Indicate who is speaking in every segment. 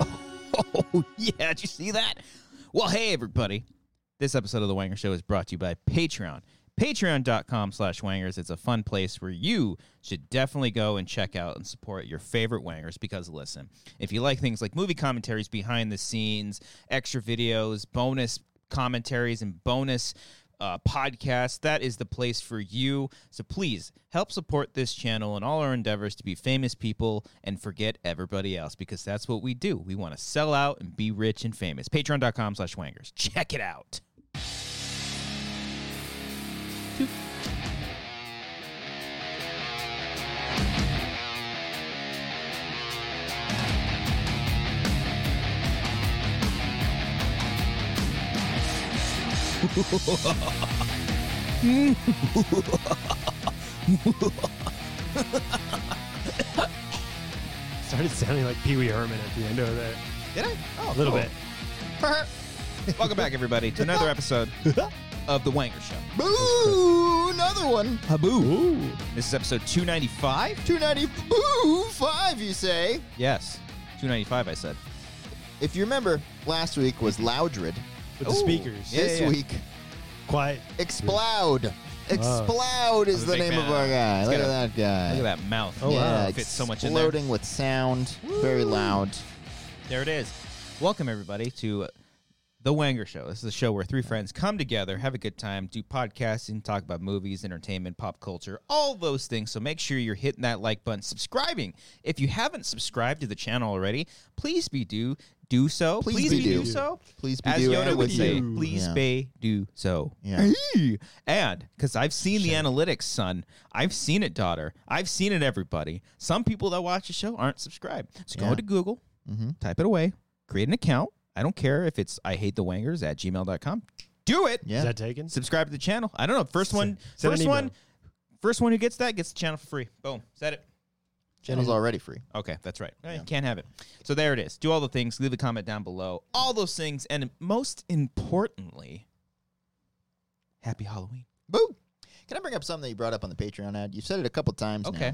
Speaker 1: Oh, yeah. Did you see that? Well, hey, everybody. This episode of The Wanger Show is brought to you by Patreon. Patreon.com slash wangers. It's a fun place where you should definitely go and check out and support your favorite wangers because, listen, if you like things like movie commentaries, behind the scenes, extra videos, bonus commentaries, and bonus uh, podcast. That is the place for you. So please help support this channel and all our endeavors to be famous people and forget everybody else because that's what we do. We want to sell out and be rich and famous. Patreon.com slash wangers. Check it out.
Speaker 2: Started sounding like Pee Wee Herman at the end of it.
Speaker 1: Did I? Oh,
Speaker 2: A little
Speaker 1: cool.
Speaker 2: bit.
Speaker 1: Welcome back, everybody, to another episode of The Wanger Show.
Speaker 3: Boo! Another one.
Speaker 1: Haboo.
Speaker 2: Oh. Ooh.
Speaker 1: This is episode 295.
Speaker 3: 290 boo five, you say?
Speaker 1: Yes, 295, I said.
Speaker 3: If you remember, last week was Loudred.
Speaker 2: With
Speaker 1: Ooh.
Speaker 2: the speakers.
Speaker 1: Yeah,
Speaker 3: this
Speaker 1: yeah, yeah.
Speaker 3: week,
Speaker 2: Quiet.
Speaker 3: Exploud. Exploud is
Speaker 1: I'm a Oh.
Speaker 3: the
Speaker 1: big
Speaker 3: name
Speaker 1: man.
Speaker 3: of our guy.
Speaker 1: He's
Speaker 3: Look
Speaker 1: got
Speaker 3: at
Speaker 1: a-
Speaker 3: that guy.
Speaker 1: Look at that mouth.
Speaker 2: Oh, wow.
Speaker 3: Yeah,
Speaker 1: Fits so much in there.
Speaker 3: Exploding with sound. Very loud.
Speaker 1: There it is. Welcome everybody to the Wanger Show. This is a show where three friends come together, have a good time, do podcasting, talk about movies, entertainment, pop culture, all those things. So make sure you're hitting that like button, subscribing. If you haven't subscribed to the channel already, please be do do so.
Speaker 3: Please
Speaker 1: Please,
Speaker 3: be
Speaker 1: be do.
Speaker 3: do.
Speaker 1: so.
Speaker 3: Please be
Speaker 1: As
Speaker 3: do, and I
Speaker 1: Yoda would
Speaker 3: would
Speaker 1: say,
Speaker 2: do.
Speaker 1: please
Speaker 3: Yeah.
Speaker 1: be do so.
Speaker 3: Yeah.
Speaker 1: Hey. And because I've seen the analytics, son, I've seen it, daughter, I've seen it, everybody. Some people that watch the show aren't subscribed. So go
Speaker 3: Yeah.
Speaker 1: to Google, type it away, create an account. I don't care if it's I hate the wangers at gmail.com. Do it.
Speaker 2: Is
Speaker 3: Yeah.
Speaker 2: that taken?
Speaker 1: Subscribe to the channel. I don't know. First one,
Speaker 2: send an
Speaker 1: first
Speaker 2: email.
Speaker 1: one, first one who gets that gets the channel for free. Boom. Said it.
Speaker 3: Channel's already free.
Speaker 1: Okay, that's right. You Can't have it. So there it is. Do all the things. Leave a comment down below. All those things, and most importantly, happy Halloween.
Speaker 3: Boo! Can I bring up something that you brought up on the Patreon ad? You've said it a couple times now.
Speaker 1: Okay.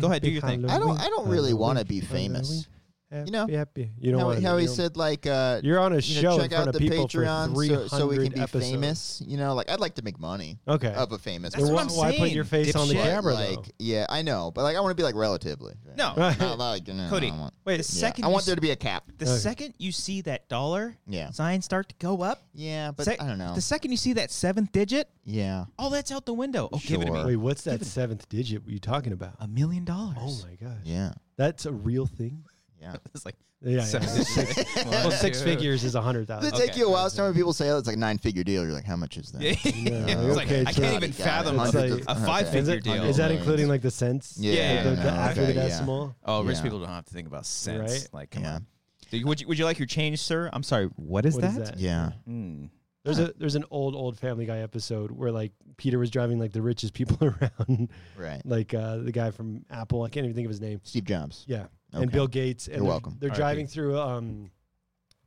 Speaker 1: Go ahead, do your thing.
Speaker 3: I don't. I don't really want to be famous.
Speaker 2: Happy,
Speaker 3: You know,
Speaker 2: happy. You don't
Speaker 3: How,
Speaker 2: wanna
Speaker 3: how
Speaker 2: be-
Speaker 3: he
Speaker 2: you don't-
Speaker 3: said, like, uh,
Speaker 2: You're on a
Speaker 3: you
Speaker 2: show
Speaker 3: know,
Speaker 2: in
Speaker 3: check
Speaker 2: front
Speaker 3: out
Speaker 2: of
Speaker 3: the
Speaker 2: people
Speaker 3: Patreon
Speaker 2: for
Speaker 3: so,
Speaker 2: 300
Speaker 3: so we can be
Speaker 2: episodes.
Speaker 3: famous. You know, like I'd like to make money
Speaker 2: Okay.
Speaker 3: of a famous.
Speaker 1: That's
Speaker 2: Then
Speaker 1: what
Speaker 2: why,
Speaker 1: I'm
Speaker 2: why put
Speaker 1: saying,
Speaker 2: your face on the
Speaker 1: dipshit.
Speaker 3: but,
Speaker 2: camera
Speaker 3: like,
Speaker 2: though?
Speaker 3: yeah, I know, but like I want to be like relatively.
Speaker 1: No,
Speaker 2: Right.
Speaker 3: Not like, no,
Speaker 1: Cody.
Speaker 3: I want,
Speaker 1: Wait, the
Speaker 3: yeah.
Speaker 1: second
Speaker 3: I
Speaker 1: you
Speaker 3: want
Speaker 1: s-
Speaker 3: there to be a cap.
Speaker 1: The
Speaker 2: Okay.
Speaker 1: second you see that dollar
Speaker 3: Yeah.
Speaker 1: sign start to go up,
Speaker 3: Yeah, but
Speaker 1: sec-
Speaker 3: I don't know.
Speaker 1: The second you see that seventh digit,
Speaker 3: yeah,
Speaker 1: all that's out the window. Oh, give it to
Speaker 3: Sure.
Speaker 1: me.
Speaker 2: Wait, what's that seventh digit? What you talking about?
Speaker 1: A million dollars.
Speaker 2: Oh my gosh.
Speaker 3: yeah,
Speaker 2: That's a real thing.
Speaker 3: yeah.
Speaker 1: It's like
Speaker 2: Yeah.
Speaker 1: seven
Speaker 2: yeah.
Speaker 1: digits.
Speaker 2: well, six figures is a hundred
Speaker 3: Does
Speaker 2: thousand.
Speaker 3: it take you a while? Sometimes people say oh, it's like a nine-figure deal. You're like, how much is that?
Speaker 1: Yeah, it's like,
Speaker 2: okay,
Speaker 1: I
Speaker 2: so-
Speaker 1: can't even
Speaker 3: Got it,
Speaker 1: fathom
Speaker 2: it.
Speaker 3: got
Speaker 1: a,
Speaker 2: It's
Speaker 1: a
Speaker 2: like-
Speaker 1: five
Speaker 2: Is,
Speaker 1: figure
Speaker 2: it,
Speaker 1: deal.
Speaker 2: is that
Speaker 3: Millions.
Speaker 2: including like the cents?
Speaker 1: Yeah,
Speaker 2: The, the,
Speaker 3: no,
Speaker 2: after the
Speaker 3: okay, yeah.
Speaker 2: decimal.
Speaker 1: oh, rich
Speaker 3: Yeah.
Speaker 1: people don't have to think about cents.
Speaker 2: Right?
Speaker 1: Like, come
Speaker 3: Yeah.
Speaker 1: on. Do you- Would you, would you like your change, sir? I'm sorry. What is
Speaker 2: What is
Speaker 1: that?
Speaker 2: that?
Speaker 3: Yeah,
Speaker 1: Mm.
Speaker 2: There's a there's an old old Family Guy episode where like Peter was driving like the richest people around,
Speaker 3: right.
Speaker 2: like uh, the guy from Apple. I can't even think of his name.
Speaker 3: Steve Jobs.
Speaker 2: Yeah,
Speaker 3: Okay.
Speaker 2: and Bill Gates. And
Speaker 3: You're
Speaker 2: they're,
Speaker 3: welcome.
Speaker 2: They're
Speaker 1: RIP.
Speaker 2: driving through um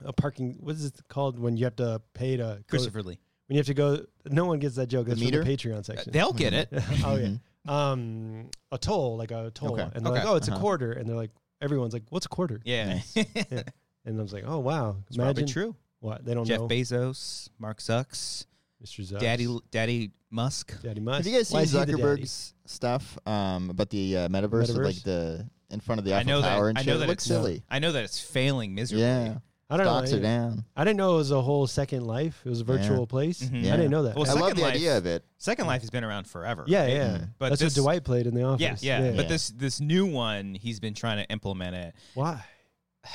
Speaker 2: a parking. What is it called when you have to pay to go,
Speaker 1: Christopher Lee. Uh,
Speaker 2: when you have to go? No one gets that joke. That's from the
Speaker 3: meter?
Speaker 2: Patreon section.
Speaker 1: They'll get it.
Speaker 2: oh
Speaker 3: Mm-hmm.
Speaker 2: yeah. Um, a toll like a toll,
Speaker 3: Okay.
Speaker 2: and they're like,
Speaker 1: Okay.
Speaker 2: oh, it's
Speaker 3: Uh-huh.
Speaker 2: a quarter, and they're like, everyone's like, what's a quarter?
Speaker 1: Yeah.
Speaker 3: Nice.
Speaker 1: It's
Speaker 2: And I was like, oh wow,
Speaker 1: probably
Speaker 2: imagine
Speaker 1: true.
Speaker 2: what they don't
Speaker 1: Jeff
Speaker 2: know.
Speaker 1: Bezos, Mark Zucks,
Speaker 2: Mr. Zucks.
Speaker 1: Daddy Daddy Musk.
Speaker 2: Daddy Musk.
Speaker 3: Have you guys
Speaker 2: Why
Speaker 3: seen
Speaker 2: is he the daddy?
Speaker 3: Zuckerberg's stuff um, about the uh, metaverse, with, like
Speaker 2: Metaverse?
Speaker 3: the in front of the
Speaker 1: I
Speaker 3: Eiffel
Speaker 1: know that-
Speaker 3: Tower and
Speaker 1: I
Speaker 3: shit?
Speaker 1: know
Speaker 3: it
Speaker 1: that
Speaker 3: looks
Speaker 1: it's-
Speaker 3: silly.
Speaker 1: I know that it's failing miserably.
Speaker 3: Yeah,
Speaker 2: I don't
Speaker 3: stocks
Speaker 2: know.
Speaker 3: are down.
Speaker 2: I didn't know it was a whole second life. It was a virtual place.
Speaker 3: Yeah.
Speaker 2: I didn't know that.
Speaker 1: Mm-hmm. Well,
Speaker 3: I love
Speaker 1: Second
Speaker 3: the
Speaker 1: Life-
Speaker 3: idea of it.
Speaker 1: Second Life has been around forever.
Speaker 2: yeah,
Speaker 1: right?
Speaker 2: yeah.
Speaker 1: But
Speaker 2: That's
Speaker 1: this-
Speaker 2: what Dwight played in the
Speaker 1: Yeah,
Speaker 2: office.
Speaker 1: yeah, But
Speaker 3: Yeah.
Speaker 1: this this new one, he's been trying to implement it.
Speaker 2: Why?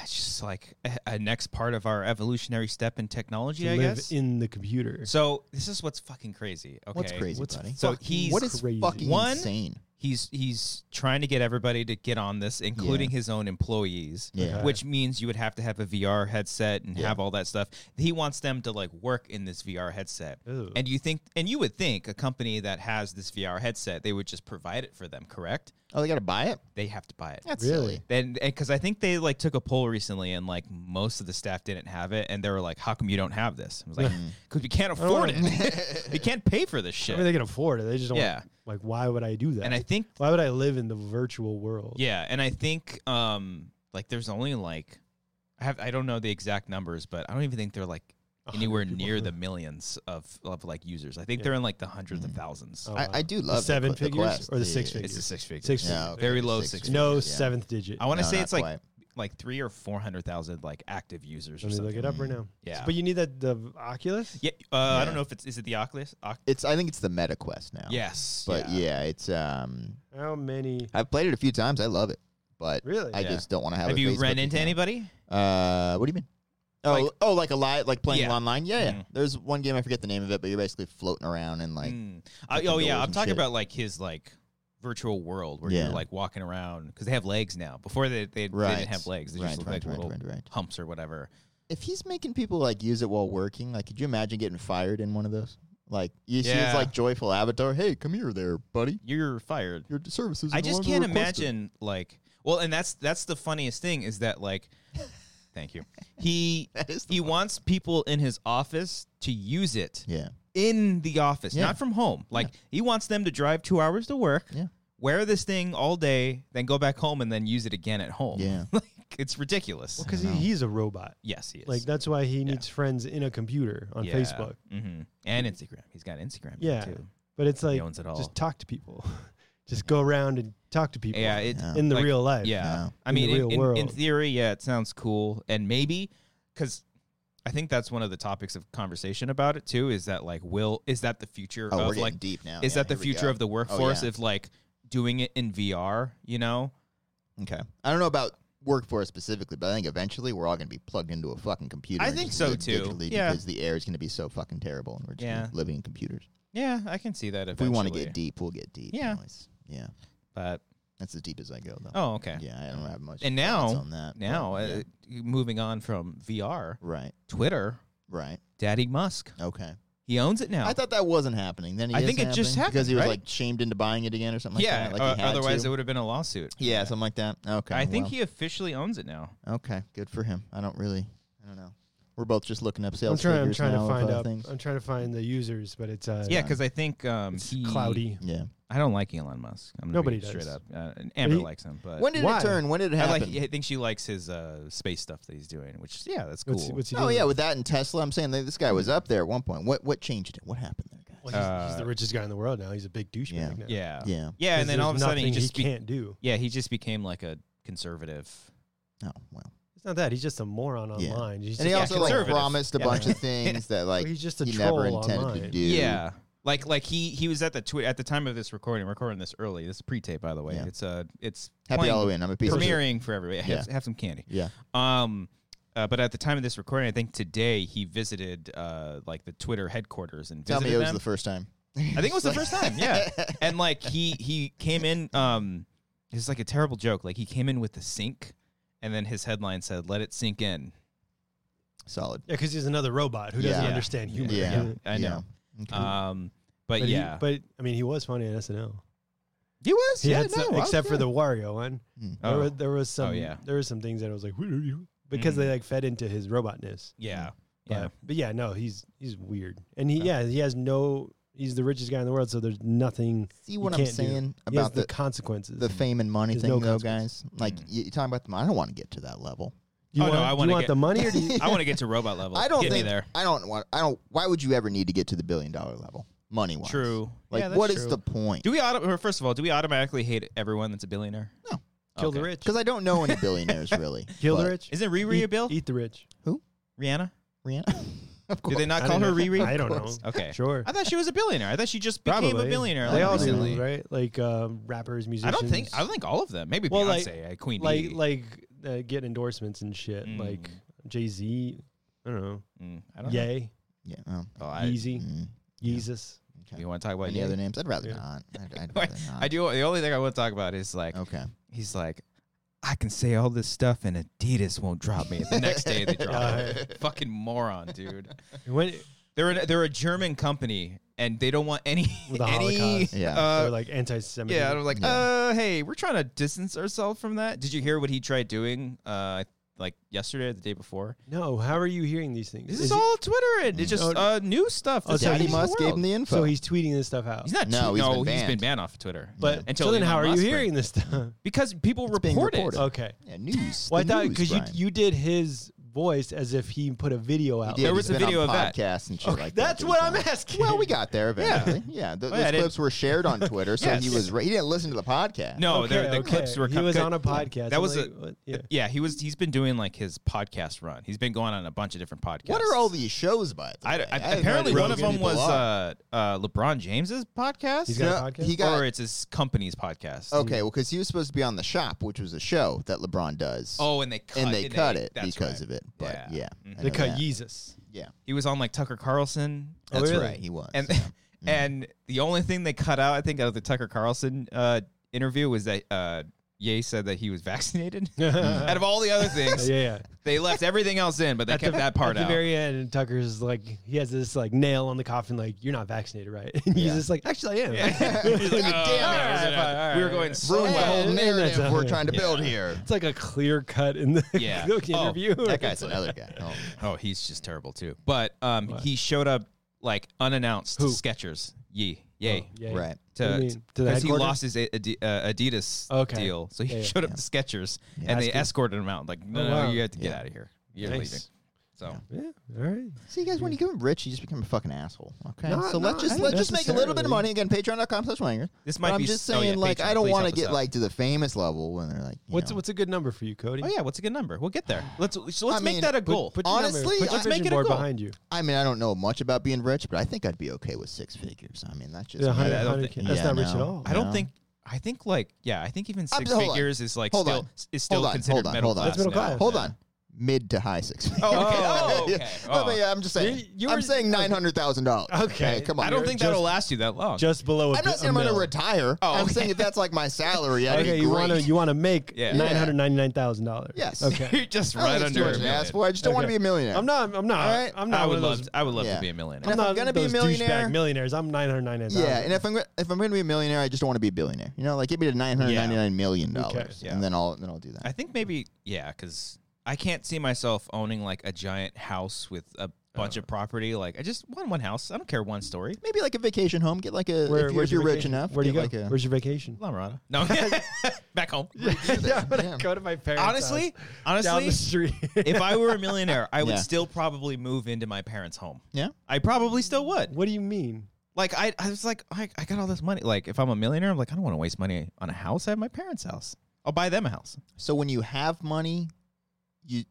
Speaker 1: It's just like a, a next part of our evolutionary step in technology,
Speaker 2: To
Speaker 1: I
Speaker 2: live
Speaker 1: guess.
Speaker 2: in the computer.
Speaker 1: so this is what's fucking crazy. Okay,
Speaker 3: What's crazy,
Speaker 2: What's
Speaker 3: buddy?
Speaker 1: So
Speaker 2: fucking-
Speaker 1: he's
Speaker 3: what is
Speaker 2: crazy.
Speaker 3: fucking
Speaker 1: One-
Speaker 3: insane?
Speaker 1: he's he's trying to get everybody to get on this, including his own employees.
Speaker 3: Yeah.
Speaker 2: Okay.
Speaker 1: Which means you would have to have a VR headset and
Speaker 3: Yeah.
Speaker 1: have all that stuff. He wants them to like work in this VR headset.
Speaker 2: Ew.
Speaker 1: And you think and you would think a company that has this VR headset, they would just provide it for them, correct?
Speaker 3: Oh, they gotta buy it.
Speaker 1: They have to buy it.
Speaker 3: That's
Speaker 2: Really?
Speaker 1: And because I think they like took a poll recently, and like most of the staff didn't have it, and they were like, "How come you don't have this?" I was like, "Because we can't afford
Speaker 2: don't
Speaker 1: it.
Speaker 3: Hmm.
Speaker 1: we can't pay for this
Speaker 2: I
Speaker 1: shit."
Speaker 2: mean, they can afford it. They just don't.
Speaker 1: Yeah.
Speaker 2: Like, why would I do that?
Speaker 1: and I think,
Speaker 2: why would I live in the virtual world?
Speaker 1: yeah, and I think, um, like there's only like, I have I don't know the exact numbers, but I don't even think they're like
Speaker 2: A hundred
Speaker 1: anywhere
Speaker 2: people.
Speaker 1: near the millions of of like users. I think
Speaker 2: Yeah.
Speaker 1: they're in like the hundreds of thousands.
Speaker 2: Oh, wow.
Speaker 3: I, I do love the
Speaker 2: seven
Speaker 3: qu- the
Speaker 2: figures
Speaker 3: quest,
Speaker 2: or the six figures?
Speaker 1: It's a six figure.
Speaker 2: Six
Speaker 3: No, okay,
Speaker 1: Very
Speaker 3: the
Speaker 1: low
Speaker 3: six
Speaker 1: six
Speaker 3: figures,
Speaker 1: figure.
Speaker 2: No
Speaker 3: yeah.
Speaker 2: seventh digit.
Speaker 1: I want to
Speaker 3: No,
Speaker 1: say
Speaker 3: not
Speaker 1: it's like
Speaker 3: quite.
Speaker 1: like three or four hundred thousand like active users or
Speaker 2: Let me look
Speaker 1: something.
Speaker 2: it up right now.
Speaker 1: Mm, Yeah.
Speaker 2: But you need that the Oculus.
Speaker 1: Yeah, uh, I don't
Speaker 3: Yeah.
Speaker 1: know if it's is it the Oculus? Oc-
Speaker 3: It's I think it's the Meta Quest now.
Speaker 1: Yes,
Speaker 3: But yeah. it's um
Speaker 2: How many?
Speaker 3: I've played it a few times. I love it, but
Speaker 2: Really?
Speaker 3: I
Speaker 1: Yeah.
Speaker 3: just don't want to have.
Speaker 1: Have
Speaker 3: a
Speaker 1: you
Speaker 3: Facebook
Speaker 1: ran into
Speaker 3: account.
Speaker 1: anybody?
Speaker 3: Uh, what do you mean? Oh,
Speaker 1: Like-
Speaker 3: oh, like a live, like playing
Speaker 1: Yeah.
Speaker 3: online. Yeah, yeah.
Speaker 1: Mhm.
Speaker 3: There's one game I forget the name of it, but you're basically floating around and like
Speaker 1: Mm.
Speaker 3: Hmm. like
Speaker 1: I- oh yeah,
Speaker 3: indoors
Speaker 1: I'm
Speaker 3: and
Speaker 1: talking
Speaker 3: shit.
Speaker 1: about like his like virtual world where
Speaker 3: Yeah.
Speaker 1: you're like walking around because they have legs now. Before they they,
Speaker 3: right.
Speaker 1: they didn't have legs; they
Speaker 3: right,
Speaker 1: just looked
Speaker 3: right,
Speaker 1: like
Speaker 3: right,
Speaker 1: little
Speaker 3: right, right.
Speaker 1: humps or whatever.
Speaker 3: If he's making people like use it while working, like, could you imagine getting fired in one of those? Like, you see his
Speaker 1: Yeah.
Speaker 3: like joyful avatar. Hey, come here, there, buddy.
Speaker 1: You're fired.
Speaker 3: Your services.
Speaker 1: I
Speaker 3: are no
Speaker 1: just
Speaker 3: longer
Speaker 1: can't
Speaker 3: requested."
Speaker 1: imagine like well, and that's that's the funniest thing is that like, thank you. He
Speaker 3: That is the
Speaker 1: he wants people in his office to use it
Speaker 3: yeah.
Speaker 1: in the office,
Speaker 3: Yeah.
Speaker 1: not from home. Like he wants them to drive two hours to work,
Speaker 3: Yeah.
Speaker 1: wear this thing all day, then go back home and then use it again at home.
Speaker 3: Yeah.
Speaker 1: like it's ridiculous.
Speaker 2: Because
Speaker 3: I don't know.
Speaker 2: he's a robot.
Speaker 1: Yes, he is.
Speaker 2: Like that's why he needs friends in a computer on
Speaker 1: Yeah.
Speaker 2: Facebook.
Speaker 1: hmm and Instagram. He's got Instagram now,
Speaker 2: Yeah.
Speaker 1: too.
Speaker 2: But it's
Speaker 1: he
Speaker 2: like
Speaker 1: owns it all.
Speaker 2: just talk to people. just go around and talk to people.
Speaker 1: yeah, it,
Speaker 3: Yeah.
Speaker 2: in the
Speaker 1: like,
Speaker 2: real life.
Speaker 1: yeah.
Speaker 3: No.
Speaker 1: I
Speaker 2: In the
Speaker 1: mean, in,
Speaker 2: real
Speaker 1: in- in
Speaker 2: world.
Speaker 1: theory, yeah, it sounds cool, and maybe because I think that's one of the topics of conversation about it too. Is that like, will is that the future
Speaker 3: Oh, we're
Speaker 1: of
Speaker 3: getting
Speaker 1: like,
Speaker 3: deep now.
Speaker 1: is
Speaker 3: Yeah,
Speaker 1: that the
Speaker 3: here we
Speaker 1: future
Speaker 3: go. Oh,
Speaker 1: of the workforce
Speaker 3: yeah.
Speaker 1: if like doing it in VR? You know,
Speaker 3: Okay. I don't know about workforce specifically, but I think eventually we're all going to be plugged into a fucking computer.
Speaker 1: I
Speaker 3: and
Speaker 1: think
Speaker 3: just
Speaker 1: so,
Speaker 3: live
Speaker 1: too.
Speaker 3: digitally
Speaker 1: Yeah.
Speaker 3: Because the air is going to be so fucking terrible, and we're just
Speaker 1: Yeah.
Speaker 3: living in computers.
Speaker 1: yeah, I can see that.
Speaker 3: If we want to
Speaker 1: eventually.
Speaker 3: get deep, we'll get deep.
Speaker 1: Yeah.
Speaker 3: anyways. Yeah.
Speaker 1: but
Speaker 3: That's as deep as I go, though.
Speaker 1: oh, okay.
Speaker 3: Yeah, I don't have much.
Speaker 1: And
Speaker 3: thoughts
Speaker 1: now-
Speaker 3: on that but
Speaker 1: Now,
Speaker 3: yeah.
Speaker 1: uh, moving on from VR,
Speaker 3: right,
Speaker 1: Twitter,
Speaker 3: right,
Speaker 1: Daddy Musk,
Speaker 3: okay.
Speaker 1: he owns it now.
Speaker 3: I thought that wasn't happening. Then he
Speaker 1: I
Speaker 3: is
Speaker 1: think it just
Speaker 3: happening? because he was
Speaker 1: happened, right?
Speaker 3: like shamed into buying it again or something.
Speaker 1: yeah,
Speaker 3: like that.
Speaker 1: uh,
Speaker 3: Like he had
Speaker 1: otherwise
Speaker 3: to.
Speaker 1: it would have been a lawsuit.
Speaker 3: yeah, something like that. Okay,
Speaker 1: I think
Speaker 3: well,
Speaker 1: he officially owns it now.
Speaker 3: Okay, good for him. I don't really. I don't know. We're both just looking up
Speaker 2: I'm
Speaker 3: sales
Speaker 2: trying. I'm
Speaker 3: figures
Speaker 2: trying
Speaker 3: now
Speaker 2: to
Speaker 3: of
Speaker 2: find uh,
Speaker 3: other
Speaker 2: out.
Speaker 3: things.
Speaker 2: I'm trying to find the users, but it's uh,
Speaker 1: Yeah,
Speaker 3: Yeah.
Speaker 1: because I think um,
Speaker 2: it's
Speaker 1: he-
Speaker 2: cloudy.
Speaker 3: Yeah.
Speaker 1: I don't like Elon Musk. I'm gonna
Speaker 2: Nobody
Speaker 1: be Straight
Speaker 2: does.
Speaker 1: up, uh, and Amber
Speaker 2: he-
Speaker 1: likes him, but
Speaker 3: When did
Speaker 2: Why?
Speaker 3: it turn? When did it
Speaker 1: I
Speaker 3: happen?
Speaker 1: like. I think she likes his uh, space stuff that he's doing, which yeah, that's cool.
Speaker 2: What's, what's he
Speaker 3: oh
Speaker 2: doing?
Speaker 3: yeah, with that and Tesla, I'm saying that this guy was up there at one point. What what changed it? What happened there, guys?
Speaker 2: Well, he's, he's the
Speaker 1: Uh,
Speaker 2: richest guy in the world now. He's a big douchebag
Speaker 3: Yeah.
Speaker 2: now.
Speaker 1: yeah, yeah,
Speaker 3: Yeah.
Speaker 1: and then all of a
Speaker 2: There's
Speaker 1: sudden he
Speaker 2: nothing
Speaker 1: just be-
Speaker 2: can't do.
Speaker 1: yeah he just became like a conservative.
Speaker 3: Oh well.
Speaker 2: It's not that he's just a moron
Speaker 3: Yeah.
Speaker 2: online. He's
Speaker 3: And he
Speaker 1: yeah,
Speaker 2: just,
Speaker 3: also like
Speaker 1: conservative.
Speaker 3: promised a
Speaker 2: Yeah.
Speaker 3: bunch of things that like
Speaker 2: he's just a
Speaker 3: he
Speaker 2: troll
Speaker 3: never intended
Speaker 2: online.
Speaker 3: to do.
Speaker 1: Yeah, like like he he was at the twi- at the time of this recording. Recording this early. This is pre-tape, by the way.
Speaker 3: Yeah.
Speaker 1: It's uh it's
Speaker 3: Happy
Speaker 1: playing-
Speaker 3: Halloween. I'm a piece of shit.
Speaker 1: premiering for everybody. Have,
Speaker 3: Yeah.
Speaker 1: have some candy.
Speaker 3: Yeah.
Speaker 1: Um, uh, but at the time of this recording, I think today he visited uh like the Twitter headquarters and
Speaker 3: Tell
Speaker 1: visited
Speaker 3: me it was
Speaker 1: them.
Speaker 3: the first time.
Speaker 1: I think it was the first time. Yeah, and like he he came in. Um, it's like a terrible joke. Like he came in with the sink, and then his headline said, "Let it sink in."
Speaker 3: Solid.
Speaker 2: yeah, because he's another robot who doesn't
Speaker 3: Yeah.
Speaker 2: understand humor.
Speaker 3: Yeah.
Speaker 1: I know.
Speaker 3: Yeah. Okay.
Speaker 1: Um, but,
Speaker 2: But,
Speaker 1: yeah,
Speaker 2: he, but I mean, he was funny on SNL.
Speaker 1: he was.
Speaker 2: He had some, except for the Wario one.
Speaker 3: Mm.
Speaker 2: There,
Speaker 1: Oh.
Speaker 2: were, there was some.
Speaker 1: yeah.
Speaker 2: There were some things that I was like, "Who are you?" Because they like fed into his robotness.
Speaker 1: yeah,
Speaker 2: But,
Speaker 1: yeah.
Speaker 2: but yeah, no, he's he's weird, and he
Speaker 1: Oh.
Speaker 2: yeah he has no. He's the richest guy in the world, so there's nothing
Speaker 3: See what I'm
Speaker 2: can't do.
Speaker 3: saying
Speaker 2: he has
Speaker 3: about
Speaker 2: the,
Speaker 3: the
Speaker 2: consequences.
Speaker 3: the fame and money
Speaker 2: There's
Speaker 3: thing
Speaker 2: no
Speaker 3: though,
Speaker 2: consequence.
Speaker 3: guys. Like
Speaker 1: Mm.
Speaker 3: you, you talking about the money. I don't want to get to that level.
Speaker 2: you
Speaker 1: Oh, no,
Speaker 2: want,
Speaker 1: I
Speaker 2: do
Speaker 1: wanna
Speaker 2: you want
Speaker 1: get-
Speaker 2: the money or do you,
Speaker 1: I want to get to robot level.
Speaker 3: I don't
Speaker 1: Get me
Speaker 3: think
Speaker 1: there.
Speaker 3: I don't want I don't why would you ever need to get to the billion dollar level? Money wise.
Speaker 1: True.
Speaker 3: Like
Speaker 1: yeah,
Speaker 3: what
Speaker 1: that's
Speaker 3: is
Speaker 1: true.
Speaker 3: the point?
Speaker 1: Do we auto- or first of all, do we automatically hate everyone that's a billionaire?
Speaker 3: No.
Speaker 2: kill the
Speaker 1: Okay.
Speaker 2: rich?
Speaker 3: Because I don't know any billionaires really.
Speaker 2: Kill
Speaker 3: but-
Speaker 2: the rich.
Speaker 1: Isn't Riri a
Speaker 2: eat,
Speaker 1: bill?
Speaker 2: Eat the rich.
Speaker 1: Rihanna?
Speaker 3: Rihanna. of
Speaker 1: Do
Speaker 3: course.
Speaker 1: they not
Speaker 2: I
Speaker 1: call her
Speaker 2: don't know.
Speaker 1: Riri?
Speaker 2: I don't know.
Speaker 3: course.
Speaker 1: Okay.
Speaker 2: Sure.
Speaker 1: I thought she was a billionaire. I thought she just became
Speaker 2: Probably
Speaker 1: a billionaire.
Speaker 2: They
Speaker 1: like,
Speaker 2: all
Speaker 1: recently.
Speaker 2: do, right? Like um, rappers,
Speaker 1: I
Speaker 2: musicians.
Speaker 1: don't think. I don't think all of them. Maybe
Speaker 2: Well, like-
Speaker 1: Beyonce, uh, Queen
Speaker 2: like
Speaker 1: Bee.
Speaker 2: like uh, get endorsements and shit.
Speaker 1: Mm.
Speaker 2: Like Jay Z. I don't know.
Speaker 1: Mm, I don't know.
Speaker 2: Yay.
Speaker 3: Yeah. Oh,
Speaker 1: Oh, I,
Speaker 2: Yeezy.
Speaker 3: mm,
Speaker 2: Yeezus.
Speaker 3: okay.
Speaker 1: You want to talk about
Speaker 3: Any
Speaker 1: Ye?
Speaker 3: other names? I'd rather
Speaker 2: Yeah.
Speaker 3: not. I'd, I'd rather not.
Speaker 1: I do. The only thing I want to talk about is like
Speaker 3: Okay.
Speaker 1: he's like, I can say all this stuff and Adidas won't drop me. The next day they drop me. Fucking moron, dude.
Speaker 2: When
Speaker 1: They're an, they're a German company and they don't want any
Speaker 2: With the
Speaker 1: any.
Speaker 2: Holocaust.
Speaker 3: Yeah.
Speaker 2: they're
Speaker 1: Uh,
Speaker 2: like anti-Semitic.
Speaker 1: yeah, I'm like,
Speaker 3: Yeah.
Speaker 1: uh, hey, we're trying to distance ourselves from that. Did you hear what he tried doing? Uh, like yesterday or the day before.
Speaker 2: no, how are you hearing these things?
Speaker 1: This is,
Speaker 2: Is he-
Speaker 1: all Twitter and it's just
Speaker 2: Oh,
Speaker 1: uh, new stuff.
Speaker 2: oh,
Speaker 1: that's
Speaker 2: so
Speaker 1: happening
Speaker 3: Daddy
Speaker 1: in the
Speaker 3: Musk gave
Speaker 1: world.
Speaker 3: him the info.
Speaker 2: So he's tweeting this stuff out.
Speaker 1: He's not.
Speaker 3: No,
Speaker 1: tw-
Speaker 3: he's
Speaker 1: no,
Speaker 3: been
Speaker 1: he's been
Speaker 3: banned.
Speaker 1: banned off of Twitter.
Speaker 2: But
Speaker 1: Until
Speaker 2: so then,
Speaker 1: Elon
Speaker 2: how are
Speaker 1: Musk
Speaker 2: you hearing
Speaker 1: breaks
Speaker 2: this stuff?
Speaker 1: because people
Speaker 3: It's being
Speaker 1: report it.
Speaker 3: reported.
Speaker 2: okay.
Speaker 3: yeah, news.
Speaker 2: Well, I
Speaker 3: the
Speaker 2: thought
Speaker 3: news,
Speaker 2: because you
Speaker 3: Brian.
Speaker 2: you did his voice as if he put a video
Speaker 3: He
Speaker 2: out.
Speaker 3: did.
Speaker 1: There
Speaker 3: He's
Speaker 1: was a
Speaker 3: been on
Speaker 1: video of that.
Speaker 3: podcasts and shit
Speaker 2: Okay,
Speaker 3: like that.
Speaker 2: that's
Speaker 3: that
Speaker 2: what
Speaker 3: he's
Speaker 2: I'm
Speaker 3: on.
Speaker 2: asking.
Speaker 3: Well, we got there eventually. Yeah, th-
Speaker 1: yeah, I
Speaker 3: those
Speaker 1: did.
Speaker 3: clips were shared on Twitter, so he
Speaker 1: Yes.
Speaker 3: was. Re- he didn't listen to the podcast.
Speaker 1: No,
Speaker 2: Okay,
Speaker 1: the, Oh, the
Speaker 2: okay.
Speaker 1: clips were.
Speaker 2: He
Speaker 1: cut-
Speaker 2: was
Speaker 1: cut-
Speaker 2: on a podcast.
Speaker 1: That
Speaker 2: I'm
Speaker 1: was
Speaker 2: like,
Speaker 1: a.
Speaker 2: what?
Speaker 1: Yeah.
Speaker 2: Yeah.
Speaker 1: he was. He's been doing like his podcast run. He's been going on a bunch of different podcasts.
Speaker 3: What are all these shows by? The
Speaker 1: I,
Speaker 3: way?
Speaker 1: I-
Speaker 3: didn't know
Speaker 1: apparently,
Speaker 3: that
Speaker 1: one of
Speaker 3: Rogan
Speaker 1: them was
Speaker 3: people are.
Speaker 1: uh, uh, LeBron James's podcast.
Speaker 2: He's got a podcast?
Speaker 3: He got
Speaker 1: or it's his company's podcast.
Speaker 3: okay. Well, because he was supposed to be on the shop, which was a show that LeBron does.
Speaker 1: Oh, and they cut,
Speaker 3: and they
Speaker 1: didn't
Speaker 3: cut it
Speaker 1: That's right.
Speaker 3: because of it. But
Speaker 1: Yeah.
Speaker 3: yeah,
Speaker 1: Mhm.
Speaker 3: I
Speaker 2: They
Speaker 3: know
Speaker 2: cut
Speaker 3: that.
Speaker 2: Yeezus.
Speaker 3: Yeah,
Speaker 1: He was on like Tucker Carlson.
Speaker 2: Oh,
Speaker 3: that's Mm.
Speaker 2: really?
Speaker 3: right. He was.
Speaker 1: and
Speaker 3: yeah.
Speaker 1: and the only thing they cut out, I think, out of the Tucker Carlson uh, interview was that uh, Ye said that he was vaccinated. out
Speaker 2: yeah,
Speaker 1: of all the other things,
Speaker 2: yeah.
Speaker 1: they left everything else in, but they kept that part
Speaker 2: At the
Speaker 1: out.
Speaker 2: very end, and Tucker's like, he has this like nail on the coffin, like, you're not vaccinated, right? And he's
Speaker 3: Yeah.
Speaker 2: just like, actually, I am.
Speaker 1: Yeah.
Speaker 3: He's like,
Speaker 1: Oh,
Speaker 3: "Damn it,
Speaker 1: all
Speaker 3: I was
Speaker 1: right,
Speaker 3: about to-
Speaker 1: all right,
Speaker 2: we were
Speaker 1: all
Speaker 2: going
Speaker 1: right.
Speaker 2: so
Speaker 3: ruined the
Speaker 2: Yeah,
Speaker 3: whole
Speaker 2: and that's
Speaker 3: narrative
Speaker 2: how-
Speaker 3: we're trying to
Speaker 1: yeah.
Speaker 3: build here.
Speaker 2: It's like a clear cut in the
Speaker 1: Yeah. Oh,
Speaker 2: interview.
Speaker 3: That guy's another guy. Oh.
Speaker 1: Oh, he's just terrible too. But um,
Speaker 2: What?
Speaker 1: he showed up like unannounced to
Speaker 2: Who?
Speaker 1: Skechers. Ye,
Speaker 3: Oh.
Speaker 1: yay.
Speaker 2: Yeah.
Speaker 3: Right.
Speaker 2: What do you
Speaker 1: To,
Speaker 2: mean? To the
Speaker 1: because he
Speaker 2: headquarters?
Speaker 1: lost his A- Adi- uh, Adidas
Speaker 2: Okay.
Speaker 1: deal, so he
Speaker 2: Yeah, yeah.
Speaker 1: showed up to Skechers and they
Speaker 2: Asking-
Speaker 1: escorted him out. Like, no,
Speaker 2: Oh,
Speaker 1: no,
Speaker 2: wow.
Speaker 1: you have to get
Speaker 3: Yeah.
Speaker 1: out of here. You're
Speaker 2: Nice.
Speaker 1: leaving. So
Speaker 2: Yeah. All right.
Speaker 3: See, guys, when you become rich, you just become a fucking asshole. Okay,
Speaker 2: No,
Speaker 3: so let's
Speaker 2: no, I
Speaker 3: just
Speaker 2: don't
Speaker 3: let's just make a little bit of
Speaker 2: necessarily.
Speaker 3: money again. Patreon.com/slash/wangers.
Speaker 1: this might
Speaker 3: But I'm
Speaker 1: be.
Speaker 3: just
Speaker 1: oh, yeah,
Speaker 3: saying, like,
Speaker 1: Patreon,
Speaker 3: I don't
Speaker 1: please
Speaker 3: want to
Speaker 1: help us
Speaker 3: get
Speaker 1: out.
Speaker 3: like to the famous level when they're like, you
Speaker 2: What's
Speaker 3: know.
Speaker 2: what's a good number for you, Cody?
Speaker 1: Oh yeah, what's a good number? We'll get there. Let's so let's
Speaker 3: I
Speaker 1: make
Speaker 3: mean,
Speaker 1: that a
Speaker 3: put-
Speaker 1: goal.
Speaker 2: Put your number-
Speaker 3: Honestly,
Speaker 2: put your
Speaker 1: let's make it
Speaker 2: vision
Speaker 1: a
Speaker 2: board
Speaker 1: goal.
Speaker 2: behind you.
Speaker 3: I mean, I don't know much about being rich, but I think I'd be okay with six figures. I mean, that's just
Speaker 2: Yeah,
Speaker 3: me.
Speaker 2: 100,
Speaker 1: I don't
Speaker 2: 100
Speaker 1: think-
Speaker 2: That's
Speaker 3: Yeah,
Speaker 2: not rich at
Speaker 3: no.
Speaker 2: all.
Speaker 1: I don't
Speaker 3: No.
Speaker 1: think. I think like yeah. I think even
Speaker 3: I'm-
Speaker 1: six
Speaker 3: hold on.
Speaker 1: figures is like
Speaker 3: Hold
Speaker 1: still
Speaker 3: on.
Speaker 1: is still
Speaker 3: Hold on,
Speaker 1: considered
Speaker 3: hold on,
Speaker 1: middle
Speaker 3: hold on.
Speaker 1: class.
Speaker 2: That's middle
Speaker 1: now.
Speaker 2: class.
Speaker 3: Hold
Speaker 1: Yeah.
Speaker 3: on, mid to high six figures.
Speaker 1: Oh, okay. Oh, okay. Oh.
Speaker 3: I mean, I'm just saying.
Speaker 2: You- you
Speaker 3: I'm
Speaker 2: were-
Speaker 3: saying nine hundred thousand dollars.
Speaker 2: Okay.
Speaker 3: come on.
Speaker 1: I don't think
Speaker 2: Just-
Speaker 1: that'll last you that long.
Speaker 2: Just below. a
Speaker 3: I'm not
Speaker 2: bi-
Speaker 3: saying
Speaker 2: a
Speaker 3: I'm going to
Speaker 2: mil.
Speaker 3: retire.
Speaker 1: Oh,
Speaker 3: I'm
Speaker 1: okay.
Speaker 3: saying if that's like my salary, I'd
Speaker 2: Okay,
Speaker 3: be
Speaker 2: you
Speaker 3: great.
Speaker 2: want to you want to make
Speaker 1: Yeah.
Speaker 2: nine hundred ninety nine thousand dollars.
Speaker 3: Yes.
Speaker 2: Okay.
Speaker 1: You're just
Speaker 3: I don't
Speaker 1: right
Speaker 3: think it's too
Speaker 1: under. a
Speaker 3: much of an
Speaker 1: million.
Speaker 3: ass for. I just don't want to
Speaker 2: Okay.
Speaker 3: be a millionaire.
Speaker 2: I'm not. I'm not.
Speaker 3: All right.
Speaker 2: I'm not.
Speaker 1: I
Speaker 2: one
Speaker 1: would
Speaker 2: of
Speaker 1: love.
Speaker 2: Those,
Speaker 1: I would love
Speaker 3: Yeah.
Speaker 1: to be a millionaire.
Speaker 3: And
Speaker 2: I'm
Speaker 3: if I'm
Speaker 2: not
Speaker 3: gonna be a
Speaker 2: those
Speaker 3: millionaire-
Speaker 2: douchebag millionaires. I'm nine hundred ninety nine.
Speaker 3: Yeah, and if I'm go- if I'm going to be a millionaire, I just want to be a billionaire. You know, like give me the nine hundred ninety nine million
Speaker 2: Okay.
Speaker 3: dollars,
Speaker 1: Yeah.
Speaker 3: and then I'll then I'll do that.
Speaker 1: I think maybe yeah, because I can't see myself owning like a giant house with a bunch
Speaker 2: Oh.
Speaker 1: of property. Like I just want one house. I don't care one story.
Speaker 3: Maybe like a vacation home. Get like a if, you, if you're rich enough.
Speaker 2: where do you
Speaker 3: get
Speaker 2: go?
Speaker 3: Like a,
Speaker 2: Where's your vacation?
Speaker 1: La Mirada. No, back home.
Speaker 2: yeah, I'm gonna
Speaker 3: Yeah.
Speaker 2: go to my parents.
Speaker 1: Honestly,
Speaker 2: house down
Speaker 1: honestly,
Speaker 2: the street.
Speaker 1: if I were a millionaire, I would
Speaker 3: Yeah.
Speaker 1: still probably move into my parents' home.
Speaker 3: yeah,
Speaker 1: I probably still would.
Speaker 2: what do you mean?
Speaker 1: Like I, I was like, I, I got all this money. Like if I'm a millionaire, I'm like, I don't want to waste money on a house. I have my parents' house. I'll buy them a house.
Speaker 3: So when you have money, you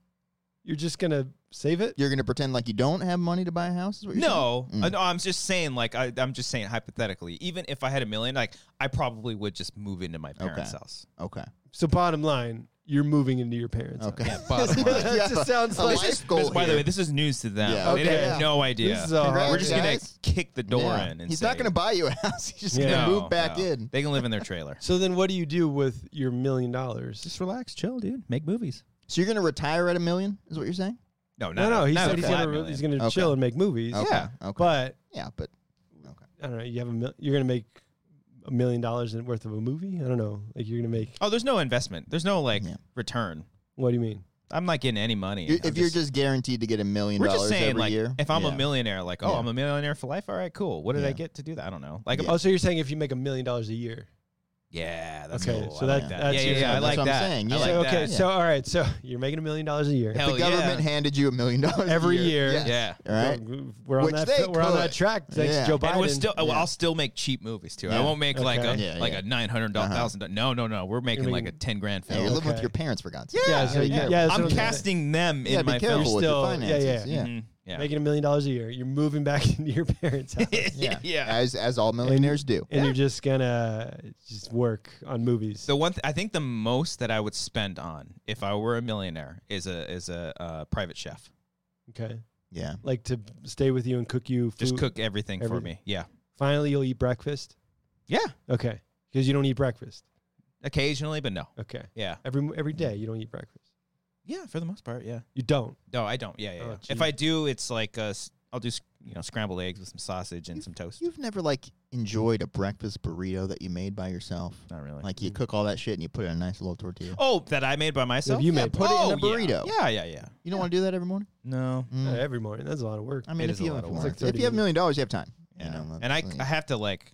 Speaker 2: You're just gonna save it?
Speaker 3: you're gonna pretend like you don't have money to buy a house. Is what you're
Speaker 1: No,
Speaker 3: Mm.
Speaker 1: Uh, no, I'm just saying. Like I, I'm just saying hypothetically. Even if I had a million, like I probably would just move into my parents'
Speaker 3: Okay.
Speaker 1: house.
Speaker 3: saying? Okay.
Speaker 2: So bottom line, you're moving into your parents. house.
Speaker 3: Okay.
Speaker 1: Yeah, bottom line.
Speaker 2: That just sounds
Speaker 3: a
Speaker 2: like-
Speaker 3: life
Speaker 2: This
Speaker 3: goal
Speaker 1: This- by the
Speaker 3: here.
Speaker 1: way, this is news to them.
Speaker 3: Yeah.
Speaker 1: They
Speaker 2: Okay.
Speaker 1: have no idea.
Speaker 2: This is a hard-
Speaker 1: We're just gonna
Speaker 3: Guys.
Speaker 1: kick the door
Speaker 3: Yeah.
Speaker 1: in. And
Speaker 3: He's not
Speaker 1: say,
Speaker 3: gonna buy you a house. He's just
Speaker 2: Yeah.
Speaker 3: gonna
Speaker 1: No,
Speaker 3: move back
Speaker 1: no.
Speaker 3: in.
Speaker 1: They can live in their trailer.
Speaker 2: So then, what do you do with your million dollars?
Speaker 1: just relax, chill, dude. Make movies.
Speaker 3: So you're gonna retire at a million? Is what you're saying?
Speaker 1: No, not
Speaker 2: No, no. He
Speaker 1: not
Speaker 2: said
Speaker 1: a
Speaker 2: he's
Speaker 1: flat
Speaker 2: gonna
Speaker 1: million.
Speaker 2: he's gonna
Speaker 3: Okay.
Speaker 2: chill and make movies.
Speaker 3: Okay.
Speaker 1: Yeah.
Speaker 3: Okay.
Speaker 2: But
Speaker 3: yeah, but okay.
Speaker 2: I don't know. You have a mil- you're gonna make a million dollars in- worth of a movie. I don't know. Like you're gonna make.
Speaker 1: Oh, there's no investment. There's no like
Speaker 3: Yeah.
Speaker 1: return.
Speaker 2: What do you mean?
Speaker 1: I'm not getting any money.
Speaker 3: You-
Speaker 1: I'm
Speaker 3: if you're just guaranteed to get a million
Speaker 1: we're just
Speaker 3: dollars
Speaker 1: saying
Speaker 3: every
Speaker 1: like,
Speaker 3: year,
Speaker 1: if I'm a
Speaker 3: yeah.
Speaker 1: millionaire, like, oh,
Speaker 3: Yeah.
Speaker 1: I'm a millionaire for life. All right, cool. What did I
Speaker 3: Yeah.
Speaker 1: get to do that? I don't know. Like,
Speaker 3: Yeah.
Speaker 1: oh,
Speaker 2: Oh, so you're saying if you make a million dollars a year?
Speaker 1: yeah, that's
Speaker 2: Okay,
Speaker 1: cool.
Speaker 2: so
Speaker 1: I like
Speaker 2: that-
Speaker 1: that.
Speaker 2: that's
Speaker 1: yeah,
Speaker 2: your-
Speaker 1: yeah, yeah, I
Speaker 2: that's
Speaker 1: like
Speaker 3: what I'm
Speaker 1: that.
Speaker 3: saying.
Speaker 1: I
Speaker 3: Yeah.
Speaker 1: like
Speaker 2: so, okay.
Speaker 1: that.
Speaker 2: So all right. So you're making a million dollars a year.
Speaker 1: Hell
Speaker 3: the government
Speaker 1: yeah.
Speaker 3: handed you a million dollars
Speaker 2: Every year.
Speaker 3: Yes.
Speaker 1: yeah.
Speaker 3: All right.
Speaker 2: So we're on
Speaker 3: Which
Speaker 2: that.
Speaker 3: they
Speaker 2: We're on that
Speaker 3: could.
Speaker 2: track. Thanks,
Speaker 3: Yeah.
Speaker 2: Joe Biden.
Speaker 1: And we're still, oh,
Speaker 3: Yeah.
Speaker 1: I'll still make cheap movies too. I
Speaker 3: Yeah.
Speaker 1: won't make like a
Speaker 2: Okay.
Speaker 3: Yeah,
Speaker 1: like
Speaker 3: yeah.
Speaker 1: a nine hundred dollar thousand. dollars No, no, no. We're making
Speaker 2: You're
Speaker 1: like a
Speaker 2: making-
Speaker 1: ten grand
Speaker 3: Yeah, you're
Speaker 1: film.
Speaker 3: living with
Speaker 2: Okay.
Speaker 3: your parents for God's
Speaker 1: Yeah,
Speaker 2: Yeah. So
Speaker 3: yeah.
Speaker 2: you- yeah. that's
Speaker 1: I'm
Speaker 2: what saying.
Speaker 1: casting them
Speaker 3: Yeah,
Speaker 1: in
Speaker 3: be
Speaker 1: my
Speaker 3: careful
Speaker 1: film.
Speaker 3: with
Speaker 2: Still-
Speaker 3: your
Speaker 2: yeah,
Speaker 3: finances.
Speaker 2: yeah.
Speaker 3: yeah.
Speaker 1: Mhm. Yeah.
Speaker 2: making a million dollars a year. You're moving back into your parents' house.
Speaker 3: Yeah.
Speaker 1: yeah.
Speaker 3: As as all millionaires do.
Speaker 2: And you're just gonna just work on movies.
Speaker 1: The one th- I think the most that I would spend on if I were a millionaire is a is a uh, private chef.
Speaker 2: Okay,
Speaker 3: Yeah.
Speaker 2: like to stay with you and cook you. Food.
Speaker 1: Just cook everything, for
Speaker 2: Everything.
Speaker 1: me. Yeah.
Speaker 2: Finally, you'll eat breakfast.
Speaker 1: Yeah.
Speaker 2: Okay, because you don't eat breakfast.
Speaker 1: Occasionally, but no.
Speaker 2: Okay,
Speaker 1: Yeah.
Speaker 2: every every day you don't eat breakfast.
Speaker 1: Yeah, for the most part, yeah.
Speaker 2: You don't.
Speaker 1: No, I don't. Yeah, yeah.
Speaker 2: Oh,
Speaker 1: yeah.
Speaker 2: gee.
Speaker 1: if I do, it's like uh, s- I'll do s- you know scrambled eggs with some sausage and some toast.
Speaker 3: You've never like enjoyed a breakfast burrito that you made by yourself.
Speaker 1: Not really.
Speaker 3: Like you cook all that shit and you put it in a nice little tortilla.
Speaker 1: oh, that I made by myself.
Speaker 2: you
Speaker 1: Yeah,
Speaker 2: made-
Speaker 3: Put it in
Speaker 1: oh,
Speaker 3: a burrito.
Speaker 1: Yeah, yeah, yeah. yeah.
Speaker 3: You don't want to do that every morning?
Speaker 1: No.
Speaker 3: Mm.
Speaker 2: Uh, every morning. That's a lot of work.
Speaker 3: I mean,
Speaker 1: It
Speaker 3: if
Speaker 1: is a
Speaker 3: you
Speaker 1: lot
Speaker 3: have
Speaker 1: of
Speaker 3: if
Speaker 1: work.
Speaker 2: It's like
Speaker 3: you have
Speaker 2: 30
Speaker 3: a million dollars, you have time.
Speaker 1: Yeah.
Speaker 3: You know,
Speaker 1: and I,
Speaker 3: that's-
Speaker 1: I have to like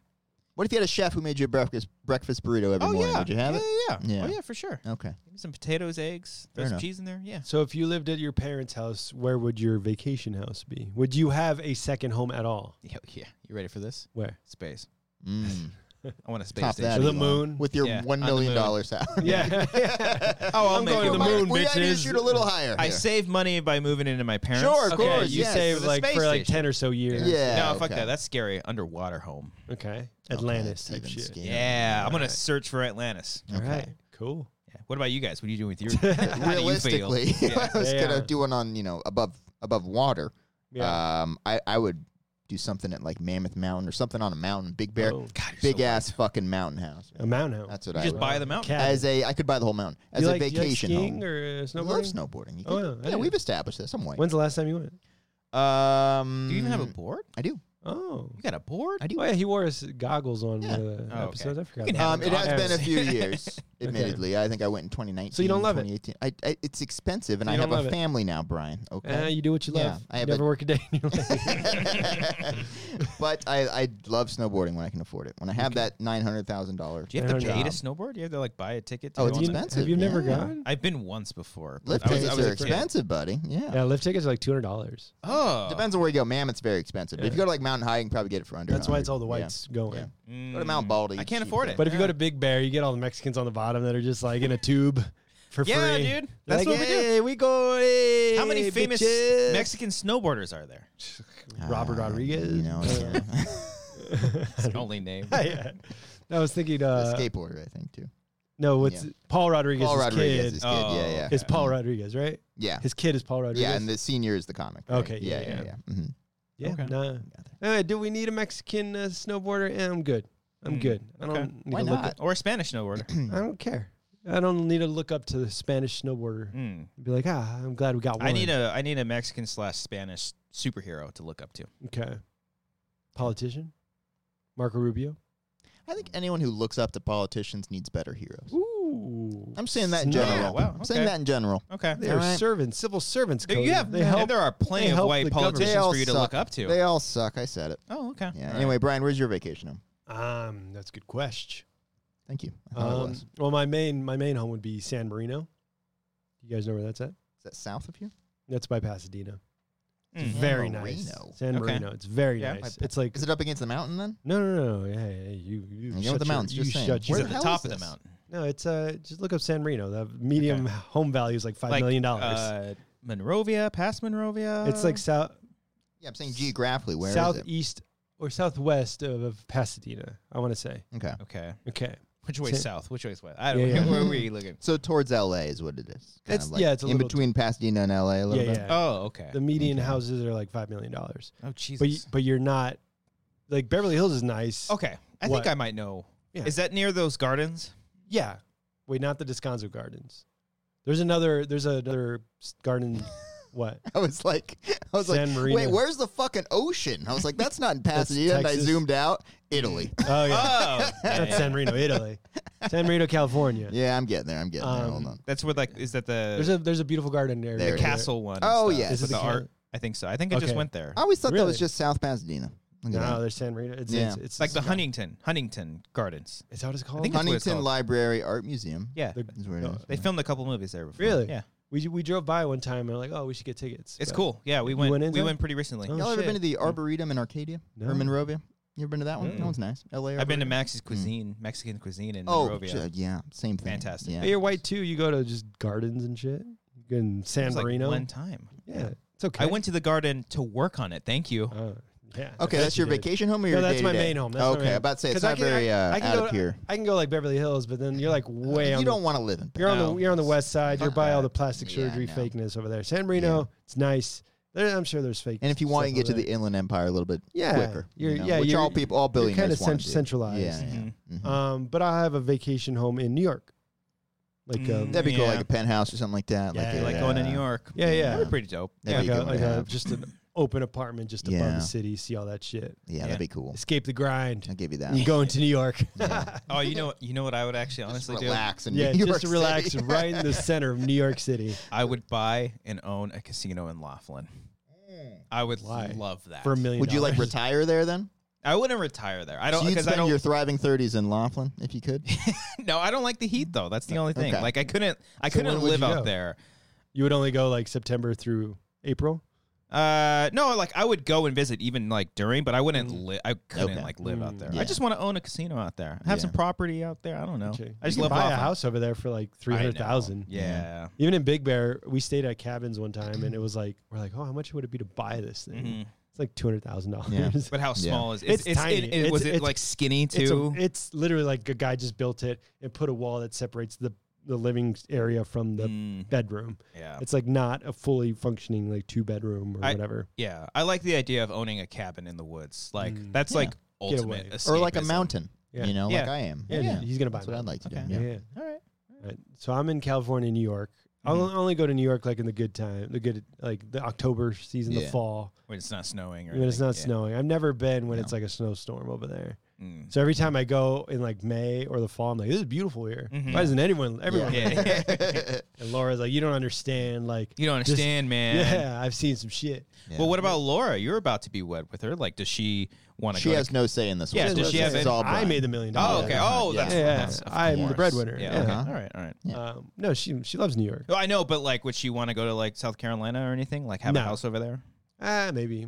Speaker 3: What if you had a chef who made you a breakfast breakfast burrito every
Speaker 1: oh
Speaker 3: morning?
Speaker 1: yeah,
Speaker 3: Would you have
Speaker 1: yeah,
Speaker 3: it?
Speaker 1: Yeah, yeah,
Speaker 3: Yeah.
Speaker 1: Oh yeah, for sure.
Speaker 3: Okay.
Speaker 1: Give me some potatoes, eggs, throw
Speaker 3: Fair
Speaker 1: some
Speaker 3: enough.
Speaker 1: cheese in there. Yeah.
Speaker 2: So if you lived at your parents' house, where would your vacation house be? Would you have a second home at all?
Speaker 1: Yeah. yeah. You ready for this?
Speaker 2: Where?
Speaker 1: Space.
Speaker 3: Mm.
Speaker 1: I want a space
Speaker 3: Top
Speaker 1: station.
Speaker 2: To
Speaker 3: that.
Speaker 2: the
Speaker 3: Elon.
Speaker 2: moon.
Speaker 3: With your
Speaker 1: Yeah,
Speaker 3: one
Speaker 1: on the
Speaker 3: million
Speaker 1: moon.
Speaker 3: dollar salary.
Speaker 2: yeah.
Speaker 1: Oh, I'll
Speaker 2: I'm
Speaker 1: make
Speaker 2: going
Speaker 1: it
Speaker 2: to the
Speaker 1: work.
Speaker 2: moon,
Speaker 3: we gotta
Speaker 2: bitches.
Speaker 3: shoot a little higher.
Speaker 1: I
Speaker 3: here.
Speaker 1: save money by moving into my parents.
Speaker 3: Sure, of
Speaker 2: okay,
Speaker 3: course,
Speaker 2: you
Speaker 3: yes.
Speaker 2: save
Speaker 1: The
Speaker 2: like
Speaker 1: space
Speaker 2: for like
Speaker 1: station.
Speaker 2: ten or so years.
Speaker 3: Yeah.
Speaker 1: no, fuck
Speaker 3: okay.
Speaker 1: that. That's scary. Underwater home.
Speaker 2: Okay.
Speaker 3: Okay,
Speaker 2: Atlantis
Speaker 3: that's
Speaker 2: type
Speaker 3: even
Speaker 2: shit.
Speaker 3: scarier.
Speaker 1: Yeah, I'm gonna search for Atlantis.
Speaker 2: All
Speaker 3: Okay.
Speaker 2: right. Cool.
Speaker 1: Yeah. What about you guys? What are you doing with your how do you feel?
Speaker 3: Realistically, if
Speaker 1: Yeah.
Speaker 3: I was
Speaker 2: Yeah.
Speaker 3: gonna do one on you know above above water.
Speaker 2: Yeah.
Speaker 3: Um, I I would do something at like Mammoth Mountain or something on a mountain, Big Bear,
Speaker 2: Oh.
Speaker 1: God, you're
Speaker 3: big
Speaker 1: so-
Speaker 3: ass fucking mountain house.
Speaker 2: a mountain house.
Speaker 3: That's what
Speaker 1: You
Speaker 3: I
Speaker 1: just
Speaker 3: would.
Speaker 1: buy the mountain.
Speaker 2: Cabin.
Speaker 3: as a I could buy the whole mountain as
Speaker 2: you
Speaker 3: a
Speaker 2: like, you like
Speaker 3: vacation
Speaker 2: skiing
Speaker 3: home.
Speaker 2: or uh,
Speaker 3: I
Speaker 2: snowboarding.
Speaker 3: love snowboarding. You
Speaker 2: Oh,
Speaker 3: could-
Speaker 2: yeah, I
Speaker 3: yeah,
Speaker 2: didn't-
Speaker 3: we've established this. I'm white.
Speaker 2: When's the last time you went?
Speaker 3: Um,
Speaker 1: Do you even have a board?
Speaker 3: I do.
Speaker 2: Oh.
Speaker 1: You got a board?
Speaker 3: I do.
Speaker 2: Oh yeah, he wore his goggles on
Speaker 3: Yeah.
Speaker 2: one of the
Speaker 1: Oh, okay.
Speaker 2: episodes. I forgot.
Speaker 1: can
Speaker 2: about
Speaker 1: have
Speaker 3: Um,
Speaker 1: a
Speaker 2: that. Oh,
Speaker 3: it has
Speaker 1: goggles.
Speaker 3: been a few years, admittedly. I think I went in 2019.
Speaker 2: So you don't love it?
Speaker 3: 2018. I, I, it's expensive, and
Speaker 2: So
Speaker 3: I
Speaker 2: you don't
Speaker 3: have
Speaker 2: love
Speaker 3: a
Speaker 2: it?
Speaker 3: family now, Brian.
Speaker 2: Uh,
Speaker 3: Okay.
Speaker 2: you do what you
Speaker 3: Yeah,
Speaker 2: love.
Speaker 3: I
Speaker 2: you
Speaker 3: have
Speaker 2: never
Speaker 3: a-
Speaker 2: work a day in your life.
Speaker 3: but I, I love snowboarding when I can afford it. When I have that nine hundred thousand dollars.
Speaker 1: Do you have to
Speaker 2: Fair
Speaker 1: pay to
Speaker 3: enough.
Speaker 1: snowboard? You have to like buy a ticket. To
Speaker 3: Oh,
Speaker 1: go
Speaker 3: it's
Speaker 1: on the-
Speaker 3: expensive.
Speaker 2: Have you never
Speaker 3: yeah.
Speaker 2: gone?
Speaker 1: I've been once before.
Speaker 3: Lift
Speaker 1: I was- I
Speaker 3: tickets
Speaker 1: was
Speaker 3: are
Speaker 1: a kid.
Speaker 3: expensive, buddy. Yeah.
Speaker 2: Yeah, lift tickets are like two hundred dollars.
Speaker 1: Oh,
Speaker 3: Depends on where you go. Mammoth's very expensive. But If
Speaker 2: Yeah.
Speaker 3: you go to like mountain high, you can probably get it for under.
Speaker 2: That's why it's all the
Speaker 3: 100. Yeah.
Speaker 2: whites going.
Speaker 3: Yeah.
Speaker 1: Mm,
Speaker 3: Go to Mount Baldy,
Speaker 1: I can't
Speaker 3: cheap,
Speaker 1: afford
Speaker 3: yeah.
Speaker 1: it.
Speaker 2: But if you
Speaker 1: Yeah.
Speaker 2: go to Big Bear, you get all the Mexicans on the bottom that are just like in a tube for
Speaker 1: yeah,
Speaker 2: free.
Speaker 1: dude, that's
Speaker 2: like,
Speaker 1: what we do.
Speaker 2: "Hey, we go. hey,
Speaker 1: How many famous
Speaker 2: bitches."
Speaker 1: Mexican snowboarders are there?
Speaker 2: Robert
Speaker 3: Uh,
Speaker 2: Rodriguez?
Speaker 3: You know,
Speaker 2: Uh,
Speaker 3: yeah.
Speaker 1: It's the only name.
Speaker 2: yeah. I was thinking.
Speaker 3: A
Speaker 2: Uh,
Speaker 3: skateboarder, I think too.
Speaker 2: No, what's
Speaker 3: Yeah.
Speaker 2: Paul Rodriguez's
Speaker 3: Paul Rodriguez,
Speaker 2: kid?
Speaker 3: his
Speaker 2: Is,
Speaker 3: kid.
Speaker 1: Oh,
Speaker 3: yeah, yeah,
Speaker 1: okay. Is
Speaker 2: Paul Rodriguez, right?
Speaker 3: yeah,
Speaker 2: His kid is Paul Rodriguez.
Speaker 3: yeah. And the senior is the comic. right?
Speaker 2: Okay,
Speaker 3: yeah,
Speaker 2: yeah,
Speaker 3: yeah, yeah.
Speaker 2: yeah.
Speaker 3: hmm
Speaker 2: yeah.
Speaker 1: Okay.
Speaker 2: Nah. Uh, do we need a Mexican uh, snowboarder? Eh, I'm good. I'm
Speaker 1: Mm,
Speaker 2: good. I don't
Speaker 1: okay.
Speaker 2: need
Speaker 3: Why
Speaker 2: to look
Speaker 3: not?
Speaker 1: or a Spanish snowboarder.
Speaker 2: up- I don't care. I don't need to look up to the Spanish snowboarder.
Speaker 1: Mm.
Speaker 2: Be like, ah, I'm glad we got one.
Speaker 1: I need a I need a Mexican slash Spanish superhero to look up to.
Speaker 2: okay politician, Marco Rubio.
Speaker 3: I think anyone who looks up to politicians needs better heroes.
Speaker 2: Ooh,
Speaker 3: I'm saying that in
Speaker 2: Snap.
Speaker 3: general.
Speaker 1: Yeah, wow,
Speaker 3: I'm saying
Speaker 1: okay.
Speaker 3: that in general.
Speaker 1: Okay,
Speaker 2: They are
Speaker 3: Alright.
Speaker 2: servants, civil servants.
Speaker 1: There-
Speaker 2: Cody.
Speaker 1: you have
Speaker 2: they help.
Speaker 1: and there are plenty
Speaker 2: they
Speaker 1: of
Speaker 2: help
Speaker 1: white
Speaker 2: the government.
Speaker 1: politicians
Speaker 3: They all
Speaker 1: for you to
Speaker 3: suck.
Speaker 1: look up to.
Speaker 3: They all suck. I said it.
Speaker 1: oh, okay.
Speaker 3: Yeah.
Speaker 1: All right.
Speaker 3: Anyway, Brian, where's your vacation home?
Speaker 2: um, that's a good question.
Speaker 3: Thank you. I thought it
Speaker 2: Um,
Speaker 3: was. Is
Speaker 2: well, my main my main home would be San Marino. You guys know where that's at?
Speaker 3: that south of you?
Speaker 2: That's by Pasadena.
Speaker 1: Mm.
Speaker 3: San
Speaker 2: very nice.
Speaker 3: Marino.
Speaker 2: San
Speaker 1: Okay.
Speaker 2: Marino. It's very
Speaker 1: Yeah.
Speaker 2: nice. It's like
Speaker 3: Is it up against the mountain then?
Speaker 2: no, no, no. Yeah, yeah you, you
Speaker 3: know
Speaker 2: shut
Speaker 3: the
Speaker 2: your-
Speaker 3: mountains,
Speaker 2: You
Speaker 3: just saying.
Speaker 2: shut
Speaker 1: He's
Speaker 3: Where
Speaker 2: your,
Speaker 1: at the
Speaker 3: hell
Speaker 1: top
Speaker 3: is
Speaker 1: of the
Speaker 3: this?
Speaker 1: mountain.
Speaker 2: no, it's uh, just look up San Marino. The medium home value is like five
Speaker 1: Like,
Speaker 2: million dollars.
Speaker 1: Uh, Monrovia, past Monrovia.
Speaker 2: Oh, it's like south
Speaker 3: Yeah, I'm saying geographically. uh, Where is it?
Speaker 2: southeast or southwest of, of Pasadena. I want to say.
Speaker 3: Okay.
Speaker 1: okay.
Speaker 2: Okay.
Speaker 1: Which way
Speaker 2: Sa-
Speaker 1: south? Which way is west? I don't
Speaker 2: Yeah,
Speaker 1: know.
Speaker 2: yeah.
Speaker 1: Where were you looking?
Speaker 3: So towards LA is what it is. Kind
Speaker 2: It's-
Speaker 3: of like
Speaker 2: yeah, it's a
Speaker 3: in
Speaker 2: little-
Speaker 3: between Pasadena and LA a little
Speaker 2: Yeah,
Speaker 3: bit.
Speaker 2: yeah.
Speaker 1: Oh, okay.
Speaker 2: The median
Speaker 3: Okay.
Speaker 2: houses are like five million dollars.
Speaker 1: oh,
Speaker 2: But y-
Speaker 1: Jesus.
Speaker 2: but you're not like Beverly Hills is nice.
Speaker 3: Oh,
Speaker 1: okay. I
Speaker 2: What?
Speaker 1: think I might know.
Speaker 2: Yeah.
Speaker 1: Is that near those gardens?
Speaker 2: Yeah. Wait, not the Descanso Gardens. There's another. There's another s- garden. what?
Speaker 3: I was like, I was like,
Speaker 2: San Marino.
Speaker 3: wait, where's the fucking ocean? I was like, that's not in Pasadena. and I
Speaker 2: Texas.
Speaker 3: zoomed out, Italy.
Speaker 2: Oh yeah.
Speaker 1: Oh, yeah,
Speaker 2: That's
Speaker 1: yeah.
Speaker 2: San Marino, Italy. San Marino, California.
Speaker 3: Yeah, I'm getting there. I'm getting there. Hold
Speaker 2: Um,
Speaker 3: on.
Speaker 1: That's where like is that the
Speaker 2: There's a there's a beautiful garden there.
Speaker 3: There it is.
Speaker 1: castle one? and
Speaker 3: Oh,
Speaker 1: stuff
Speaker 3: yeah.
Speaker 1: with
Speaker 2: Is it
Speaker 1: the,
Speaker 2: the ca-
Speaker 1: art. I think so. I think I just
Speaker 2: Okay.
Speaker 1: went there.
Speaker 3: I always thought that
Speaker 2: really?
Speaker 3: was just South Pasadena. Look at
Speaker 2: No,
Speaker 3: that.
Speaker 2: Oh, there's San Marino. It's
Speaker 3: Yeah.
Speaker 2: it's, it's
Speaker 1: like the
Speaker 2: it's-
Speaker 1: Huntington, Huntington Gardens.
Speaker 2: Is that what it's called?
Speaker 1: think it's- what
Speaker 3: Huntington
Speaker 1: called.
Speaker 3: Library Art Museum.
Speaker 1: Yeah,
Speaker 2: The-
Speaker 3: Is where it
Speaker 2: No,
Speaker 3: is.
Speaker 1: they filmed a couple movies there before.
Speaker 2: Really?
Speaker 1: Yeah,
Speaker 2: we we drove by one time and we're like, oh, we should get tickets.
Speaker 1: it's
Speaker 2: but-
Speaker 1: cool. Yeah, we went.
Speaker 2: went in
Speaker 1: we
Speaker 2: there?
Speaker 1: went pretty recently.
Speaker 2: Oh,
Speaker 3: Y'all ever been
Speaker 2: shit.
Speaker 3: to the Arboretum in Arcadia
Speaker 2: No.
Speaker 3: or Monrovia? You ever been to that one?
Speaker 2: No.
Speaker 3: That one's nice. LA.
Speaker 1: I've been to
Speaker 3: Arboretum.
Speaker 2: Mm.
Speaker 1: Max's Cuisine, Mexican Cuisine in
Speaker 3: Oh,
Speaker 1: Monrovia.
Speaker 3: ju- yeah, same thing.
Speaker 1: Fantastic.
Speaker 2: But
Speaker 3: Yeah.
Speaker 2: you're white too. You go to just gardens and shit. You go in
Speaker 1: It
Speaker 2: San
Speaker 1: was, like,
Speaker 2: Marino.
Speaker 1: one time.
Speaker 2: yeah, it's okay.
Speaker 1: I went to the garden to work on it. Thanhank you.
Speaker 2: Uh, yeah. I
Speaker 3: Okay,
Speaker 2: bet
Speaker 3: that's
Speaker 2: you
Speaker 3: your
Speaker 2: did.
Speaker 3: vacation home or
Speaker 2: No,
Speaker 3: your
Speaker 2: that's my
Speaker 3: day-to-day?
Speaker 2: main home. That's my
Speaker 3: okay,
Speaker 2: main
Speaker 3: about to say it's
Speaker 2: 'Cause I
Speaker 3: not
Speaker 2: can-
Speaker 3: very uh,
Speaker 2: I can
Speaker 3: out
Speaker 2: go
Speaker 3: of
Speaker 2: to-
Speaker 3: here.
Speaker 2: I can go like Beverly Hills, but then you're like way. on
Speaker 3: you
Speaker 2: the-
Speaker 3: don't want to live in.
Speaker 2: You're on
Speaker 1: No.
Speaker 2: the you're on the west side. You're
Speaker 3: Fuck
Speaker 2: by all
Speaker 3: that.
Speaker 2: the plastic
Speaker 3: Yeah,
Speaker 2: surgery
Speaker 3: no.
Speaker 2: fakeness over there. San Marino, it's nice. There, I'm sure there's fake.
Speaker 3: And if you want to
Speaker 2: stuff
Speaker 3: get to
Speaker 2: over
Speaker 3: the Inland Empire a little bit
Speaker 2: Yeah,
Speaker 3: quicker, you
Speaker 2: you're-
Speaker 3: know,
Speaker 2: yeah,
Speaker 3: which
Speaker 2: you're-
Speaker 3: all people, all
Speaker 2: there. You're
Speaker 3: billionaires
Speaker 2: kinda
Speaker 3: want
Speaker 2: cen-
Speaker 3: to do.
Speaker 2: centralized.
Speaker 3: Yeah, yeah.
Speaker 1: Mhm.
Speaker 3: mhm.
Speaker 2: Um, but I have a vacation home in New York. Like
Speaker 1: Mm.
Speaker 2: um,
Speaker 3: That'd be cool,
Speaker 1: yeah.
Speaker 3: like a penthouse or something like that.
Speaker 2: Yeah,
Speaker 1: I
Speaker 3: a,
Speaker 1: like going to
Speaker 3: uh,
Speaker 1: New York.
Speaker 2: yeah, yeah.
Speaker 1: That'd be pretty dope.
Speaker 3: That'd
Speaker 1: yeah.
Speaker 2: like
Speaker 3: be good
Speaker 2: a,
Speaker 3: one
Speaker 2: like
Speaker 3: to
Speaker 2: a,
Speaker 3: have.
Speaker 2: just an open apartment just above
Speaker 3: Yeah.
Speaker 2: the city. See all that shit.
Speaker 3: Yeah,
Speaker 1: Yeah.
Speaker 3: that'd be cool.
Speaker 2: Escape the grind.
Speaker 3: I'll give you that.
Speaker 2: You going to New York?
Speaker 3: Yeah.
Speaker 1: Oh, you know what? You know what I would actually
Speaker 3: Just
Speaker 1: honestly do?
Speaker 3: relax and
Speaker 2: yeah,
Speaker 3: New York
Speaker 2: just to relax
Speaker 3: City.
Speaker 2: right in the center of New York City
Speaker 1: I would buy and own a casino in Laughlin. I would
Speaker 2: Why?
Speaker 1: love that.
Speaker 2: for a million.
Speaker 3: Would you like
Speaker 2: dollars.
Speaker 3: retire there then?
Speaker 1: I wouldn't retire there. I don't
Speaker 3: so you'd
Speaker 1: because I
Speaker 3: spend
Speaker 1: don't.
Speaker 3: your thriving 30s in Laughlin if you could.
Speaker 1: no, I don't like the heat though. That's the only thing.
Speaker 3: Okay.
Speaker 1: Like I couldn't. I
Speaker 2: So
Speaker 1: couldn't
Speaker 2: when would
Speaker 1: live
Speaker 2: you
Speaker 1: out
Speaker 2: go?
Speaker 1: there.
Speaker 2: You would only go like September through April.
Speaker 1: Uh, no, like I would go and visit even like during, but I wouldn't. Li- I couldn't
Speaker 3: Okay.
Speaker 1: like live out
Speaker 2: Mm.
Speaker 1: there. I
Speaker 3: Yeah.
Speaker 1: just want to own a casino out there. Have some
Speaker 3: Yeah.
Speaker 1: property out there. I don't know.
Speaker 2: Okay.
Speaker 1: I just
Speaker 2: you
Speaker 1: love
Speaker 2: can buy
Speaker 1: Laughlin.
Speaker 2: a house over there for like
Speaker 1: I
Speaker 2: three
Speaker 1: know.
Speaker 2: hundred thousand.
Speaker 1: Yeah.
Speaker 2: Even in Big Bear, we stayed at cabins one time, and it was like we're like, oh, how much would it be to buy this thing?
Speaker 1: Mhm.
Speaker 2: It's like two hundred thousand
Speaker 3: Yeah.
Speaker 2: dollars.
Speaker 1: But how
Speaker 3: Yeah.
Speaker 1: small is
Speaker 2: It's tiny.
Speaker 1: It, it,
Speaker 2: It's-
Speaker 1: was it
Speaker 2: it's-
Speaker 1: like skinny
Speaker 2: It's,
Speaker 1: too?
Speaker 2: a- it's literally like a guy just built it and put a wall that separates the the living area from the
Speaker 1: Mm,
Speaker 2: bedroom.
Speaker 1: yeah.
Speaker 2: It's like not a fully functioning like two bedroom or
Speaker 1: I-
Speaker 2: whatever.
Speaker 1: Yeah. I like the idea of owning a cabin in the woods. Like
Speaker 2: Mm.
Speaker 1: that's
Speaker 3: Yeah.
Speaker 1: like
Speaker 2: away.
Speaker 1: ultimate.
Speaker 3: or like a
Speaker 1: escapism.
Speaker 3: mountain,
Speaker 2: Yeah.
Speaker 3: you know, like
Speaker 1: Yeah.
Speaker 3: I am.
Speaker 2: Yeah,
Speaker 3: Yeah,
Speaker 2: dude, he's gonna buy.
Speaker 3: that's what
Speaker 2: mine.
Speaker 3: I'd like to
Speaker 1: Okay.
Speaker 3: do.
Speaker 2: Yeah.
Speaker 3: Yeah.
Speaker 2: yeah.
Speaker 1: All right.
Speaker 2: Right. So I'm in California, New York. I'll
Speaker 1: Mhm.
Speaker 2: only go to New York like in the good time, the good like the October season, the
Speaker 3: Yeah.
Speaker 2: fall
Speaker 1: When it's not snowing or
Speaker 2: when it's
Speaker 1: anything.
Speaker 2: not
Speaker 1: Yeah.
Speaker 2: snowing. I've never been when it's
Speaker 3: No.
Speaker 2: like a snowstorm over there.
Speaker 1: Mm.
Speaker 2: So every time I go in like May or the fall, I'm like, this is beautiful here.
Speaker 1: Mhm.
Speaker 2: Why doesn't anyone, everyone?
Speaker 1: Yeah. Yeah.
Speaker 2: And Laura's like, you don't understand. Like,
Speaker 1: You don't
Speaker 2: Just-
Speaker 1: understand, man.
Speaker 2: yeah, I've seen some shit.
Speaker 1: Well, what about Laura? You're about to be wed with her. Like, does she want to?
Speaker 3: She
Speaker 1: go
Speaker 3: has no say in this.
Speaker 1: Yeah,
Speaker 3: one.
Speaker 1: does she have
Speaker 3: It's
Speaker 1: any-
Speaker 3: all
Speaker 2: I
Speaker 3: Brian.
Speaker 2: made the million
Speaker 1: Oh,
Speaker 2: dollars.
Speaker 1: okay. Oh,
Speaker 3: Yeah.
Speaker 1: that's
Speaker 2: yeah.
Speaker 1: that's- of
Speaker 2: I'm the
Speaker 1: course.
Speaker 2: breadwinner.
Speaker 1: Yeah.
Speaker 2: Yeah.
Speaker 1: Okay.
Speaker 3: Uh-huh.
Speaker 1: All right. All right.
Speaker 3: Yeah.
Speaker 2: Um, no, she she loves New York.
Speaker 1: Well, I know, but like, would she want to go to like South Carolina or anything? Like, have a
Speaker 2: No.
Speaker 1: house over there?
Speaker 2: Ah, maybe.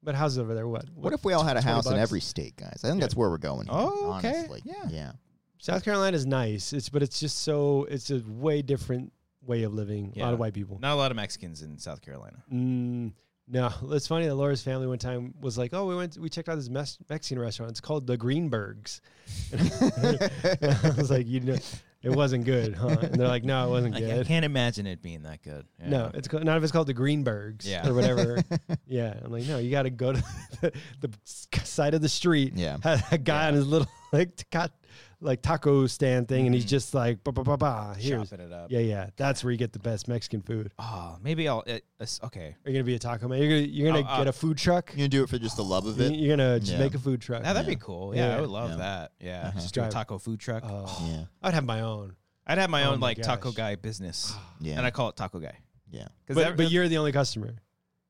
Speaker 2: But houses over there, what?
Speaker 3: What if we all had a
Speaker 2: 20
Speaker 3: house in
Speaker 2: bucks?
Speaker 3: every state, guys? I
Speaker 2: Yeah.
Speaker 3: think that's where we're going. here,
Speaker 1: Oh, okay.
Speaker 3: Honestly.
Speaker 1: Yeah.
Speaker 3: Yeah.
Speaker 2: South Carolina's nice. It's but it's just so it's a way different way of living. A lot
Speaker 1: Yeah.
Speaker 2: of white people.
Speaker 1: Not a lot of Mexicans in South Carolina.
Speaker 2: Mm, no, it's funny that Laura's family one time was like, "Oh, we went, we checked out this mes- Mexican restaurant. It's called the Greenbergs." I was like, "You know, it wasn't good, huh?" And they're like, "No, it wasn't
Speaker 1: Like, I
Speaker 2: good.
Speaker 1: can't imagine it being that good. Yeah.
Speaker 2: No, it's called, not if it's called the Greenbergs
Speaker 1: Yeah.
Speaker 2: or whatever." yeah, I'm like, "No, you got to go to the, the side of the street."
Speaker 3: Yeah.
Speaker 2: Had a guy on his little like taco, like taco stand thing, and he's
Speaker 1: Mhm.
Speaker 2: just like, "Ba ba ba ba." Here's,
Speaker 1: chopping it up.
Speaker 2: yeah, yeah, that's where you get the best Mexican food.
Speaker 1: Oh, maybe I'll. It, it's- okay.
Speaker 2: Are you gonna be a taco man? You're gonna you're gonna
Speaker 1: Oh, uh,
Speaker 2: get a food truck.
Speaker 3: You do it for just the love of
Speaker 2: You-
Speaker 3: it.
Speaker 2: You're gonna just
Speaker 3: Yeah.
Speaker 2: make a food truck.
Speaker 1: Now that'd be
Speaker 3: Yeah.
Speaker 1: cool. Yeah, I
Speaker 2: Yeah.
Speaker 1: would love
Speaker 3: Yeah.
Speaker 1: that. Yeah,
Speaker 3: Uh-huh.
Speaker 1: just do a
Speaker 2: Drive-
Speaker 1: taco food truck.
Speaker 2: Oh.
Speaker 3: Yeah.
Speaker 2: I'd have my own.
Speaker 1: I'd have my
Speaker 2: Oh
Speaker 1: own
Speaker 2: my
Speaker 1: like taco
Speaker 2: gosh.
Speaker 1: guy business,
Speaker 3: Yeah.
Speaker 1: and I call it Taco Guy.
Speaker 3: yeah.
Speaker 1: 'Cause
Speaker 2: but,
Speaker 1: that-
Speaker 2: but you're the only customer.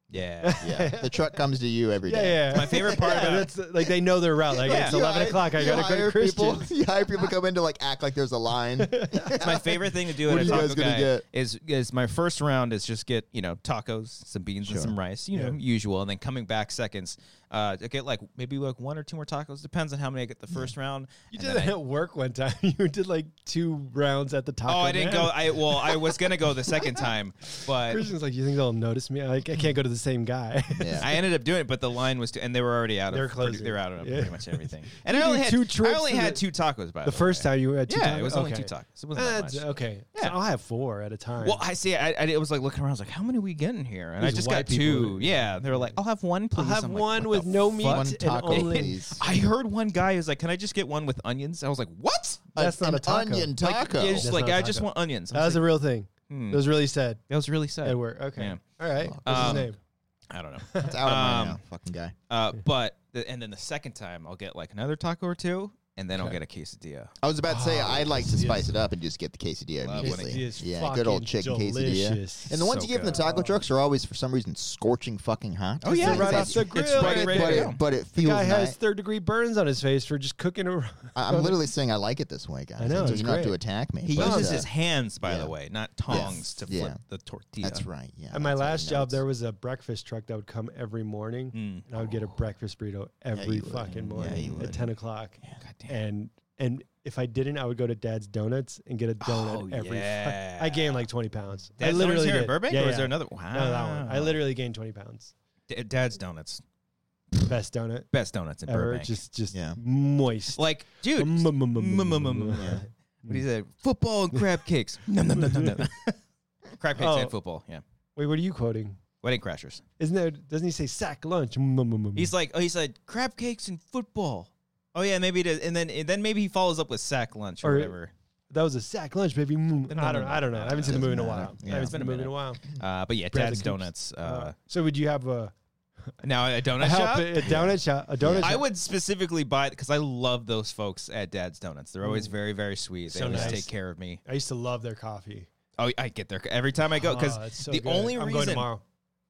Speaker 1: yeah.
Speaker 3: Yeah. the truck comes to you every
Speaker 2: Yeah,
Speaker 3: day.
Speaker 2: yeah.
Speaker 1: My favorite part about-
Speaker 2: that's like they know their route. Like
Speaker 1: Yeah.
Speaker 2: it's
Speaker 1: You
Speaker 2: eleven o'clock. I gotta go to Christian.
Speaker 3: People, you hire people come in to like act like there's a line.
Speaker 1: It's my favorite thing to do at
Speaker 3: What
Speaker 1: a
Speaker 3: are you
Speaker 1: taco
Speaker 3: guys gonna
Speaker 1: guy
Speaker 3: get?
Speaker 1: is is my first round is just get you know tacos, some beans, and
Speaker 3: Sure.
Speaker 1: some rice, you know,
Speaker 2: Yeah.
Speaker 1: usual, and then coming back seconds, uh, I get like maybe like one or two more tacos, depends on how many I get the first round.
Speaker 2: You
Speaker 1: and
Speaker 2: did
Speaker 1: then
Speaker 2: that
Speaker 1: I-
Speaker 2: at work one time. You did like two rounds at the taco.
Speaker 1: oh, I didn't
Speaker 2: Man.
Speaker 1: go. I well, I was gonna go the second time, but
Speaker 2: Christian's like, you think they'll notice me? I, I can't go to the same guy.
Speaker 3: Yeah.
Speaker 1: I ended up doing it, but the line was too, and they were already out.
Speaker 2: They were
Speaker 1: of pretty-
Speaker 2: closing.
Speaker 1: They were out of
Speaker 2: Yeah.
Speaker 1: pretty much everything. And I
Speaker 2: You
Speaker 1: only
Speaker 2: did
Speaker 1: had
Speaker 2: two
Speaker 1: I
Speaker 2: trips
Speaker 1: only
Speaker 2: to
Speaker 1: had
Speaker 2: the-
Speaker 1: two tacos by the,
Speaker 2: the first
Speaker 1: way.
Speaker 2: time you had two
Speaker 1: Yeah,
Speaker 2: tacos?
Speaker 1: it was only
Speaker 2: Okay.
Speaker 1: two tacos. It wasn't that
Speaker 2: That's
Speaker 1: much.
Speaker 2: okay.
Speaker 1: Yeah.
Speaker 2: So I'll have four at a time.
Speaker 1: Well, I see. I, I it was like looking around. I was like, "How many we getting here?" And I
Speaker 2: These
Speaker 1: just
Speaker 2: white
Speaker 1: got two.
Speaker 2: people-
Speaker 1: Yeah, they were like, "I'll have one,
Speaker 2: I'll
Speaker 1: please."
Speaker 2: have
Speaker 1: I'm like,
Speaker 2: one
Speaker 1: "What
Speaker 2: with
Speaker 1: the
Speaker 2: no
Speaker 1: fuck?"
Speaker 2: meat
Speaker 3: One
Speaker 2: and
Speaker 3: taco,
Speaker 2: only.
Speaker 3: please.
Speaker 1: I heard one guy who's like, "Can I just get one with onions?" I was like, "What?"
Speaker 2: That's
Speaker 3: An
Speaker 2: not a taco.
Speaker 3: onion
Speaker 1: Like,
Speaker 3: taco.
Speaker 1: yeah, just
Speaker 2: That's
Speaker 1: like
Speaker 2: not a
Speaker 1: I just
Speaker 2: taco.
Speaker 1: want onions. I
Speaker 2: That was
Speaker 1: was
Speaker 2: a
Speaker 1: like,
Speaker 2: real thing.
Speaker 1: "Hmm,
Speaker 2: It was really sad.
Speaker 1: that was really sad.
Speaker 2: At work. Okay.
Speaker 1: Yeah.
Speaker 2: All right.
Speaker 3: Fuck.
Speaker 2: What's
Speaker 1: Um,
Speaker 2: his name?
Speaker 1: I don't know.
Speaker 3: it's out of my
Speaker 1: Um,
Speaker 3: now, fucking guy.
Speaker 1: Uh, but the, and then the second time, I'll get like another taco or two, and then I'll
Speaker 2: Okay.
Speaker 1: get a quesadilla.
Speaker 3: I was about to say
Speaker 2: Oh,
Speaker 3: I'd like to
Speaker 2: yes.
Speaker 3: spice it up and just get the quesadilla
Speaker 1: Love when it
Speaker 3: immediately.
Speaker 2: is
Speaker 3: yeah, good old
Speaker 2: fucking
Speaker 3: chicken
Speaker 2: delicious.
Speaker 3: quesadilla. And the ones
Speaker 1: So
Speaker 3: you get from the
Speaker 1: good.
Speaker 3: taco trucks are always, for some reason, scorching fucking hot.
Speaker 1: Oh, yeah,
Speaker 3: It's
Speaker 1: right
Speaker 3: like-
Speaker 1: off the
Speaker 3: it's-
Speaker 1: grill,
Speaker 3: But
Speaker 1: right
Speaker 3: it,
Speaker 1: ready
Speaker 3: but
Speaker 1: to go.
Speaker 3: it, but it feels
Speaker 2: guy
Speaker 3: nice.
Speaker 2: has third degree burns on his face for just cooking a.
Speaker 3: I, I'm literally saying I like it this way, guys.
Speaker 2: I know,
Speaker 3: so
Speaker 2: it's
Speaker 3: you're not to
Speaker 2: great.
Speaker 3: attack me.
Speaker 1: He
Speaker 3: but,
Speaker 1: uses
Speaker 3: uh,
Speaker 1: his hands, by
Speaker 3: yeah.
Speaker 1: the way, not tongs to flip
Speaker 3: Yeah.
Speaker 1: the tortilla.
Speaker 3: That's right. Yeah.
Speaker 2: At my
Speaker 3: that's how you
Speaker 2: last
Speaker 3: know
Speaker 2: job,
Speaker 3: it's-
Speaker 2: there was a breakfast truck that would come every morning,
Speaker 1: Mm.
Speaker 2: and I would get a breakfast burrito every
Speaker 3: you would.
Speaker 2: fucking
Speaker 3: Yeah,
Speaker 2: morning
Speaker 3: you would.
Speaker 2: at ten o'clock.
Speaker 1: God damn.
Speaker 2: And and if I didn't, I would go to Dad's Donuts and get a donut
Speaker 1: Oh,
Speaker 2: every. fu-
Speaker 1: yeah.
Speaker 2: I gained like twenty pounds.
Speaker 1: Dad's
Speaker 2: I literally
Speaker 1: Donuts here
Speaker 2: did.
Speaker 1: in Burbank,
Speaker 2: yeah,
Speaker 1: or
Speaker 2: yeah.
Speaker 1: is there Ah. another? Wow,
Speaker 2: No, that one. I literally gained twenty pounds.
Speaker 1: D- Dad's donuts,
Speaker 2: Best donut
Speaker 1: best donuts in
Speaker 2: ever.
Speaker 1: Burbank.
Speaker 2: Just just
Speaker 3: Yeah.
Speaker 2: moist. Mm,
Speaker 1: like, dude, Mm, Mm-hmm.
Speaker 2: Mm-mm-mm-mm-mm.
Speaker 1: What he said, football and crab cakes. No, no, no, no, no. crab cakes
Speaker 2: Oh.
Speaker 1: and football. Yeah,
Speaker 2: Wait, what are you quoting?
Speaker 1: wedding crashers.
Speaker 2: Isn't there? Doesn't he say sack lunch? Mm,
Speaker 1: He's like, oh, he said crab cakes and football. Oh yeah, maybe it is. And then and then maybe he follows up with sack lunch or,
Speaker 2: Or-
Speaker 1: whatever.
Speaker 2: That was a sack lunch, baby. Mm.
Speaker 1: No,
Speaker 2: I
Speaker 1: no,
Speaker 2: don't.
Speaker 1: no,
Speaker 2: I don't know.
Speaker 1: no,
Speaker 2: I haven't seen the
Speaker 3: doesn't
Speaker 2: movie in a
Speaker 3: matter.
Speaker 2: while.
Speaker 1: Yeah,
Speaker 2: I haven't
Speaker 1: it's
Speaker 2: seen
Speaker 1: been
Speaker 2: the
Speaker 1: a
Speaker 2: movie in a
Speaker 1: minute.
Speaker 2: while.
Speaker 1: Uh, but yeah,
Speaker 2: Brad
Speaker 1: Dad's
Speaker 2: Coops.
Speaker 1: donuts. Uh,
Speaker 2: so would you have a,
Speaker 1: now a
Speaker 2: a
Speaker 1: donut
Speaker 2: help
Speaker 1: shop.
Speaker 2: a donut shop? A donut
Speaker 1: I
Speaker 2: shop?
Speaker 1: would specifically buy because I love those folks at Dad's Donuts. They're always very, very sweet. They
Speaker 2: So
Speaker 1: always
Speaker 2: nice.
Speaker 1: take care of me.
Speaker 2: I used to love their coffee.
Speaker 1: Oh, I get there every time I go because
Speaker 2: Oh, it's so
Speaker 1: the
Speaker 2: good.
Speaker 1: only
Speaker 2: I'm
Speaker 1: reason
Speaker 2: going tomorrow.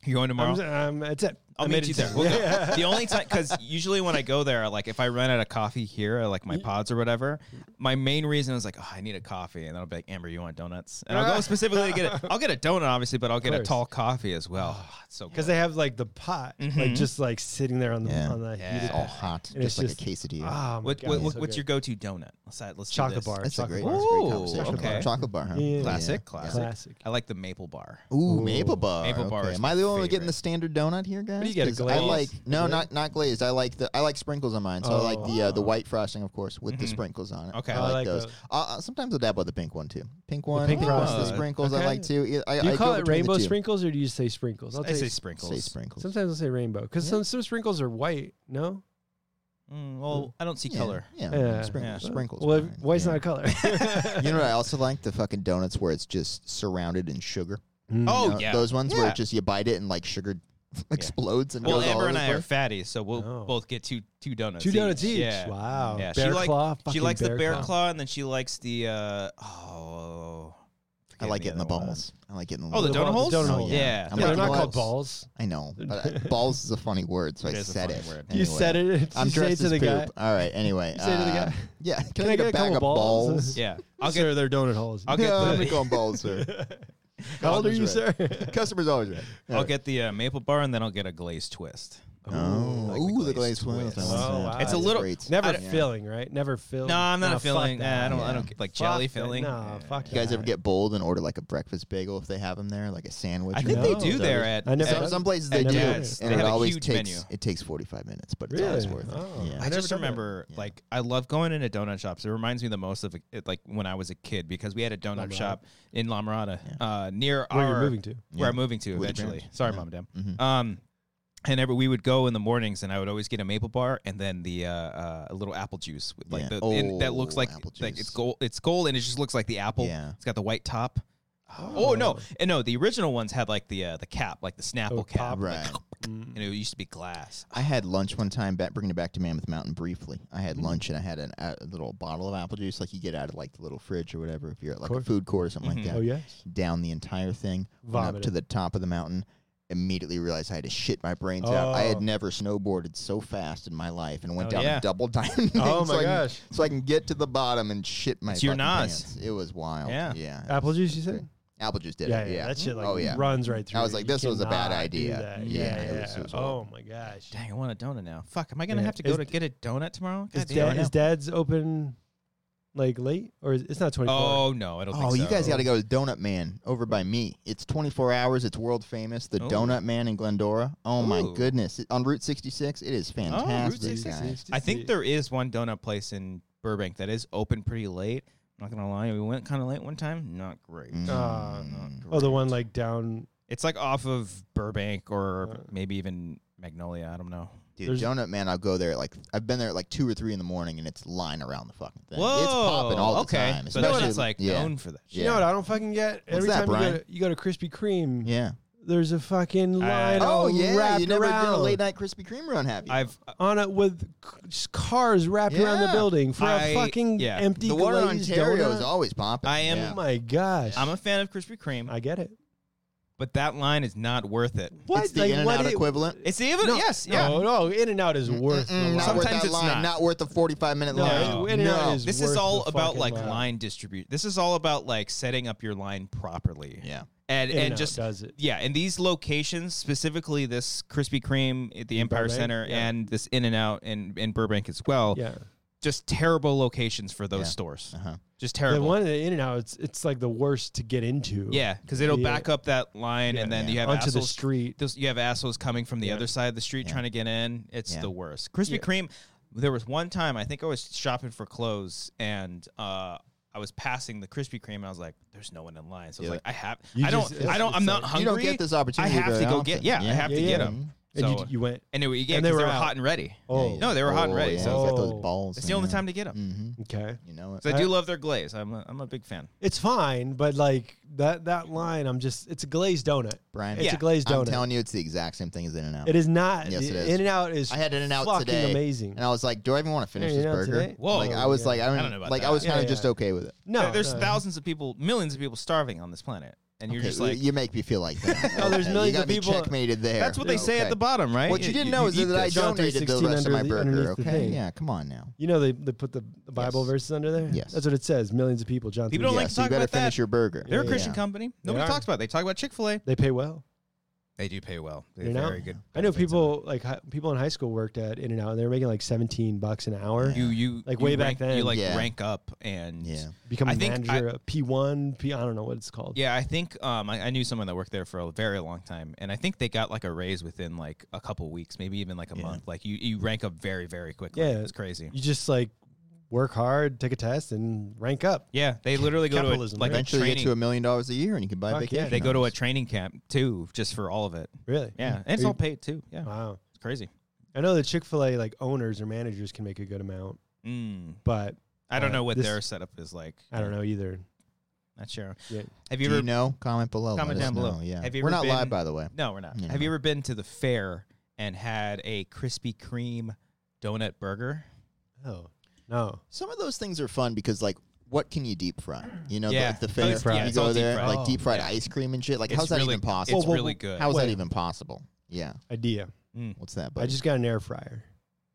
Speaker 1: you're going tomorrow.
Speaker 2: I'm, um, that's it.
Speaker 1: I'll
Speaker 2: I
Speaker 1: meet
Speaker 2: made
Speaker 1: you
Speaker 2: it
Speaker 1: there.
Speaker 2: to-
Speaker 1: We'll go.
Speaker 2: Yeah.
Speaker 1: The only time, because usually when I go there, like if I run out of coffee here, like
Speaker 2: Mm.
Speaker 1: my pods or whatever, my main reason is like, oh, I need a coffee, and then I'll be like, Amber, you want donuts? And I'll go specifically to get it. I'll get a donut, obviously, but I'll get a
Speaker 2: course.
Speaker 1: tall coffee as well. Oh, it's so
Speaker 2: because
Speaker 1: good.
Speaker 2: they have like the pot, like
Speaker 1: Mhm.
Speaker 2: just like sitting there on the
Speaker 3: Yeah.
Speaker 2: on the
Speaker 1: Yeah.
Speaker 3: It's
Speaker 2: heated.
Speaker 3: all hot,
Speaker 2: And it's
Speaker 3: just like a quesadilla.
Speaker 2: Ah, my
Speaker 1: What,
Speaker 2: God,
Speaker 1: what,
Speaker 2: it's
Speaker 1: what-
Speaker 2: so
Speaker 1: what's
Speaker 2: good.
Speaker 1: your go-to donut? Let's let's do
Speaker 2: chocolate
Speaker 1: this.
Speaker 2: bar?
Speaker 3: That's a
Speaker 2: chocolate
Speaker 3: great,
Speaker 2: bar.
Speaker 3: that's a
Speaker 1: Ooh,
Speaker 3: great conversation. about
Speaker 1: okay.
Speaker 3: Chocolate bar, huh?
Speaker 2: Yeah, yeah,
Speaker 1: Classic,
Speaker 3: Yeah.
Speaker 1: classic.
Speaker 2: Classic.
Speaker 1: I like the maple bar.
Speaker 3: Ooh,
Speaker 2: Ooh.
Speaker 3: maple bar.
Speaker 1: Maple
Speaker 3: okay.
Speaker 1: bar is
Speaker 3: Am
Speaker 1: my
Speaker 3: I the only one getting
Speaker 1: favorite.
Speaker 3: the standard donut here, guys?
Speaker 2: do you get, a
Speaker 3: 'Cause I
Speaker 2: glaze?
Speaker 3: like no,
Speaker 2: Glaze?
Speaker 3: not not glazed. I like the I like sprinkles on mine. So I like the uh, the
Speaker 2: Oh.
Speaker 3: white frosting, of course, with the
Speaker 1: Mhm.
Speaker 3: sprinkles on it.
Speaker 1: Okay.
Speaker 3: I,
Speaker 1: I
Speaker 3: like,
Speaker 2: like
Speaker 3: those.
Speaker 2: those.
Speaker 3: Uh, uh, sometimes I'll dabble with the pink one too. Pink one,
Speaker 2: pink
Speaker 3: plus
Speaker 1: frosting.
Speaker 3: the sprinkles. I
Speaker 2: Okay.
Speaker 3: like too. Yeah, I,
Speaker 2: Do you
Speaker 3: I
Speaker 2: call
Speaker 3: go
Speaker 2: it
Speaker 3: between the
Speaker 2: rainbow
Speaker 3: two.
Speaker 2: sprinkles or do you say sprinkles? I'll
Speaker 1: I say
Speaker 2: say
Speaker 1: sprinkles.
Speaker 3: Say sprinkles.
Speaker 2: sometimes I'll say rainbow because
Speaker 3: Yeah.
Speaker 2: some, some sprinkles are white. No,
Speaker 1: Mm, well, I don't see
Speaker 3: Yeah,
Speaker 1: color.
Speaker 3: Yeah,
Speaker 2: Yeah.
Speaker 3: sprinkles.
Speaker 2: Uh,
Speaker 3: Sprinkles.
Speaker 2: Well,
Speaker 3: fine,
Speaker 2: white's
Speaker 3: yeah.
Speaker 2: not a color.
Speaker 3: You know what? I also like the fucking donuts where it's just surrounded in sugar.
Speaker 2: Mm.
Speaker 1: Oh,
Speaker 3: You know,
Speaker 1: yeah.
Speaker 3: those ones where
Speaker 1: Yeah.
Speaker 3: it just you bite it and like sugar explodes and
Speaker 1: Well,
Speaker 3: goes all
Speaker 1: Amber
Speaker 3: over
Speaker 1: and
Speaker 3: the
Speaker 1: I are
Speaker 3: place.
Speaker 1: fatties, so we'll
Speaker 2: No.
Speaker 1: both get two two donuts.
Speaker 2: Oh. two donuts each.
Speaker 1: Yeah.
Speaker 2: Wow.
Speaker 1: Yeah, she
Speaker 2: Bear
Speaker 1: like-
Speaker 2: claw,
Speaker 1: She
Speaker 2: fucking
Speaker 1: likes the bear claw. and then she likes the uh, oh.
Speaker 3: I
Speaker 1: forget
Speaker 3: like getting the
Speaker 1: other one.
Speaker 3: balls. I like getting the
Speaker 1: Oh, the
Speaker 3: little-
Speaker 2: The
Speaker 1: donut holes.
Speaker 2: balls? The donut
Speaker 1: Oh,
Speaker 2: holes.
Speaker 1: Yeah,
Speaker 3: Yeah.
Speaker 2: Yeah, they're not
Speaker 3: Balls.
Speaker 2: called balls.
Speaker 3: I know, but I- balls is a funny word, so
Speaker 1: It
Speaker 3: I
Speaker 1: is a
Speaker 3: said
Speaker 1: funny
Speaker 3: it.
Speaker 1: word.
Speaker 2: You said it.
Speaker 3: I'm
Speaker 2: you say
Speaker 3: dressed
Speaker 2: it to
Speaker 3: as
Speaker 2: the
Speaker 3: poop.
Speaker 2: guy.
Speaker 3: All right. Anyway,
Speaker 2: You say to the guy,
Speaker 3: uh, yeah. Can,
Speaker 2: Can
Speaker 3: I, get, a bag of balls?
Speaker 1: Yeah, I'll
Speaker 2: I'll
Speaker 1: get.
Speaker 2: sir, they're donut holes.
Speaker 1: I'll get
Speaker 3: Yeah,
Speaker 1: the-
Speaker 3: I'm gonna call 'em balls, sir.
Speaker 2: How old are you,
Speaker 3: Customers
Speaker 2: sir?
Speaker 3: Customer's always right.
Speaker 1: I'll get the uh, maple bar and then I'll get a glazed twist.
Speaker 3: Oh,
Speaker 1: like
Speaker 3: ooh, the glazed twist.
Speaker 2: Oh, wow.
Speaker 1: It's a
Speaker 2: That's
Speaker 1: little.
Speaker 3: great.
Speaker 2: Never
Speaker 1: I-
Speaker 2: filling, right? Never filling.
Speaker 1: No, I'm not a
Speaker 2: Nah, fuck
Speaker 1: filling.
Speaker 2: that.
Speaker 1: Nah, I don't. I
Speaker 3: Yeah.
Speaker 1: don't like
Speaker 2: Fuck
Speaker 1: jelly
Speaker 2: that.
Speaker 1: filling.
Speaker 2: Nah, fuck
Speaker 3: You guys ever
Speaker 2: that.
Speaker 3: get bold and order like a breakfast bagel if they have them there, like a sandwich?
Speaker 1: I
Speaker 3: or
Speaker 1: think
Speaker 3: something?
Speaker 1: they do
Speaker 2: No.
Speaker 1: there at.
Speaker 2: I never-
Speaker 1: at-
Speaker 3: Some, some places they
Speaker 2: At
Speaker 3: do,
Speaker 2: Dad's,
Speaker 3: and
Speaker 1: they
Speaker 3: it
Speaker 1: have a
Speaker 3: always
Speaker 1: huge
Speaker 3: takes
Speaker 1: menu.
Speaker 3: it takes 45 minutes, but it's
Speaker 2: Really?
Speaker 3: always worth
Speaker 2: Oh.
Speaker 3: it. Yeah.
Speaker 1: I
Speaker 2: never
Speaker 1: just
Speaker 2: done that.
Speaker 1: remember,
Speaker 3: Yeah.
Speaker 1: like, I love going into donut shops. It reminds me the most of it, like when I was a kid because we had a donut
Speaker 2: Mirada.
Speaker 1: shop in La Mirada,
Speaker 3: Yeah.
Speaker 1: uh, near
Speaker 2: Where
Speaker 1: our
Speaker 2: you're moving to?
Speaker 1: where
Speaker 3: Yeah.
Speaker 1: I'm moving to
Speaker 3: With the
Speaker 1: eventually.
Speaker 3: parents.
Speaker 1: Sorry,
Speaker 3: Yeah.
Speaker 1: mom, and dad.
Speaker 3: Mhm.
Speaker 1: Um, and every we would go in the mornings, and I would always get a maple bar and then the uh, uh, a little apple juice with like
Speaker 3: Yeah.
Speaker 1: the and that looks
Speaker 3: Oh,
Speaker 1: like
Speaker 3: apple
Speaker 1: like it's
Speaker 3: juice.
Speaker 1: gold, it's gold, and it just looks like the apple.
Speaker 3: Yeah.
Speaker 1: It's got the white top. Oh, no, and no, the original ones had like the uh, the cap, like the Snapple
Speaker 2: Oh,
Speaker 1: cap,
Speaker 2: pop.
Speaker 1: like,
Speaker 3: Right.
Speaker 2: Mm.
Speaker 1: and it used to be glass.
Speaker 3: I had lunch one time, back, bringing it back to Mammoth Mountain briefly. I
Speaker 2: Mm-hmm.
Speaker 3: had lunch and I had an, a little bottle of apple juice, like you get out of like the little fridge or whatever, if you're at like a
Speaker 2: course.
Speaker 3: food court or something
Speaker 1: Mhm.
Speaker 3: like that.
Speaker 2: Oh yes.
Speaker 3: Down the entire thing, went up to
Speaker 2: Vomited.
Speaker 3: the top of the mountain. Immediately realized I had to shit my brains out. I
Speaker 2: Oh.
Speaker 3: had never snowboarded so fast in my life, and went
Speaker 1: Oh,
Speaker 3: down
Speaker 1: yeah.
Speaker 3: a double diamond.
Speaker 2: Oh
Speaker 3: so
Speaker 2: my
Speaker 3: I can-
Speaker 2: gosh.
Speaker 3: so I can get to the bottom and shit my
Speaker 1: It's your
Speaker 3: fucking
Speaker 1: Nas.
Speaker 3: pants. It was wild.
Speaker 1: Yeah.
Speaker 3: yeah.
Speaker 2: Apple juice, you said?
Speaker 3: Apple juice did
Speaker 2: Yeah,
Speaker 3: it.
Speaker 2: yeah, That shit like
Speaker 3: oh yeah.
Speaker 2: runs right through.
Speaker 3: was
Speaker 2: you.
Speaker 3: like,
Speaker 2: You
Speaker 3: this was a bad
Speaker 2: cannot do
Speaker 3: idea.
Speaker 2: that.
Speaker 3: Yeah,
Speaker 2: Yeah,
Speaker 3: it
Speaker 2: yeah.
Speaker 3: was- it was
Speaker 2: oh
Speaker 3: horrible.
Speaker 2: my gosh.
Speaker 1: Dang, I want a donut now. Fuck, am I gonna
Speaker 2: Yeah.
Speaker 1: have to go
Speaker 2: Is-
Speaker 1: to get a donut tomorrow?
Speaker 2: Is,
Speaker 1: God damn
Speaker 2: dad,
Speaker 1: it.
Speaker 2: is dad's open like late or is, it's not 24?
Speaker 1: Oh no, I don't.
Speaker 3: Oh,
Speaker 1: think
Speaker 3: you
Speaker 1: so.
Speaker 3: guys got to go to Donut Man over by me. It's 24 hours. It's world famous. The
Speaker 1: Ooh.
Speaker 3: Donut Man in Glendora. Oh my
Speaker 1: Oh. Ooh. Oh,
Speaker 3: goodness! It- on Route 66, it is
Speaker 1: Route
Speaker 3: fantastic.
Speaker 1: 66.
Speaker 3: guys.
Speaker 1: I think there is one donut place in Burbank that is open pretty late. not gonna lie, we went kind of late one time. Not great.
Speaker 3: Mm.
Speaker 2: Ah,
Speaker 1: Not
Speaker 3: Mm.
Speaker 1: great.
Speaker 2: Oh, the one like down.
Speaker 1: It's like off of Burbank or
Speaker 2: Uh.
Speaker 1: maybe even Magnolia. I don't know.
Speaker 3: Dude,
Speaker 2: There's-
Speaker 3: Donut Man, I'll go there. at, Like I've been there at like two or three in the morning, and it's line around the fucking thing.
Speaker 1: Whoa,
Speaker 3: It's popping all
Speaker 1: okay.
Speaker 3: the time.
Speaker 1: So that
Speaker 3: especially-
Speaker 1: shit's like
Speaker 3: yeah,
Speaker 1: known for that. shit.
Speaker 2: You know what I don't fucking get? Every
Speaker 3: that,
Speaker 2: time you, go
Speaker 3: Brian?
Speaker 2: to, you go to Krispy Kreme,
Speaker 3: yeah.
Speaker 2: there's a fucking
Speaker 1: Uh,
Speaker 2: line.
Speaker 3: Oh
Speaker 2: all
Speaker 3: yeah,
Speaker 2: wrapped
Speaker 3: you never
Speaker 2: around.
Speaker 3: did a late night Krispy Kreme run, have you?
Speaker 1: I've
Speaker 2: on it with c- just cars wrapped around the
Speaker 3: Yeah.
Speaker 2: building for a
Speaker 1: I-
Speaker 2: fucking
Speaker 1: yeah.
Speaker 2: empty
Speaker 3: the one in
Speaker 2: glazed
Speaker 3: Ontario is
Speaker 2: donut?
Speaker 3: always popping.
Speaker 1: I am-
Speaker 2: Oh my gosh!
Speaker 1: I'm a fan of Krispy Kreme,
Speaker 2: I get it.
Speaker 1: but that line is not worth it.
Speaker 2: What?
Speaker 3: It's the
Speaker 2: Like,
Speaker 3: in and
Speaker 2: what
Speaker 3: out
Speaker 2: it-
Speaker 3: equivalent.
Speaker 1: It's even
Speaker 2: No,
Speaker 1: yes,
Speaker 2: no,
Speaker 1: yeah.
Speaker 2: no. In and out is worth. the
Speaker 3: Mm-mm,
Speaker 2: line.
Speaker 3: not worth
Speaker 1: Sometimes
Speaker 3: that
Speaker 1: it's
Speaker 3: line.
Speaker 1: not.
Speaker 3: worth the 45 minute
Speaker 2: No,
Speaker 3: line.
Speaker 2: it- it is.
Speaker 1: This
Speaker 2: worth
Speaker 1: is
Speaker 2: the
Speaker 1: all about
Speaker 2: fucking
Speaker 1: like
Speaker 2: line.
Speaker 1: line distribution. This is all about like setting up your line properly.
Speaker 3: Yeah.
Speaker 1: And
Speaker 2: In
Speaker 1: and
Speaker 2: out
Speaker 1: just
Speaker 2: does it.
Speaker 1: yeah, and these locations, specifically this Krispy Kreme at the Empire
Speaker 2: Burbank,
Speaker 1: Center
Speaker 2: yeah.
Speaker 1: and this In and Out in, in Burbank as well,
Speaker 2: Yeah.
Speaker 1: just terrible locations for those
Speaker 3: Yeah.
Speaker 1: stores.
Speaker 3: Uh-huh.
Speaker 1: Just
Speaker 2: The
Speaker 1: terrible.
Speaker 2: one in and out, it's it's like the worst to get into.
Speaker 1: yeah, because it'll
Speaker 2: Yeah.
Speaker 1: back up that line, and then
Speaker 3: Yeah.
Speaker 1: you have
Speaker 2: onto the
Speaker 1: assholes.
Speaker 2: street.
Speaker 1: those- you have assholes coming from the
Speaker 2: Yeah.
Speaker 1: other side of the street
Speaker 3: Yeah.
Speaker 1: trying to get in. It's
Speaker 3: Yeah.
Speaker 1: the worst. Krispy
Speaker 2: Yeah.
Speaker 1: Kreme. There was one time I think I was shopping for clothes and uh, I was passing the Krispy Kreme and I was like, "There's no one in line." So I was
Speaker 3: Yeah.
Speaker 1: like, "I have,
Speaker 2: You
Speaker 1: I don't,
Speaker 2: just-
Speaker 1: I don't, I'm not
Speaker 3: You
Speaker 1: hungry.
Speaker 3: don't get this opportunity.
Speaker 1: I have
Speaker 3: very
Speaker 1: to go
Speaker 3: often.
Speaker 1: get- yeah, I have
Speaker 2: to
Speaker 1: get
Speaker 2: 'em.
Speaker 1: So-
Speaker 2: And you, you went.
Speaker 1: And it, yeah,
Speaker 2: And they
Speaker 1: 'cause they
Speaker 2: were
Speaker 1: were
Speaker 2: out.
Speaker 1: hot and ready.
Speaker 2: Oh,
Speaker 1: No, they were hot and ready,
Speaker 3: Yeah,
Speaker 1: so-
Speaker 3: you got those
Speaker 2: Oh.
Speaker 3: balls.
Speaker 1: It's the only time to get them.
Speaker 3: hmm
Speaker 2: okay.
Speaker 3: You know it.
Speaker 1: I,
Speaker 2: I-
Speaker 1: do love their glaze. I'm a, I'm a big fan.
Speaker 2: It's fine, but like that that line, I'm just. It's a glazed donut.
Speaker 3: Brian,
Speaker 2: It's
Speaker 1: Yeah.
Speaker 2: a glazed
Speaker 3: I'm
Speaker 2: donut.
Speaker 3: telling you, it's the exact same thing as In and Out.
Speaker 2: It is not.
Speaker 3: Yes, it is.
Speaker 2: In and out is.
Speaker 3: I had In and Out
Speaker 2: fucking
Speaker 3: today,
Speaker 2: amazing.
Speaker 3: and I was like, "Do I even want to finish
Speaker 2: Yeah,
Speaker 3: this
Speaker 2: In-N-Out
Speaker 3: burger?"
Speaker 2: today?
Speaker 1: Whoa.
Speaker 3: like I was
Speaker 2: Yeah.
Speaker 3: like, I don't,
Speaker 1: I don't know about
Speaker 3: like
Speaker 1: that.
Speaker 3: I was kind
Speaker 2: Yeah,
Speaker 3: of just
Speaker 2: yeah.
Speaker 3: okay with it.
Speaker 2: no, uh,
Speaker 1: There- there's
Speaker 2: no.
Speaker 1: thousands of people, millions of people starving on this planet. and you're
Speaker 3: Okay,
Speaker 1: just like,
Speaker 3: you make me feel like that.
Speaker 2: No, there's
Speaker 3: Okay,
Speaker 2: millions
Speaker 3: you got
Speaker 2: of
Speaker 3: me
Speaker 2: people-
Speaker 3: checkmated there.
Speaker 1: that's what they say at
Speaker 3: Okay.
Speaker 1: the bottom, right?
Speaker 3: What you didn't
Speaker 1: you
Speaker 3: know is
Speaker 1: eat
Speaker 3: that I
Speaker 1: this.
Speaker 2: John
Speaker 3: donated the
Speaker 2: 3:16
Speaker 3: rest of my
Speaker 2: under the-
Speaker 3: burger.
Speaker 2: underneath the
Speaker 3: Okay,
Speaker 2: thing.
Speaker 3: yeah, come on now.
Speaker 2: You know they, they put the, the Bible verses under there.
Speaker 3: Yes.
Speaker 2: that's what it says. Millions of people. John.
Speaker 1: People
Speaker 2: 3:16.
Speaker 1: don't
Speaker 3: yeah,
Speaker 1: like to
Speaker 3: so you
Speaker 1: talk
Speaker 3: better
Speaker 1: about
Speaker 3: finish
Speaker 1: that.
Speaker 3: your burger.
Speaker 1: They're a
Speaker 2: Yeah,
Speaker 1: Christian
Speaker 3: yeah.
Speaker 1: company.
Speaker 2: They
Speaker 1: Nobody
Speaker 2: are.
Speaker 1: talks about. it. They talk about Chick Fil A.
Speaker 2: They pay well.
Speaker 1: They do pay well. They're
Speaker 2: You know?
Speaker 1: very good.
Speaker 2: I know
Speaker 1: benefits of
Speaker 2: people like hi, people in high school worked at In and Out, and they were making like 17 bucks an hour.
Speaker 1: it. You you
Speaker 2: Like
Speaker 1: you
Speaker 2: way back
Speaker 1: rank-
Speaker 2: then.
Speaker 1: You like
Speaker 3: Yeah.
Speaker 1: rank up and
Speaker 3: Yeah.
Speaker 2: Become a
Speaker 1: I think
Speaker 2: manager, a P1, P. I don't know what it's called.
Speaker 1: Yeah, I think um, I, I knew someone that worked there for a very long time, and I think they got like a raise within like a couple weeks, maybe even like a
Speaker 3: Yeah.
Speaker 1: month. Like you, you rank up very, very quickly.
Speaker 2: Yeah.
Speaker 1: it's crazy.
Speaker 2: You just like work hard, take a test, and rank up.
Speaker 1: Yeah, they literally go to a,
Speaker 2: Capitalism,
Speaker 1: like
Speaker 2: right?
Speaker 1: a
Speaker 3: Eventually, you get
Speaker 1: training.
Speaker 3: to a million dollars a year, and you can buy
Speaker 2: Fuck yeah.
Speaker 3: vacation.
Speaker 1: they go to a
Speaker 3: homes.
Speaker 1: training camp too, just for all of it.
Speaker 2: Really?
Speaker 1: Yeah, and it's
Speaker 2: Are
Speaker 1: all
Speaker 2: you-
Speaker 1: paid too. Yeah,
Speaker 2: Wow.
Speaker 1: it's crazy.
Speaker 2: I know the Chick Fil A like owners or managers can make a good amount,
Speaker 1: Mm.
Speaker 2: but
Speaker 1: I don't
Speaker 2: Uh,
Speaker 1: know what
Speaker 2: this-
Speaker 1: their setup is like.
Speaker 2: I don't know either.
Speaker 1: Not sure.
Speaker 2: Yeah.
Speaker 1: Have you
Speaker 3: Do
Speaker 1: ever?
Speaker 3: you know? Comment below.
Speaker 1: Comment
Speaker 3: Let
Speaker 1: down
Speaker 3: us
Speaker 1: below.
Speaker 3: know, Yeah,
Speaker 1: Have you
Speaker 3: we're
Speaker 1: ever
Speaker 3: not live,
Speaker 1: been-
Speaker 3: by the way.
Speaker 1: No, we're not.
Speaker 3: You
Speaker 1: Have
Speaker 3: know.
Speaker 1: you ever been to the fair and had a Krispy Kreme donut burger?
Speaker 2: Oh no.
Speaker 3: Some of those things are fun because like. What can you deep fry? You know,
Speaker 1: Yeah.
Speaker 3: like the
Speaker 1: Deep
Speaker 3: fair,
Speaker 1: fry.
Speaker 3: you
Speaker 1: It's
Speaker 3: go
Speaker 1: all deep
Speaker 3: there,
Speaker 1: fried.
Speaker 3: like deep fried
Speaker 1: Yeah.
Speaker 3: ice cream and shit. Like,
Speaker 1: It's
Speaker 3: how's that
Speaker 1: really-
Speaker 3: even possible?
Speaker 1: It's
Speaker 2: Well, well,
Speaker 1: really good. Mm.
Speaker 3: How is that
Speaker 2: Wait.
Speaker 3: even possible? Yeah,
Speaker 2: Idea.
Speaker 3: what's that?
Speaker 2: I
Speaker 3: Buddy?
Speaker 2: just got an air fryer.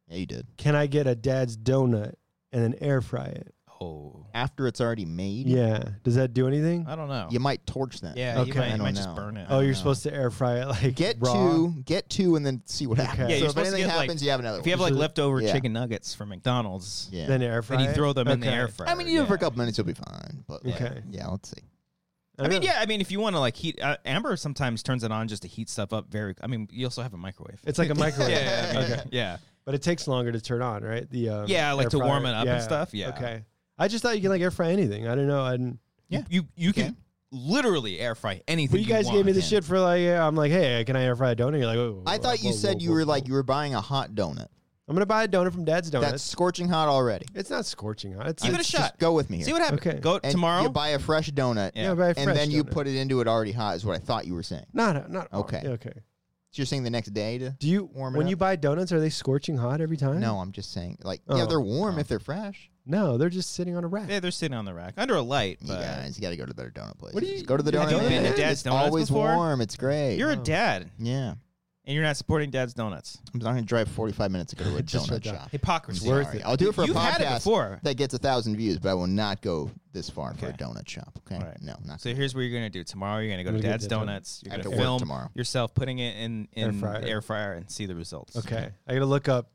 Speaker 3: yeah, you did
Speaker 2: Can I get a dad's donut and then air fry it?
Speaker 1: Oh,
Speaker 3: after it's already made.
Speaker 2: Yeah. Does that do anything?
Speaker 1: I don't know.
Speaker 3: you might torch that.
Speaker 1: Yeah,
Speaker 2: Okay.
Speaker 1: you might,
Speaker 2: I
Speaker 1: you
Speaker 3: don't
Speaker 1: might just
Speaker 3: know.
Speaker 1: burn it.
Speaker 2: Oh, you're
Speaker 3: know.
Speaker 2: supposed to air fry it like
Speaker 3: Get
Speaker 2: raw?
Speaker 3: two, get two, and then see what happens.
Speaker 2: Okay.
Speaker 1: Yeah, you're
Speaker 3: so if
Speaker 1: supposed to
Speaker 3: anything
Speaker 1: get, like-
Speaker 3: happens, you have another.
Speaker 1: If you have
Speaker 3: one.
Speaker 1: like
Speaker 2: Usually-
Speaker 1: leftover
Speaker 3: Yeah.
Speaker 1: chicken nuggets from McDonald's,
Speaker 3: yeah.
Speaker 2: Then air fry.
Speaker 1: and you
Speaker 2: it?
Speaker 1: throw them in the
Speaker 2: Okay.
Speaker 1: air fryer.
Speaker 3: I mean, you do it for a
Speaker 1: yeah.
Speaker 3: couple minutes, you'll be fine. But like,
Speaker 2: Okay.
Speaker 3: yeah, let's see.
Speaker 1: I mean,
Speaker 2: know.
Speaker 1: yeah. I mean, if you want to like heat, uh, Amber sometimes turns it on just to heat stuff up. Very. I mean, you also have a microwave.
Speaker 2: It's like a
Speaker 1: yeah,
Speaker 2: microwave.
Speaker 1: yeah, I mean,
Speaker 2: Okay.
Speaker 1: yeah.
Speaker 2: But it takes longer to turn on, right? The um,
Speaker 1: Yeah, like
Speaker 2: air
Speaker 1: to warm
Speaker 2: fryer.
Speaker 1: it up and stuff, yeah.
Speaker 2: Okay. I just thought you could like air fry anything. I don't know. I didn't.
Speaker 3: Yeah.
Speaker 1: You you can
Speaker 3: Okay.
Speaker 1: literally air fry anything.
Speaker 2: But you guys gave
Speaker 1: want.
Speaker 2: me the
Speaker 3: yeah.
Speaker 2: shit for like. Yeah, I'm like, hey, can I air fry a donut? You're like, oh,
Speaker 3: I thought you said you were like you were buying a hot donut.
Speaker 2: I'm gonna buy a donut from Dad's Donuts.
Speaker 3: That's scorching hot already.
Speaker 2: it's not scorching hot. It's
Speaker 1: Give it a
Speaker 2: it's-
Speaker 1: shot.
Speaker 3: Just go with me here.
Speaker 1: See what happens.
Speaker 2: Okay.
Speaker 1: Go
Speaker 3: And
Speaker 1: tomorrow.
Speaker 3: You buy a fresh donut,
Speaker 1: Yeah.
Speaker 2: Yeah, buy a
Speaker 3: and
Speaker 2: fresh
Speaker 3: then you
Speaker 2: donut.
Speaker 3: put it into it already hot. Is what I thought you were saying.
Speaker 2: Not not
Speaker 3: Okay.
Speaker 2: yeah, Okay.
Speaker 3: So you're saying the next day to?
Speaker 2: Do you
Speaker 3: Warm it
Speaker 2: when
Speaker 3: up.
Speaker 2: you buy donuts are they scorching hot every time?
Speaker 3: No, I'm just saying. Like, yeah,
Speaker 2: Oh.
Speaker 3: they're warm
Speaker 1: Oh.
Speaker 3: if they're fresh.
Speaker 2: no, they're just sitting on a rack.
Speaker 1: yeah, they're sitting on the rack under a light.
Speaker 3: You
Speaker 1: But
Speaker 3: guys, you got to go to better donut place.
Speaker 2: do you-
Speaker 3: go to the
Speaker 1: Have
Speaker 3: donut
Speaker 1: you
Speaker 3: place.
Speaker 1: been to Dad's
Speaker 3: it's
Speaker 1: Donuts
Speaker 3: always
Speaker 1: before?
Speaker 3: warm. It's great.
Speaker 1: you're a dad,
Speaker 3: yeah.
Speaker 1: and you're not supporting dad's donuts.
Speaker 3: I'm not gonna drive 45 minutes to go to a
Speaker 2: Just for
Speaker 3: donut
Speaker 2: a donut.
Speaker 3: shop. I'm
Speaker 1: Hypocrisy.
Speaker 2: It's worth
Speaker 3: sorry.
Speaker 2: it.
Speaker 3: I'll do it for
Speaker 1: You've
Speaker 3: a podcast
Speaker 1: had it before.
Speaker 3: that gets a thousand views, but I will not go this far for a
Speaker 1: Okay.
Speaker 3: donut shop. Okay,
Speaker 1: All right.
Speaker 3: no, not
Speaker 1: So here's what you're gonna do tomorrow. You're gonna go
Speaker 2: I'm
Speaker 1: to
Speaker 2: gonna get
Speaker 1: Dad's
Speaker 2: the donut.
Speaker 1: Donuts. You're
Speaker 3: I have
Speaker 1: gonna
Speaker 3: to work
Speaker 1: film
Speaker 3: tomorrow.
Speaker 1: yourself putting it in in
Speaker 2: Air
Speaker 1: air
Speaker 2: fryer.
Speaker 1: fryer, air fryer and see the results.
Speaker 2: Okay. I gotta look up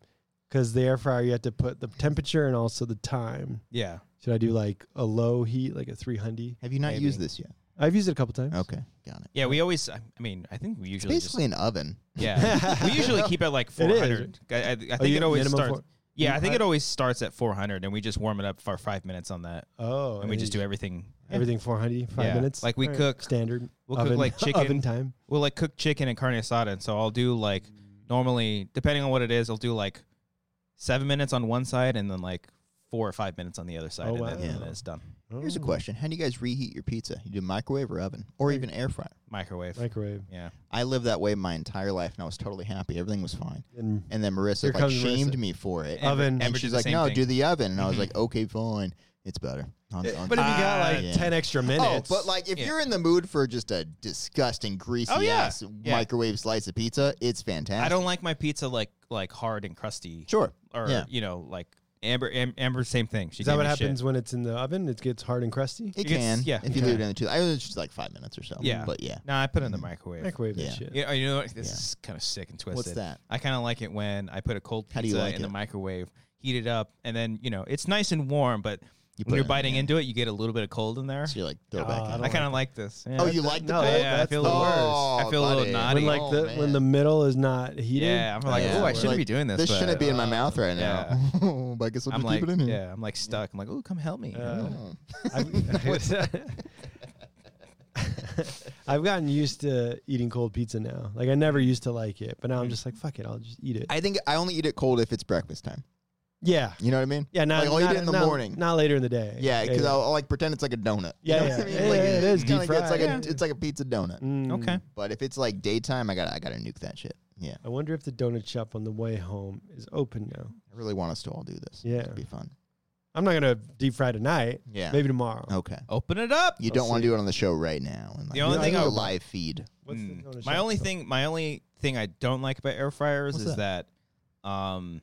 Speaker 2: because the air fryer you have to put the temperature and also the time.
Speaker 1: Yeah.
Speaker 2: Should I do like a low heat, like a 300?
Speaker 3: Have you not
Speaker 1: Maybe.
Speaker 3: used this yet?
Speaker 2: I've used it a couple times.
Speaker 3: Okay, got it.
Speaker 1: Yeah. We always. I I mean, I think we usually. just-
Speaker 3: Basically, an oven.
Speaker 1: yeah. we usually keep it like
Speaker 2: It is.
Speaker 1: 400. I, I, I think
Speaker 2: Oh, you
Speaker 1: it
Speaker 2: get
Speaker 1: always
Speaker 2: minimum
Speaker 1: starts.
Speaker 2: four-
Speaker 1: yeah, I think it
Speaker 2: I-
Speaker 1: always starts at 400, and we just warm it up for five minutes on that,
Speaker 2: Oh,
Speaker 1: and we just do everything.
Speaker 2: everything 400, five
Speaker 1: Yeah,
Speaker 2: minutes.
Speaker 1: like we
Speaker 2: All
Speaker 1: cook-
Speaker 2: standard.
Speaker 1: we'll cook,
Speaker 2: oven,
Speaker 1: like, chicken.
Speaker 2: oven time.
Speaker 1: We'll like cook chicken and carne asada, and so I'll do like normally, depending on what it is, I'll do like seven minutes on one side, and then like four or five minutes on the other side,
Speaker 2: Oh,
Speaker 1: and,
Speaker 2: wow.
Speaker 1: then, and then
Speaker 2: Yeah.
Speaker 1: it's done.
Speaker 3: Here's a
Speaker 2: Oh,
Speaker 3: question: How do you guys reheat your pizza? You do microwave or oven, or even air fryer?
Speaker 1: Microwave.
Speaker 2: Microwave.
Speaker 1: yeah.
Speaker 3: I lived that way my entire life, and I was totally happy. Everything was fine.
Speaker 2: And
Speaker 3: And then Marissa
Speaker 2: Here
Speaker 3: like
Speaker 2: comes
Speaker 3: shamed
Speaker 2: Marissa.
Speaker 3: me for it.
Speaker 2: Oven.
Speaker 1: Amber-
Speaker 3: And
Speaker 1: Amber did
Speaker 3: she's
Speaker 1: the
Speaker 3: like,
Speaker 1: same
Speaker 3: "No,
Speaker 1: thing. Mm-hmm.
Speaker 3: do the oven." And I was like, "Okay, fine. It's better." On- on-
Speaker 2: but if you got
Speaker 1: Ah,
Speaker 2: like
Speaker 3: yeah.
Speaker 2: 10 extra
Speaker 3: Oh,
Speaker 2: minutes.
Speaker 3: but like if
Speaker 1: Yeah.
Speaker 3: you're in the mood for just a disgusting, greasy
Speaker 1: Oh, yeah.
Speaker 3: ass
Speaker 1: Yeah.
Speaker 3: microwave slice of pizza, it's fantastic.
Speaker 1: I don't like my pizza like like hard and crusty.
Speaker 3: Sure.
Speaker 1: Or
Speaker 3: Yeah.
Speaker 1: you know like Amber Am- Amber same thing. She
Speaker 2: is that
Speaker 1: gave
Speaker 2: what
Speaker 1: me shit.
Speaker 2: happens when it's in the oven? It gets hard and crusty.
Speaker 3: It
Speaker 1: You can-
Speaker 3: can.
Speaker 1: yeah.
Speaker 3: If you leave it in the two, I was just like five minutes or so.
Speaker 1: Yeah.
Speaker 3: But yeah.
Speaker 1: No, I put it in the microwave.
Speaker 2: Microwave that
Speaker 3: Yeah.
Speaker 2: shit.
Speaker 1: Yeah, oh, you know what? This
Speaker 3: Yeah.
Speaker 1: is kind of sick and twisted.
Speaker 3: What's that?
Speaker 1: I kind of like it when I put a cold
Speaker 3: How do you
Speaker 1: pizza
Speaker 3: like
Speaker 1: in the
Speaker 3: it?
Speaker 1: microwave, heat it up, and then you know it's nice and warm. But
Speaker 3: put
Speaker 1: when
Speaker 3: it
Speaker 1: you're
Speaker 3: in,
Speaker 1: biting
Speaker 3: yeah.
Speaker 1: into it, you get a little bit of cold in there.
Speaker 3: So you're like throw it
Speaker 2: Oh,
Speaker 3: back
Speaker 2: I
Speaker 3: in.
Speaker 1: I
Speaker 2: don't
Speaker 1: kind of like this. Yeah.
Speaker 3: oh, you like the
Speaker 2: No,
Speaker 3: cold?
Speaker 1: yeah, I
Speaker 2: that's
Speaker 1: feel
Speaker 2: the
Speaker 1: a little-
Speaker 3: worst.
Speaker 1: I feel a
Speaker 3: buddy.
Speaker 1: little naughty.
Speaker 2: When like
Speaker 3: Oh,
Speaker 2: the when
Speaker 3: man.
Speaker 2: the middle is not heated.
Speaker 1: yeah, I'm like,
Speaker 3: Yeah.
Speaker 1: oh, I
Speaker 3: It's
Speaker 1: shouldn't
Speaker 3: like,
Speaker 1: be doing this.
Speaker 3: This
Speaker 1: but,
Speaker 3: shouldn't be in my mouth right now. but I guess I'll
Speaker 1: I'm
Speaker 3: just
Speaker 1: like,
Speaker 3: keep it in here.
Speaker 1: yeah, I'm like stuck. I'm like, oh, come help me.
Speaker 2: Uh,
Speaker 3: Oh.
Speaker 2: I've, I've gotten used to eating cold pizza now. Like I never used to like it, but now I'm just like, fuck it, I'll just eat it.
Speaker 3: I think I only eat it cold if it's breakfast time.
Speaker 2: yeah,
Speaker 3: You know what I mean?
Speaker 2: yeah. Not,
Speaker 3: like I'll
Speaker 2: not,
Speaker 3: eat it in the
Speaker 2: not-
Speaker 3: morning.
Speaker 2: not later in the day.
Speaker 3: yeah, because I'll, I'll like pretend it's like a donut. You
Speaker 2: Yeah,
Speaker 3: know what
Speaker 2: yeah.
Speaker 3: I mean?
Speaker 2: Yeah,
Speaker 3: Like,
Speaker 2: yeah, it is
Speaker 3: it's kinda
Speaker 2: deep
Speaker 3: like- It's like
Speaker 2: fried.
Speaker 3: a it's like a pizza donut.
Speaker 2: Mm.
Speaker 1: okay.
Speaker 3: But if it's like daytime, I got to I got to nuke that shit. Yeah,
Speaker 2: I wonder if the donut shop on the way home is open now.
Speaker 3: I really want us to all do this.
Speaker 2: Yeah.
Speaker 3: it'd be fun.
Speaker 2: I'm not gonna deep fry tonight.
Speaker 3: Yeah.
Speaker 2: Maybe tomorrow.
Speaker 3: Okay.
Speaker 1: Open it up.
Speaker 3: You
Speaker 2: I'll
Speaker 3: don't want
Speaker 2: see.
Speaker 3: to do it on the show right now. And like,
Speaker 1: The only
Speaker 3: do
Speaker 1: thing
Speaker 3: it
Speaker 1: I
Speaker 3: on a
Speaker 1: would-
Speaker 3: live feed.
Speaker 2: What's the
Speaker 1: Mm.
Speaker 2: no, no,
Speaker 1: my
Speaker 2: shut
Speaker 1: only
Speaker 2: up.
Speaker 1: thing, my only thing I don't like about air fryers
Speaker 3: What's
Speaker 1: is that, um,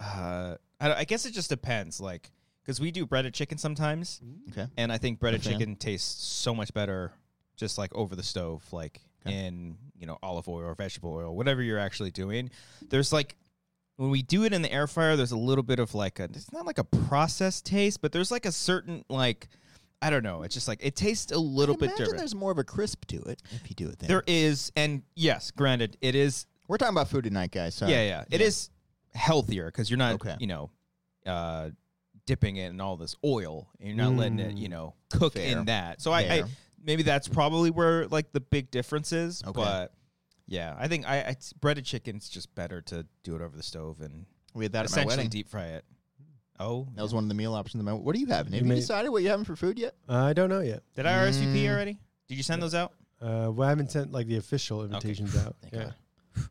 Speaker 1: uh, I, I guess it just depends. Like, because we do breaded chicken sometimes,
Speaker 3: Okay.
Speaker 1: and I think breaded
Speaker 3: Okay.
Speaker 1: chicken tastes so much better just like over the stove, like
Speaker 3: Okay.
Speaker 1: in you know olive oil or vegetable oil, whatever you're actually doing. There's like when we do it in the air fryer, there's a little bit of like a it's not like a processed taste, but there's like a certain like I don't know. It's just like it tastes a little bit
Speaker 3: Imagine
Speaker 1: different.
Speaker 3: there's more of a crisp to it if you do it there.
Speaker 1: There is, and yes, granted, it is.
Speaker 3: We're talking about food tonight, guys. Sorry.
Speaker 1: yeah, yeah, it
Speaker 3: Yeah.
Speaker 1: is healthier because you're not,
Speaker 3: Okay.
Speaker 1: you know, uh, dipping it in all this oil, and you're not letting it, you know, cook
Speaker 3: Mm. Fair.
Speaker 1: in that. So I, I
Speaker 3: Fair.
Speaker 1: maybe that's probably where like the big difference is.
Speaker 3: Okay.
Speaker 1: But yeah, I think I, I breaded chicken's just better to do it over the stove and
Speaker 3: We had that at my
Speaker 1: essentially
Speaker 3: wedding.
Speaker 1: deep fry it. Oh,
Speaker 3: That was one of the meal options. At my, what are you having? Have you,
Speaker 2: made-
Speaker 3: decided what you're having for food yet?
Speaker 2: Mm. I don't know yet.
Speaker 1: did I RSVP
Speaker 3: Mm.
Speaker 1: already? Did you send those out?
Speaker 2: Uh, well, I haven't sent like the official invitations out.
Speaker 3: Thank
Speaker 2: Yeah.
Speaker 3: God.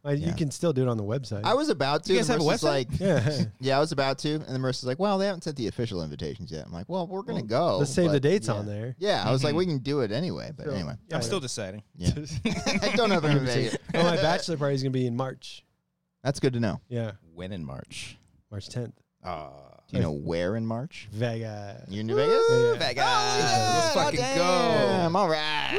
Speaker 2: Well,
Speaker 3: Yeah.
Speaker 2: You can still do it on the website.
Speaker 3: I was about to.
Speaker 1: You guys
Speaker 3: and
Speaker 1: have a
Speaker 3: Marissa's
Speaker 1: website?
Speaker 3: Like,
Speaker 2: yeah.
Speaker 3: yeah, I was about to, and then Marissa's like, "Well, they haven't sent the official invitations yet." I'm like, "Well, we're gonna go."
Speaker 2: Let's save the
Speaker 3: but-
Speaker 2: dates
Speaker 3: yeah.
Speaker 2: on there.
Speaker 3: Yeah, I was like,
Speaker 1: Mhm.
Speaker 3: "We can do it anyway." But
Speaker 2: Sure.
Speaker 3: anyway,
Speaker 2: Yeah.
Speaker 1: I'm still deciding.
Speaker 3: yeah, I don't know if I'm gonna make it.
Speaker 2: oh, my bachelor party is gonna be in March.
Speaker 3: That's good to know.
Speaker 2: Yeah,
Speaker 1: When in March?
Speaker 2: March 10th,
Speaker 1: Ah.
Speaker 3: Do you know where in March?
Speaker 2: Vegas.
Speaker 3: You in New Vegas?
Speaker 2: Yeah, yeah.
Speaker 1: Vegas.
Speaker 3: Oh,
Speaker 1: Let's fucking
Speaker 3: damn.
Speaker 1: go.
Speaker 3: All right.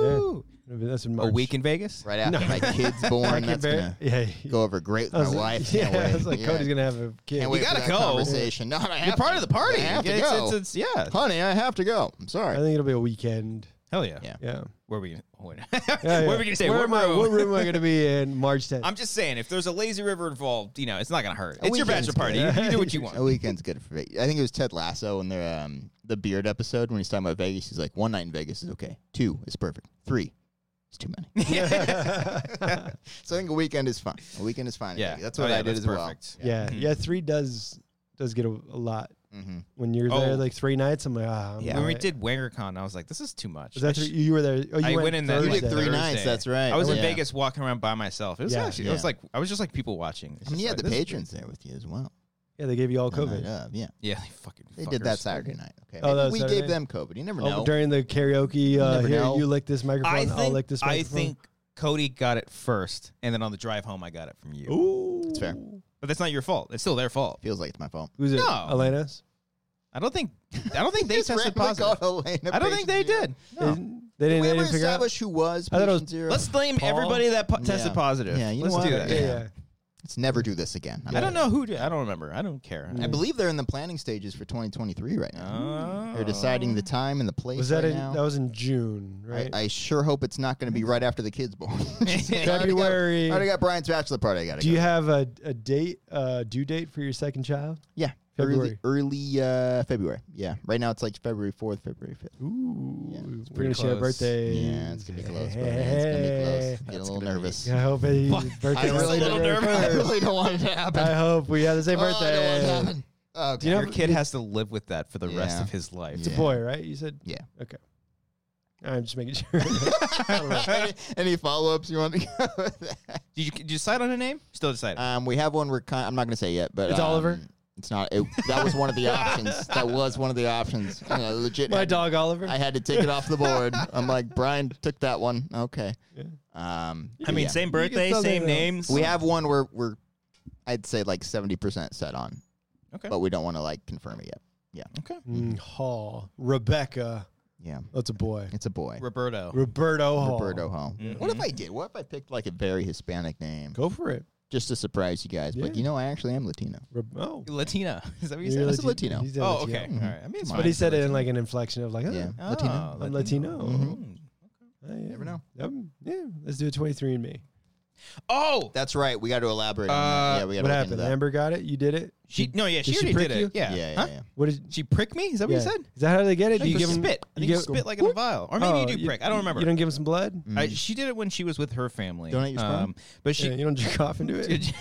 Speaker 1: Woo.
Speaker 2: That's in March.
Speaker 1: A week in Vegas?
Speaker 3: Right after
Speaker 2: No.
Speaker 3: my kid's
Speaker 2: I
Speaker 3: born,
Speaker 2: can
Speaker 3: that's
Speaker 2: bear-
Speaker 3: gonna
Speaker 2: yeah.
Speaker 3: go over great
Speaker 2: I
Speaker 3: with
Speaker 2: was
Speaker 3: my
Speaker 2: like-
Speaker 3: wife.
Speaker 2: Yeah,
Speaker 3: Can't wait.
Speaker 2: I was like,
Speaker 3: yeah.
Speaker 2: Cody's gonna have a kid.
Speaker 3: Can't wait
Speaker 1: gotta
Speaker 3: for that
Speaker 1: go.
Speaker 3: Conversation. No, I have
Speaker 1: You're
Speaker 3: to.
Speaker 1: part of the party.
Speaker 3: I have to
Speaker 1: It's-
Speaker 3: go.
Speaker 1: it's- it's- yeah.
Speaker 3: Honey, I have to go. I'm
Speaker 2: I
Speaker 3: sorry.
Speaker 2: think it'll be a weekend.
Speaker 1: Hell yeah.
Speaker 3: Yeah.
Speaker 2: Yeah.
Speaker 1: Where are we gonna where,
Speaker 2: yeah, yeah.
Speaker 1: where are we gonna stay?
Speaker 2: Where
Speaker 1: What
Speaker 2: am I?
Speaker 1: room?
Speaker 2: What room am I gonna be in March 10th?
Speaker 1: I'm just saying, if there's a lazy river involved, you know, it's not gonna hurt.
Speaker 3: A
Speaker 1: It's your
Speaker 3: weekend's
Speaker 1: bachelor party. You,
Speaker 2: good.
Speaker 1: you do what you
Speaker 3: A
Speaker 1: want.
Speaker 3: weekend's good for Vegas. I think it was Ted Lasso in their um, the beard episode when he's talking about Vegas. He's like, one night in Vegas is okay. Two is perfect. Three is too many. Hmm.
Speaker 2: yeah.
Speaker 3: so I think a weekend is fine. A weekend is fine. in
Speaker 1: Yeah.
Speaker 3: Vegas. that's
Speaker 1: Oh,
Speaker 3: what
Speaker 1: yeah,
Speaker 3: I did
Speaker 1: that's
Speaker 3: as well.
Speaker 1: perfect.
Speaker 2: yeah.
Speaker 1: Mhm.
Speaker 2: Three does does get a, a lot
Speaker 3: hmm
Speaker 2: when you're
Speaker 1: Oh.
Speaker 2: there. Like three nights. I'm like, ah. I'm
Speaker 3: Yeah.
Speaker 1: When we
Speaker 2: not-
Speaker 1: did WangerCon, I was like, this is too much.
Speaker 2: Was that
Speaker 1: I
Speaker 2: three,
Speaker 1: sh-
Speaker 2: you were there? Oh, you
Speaker 1: I
Speaker 2: went,
Speaker 1: went in there
Speaker 3: You
Speaker 2: Thursday.
Speaker 3: did three
Speaker 1: Thursday.
Speaker 3: nights. That's right.
Speaker 1: I was in
Speaker 3: Oh, Yeah.
Speaker 1: Vegas walking around by myself. It was
Speaker 2: Yeah.
Speaker 1: actually, it was
Speaker 3: Yeah.
Speaker 1: like, I was just like people watching. It's
Speaker 3: I
Speaker 1: just
Speaker 3: mean, you
Speaker 1: like,
Speaker 3: had the
Speaker 1: this is- Oh,
Speaker 3: patrons there with you as well.
Speaker 2: Yeah, they gave you all
Speaker 3: on that
Speaker 2: COVID.
Speaker 3: up, Yeah.
Speaker 1: Yeah, they fucking.
Speaker 3: They did that
Speaker 1: fuckers.
Speaker 3: Saturday night. Okay.
Speaker 2: Oh, that
Speaker 3: Maybe
Speaker 2: was
Speaker 3: we
Speaker 2: Saturday
Speaker 3: gave
Speaker 2: night?
Speaker 3: them COVID. You never
Speaker 2: Oh,
Speaker 3: know.
Speaker 2: during the karaoke, uh,
Speaker 3: never
Speaker 2: here
Speaker 3: know.
Speaker 2: you lick this microphone,
Speaker 1: I
Speaker 2: I'll
Speaker 1: think,
Speaker 2: lick this
Speaker 1: I
Speaker 2: microphone.
Speaker 1: think Cody got it first, and then on the drive home, I got it from you.
Speaker 2: Ooh,
Speaker 3: It's fair.
Speaker 1: But that's not your fault. It's still their fault.
Speaker 3: Feels like it's my fault.
Speaker 2: Who's it?
Speaker 1: No.
Speaker 2: Elena's.
Speaker 1: I don't think. I don't think they
Speaker 3: Just
Speaker 1: tested
Speaker 3: randomly
Speaker 1: positive.
Speaker 3: called Elena
Speaker 1: I don't think
Speaker 3: patient
Speaker 1: they
Speaker 3: zero.
Speaker 1: did.
Speaker 2: They
Speaker 1: No.
Speaker 2: didn't- They didn't,
Speaker 3: we
Speaker 2: they
Speaker 3: ever
Speaker 2: didn't figure out.
Speaker 3: establish who was
Speaker 2: I thought it was-
Speaker 3: patient zero.
Speaker 1: Let's blame
Speaker 2: Paul?
Speaker 1: everybody that po- tested
Speaker 3: Yeah.
Speaker 1: positive.
Speaker 3: Yeah, you
Speaker 1: Let's
Speaker 3: know
Speaker 1: do that.
Speaker 3: what?
Speaker 2: Yeah,
Speaker 3: Yeah.
Speaker 2: yeah.
Speaker 3: Let's never do this again.
Speaker 1: I don't know who. Did, I don't remember. I don't care.
Speaker 3: I
Speaker 2: Mm.
Speaker 3: believe they're in the planning stages for 2023 right now.
Speaker 1: Oh.
Speaker 3: They're deciding the time and the place
Speaker 2: Was that
Speaker 3: right
Speaker 2: in?
Speaker 3: now.
Speaker 2: That was in June,
Speaker 3: I-
Speaker 2: right?
Speaker 3: I, sure hope it's not going to be right after the kids born. I already got- I
Speaker 2: February.
Speaker 3: already got Brian's bachelor party. I got to
Speaker 2: Do you have a, a date, uh, due date for your second child?
Speaker 3: yeah,
Speaker 2: February?
Speaker 3: early, early uh, February. Yeah, right now it's like February 4th, February 5th.
Speaker 2: Ooh,
Speaker 3: Yeah,
Speaker 2: it's
Speaker 1: pretty
Speaker 2: pretty much your
Speaker 1: close.
Speaker 2: birthday.
Speaker 3: Yeah, it's gonna be close. Brian. It's gonna be close. Get a little nervous.
Speaker 2: I hope his birthday.
Speaker 3: I
Speaker 2: was
Speaker 3: really,
Speaker 2: the
Speaker 1: little
Speaker 2: very
Speaker 1: nervous.
Speaker 3: I
Speaker 2: first.
Speaker 3: really don't want it to happen.
Speaker 2: I hope we have the same
Speaker 3: Oh, I don't want it to
Speaker 2: birthday.
Speaker 3: happen. Oh,
Speaker 2: Do you know-
Speaker 1: Your kid has to live with that for the rest
Speaker 3: Yeah.
Speaker 1: of his life.
Speaker 2: It's a
Speaker 3: Yeah.
Speaker 2: boy, right? You said.
Speaker 3: Yeah.
Speaker 2: Okay. I'm just making sure.
Speaker 3: any, any follow-ups you want to go with that?
Speaker 1: Did you, did you decide on a name? Still decided.
Speaker 3: Um, we have one. We're kind. I'm not going to say yet, but
Speaker 2: It's
Speaker 3: um,
Speaker 2: Oliver?
Speaker 3: It's not. It, that was one of the options. That was one of the options. And I legit.
Speaker 2: My
Speaker 3: had-
Speaker 2: dog Oliver.
Speaker 3: I had to take it off the board. I'm like Brian took that one. Okay.
Speaker 2: Yeah.
Speaker 3: Um,
Speaker 1: I mean,
Speaker 3: yeah.
Speaker 1: same
Speaker 2: can
Speaker 1: birthday,
Speaker 2: still do
Speaker 1: same
Speaker 2: that.
Speaker 1: names.
Speaker 3: We have one where we're, I'd say like 70 percent set on.
Speaker 1: Okay.
Speaker 3: But we don't want to like confirm it yet.
Speaker 1: okay.
Speaker 2: Mm, Hall. Rebecca.
Speaker 3: Yeah.
Speaker 2: That's a boy.
Speaker 3: It's a boy.
Speaker 1: Roberto.
Speaker 2: Roberto Mm-hmm. Hall.
Speaker 3: Roberto Hall. What if
Speaker 1: Mhm.
Speaker 3: I did? What if I picked like a very Hispanic name
Speaker 2: Go for it.
Speaker 3: just to surprise you guys? But
Speaker 2: Yeah.
Speaker 3: you know, I actually am Latino.
Speaker 2: Re- oh.
Speaker 1: Latina. Is that what you
Speaker 2: You're
Speaker 1: said?
Speaker 3: That's a Latino.
Speaker 2: He's a
Speaker 1: Oh,
Speaker 2: Latino.
Speaker 1: okay.
Speaker 3: Mhm.
Speaker 1: All right. I mean, it's
Speaker 3: Come on.
Speaker 2: But he
Speaker 1: fine.
Speaker 2: said it in like an inflection of like, oh,
Speaker 3: Yeah.
Speaker 1: Oh,
Speaker 3: Latino.
Speaker 2: I'm Latino.
Speaker 1: Mhm.
Speaker 2: oh, yeah.
Speaker 3: Never know.
Speaker 2: Yep. Yeah. Let's do a 23 and me.
Speaker 1: Oh,
Speaker 3: That's right. We got to elaborate. on
Speaker 1: Uh,
Speaker 3: that. Yeah, we got
Speaker 2: What
Speaker 3: to look into
Speaker 2: happened?
Speaker 3: that.
Speaker 2: Amber got it. You did it.
Speaker 1: she no, yeah, she
Speaker 2: Did she
Speaker 1: already
Speaker 2: prick
Speaker 1: did
Speaker 2: you?
Speaker 1: it. Yeah,
Speaker 3: Yeah, yeah,
Speaker 1: Huh?
Speaker 3: yeah.
Speaker 2: What did?
Speaker 1: She prick me? Is that what
Speaker 2: yeah.
Speaker 1: you said?
Speaker 2: Is that how they get it?
Speaker 1: Do you give
Speaker 2: him
Speaker 1: spit? I think you
Speaker 2: you give-
Speaker 1: spit like in a vial, or maybe
Speaker 2: Oh,
Speaker 1: you do prick. I don't remember. Mm.
Speaker 2: You don't give him some blood.
Speaker 3: Mm.
Speaker 1: I, she did it when she was with her family. Um,
Speaker 3: Donate your sperm?
Speaker 1: but she,
Speaker 2: Yeah, you don't jerk off and do it.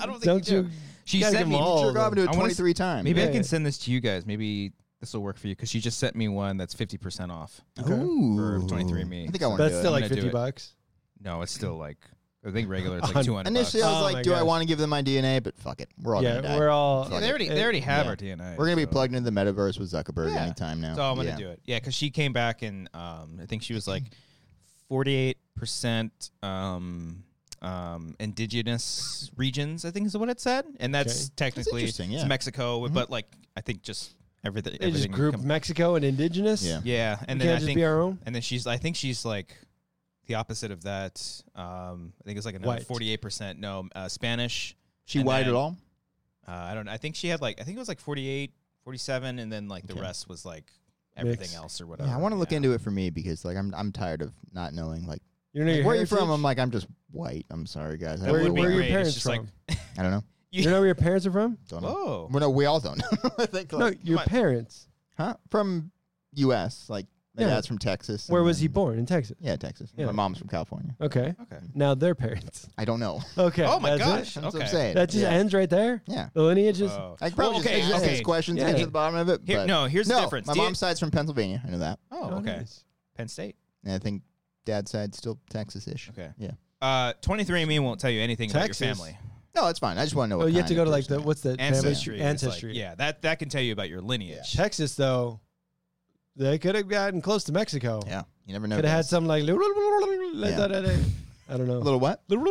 Speaker 1: I don't think
Speaker 2: Don't
Speaker 1: you do.
Speaker 2: you-
Speaker 1: She
Speaker 2: you gotta
Speaker 1: sent
Speaker 2: give 'em
Speaker 1: me.
Speaker 2: all.
Speaker 3: Sure,
Speaker 2: of them.
Speaker 3: Robin, do it
Speaker 1: I wanna
Speaker 3: 23 times.
Speaker 1: Maybe I
Speaker 2: Yeah,
Speaker 1: can
Speaker 2: yeah.
Speaker 1: send this to you guys. Maybe this will work for you because she just sent me one that's fifty percent off.
Speaker 3: Ooh.
Speaker 1: For 23andMe.
Speaker 3: I think I want to
Speaker 2: That's
Speaker 3: do it.
Speaker 2: still
Speaker 1: I'm
Speaker 2: like
Speaker 1: gonna do
Speaker 2: fifty
Speaker 1: it.
Speaker 2: bucks.
Speaker 1: No, it's still like I think regular it's like two hundred.
Speaker 3: Initially, I
Speaker 2: Oh
Speaker 3: was
Speaker 2: my
Speaker 3: like, "Do I
Speaker 2: gosh.
Speaker 3: want to give them my DNA?" But fuck it, we're all
Speaker 2: yeah,
Speaker 3: gonna die.
Speaker 2: we're all.
Speaker 1: yeah, they already they already have our DNA.
Speaker 3: We're gonna be
Speaker 1: so-
Speaker 3: plugged into the metaverse with Zuckerberg
Speaker 1: Yeah.
Speaker 3: anytime now.
Speaker 1: So I'm gonna
Speaker 3: Yeah.
Speaker 1: do it. Yeah, because she came back and um, I think she was like 48 percent um, um, indigenous regions. I think is what it said, and that's
Speaker 2: Okay.
Speaker 1: technically
Speaker 3: interesting,
Speaker 1: it's
Speaker 3: yeah. Mm-hmm.
Speaker 1: Mexico, but like I think just everything.
Speaker 2: They just
Speaker 1: everything
Speaker 2: group
Speaker 1: com-
Speaker 2: Mexico and indigenous.
Speaker 3: Yeah.
Speaker 1: yeah, and
Speaker 2: we
Speaker 1: then
Speaker 2: can't
Speaker 1: I
Speaker 2: just
Speaker 1: think
Speaker 2: be our own.
Speaker 1: and then she's I think she's like the opposite of that. Um, I think it's like another
Speaker 2: White.
Speaker 1: 48 percent. No, uh, Spanish.
Speaker 3: She
Speaker 1: And
Speaker 3: white
Speaker 1: then-
Speaker 3: at all?
Speaker 1: Uh, I don't know. I think she had like I think it was like 48, 47, and then like the
Speaker 3: Okay.
Speaker 1: rest was like everything
Speaker 2: Mix.
Speaker 1: else or
Speaker 3: Yeah,
Speaker 1: whatever.
Speaker 3: I want to look
Speaker 1: Yeah.
Speaker 3: into it for me because like I'm I'm tired of not knowing like
Speaker 2: You know your
Speaker 3: where are you from.
Speaker 2: heritage?
Speaker 3: I'm like I'm just white. I'm sorry guys. I
Speaker 1: That
Speaker 3: don't
Speaker 2: where,
Speaker 1: would
Speaker 3: know
Speaker 1: be
Speaker 2: where are
Speaker 3: why.
Speaker 2: your
Speaker 1: great. It's
Speaker 2: parents
Speaker 1: just
Speaker 2: from?
Speaker 1: like-
Speaker 3: I don't know.
Speaker 2: you know where your parents are from?
Speaker 3: Don't know.
Speaker 1: Whoa.
Speaker 3: Well, no, we all don't. know. I think
Speaker 2: No,
Speaker 3: like,
Speaker 2: your
Speaker 1: my-
Speaker 2: parents.
Speaker 3: huh? From U.S. Like my
Speaker 2: Yeah.
Speaker 3: dad's from Texas. and
Speaker 2: Where was he
Speaker 3: then-
Speaker 2: born? In Texas.
Speaker 3: Yeah, Texas.
Speaker 2: Yeah.
Speaker 3: My mom's from California.
Speaker 2: Okay.
Speaker 1: Okay.
Speaker 2: Now their parents.
Speaker 3: I don't know.
Speaker 2: Okay.
Speaker 1: oh my
Speaker 2: that's it.
Speaker 1: gosh.
Speaker 3: That's what
Speaker 1: okay.
Speaker 3: I'm saying.
Speaker 2: That just
Speaker 3: yeah.
Speaker 2: ends right there.
Speaker 3: Yeah.
Speaker 2: The lineage is.
Speaker 1: Oh.
Speaker 3: I could probably
Speaker 1: Well, okay.
Speaker 3: just ask
Speaker 1: okay.
Speaker 3: these questions
Speaker 2: Yeah.
Speaker 3: and get to the bottom of it.
Speaker 1: Here,
Speaker 3: but
Speaker 1: no, here's
Speaker 3: no,
Speaker 1: the difference.
Speaker 3: My
Speaker 1: Do you-
Speaker 3: mom's side's from Pennsylvania. I know that.
Speaker 1: Oh, okay.
Speaker 2: nice.
Speaker 1: Penn State.
Speaker 3: And I think dad's side's still Texas-ish.
Speaker 1: Okay.
Speaker 3: Yeah.
Speaker 1: Uh, 23andMe won't tell you anything
Speaker 2: Texas.
Speaker 1: about your family.
Speaker 3: No, it's fine. I just want to know.
Speaker 2: Oh,
Speaker 3: What
Speaker 2: you have
Speaker 3: kind
Speaker 2: to go
Speaker 3: of
Speaker 2: to like
Speaker 3: person
Speaker 2: the
Speaker 3: I am.
Speaker 2: what's the family-
Speaker 1: Ancestry. is like-
Speaker 2: Ancestry.
Speaker 1: yeah, that that can tell you about your lineage.
Speaker 2: Texas though, they could have gotten close to Mexico.
Speaker 3: Yeah, you never know.
Speaker 2: Could have had
Speaker 3: guys.
Speaker 2: some like. I don't know.
Speaker 3: a little what?
Speaker 2: Little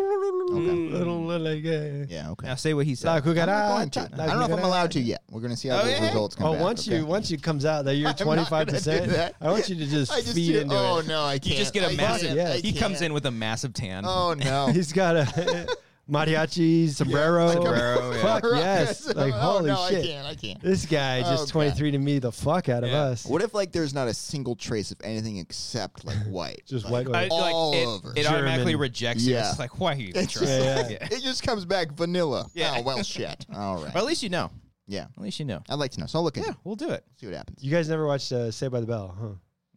Speaker 2: like. uh,
Speaker 3: Yeah. Okay.
Speaker 1: Now say what he said.
Speaker 2: La
Speaker 3: I'm not
Speaker 2: cucaracha.
Speaker 3: going to.
Speaker 2: la
Speaker 3: I don't know if I'm
Speaker 2: cucaracha.
Speaker 3: allowed to yet. We're gonna see how
Speaker 1: Oh,
Speaker 3: those
Speaker 1: yeah?
Speaker 3: results come
Speaker 2: Oh,
Speaker 3: back,
Speaker 2: once
Speaker 3: okay?
Speaker 2: you once you comes out that you're
Speaker 3: I'm not
Speaker 2: twenty
Speaker 3: gonna
Speaker 2: five
Speaker 3: do
Speaker 2: percent,
Speaker 3: that.
Speaker 2: I want you to just,
Speaker 3: I just
Speaker 2: feed
Speaker 3: did-
Speaker 2: into
Speaker 3: oh
Speaker 2: it.
Speaker 3: no, I
Speaker 1: you
Speaker 3: can't.
Speaker 1: just get a
Speaker 3: I
Speaker 1: massive.
Speaker 3: can't, I
Speaker 1: He comes in
Speaker 3: can't.
Speaker 1: with a massive tan.
Speaker 3: Oh no.
Speaker 2: He's got a mariachi sombrero.
Speaker 1: Sombrero, Oh, yeah.
Speaker 2: Fuck yes! Like
Speaker 3: oh,
Speaker 2: holy
Speaker 3: no,
Speaker 2: shit!
Speaker 3: I can't. I can't.
Speaker 2: This guy
Speaker 3: Oh,
Speaker 2: just
Speaker 3: God.
Speaker 2: 23 to me the fuck out of
Speaker 1: Yeah.
Speaker 2: us.
Speaker 3: What if like there's not a single trace of anything except like white?
Speaker 2: Just
Speaker 3: Like,
Speaker 2: white white.
Speaker 1: I- like,
Speaker 3: all
Speaker 1: it,
Speaker 3: over.
Speaker 1: It automatically
Speaker 2: German.
Speaker 1: rejects you.
Speaker 3: Yeah.
Speaker 1: It's like why are you even
Speaker 3: It's
Speaker 1: trying?
Speaker 2: just-
Speaker 1: Yeah.
Speaker 3: It just comes back vanilla.
Speaker 1: Yeah.
Speaker 3: Oh well, shit. All right.
Speaker 1: But at least you know.
Speaker 3: yeah.
Speaker 1: At least you know.
Speaker 3: I'd like to know. So I'll look at
Speaker 1: Yeah,
Speaker 3: it.
Speaker 1: we'll do it.
Speaker 3: See what happens.
Speaker 2: You guys never watched uh, Saved by the Bell, huh?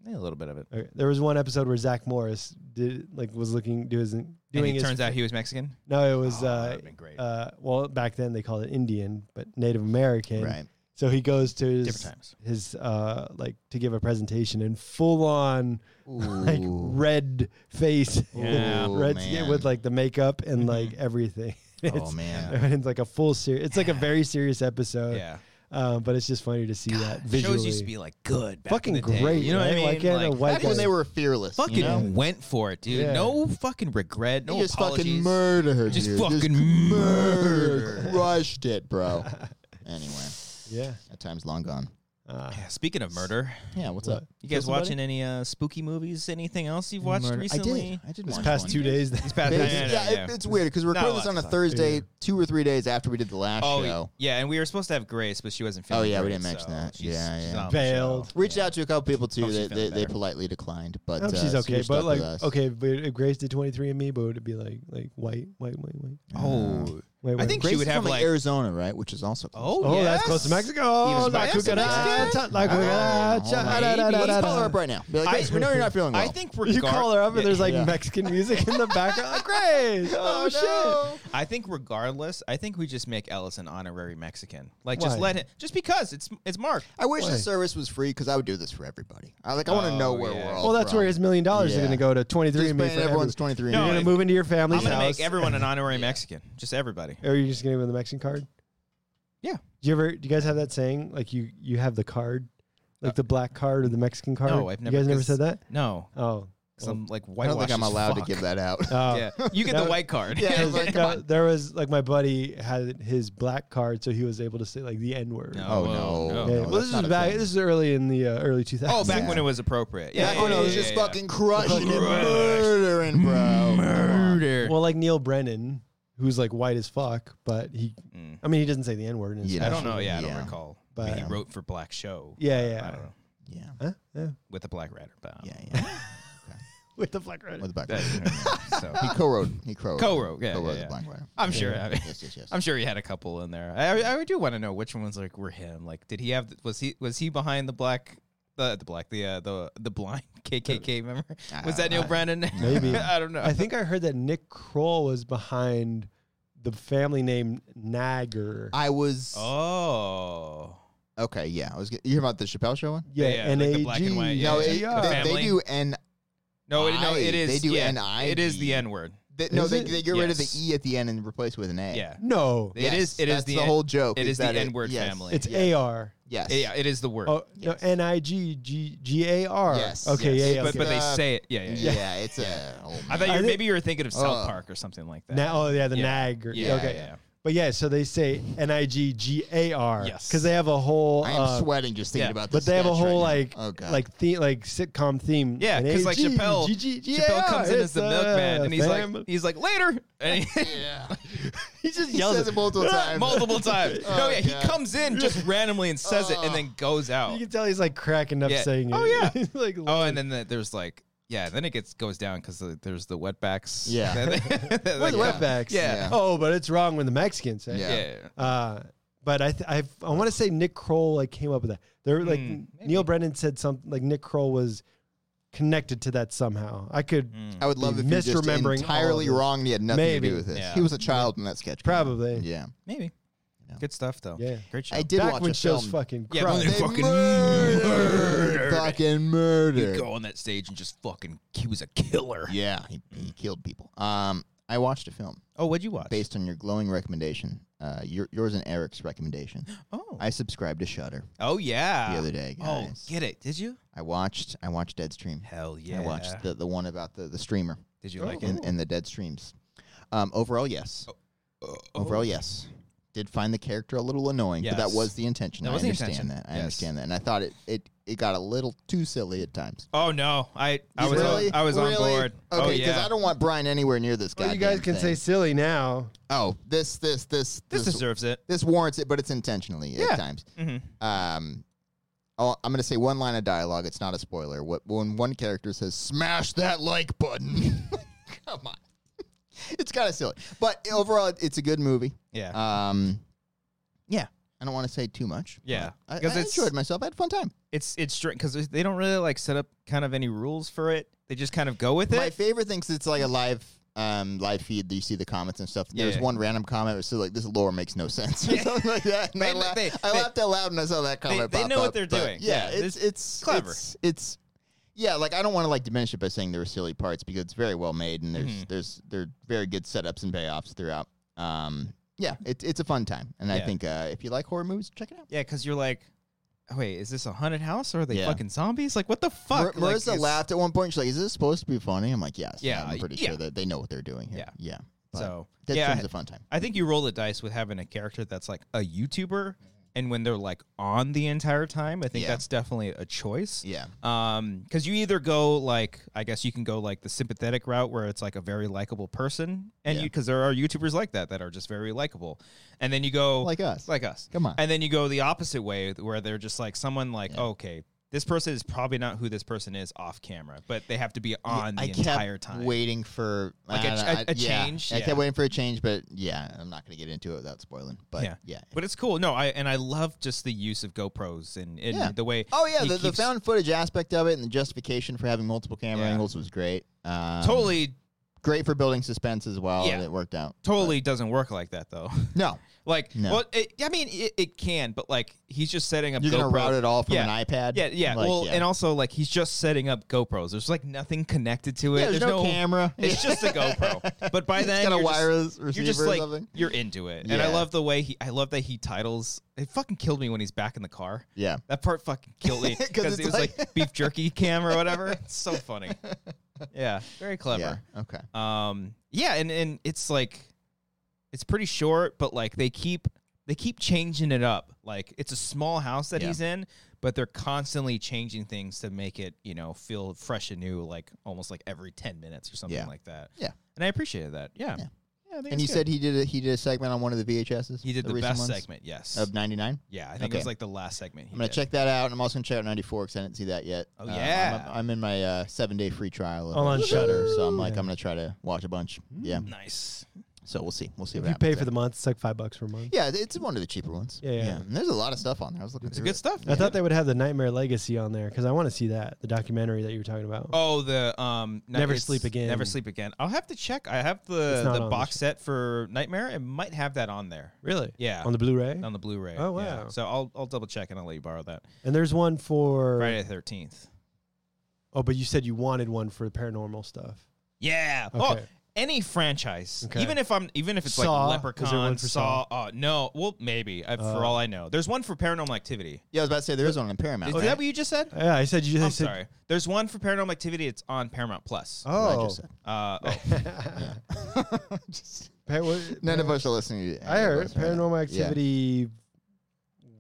Speaker 1: Yeah, a little bit of it.
Speaker 2: Okay. There was one episode where Zach Morris did like was looking do his doing
Speaker 1: And it
Speaker 2: his
Speaker 1: turns out he was Mexican.
Speaker 2: no, it was
Speaker 1: Oh, that
Speaker 2: uh,
Speaker 1: would've been great.
Speaker 2: uh, well back then they called it Indian, but Native American.
Speaker 3: Right.
Speaker 2: So he goes to his
Speaker 1: Different times.
Speaker 2: his uh, like to give a presentation in full on like
Speaker 3: Ooh.
Speaker 2: red face,
Speaker 1: Yeah. Mm-hmm.
Speaker 3: Ooh,
Speaker 2: red skin
Speaker 3: man.
Speaker 2: with like the makeup and like everything.
Speaker 3: Oh
Speaker 2: It's-
Speaker 3: man.
Speaker 2: and it's like a full serious. It's like a very serious episode.
Speaker 1: Yeah.
Speaker 2: Um, but it's just funny to see that visually.
Speaker 1: Shows used to be like good, back in
Speaker 2: Fucking
Speaker 1: the day.
Speaker 2: great,
Speaker 1: You know
Speaker 2: right?
Speaker 1: what I mean?
Speaker 2: Why can't a
Speaker 1: Like,
Speaker 2: white
Speaker 3: Back when
Speaker 2: guy-
Speaker 3: they were fearless.
Speaker 1: fucking
Speaker 3: you know?
Speaker 1: went for it, dude.
Speaker 2: Yeah.
Speaker 1: No fucking regret. No
Speaker 3: They just
Speaker 1: apologies.
Speaker 3: fucking murdered.
Speaker 1: Just
Speaker 3: you.
Speaker 1: fucking
Speaker 3: murdered.
Speaker 1: murdered.
Speaker 3: Crushed it, bro. anyway,
Speaker 2: yeah.
Speaker 3: that time's long gone.
Speaker 2: Uh,
Speaker 1: Yeah, Speaking of murder,
Speaker 3: Yeah, what's
Speaker 2: What?
Speaker 3: up?
Speaker 1: you
Speaker 2: Kill
Speaker 1: guys
Speaker 2: somebody?
Speaker 1: watching any uh, spooky movies? Anything else you've watched
Speaker 3: Murder.
Speaker 1: recently?
Speaker 3: I did. I did
Speaker 2: this
Speaker 3: watch
Speaker 2: past
Speaker 3: one.
Speaker 2: two days.
Speaker 1: These past-
Speaker 3: Ba-
Speaker 1: Yeah,
Speaker 3: Yeah,
Speaker 1: yeah, yeah, yeah.
Speaker 3: It, it's weird because we're
Speaker 1: Not a
Speaker 3: recording this
Speaker 1: lot
Speaker 3: on a
Speaker 1: of fun.
Speaker 3: Thursday,
Speaker 2: Yeah.
Speaker 3: two or three days after we did the last
Speaker 1: Oh
Speaker 3: show.
Speaker 1: yeah, and we were supposed to have Grace, but she wasn't feeling.
Speaker 3: Oh, yeah, we
Speaker 1: great,
Speaker 3: didn't mention
Speaker 1: so
Speaker 3: that.
Speaker 1: she's-
Speaker 3: Yeah,
Speaker 1: she's
Speaker 3: yeah.
Speaker 1: not on the
Speaker 2: Bailed.
Speaker 1: show.
Speaker 3: Reached
Speaker 1: Yeah.
Speaker 3: out to a couple people too.
Speaker 1: Hope she's
Speaker 3: They, they,
Speaker 1: feeling
Speaker 3: they
Speaker 1: better.
Speaker 3: politely declined, but
Speaker 2: I hope
Speaker 3: uh,
Speaker 2: Oh, she's
Speaker 3: so
Speaker 2: okay,
Speaker 3: you're
Speaker 2: but
Speaker 3: stuck with
Speaker 2: like,
Speaker 3: us.
Speaker 2: okay, but if Grace did 23 and me, but would it be like, like white, white, white, white,
Speaker 1: Oh,
Speaker 2: white,
Speaker 1: I
Speaker 2: white?
Speaker 1: think
Speaker 3: Grace
Speaker 1: she would
Speaker 3: is
Speaker 1: have
Speaker 3: from,
Speaker 1: like.
Speaker 3: Arizona, right? Which is also close.
Speaker 1: oh,
Speaker 2: Oh,
Speaker 1: yes.
Speaker 2: that's close to Mexico.
Speaker 1: Even
Speaker 2: La
Speaker 1: Mexico.
Speaker 2: cucaracha, la
Speaker 3: I don't know. Oh,
Speaker 2: cucaracha. da, da, da,
Speaker 1: Maybe.
Speaker 2: da,
Speaker 3: Let's
Speaker 2: da.
Speaker 3: call her up right now. Be like,
Speaker 1: I-
Speaker 3: "Grace, we know you're not feeling well.
Speaker 1: I think regard-
Speaker 2: You call her up
Speaker 1: Yeah.
Speaker 2: and there's like
Speaker 3: Yeah.
Speaker 2: Mexican music in the background. Like, Grace, oh, shit.
Speaker 1: I think regardless, I think we just make Ellis an honorary Mexican. Like just
Speaker 2: Why?
Speaker 1: let him, just because it's it's Mark.
Speaker 3: I wish
Speaker 2: Why?
Speaker 3: the service was free because I would do this for everybody. I like. I want to
Speaker 1: Oh,
Speaker 3: know where
Speaker 1: yeah.
Speaker 3: we're all.
Speaker 2: Well, that's
Speaker 3: from.
Speaker 2: where his million dollars are
Speaker 3: Yeah.
Speaker 2: going to go to 23
Speaker 3: Just
Speaker 2: and me.
Speaker 3: playing everyone's twenty three.
Speaker 1: No,
Speaker 2: You're going
Speaker 1: I-
Speaker 2: to move into your
Speaker 1: I'm
Speaker 2: family's
Speaker 1: gonna
Speaker 2: house.
Speaker 1: make everyone an honorary Mexican. Just everybody.
Speaker 2: Or you're just gonna give them the Mexican card?
Speaker 1: Yeah.
Speaker 2: Do you ever? Do you guys have that saying? Like you, you have the card, like the black card or the Mexican card.
Speaker 1: no, I've never-
Speaker 2: You guys never
Speaker 1: 'cause-
Speaker 2: said that?
Speaker 1: No,
Speaker 2: Oh,
Speaker 1: because I'm like
Speaker 3: I
Speaker 1: white.
Speaker 3: don't think I'm allowed to give that out.
Speaker 2: oh.
Speaker 1: Yeah, you get
Speaker 2: No.
Speaker 1: the white card.
Speaker 3: Yeah,
Speaker 2: Because,
Speaker 3: like,
Speaker 2: no,
Speaker 3: come on.
Speaker 2: there was like my buddy had his black card, so he was able to say like the N word.
Speaker 1: No.
Speaker 3: Oh
Speaker 1: Oh,
Speaker 3: no!
Speaker 1: no.
Speaker 3: no,
Speaker 1: Yeah,
Speaker 2: well,
Speaker 3: that's
Speaker 2: this
Speaker 3: not
Speaker 2: is
Speaker 3: a
Speaker 2: back.
Speaker 3: thing.
Speaker 2: This is early in the uh, early 2000s.
Speaker 1: Oh, back
Speaker 3: Yeah.
Speaker 1: when it was appropriate. Yeah.
Speaker 3: Back when
Speaker 1: yeah,
Speaker 3: I was
Speaker 1: yeah,
Speaker 3: just
Speaker 1: yeah, yeah.
Speaker 3: fucking crushing it,
Speaker 1: Crush.
Speaker 3: murdering, bro.
Speaker 1: murder.
Speaker 2: Well, like Neil Brennan, who's like white as fuck, but he,
Speaker 1: Mm.
Speaker 2: I mean, he doesn't say the N word. in his
Speaker 3: Yeah.
Speaker 1: I don't
Speaker 2: special.
Speaker 1: know. Yeah, I don't
Speaker 3: Yeah. um,
Speaker 1: recall.
Speaker 2: But-
Speaker 1: I mean, he wrote for Black Show.
Speaker 2: Yeah,
Speaker 1: but
Speaker 2: yeah.
Speaker 1: I don't know
Speaker 3: Yeah,
Speaker 2: Huh? Yeah.
Speaker 1: with the Black Rider. But I
Speaker 3: yeah,
Speaker 1: don't
Speaker 3: yeah.
Speaker 2: With the black rider.
Speaker 3: With the black
Speaker 1: know.
Speaker 3: rider.
Speaker 1: That- so.
Speaker 3: He co-wrote. He co-wrote.
Speaker 1: Co-wrote, yeah,
Speaker 3: Co-wrote
Speaker 1: yeah,
Speaker 3: the
Speaker 1: yeah.
Speaker 3: black rider.
Speaker 1: I'm sure. I mean,
Speaker 3: Yes, yes, yes.
Speaker 1: I'm sure he had a couple in there. I, I, I do want to know which ones like were him. Like, did he have? Was he was he behind the black? The, the black the uh, the the blind KKK member was that Neil
Speaker 3: Uh,
Speaker 1: Brennan?
Speaker 2: Uh, maybe.
Speaker 1: I don't know.
Speaker 2: I think I heard that Nick Kroll was behind the family name Nagger.
Speaker 3: I was
Speaker 1: Oh,
Speaker 3: okay. Yeah, I was. get- You hear about the Chappelle show one?
Speaker 2: yeah,
Speaker 1: yeah, like
Speaker 2: N
Speaker 1: the
Speaker 2: A G.
Speaker 1: black and white, yeah,
Speaker 3: no, it-
Speaker 1: yeah.
Speaker 3: they, they
Speaker 1: Family.
Speaker 3: do N.
Speaker 1: no, it, no,
Speaker 3: I-
Speaker 1: it is.
Speaker 3: they do
Speaker 1: yeah,
Speaker 3: NIV.
Speaker 1: It is the N word.
Speaker 3: They, no,
Speaker 2: Is
Speaker 3: they,
Speaker 2: it?
Speaker 3: they get rid of the
Speaker 1: Yes.
Speaker 3: E at the end and replace it with an A.
Speaker 1: Yeah.
Speaker 2: No,
Speaker 1: It is. It is
Speaker 3: that's
Speaker 1: the,
Speaker 3: the, whole joke.
Speaker 1: It is the
Speaker 3: that
Speaker 1: N-word
Speaker 3: yes,
Speaker 1: family.
Speaker 2: it's
Speaker 3: Yes.
Speaker 2: AR.
Speaker 3: Yes.
Speaker 1: Yeah, it is the word.
Speaker 2: Oh
Speaker 3: Yes.
Speaker 2: no, N I G G G A R.
Speaker 3: Yes.
Speaker 2: Okay,
Speaker 3: Yes.
Speaker 2: yeah, yeah.
Speaker 1: but
Speaker 2: okay.
Speaker 1: but they
Speaker 3: Uh,
Speaker 1: say it. Yeah, yeah. yeah.
Speaker 3: Yeah, it's a. Oh,
Speaker 1: I thought
Speaker 3: man.
Speaker 1: you
Speaker 2: I
Speaker 1: were,
Speaker 2: think-
Speaker 1: maybe you were thinking of South
Speaker 3: Uh,
Speaker 1: Park or something like that.
Speaker 2: Na- oh yeah, the
Speaker 1: Yeah.
Speaker 2: nag. Or,
Speaker 1: Yeah,
Speaker 2: okay.
Speaker 1: yeah, yeah.
Speaker 2: But yeah, so they say N I G G A R.
Speaker 1: Yes.
Speaker 2: because they have a whole.
Speaker 3: I am
Speaker 2: uh,
Speaker 3: sweating just thinking
Speaker 1: yeah.
Speaker 3: about this.
Speaker 2: but they have a
Speaker 3: sketch right
Speaker 2: whole
Speaker 3: now.
Speaker 2: like
Speaker 3: oh, God.
Speaker 2: like the, like sitcom theme.
Speaker 1: Yeah,
Speaker 2: And
Speaker 1: because like
Speaker 2: A.G.,
Speaker 1: Chappelle,
Speaker 2: G.G.,
Speaker 1: Chappelle comes in
Speaker 2: it's
Speaker 1: as the
Speaker 2: a
Speaker 1: milkman, and he's
Speaker 2: family.
Speaker 1: like, he's like later, and he,
Speaker 3: yeah.
Speaker 2: he just
Speaker 3: He
Speaker 2: yells
Speaker 3: says
Speaker 2: it.
Speaker 3: it multiple times.
Speaker 1: multiple times. no,
Speaker 3: Oh,
Speaker 1: yeah, he
Speaker 3: God. Oh.
Speaker 1: comes in just randomly and says it, and then goes out.
Speaker 2: You can tell he's like cracking up
Speaker 1: Yeah.
Speaker 2: saying
Speaker 1: Oh,
Speaker 2: it.
Speaker 1: yeah.
Speaker 2: He's, like,
Speaker 1: Oh, and then the, there's like, yeah, then it gets goes down because the, there's the wetbacks.
Speaker 3: Yeah.
Speaker 2: We're
Speaker 1: the
Speaker 2: the wetbacks.
Speaker 1: Yeah.
Speaker 3: Yeah.
Speaker 2: Oh, but it's wrong when the Mexicans say. it.
Speaker 1: Yeah.
Speaker 3: Yeah.
Speaker 2: Uh, but I th- I've, I want to say Nick Kroll like came up with that. There like
Speaker 1: Hmm, maybe.
Speaker 2: Neil Brennan said something like Nick Kroll was connected to that somehow. I could
Speaker 1: Hmm.
Speaker 3: I would love if
Speaker 2: Misremembering
Speaker 3: you're just
Speaker 2: all of
Speaker 3: entirely
Speaker 2: this.
Speaker 3: wrong. and He had nothing
Speaker 2: Maybe.
Speaker 3: to do with this.
Speaker 1: Yeah.
Speaker 3: He was a child in that sketch.
Speaker 2: probably
Speaker 3: Yeah.
Speaker 1: Maybe.
Speaker 3: Yeah.
Speaker 1: Good stuff though.
Speaker 2: Yeah.
Speaker 1: Great show.
Speaker 3: I did
Speaker 2: back
Speaker 3: watch
Speaker 2: when
Speaker 3: a
Speaker 2: shows
Speaker 3: film.
Speaker 2: fucking
Speaker 1: Yeah,
Speaker 2: crushed.
Speaker 1: when they fucking murdered.
Speaker 3: Fucking
Speaker 1: He'd
Speaker 3: murder.
Speaker 1: go on that stage and just fucking. He was a killer.
Speaker 3: Yeah, he, he killed people. Um, I watched a film
Speaker 1: Oh, what'd you watch?
Speaker 3: based on your glowing recommendation, uh, your, yours and Eric's recommendation.
Speaker 1: Oh.
Speaker 3: I subscribed to Shutter.
Speaker 1: oh yeah.
Speaker 3: The other day,
Speaker 1: Oh,
Speaker 3: guys.
Speaker 1: get it? Did you?
Speaker 3: I watched. I watched Deadstream.
Speaker 1: Hell yeah.
Speaker 3: I watched the, the one about the, the streamer
Speaker 1: Did you
Speaker 2: Oh.
Speaker 1: like it?
Speaker 3: and, and the dead streams. Um, overall, yes. Oh. Overall, yes. Did find the character a little annoying, but
Speaker 1: Oh. Yes.
Speaker 3: that was the intention.
Speaker 1: That
Speaker 3: I
Speaker 1: was the
Speaker 3: understand
Speaker 1: intention.
Speaker 3: that. I
Speaker 1: Yes.
Speaker 3: understand that, and I thought it, it it got a little too silly at times.
Speaker 1: Oh no, I I was
Speaker 3: really,
Speaker 1: on, I was
Speaker 3: really?
Speaker 1: on board.
Speaker 3: Okay,
Speaker 1: oh
Speaker 3: I
Speaker 1: yeah.
Speaker 3: don't want Brian anywhere near this guy.
Speaker 2: Well, you guys can say silly now.
Speaker 3: oh, this this this
Speaker 1: This
Speaker 3: this
Speaker 1: deserves it.
Speaker 3: this warrants it, but it's intentionally
Speaker 1: Yeah.
Speaker 3: at times.
Speaker 1: Mm-hmm.
Speaker 3: Um, I'll- I'm going to say one line of dialogue. It's not a spoiler. What when one character says "smash that like button," come on, it's kind of silly. But overall, it- it's a good movie.
Speaker 1: Yeah.
Speaker 3: Um, yeah, I don't want to say too much. but
Speaker 1: Yeah,
Speaker 3: I,
Speaker 1: 'cause
Speaker 3: I
Speaker 1: it's-
Speaker 3: enjoyed myself. I had a fun time.
Speaker 1: it's it's strange because they don't really like set up kind of any rules for it. They just kind of go with
Speaker 3: My
Speaker 1: it.
Speaker 3: favorite thing is it's like a live. Um, live feed that you see the comments and stuff. There's
Speaker 1: Yeah.
Speaker 3: one random comment that said like this lore makes no sense or something like that. And I,
Speaker 1: They-
Speaker 3: laugh-
Speaker 1: they-
Speaker 3: I
Speaker 1: they-
Speaker 3: laughed out loud when I saw that comment.
Speaker 1: they
Speaker 3: pop
Speaker 1: know what
Speaker 3: up,
Speaker 1: they're
Speaker 3: but
Speaker 1: doing. Yeah,
Speaker 3: Yeah,
Speaker 1: this-
Speaker 3: it's it's
Speaker 1: clever.
Speaker 3: It's, it's yeah, like I don't want to like diminish it by saying there were silly parts because it's very well made and there's
Speaker 1: Mhm.
Speaker 3: there's there are very good setups and payoffs throughout. Um, yeah, it's it's a fun time, and I
Speaker 1: Yeah.
Speaker 3: think uh, if you like horror movies, check it out.
Speaker 1: yeah, because you're like, oh, wait, is this a haunted house or are they
Speaker 3: Yeah.
Speaker 1: fucking zombies? Like, what the fuck?
Speaker 3: Mar-
Speaker 1: Like,
Speaker 3: Marissa
Speaker 1: it's-
Speaker 3: laughed at one point. She's like, "Is this supposed to be funny?" I'm like, "Yes."
Speaker 1: Yeah,
Speaker 3: I'm pretty
Speaker 1: yeah.
Speaker 3: sure that they know what they're doing here.
Speaker 1: Yeah.
Speaker 3: yeah. But
Speaker 1: So
Speaker 3: that
Speaker 1: yeah,
Speaker 3: seems a fun time.
Speaker 1: I think you roll the dice with having a character that's like a YouTuber, and when they're like on the entire time, I think
Speaker 3: Yeah.
Speaker 1: that's definitely a choice.
Speaker 3: Yeah,
Speaker 1: Um, because you either go like, I guess you can go like the sympathetic route where it's like a very likable person, and
Speaker 3: Yeah.
Speaker 1: you because there are YouTubers like that that are just very likable, and then you go
Speaker 3: like us.
Speaker 1: like us.
Speaker 3: Come on.
Speaker 1: And then you go the opposite way where they're just like someone like, okay, this person is probably not who this person is off camera, but they have to be
Speaker 3: Yeah,
Speaker 1: on
Speaker 3: I
Speaker 1: the
Speaker 3: kept
Speaker 1: entire time.
Speaker 3: Waiting for
Speaker 1: Like a-
Speaker 3: I don't
Speaker 1: a-
Speaker 3: know, I-
Speaker 1: a
Speaker 3: yeah.
Speaker 1: change,
Speaker 3: I
Speaker 1: yeah.
Speaker 3: kept waiting for a change, but yeah, I'm not going to get into it without spoiling. But
Speaker 1: Yeah.
Speaker 3: yeah,
Speaker 1: But it's cool. No, I and I love just the use of GoPros and, and
Speaker 3: Yeah.
Speaker 1: the way
Speaker 3: Oh yeah,
Speaker 1: he
Speaker 3: the, the
Speaker 1: keeps
Speaker 3: found footage aspect of it and the justification for having multiple camera
Speaker 1: Yeah.
Speaker 3: angles was great. Um,
Speaker 1: totally
Speaker 3: great for building suspense as well.
Speaker 1: Yeah.
Speaker 3: and it worked out.
Speaker 1: totally doesn't work like that though.
Speaker 3: No,
Speaker 1: like
Speaker 3: No.
Speaker 1: well it, I mean it, it can, but like he's just setting up
Speaker 3: you're gonna
Speaker 1: GoPros.
Speaker 3: route it all from
Speaker 1: Yeah.
Speaker 3: an iPad.
Speaker 1: yeah, yeah.
Speaker 3: Like,
Speaker 1: well,
Speaker 3: yeah.
Speaker 1: and also like he's just setting up GoPros. There's like nothing connected to it.
Speaker 3: Yeah, there's, no, camera.
Speaker 1: It's just a GoPro. But by then
Speaker 3: it's got a
Speaker 1: you're just-
Speaker 3: wireless receiver
Speaker 1: you're just
Speaker 3: or
Speaker 1: like
Speaker 3: something.
Speaker 1: you're into it, and I
Speaker 3: Yeah.
Speaker 1: love the way he. I love that he titles. It fucking killed me when he's back in the car.
Speaker 3: Yeah.
Speaker 1: That part fucking killed me
Speaker 3: 'Cause
Speaker 1: because
Speaker 3: it's
Speaker 1: it was like,
Speaker 3: like-
Speaker 1: beef jerky cam or whatever. It's so funny. Yeah, very clever.
Speaker 3: Yeah. Okay.
Speaker 1: Um, yeah, and and it's like, it's pretty short, but like they keep they keep changing it up. Like it's a small house that
Speaker 3: Yeah.
Speaker 1: he's in, but they're constantly changing things to make it you know feel fresh and new. Like almost like every ten minutes or something
Speaker 3: Yeah.
Speaker 1: like that.
Speaker 3: Yeah.
Speaker 1: and I appreciated that. Yeah.
Speaker 3: Yeah.
Speaker 1: Yeah, I think
Speaker 3: And
Speaker 1: it's
Speaker 3: you
Speaker 1: good.
Speaker 3: said he did a, he did a segment on one of the VHSs.
Speaker 1: He did the,
Speaker 3: recent
Speaker 1: best
Speaker 3: ones
Speaker 1: segment, yes.
Speaker 3: of '99.
Speaker 1: yeah, I think it
Speaker 3: okay.
Speaker 1: was like the last segment. He
Speaker 3: I'm gonna
Speaker 1: did.
Speaker 3: check that out, and I'm also gonna check out '94 because I didn't see that yet.
Speaker 1: Oh,
Speaker 3: Um, I'm-
Speaker 1: yeah.
Speaker 3: I'm, in my uh, seven day free trial of
Speaker 2: All
Speaker 3: uh,
Speaker 2: on
Speaker 3: Shudder, so I'm like
Speaker 2: Shudder.
Speaker 3: I'm gonna try to watch a bunch. Yeah,
Speaker 1: Mm. Nice.
Speaker 3: so we'll see. We'll see.
Speaker 2: If
Speaker 3: what
Speaker 2: you pay
Speaker 3: happens there.
Speaker 2: for the month, it's like five bucks per month.
Speaker 3: Yeah, it's one of the cheaper ones.
Speaker 2: Yeah, yeah.
Speaker 3: And there's a lot of stuff on there. I was looking.
Speaker 1: It's
Speaker 3: through
Speaker 1: good
Speaker 3: it.
Speaker 1: stuff.
Speaker 2: I thought they would have the Nightmare Legacy on there because I want to see that the documentary that you were talking about.
Speaker 1: Oh, the um, no,
Speaker 2: Never
Speaker 1: it's
Speaker 2: Sleep Again.
Speaker 1: Never sleep again. I'll have to check. I have
Speaker 2: It's
Speaker 1: the
Speaker 2: not
Speaker 1: the
Speaker 2: on
Speaker 1: box
Speaker 2: this-
Speaker 1: set for Nightmare. It might have that on there.
Speaker 2: really?
Speaker 1: Yeah, Um,
Speaker 2: On the Blu-ray.
Speaker 1: on the Blu-ray.
Speaker 2: Oh,
Speaker 1: Yeah.
Speaker 2: wow.
Speaker 1: So I'll I'll double check and I'll let you borrow that.
Speaker 2: and there's one for.
Speaker 1: Friday the Thirteenth.
Speaker 2: Oh, but you said you wanted one for paranormal stuff.
Speaker 1: Yeah.
Speaker 2: Okay.
Speaker 1: Oh, any franchise,
Speaker 2: Okay.
Speaker 1: even if I'm, even if it's
Speaker 2: Saw.
Speaker 1: like
Speaker 2: Is there
Speaker 1: Leprechaun,
Speaker 2: one for
Speaker 1: Saw. uh, no, well, maybe I, for
Speaker 2: Uh,
Speaker 1: all I know, there's one for Paranormal Activity.
Speaker 3: Yeah, I was about to say there is one on Paramount.
Speaker 1: Is
Speaker 3: right?
Speaker 1: that what you just said?
Speaker 2: Yeah, I said you. I
Speaker 1: I'm
Speaker 2: said,
Speaker 1: sorry. There's one for Paranormal Activity. It's on Paramount Plus.
Speaker 3: That's what I
Speaker 2: Oh,
Speaker 3: just said.
Speaker 1: Uh, oh,
Speaker 3: Just-
Speaker 2: Par- what-
Speaker 3: None of us are listening to.
Speaker 2: I
Speaker 3: any of
Speaker 2: heard
Speaker 3: us right now.
Speaker 2: Paranormal
Speaker 3: Yeah.
Speaker 2: Activity.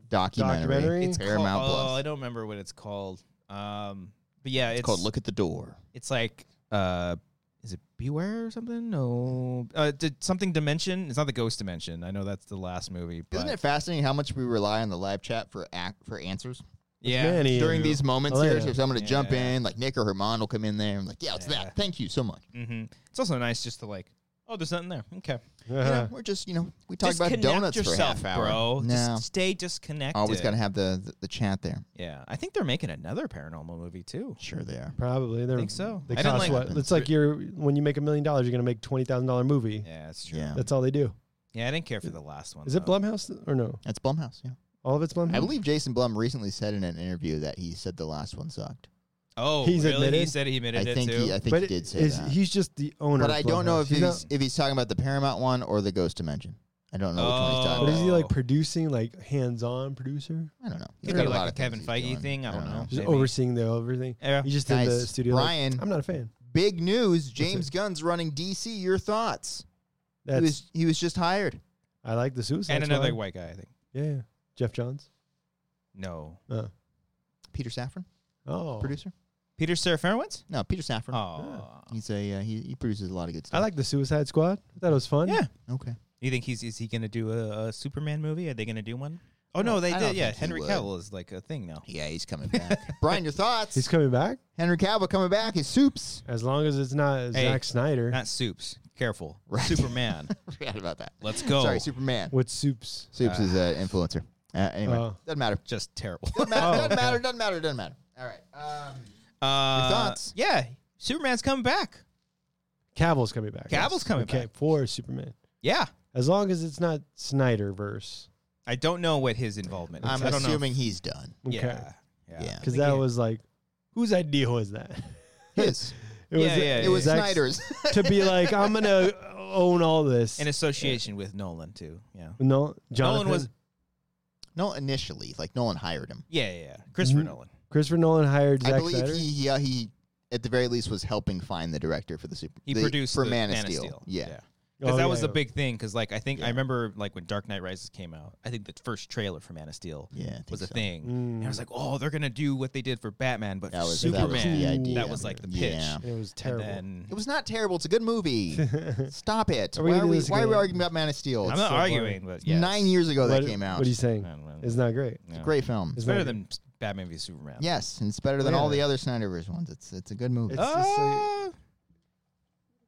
Speaker 3: documentary.
Speaker 2: Documentary?
Speaker 3: It's
Speaker 2: It's
Speaker 3: Paramount
Speaker 1: called- Oh, I
Speaker 3: Plus.
Speaker 1: don't remember what it's called. Um, but yeah, it's,
Speaker 3: It's called Look at the Door.
Speaker 1: It's like, uh, is it Beware or something? No, uh, did something Dimension? It's not the Ghost Dimension. I know that's the last movie. But
Speaker 3: Isn't it fascinating how much we rely on the live chat for ac for answers
Speaker 1: Yeah.
Speaker 2: Manny.
Speaker 3: during these moments
Speaker 2: Oh,
Speaker 3: here?
Speaker 2: yeah.
Speaker 3: So if I'm going to jump
Speaker 1: Yeah.
Speaker 3: in, like Nick or Herman will come in there and like, yeah, it's
Speaker 1: Yeah.
Speaker 3: that. Thank you so much.
Speaker 1: hmm It's also nice just to like, oh, there's nothing there. Okay.
Speaker 3: You know,
Speaker 2: Uh,
Speaker 3: we're just you know we talk about
Speaker 1: Disconnect
Speaker 3: donuts
Speaker 1: yourself,
Speaker 3: for a half hour.
Speaker 1: bro.
Speaker 3: No,
Speaker 1: Just stay disconnected.
Speaker 3: always got to have the, the the chat there.
Speaker 1: Yeah, I think they're making another paranormal movie too.
Speaker 3: Sure, they are.
Speaker 2: probably. They're,
Speaker 1: think so.
Speaker 2: They
Speaker 1: I didn't
Speaker 2: cost
Speaker 1: like-
Speaker 2: what? It's like you're when you make a million dollars, you're gonna make twenty thousand dollar movie.
Speaker 1: Yeah, that's true.
Speaker 3: Yeah,
Speaker 2: That's all they do.
Speaker 1: Yeah, I didn't care for the last one.
Speaker 2: Is it
Speaker 1: though.
Speaker 2: Blumhouse or no?
Speaker 3: that's Blumhouse. Yeah,
Speaker 2: All of it's Blumhouse.
Speaker 3: I believe Jason Blum recently said in an interview that he said the last one sucked.
Speaker 1: Oh,
Speaker 2: He's
Speaker 1: really? He
Speaker 2: admitted?
Speaker 1: said he admitted
Speaker 3: I
Speaker 1: it
Speaker 3: think
Speaker 1: too.
Speaker 3: he, I think
Speaker 2: but
Speaker 3: he did say
Speaker 2: is-
Speaker 3: that.
Speaker 2: he's just the owner.
Speaker 3: but
Speaker 2: of
Speaker 3: I don't know
Speaker 2: Blumhouse.
Speaker 3: if
Speaker 2: He's
Speaker 3: he's
Speaker 2: not-
Speaker 3: if he's talking about the Paramount one or the Ghost Dimension. I don't know which one he's
Speaker 1: Oh.
Speaker 3: talking
Speaker 2: But
Speaker 3: about.
Speaker 2: is he like producing, like hands-on producer?
Speaker 3: I don't know. He's
Speaker 1: Could
Speaker 3: got
Speaker 1: be
Speaker 3: a
Speaker 1: like
Speaker 3: lot
Speaker 1: a
Speaker 3: of things
Speaker 1: Kevin
Speaker 3: he's
Speaker 1: Feige
Speaker 3: doing.
Speaker 1: thing. I don't know.
Speaker 2: Just
Speaker 1: Maybe.
Speaker 2: overseeing the everything.
Speaker 1: Yeah.
Speaker 2: He's just in the
Speaker 3: Guys,
Speaker 2: studio. like,
Speaker 3: Ryan-
Speaker 2: I'm not a fan.
Speaker 3: Big news: James Gunn's running DC. Your thoughts?
Speaker 2: That's
Speaker 3: he was he was just hired.
Speaker 2: I like the Suicide
Speaker 1: and another
Speaker 2: Squad.
Speaker 1: white guy, I think.
Speaker 2: Yeah, yeah. Jeff Johns.
Speaker 1: No,
Speaker 2: Uh,
Speaker 3: Peter Safran,
Speaker 2: oh,
Speaker 3: producer.
Speaker 1: Peter Serafinowicz.
Speaker 3: No, Peter Safran.
Speaker 1: Oh,
Speaker 3: He's a uh, he, he produces a lot of good stuff.
Speaker 2: I like the Suicide Squad. I thought it was fun.
Speaker 1: yeah.
Speaker 3: Okay.
Speaker 1: You think he's is he gonna do a, a Superman movie? Are they gonna do one? Oh no, they
Speaker 3: I
Speaker 1: did.
Speaker 3: don't
Speaker 1: Yeah,
Speaker 3: think he
Speaker 1: Henry
Speaker 3: would.
Speaker 1: Cavill is like a thing now.
Speaker 3: Yeah, he's coming back. Brian, your thoughts?
Speaker 2: He's coming back
Speaker 3: Henry Cavill coming back. His soups.
Speaker 2: as long as it's not
Speaker 1: Hey,
Speaker 2: Zack Snyder.
Speaker 1: Not Soups. Careful,
Speaker 3: Right.
Speaker 1: Superman.
Speaker 3: Forgot about that.
Speaker 1: Let's go.
Speaker 3: Sorry, Superman.
Speaker 2: What soups?
Speaker 3: Soups is an influencer. Uh, anyway,
Speaker 2: Oh.
Speaker 3: doesn't matter.
Speaker 1: Just terrible.
Speaker 3: Doesn't matter.
Speaker 2: Oh,
Speaker 3: doesn't
Speaker 2: okay.
Speaker 3: matter. Doesn't matter. Doesn't matter. All right. Um,
Speaker 1: Uh,
Speaker 3: thoughts?
Speaker 1: Yeah, Superman's coming back.
Speaker 2: Cavill's coming back.
Speaker 1: Cavill's coming
Speaker 2: okay,
Speaker 1: back.
Speaker 2: for Superman.
Speaker 1: Yeah,
Speaker 2: As long as it's not Snyder verse.
Speaker 1: I don't know what his involvement. Is.
Speaker 3: I'm
Speaker 1: I don't
Speaker 3: assuming he's done.
Speaker 1: Know.
Speaker 2: Okay.
Speaker 1: if- Yeah, yeah.
Speaker 3: Yeah.
Speaker 2: Because
Speaker 1: Like,
Speaker 2: that
Speaker 1: yeah.
Speaker 2: was like, whose idea was that?
Speaker 3: His.
Speaker 2: It
Speaker 1: Yeah, yeah,
Speaker 3: It was
Speaker 1: yeah.
Speaker 2: Zack-
Speaker 3: Snyder's.
Speaker 2: to be like, I'm gonna own all this.
Speaker 1: in association with Nolan too. Yeah,
Speaker 2: no, Jonathan
Speaker 1: Nolan was.
Speaker 3: no, initially, like Nolan hired him.
Speaker 1: Yeah, yeah, yeah. Christopher
Speaker 2: Mhm.
Speaker 1: Nolan.
Speaker 2: Christopher Nolan hired
Speaker 3: I
Speaker 2: Zack
Speaker 3: believe
Speaker 2: Snyder.
Speaker 3: he he, uh, he at the very least was helping find the director for the super.
Speaker 1: He
Speaker 3: the-
Speaker 1: produced
Speaker 3: for
Speaker 1: the
Speaker 3: Man, of Steel. Yeah.
Speaker 1: Because
Speaker 2: Oh,
Speaker 1: that
Speaker 2: yeah,
Speaker 1: was the
Speaker 2: yeah.
Speaker 1: big thing. Because like I think
Speaker 3: Yeah.
Speaker 1: I remember like when Dark Knight Rises came out, I think the first trailer for Man of Steel
Speaker 3: Yeah, I think
Speaker 1: was a
Speaker 3: so.
Speaker 1: thing. And I
Speaker 2: Mm.
Speaker 1: was like, oh, they're gonna do what they did for Batman, but
Speaker 3: That
Speaker 1: for
Speaker 3: was
Speaker 1: Superman.
Speaker 3: That was the
Speaker 2: Superman.
Speaker 3: idea.
Speaker 1: That was, like, the pitch.
Speaker 3: Yeah.
Speaker 2: And it was
Speaker 1: And
Speaker 2: terrible.
Speaker 1: then
Speaker 3: It was not terrible. It's a good movie. Stop it.
Speaker 2: Are we
Speaker 3: why
Speaker 2: gonna
Speaker 3: are
Speaker 2: do
Speaker 3: we,
Speaker 2: this
Speaker 3: why are we
Speaker 2: again?
Speaker 3: arguing about Man of Steel?
Speaker 1: I'm
Speaker 3: It's
Speaker 1: not
Speaker 2: so
Speaker 1: arguing, but yeah,
Speaker 3: Nine years ago
Speaker 2: what,
Speaker 3: that came out.
Speaker 2: What are you saying? It's not great.
Speaker 3: Great film.
Speaker 2: It's
Speaker 1: It's
Speaker 2: not
Speaker 1: better
Speaker 2: good.
Speaker 1: than Batman v Superman.
Speaker 3: Yes, and it's better than all the
Speaker 2: Really?
Speaker 3: other Snyderverse ones. It's it's a good movie.
Speaker 2: It's just like-
Speaker 1: Uh,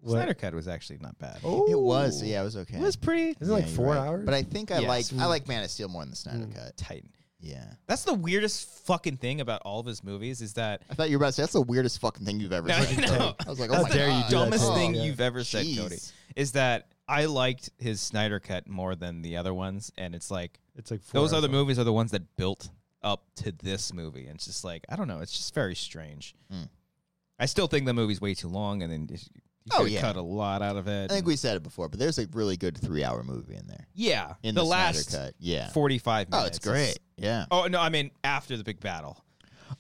Speaker 2: What?
Speaker 1: Snyder Cut was actually not bad.
Speaker 3: it was yeah, it was okay.
Speaker 1: It was pretty
Speaker 2: Isn't it
Speaker 3: Yeah,
Speaker 2: like
Speaker 3: you're
Speaker 2: four
Speaker 3: right.
Speaker 2: hours?
Speaker 3: But I think I
Speaker 1: Yes.
Speaker 3: like I like Man of Steel more than the Snyder
Speaker 2: Mm.
Speaker 3: Cut.
Speaker 1: Titan.
Speaker 3: Yeah,
Speaker 1: That's the weirdest fucking thing about all of his movies is that
Speaker 3: I thought you were about to say that's the weirdest fucking thing you've ever
Speaker 1: No,
Speaker 3: said.
Speaker 1: no.
Speaker 3: I was like,
Speaker 1: That's
Speaker 3: oh my
Speaker 1: the
Speaker 2: dare you
Speaker 3: god,
Speaker 2: do that
Speaker 1: dumbest
Speaker 2: to me.
Speaker 1: thing
Speaker 2: Yeah.
Speaker 1: you've ever said,
Speaker 3: Jeez.
Speaker 1: Cody, is that I liked his Snyder Cut more than the other ones, and it's like
Speaker 2: it's like four
Speaker 1: those
Speaker 2: hours
Speaker 1: other
Speaker 2: long.
Speaker 1: movies are the ones that built up to this movie, and it's just like I don't know, it's just very strange.
Speaker 3: Mm.
Speaker 1: I still think the movie's way too long, and then you
Speaker 3: Oh,
Speaker 1: could
Speaker 3: yeah.
Speaker 1: cut a lot out of it.
Speaker 3: I think
Speaker 1: and-
Speaker 3: we said it before, but there's a really good three hour movie in there
Speaker 1: yeah,
Speaker 3: in
Speaker 1: the,
Speaker 3: the,
Speaker 1: last
Speaker 3: Snyder Cut. Yeah,
Speaker 1: forty-five minutes.
Speaker 3: oh, it's great. Yeah.
Speaker 1: Oh no, I mean after the big battle,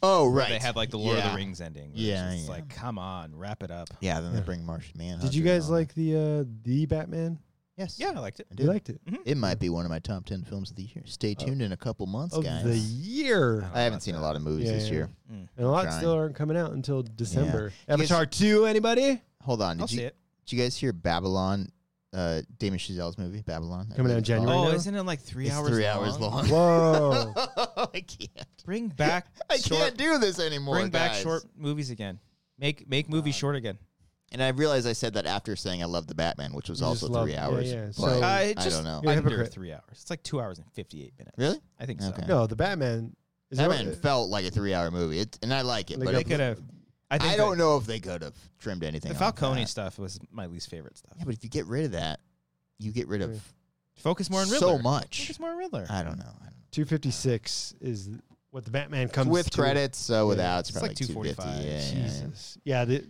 Speaker 3: Oh
Speaker 1: where
Speaker 3: right.
Speaker 1: they have like the Lord of
Speaker 3: Yeah.
Speaker 1: the Rings ending. where it's
Speaker 3: Yeah,
Speaker 1: just
Speaker 3: yeah.
Speaker 1: like come on, wrap it up.
Speaker 3: Yeah, then they
Speaker 2: Yeah.
Speaker 3: bring Martian Manhunter.
Speaker 2: Did you
Speaker 3: and
Speaker 2: guys
Speaker 3: all that.
Speaker 2: like the uh, the Batman?
Speaker 3: Yes.
Speaker 1: Yeah, I liked it.
Speaker 3: I
Speaker 2: You
Speaker 3: did.
Speaker 2: liked it
Speaker 3: It might be one of my top ten films of the year. Stay tuned in a couple months,
Speaker 2: of
Speaker 3: guys.
Speaker 2: the year,
Speaker 1: I
Speaker 3: I haven't
Speaker 1: love
Speaker 3: seen a
Speaker 1: that.
Speaker 3: lot of movies
Speaker 2: Yeah,
Speaker 3: this
Speaker 2: yeah.
Speaker 3: year.
Speaker 2: and a lot
Speaker 3: trying.
Speaker 2: still aren't coming out until December.
Speaker 3: You guys-
Speaker 2: Avatar two, anybody?
Speaker 3: Hold on,
Speaker 1: I'll
Speaker 3: did
Speaker 1: see
Speaker 3: you
Speaker 1: it.
Speaker 3: did you guys hear Babylon? Uh, Damon Chazelle's movie Babylon I
Speaker 2: Coming out
Speaker 3: believe
Speaker 2: in
Speaker 3: it's called.
Speaker 2: January.
Speaker 1: oh,
Speaker 2: now?
Speaker 1: isn't it like three
Speaker 3: It's
Speaker 1: hours?
Speaker 3: three hours long.
Speaker 2: Whoa!
Speaker 3: I can't.
Speaker 1: Bring back.
Speaker 3: I
Speaker 1: short,
Speaker 3: can't do this anymore.
Speaker 1: Bring back
Speaker 3: guys.
Speaker 1: short movies again. Make make movies short again.
Speaker 3: And I realized I said that after saying I love the Batman, which was
Speaker 2: You
Speaker 3: also
Speaker 2: just love-
Speaker 3: three
Speaker 2: yeah,
Speaker 3: hours.
Speaker 2: yeah,
Speaker 3: but
Speaker 2: so- Uh,
Speaker 1: it
Speaker 3: Oh, I
Speaker 1: just-
Speaker 3: don't know.
Speaker 2: You're a
Speaker 1: Under
Speaker 2: hypocrite.
Speaker 1: three hours. It's like two hours and fifty-eight minutes.
Speaker 3: Really?
Speaker 1: I think
Speaker 3: Okay.
Speaker 1: so.
Speaker 2: No, the Batman. Is there-
Speaker 3: Batman felt like a three-hour movie, it, and I like it,
Speaker 2: Like
Speaker 3: but
Speaker 2: a-
Speaker 1: They
Speaker 3: it,
Speaker 1: could have. I, think
Speaker 3: I
Speaker 1: that
Speaker 3: don't know if they could have trimmed anything.
Speaker 1: The
Speaker 3: off
Speaker 1: Falcone
Speaker 3: that.
Speaker 1: stuff was my least favorite stuff.
Speaker 3: Yeah, but if you get rid of that, you get rid of
Speaker 1: Focus more on Riddler.
Speaker 3: so much.
Speaker 1: Focus more on Riddler.
Speaker 3: I don't know. I don't know.
Speaker 2: 256 is what the Batman comes
Speaker 3: with
Speaker 2: to.
Speaker 3: credits,
Speaker 2: Yeah.
Speaker 3: so without, it's,
Speaker 1: It's like
Speaker 3: probably 250.
Speaker 1: 245.
Speaker 3: Yeah, yeah, yeah.
Speaker 2: Jesus. Yeah, the,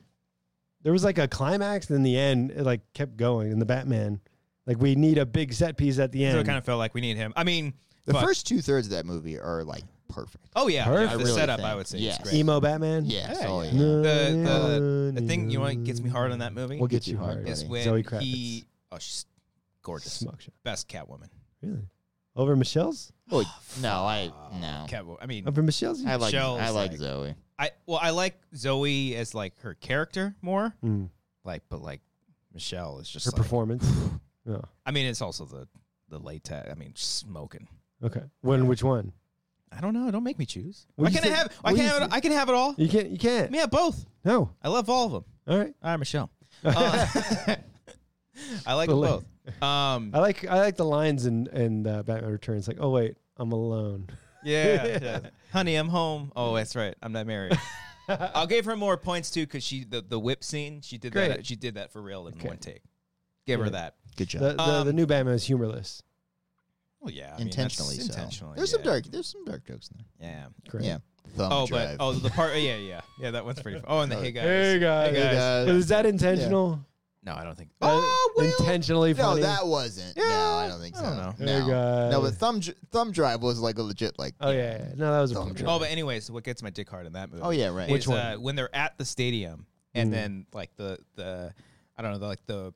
Speaker 2: there was like a climax and in the end it like kept going in the batman like we need a big set piece at the end
Speaker 1: So it kind of felt like we need him. I mean,
Speaker 3: The
Speaker 1: but-
Speaker 3: first two thirds of that movie are like perfect.
Speaker 1: Oh yeah, yeah,
Speaker 2: Perfect.
Speaker 1: the
Speaker 3: I really
Speaker 1: setup
Speaker 3: think.
Speaker 1: I would say
Speaker 3: Yes.
Speaker 1: is great.
Speaker 2: emo batman
Speaker 3: Yeah, it's
Speaker 1: Yeah,
Speaker 3: all-
Speaker 1: yeah.
Speaker 3: oh, yeah.
Speaker 1: The, the, the thing you know what gets me hard on that movie
Speaker 2: we'll get you hard
Speaker 1: is
Speaker 3: buddy.
Speaker 1: when
Speaker 2: Zoe Kravitz.
Speaker 1: he oh she's gorgeous
Speaker 2: smoke show
Speaker 1: best Catwoman
Speaker 2: really over michelle's
Speaker 3: Oh, no, I no.
Speaker 1: Uh, Catwoman I mean
Speaker 2: over michelle's
Speaker 3: I like
Speaker 1: Michelle's
Speaker 3: I like
Speaker 1: like-
Speaker 3: Zoe.
Speaker 1: I well I like Zoe as like her character more
Speaker 2: Mm.
Speaker 1: like but like Michelle is just
Speaker 2: her
Speaker 1: like,
Speaker 2: performance Oh, yeah
Speaker 1: I mean it's also the the latex I mean smoking
Speaker 2: okay when which one
Speaker 1: I don't know don't make me choose
Speaker 2: What
Speaker 1: I
Speaker 2: do you
Speaker 1: can
Speaker 2: think-
Speaker 1: have I
Speaker 2: what do
Speaker 1: can
Speaker 2: you
Speaker 1: have it,
Speaker 2: think-
Speaker 1: I can have it all
Speaker 2: you can't you can't
Speaker 1: yeah both
Speaker 2: no
Speaker 1: I love all of them
Speaker 2: all right
Speaker 1: all right Michelle Uh, I like them
Speaker 2: Believe-
Speaker 1: both um
Speaker 2: i like i like the lines in in uh, batman returns like oh wait i'm alone
Speaker 1: Yeah, yeah. honey, I'm home. Oh, that's right. I'm not married. I'll give her more points too because she the, the whip scene she did that
Speaker 2: Great.
Speaker 1: she did that for real in
Speaker 2: Okay.
Speaker 1: one take. Give her
Speaker 2: Good.
Speaker 1: that.
Speaker 3: Good job.
Speaker 2: the, the, the
Speaker 1: Um,
Speaker 2: new batman is humorless
Speaker 1: Well, yeah, I mean, that's
Speaker 3: intentionally so.
Speaker 1: intentionally.
Speaker 3: There's some
Speaker 1: yeah.
Speaker 3: dark. There's some dark jokes in there.
Speaker 1: Yeah.
Speaker 2: correct
Speaker 3: Yeah. Thumb
Speaker 1: oh,
Speaker 3: drive.
Speaker 1: but oh, the part. Yeah, yeah, yeah. That one's pretty. Fun. Oh, and the hey guys.
Speaker 2: Hey, guys.
Speaker 1: Hey, guys.
Speaker 3: Uh,
Speaker 2: is that intentional
Speaker 1: No, I don't think.
Speaker 2: Uh,
Speaker 1: Oh, well.
Speaker 2: intentionally
Speaker 3: no,
Speaker 2: funny
Speaker 3: that wasn't. No, I don't think
Speaker 1: I
Speaker 3: so.
Speaker 1: don't
Speaker 2: know. Hey,
Speaker 3: No.
Speaker 2: guys.
Speaker 3: no, but thumb dr- thumb drive was like a legit like.
Speaker 2: Oh yeah, yeah. no, that was a
Speaker 3: Thumb
Speaker 2: bummer.
Speaker 3: drive.
Speaker 1: Oh, but anyways, what gets my dick hard in that movie?
Speaker 3: Oh yeah, right.
Speaker 1: Which
Speaker 2: Which
Speaker 1: one?
Speaker 2: one?
Speaker 1: Uh, when they're at the stadium, and
Speaker 2: Mm.
Speaker 1: then like the the, I don't know, the, like the,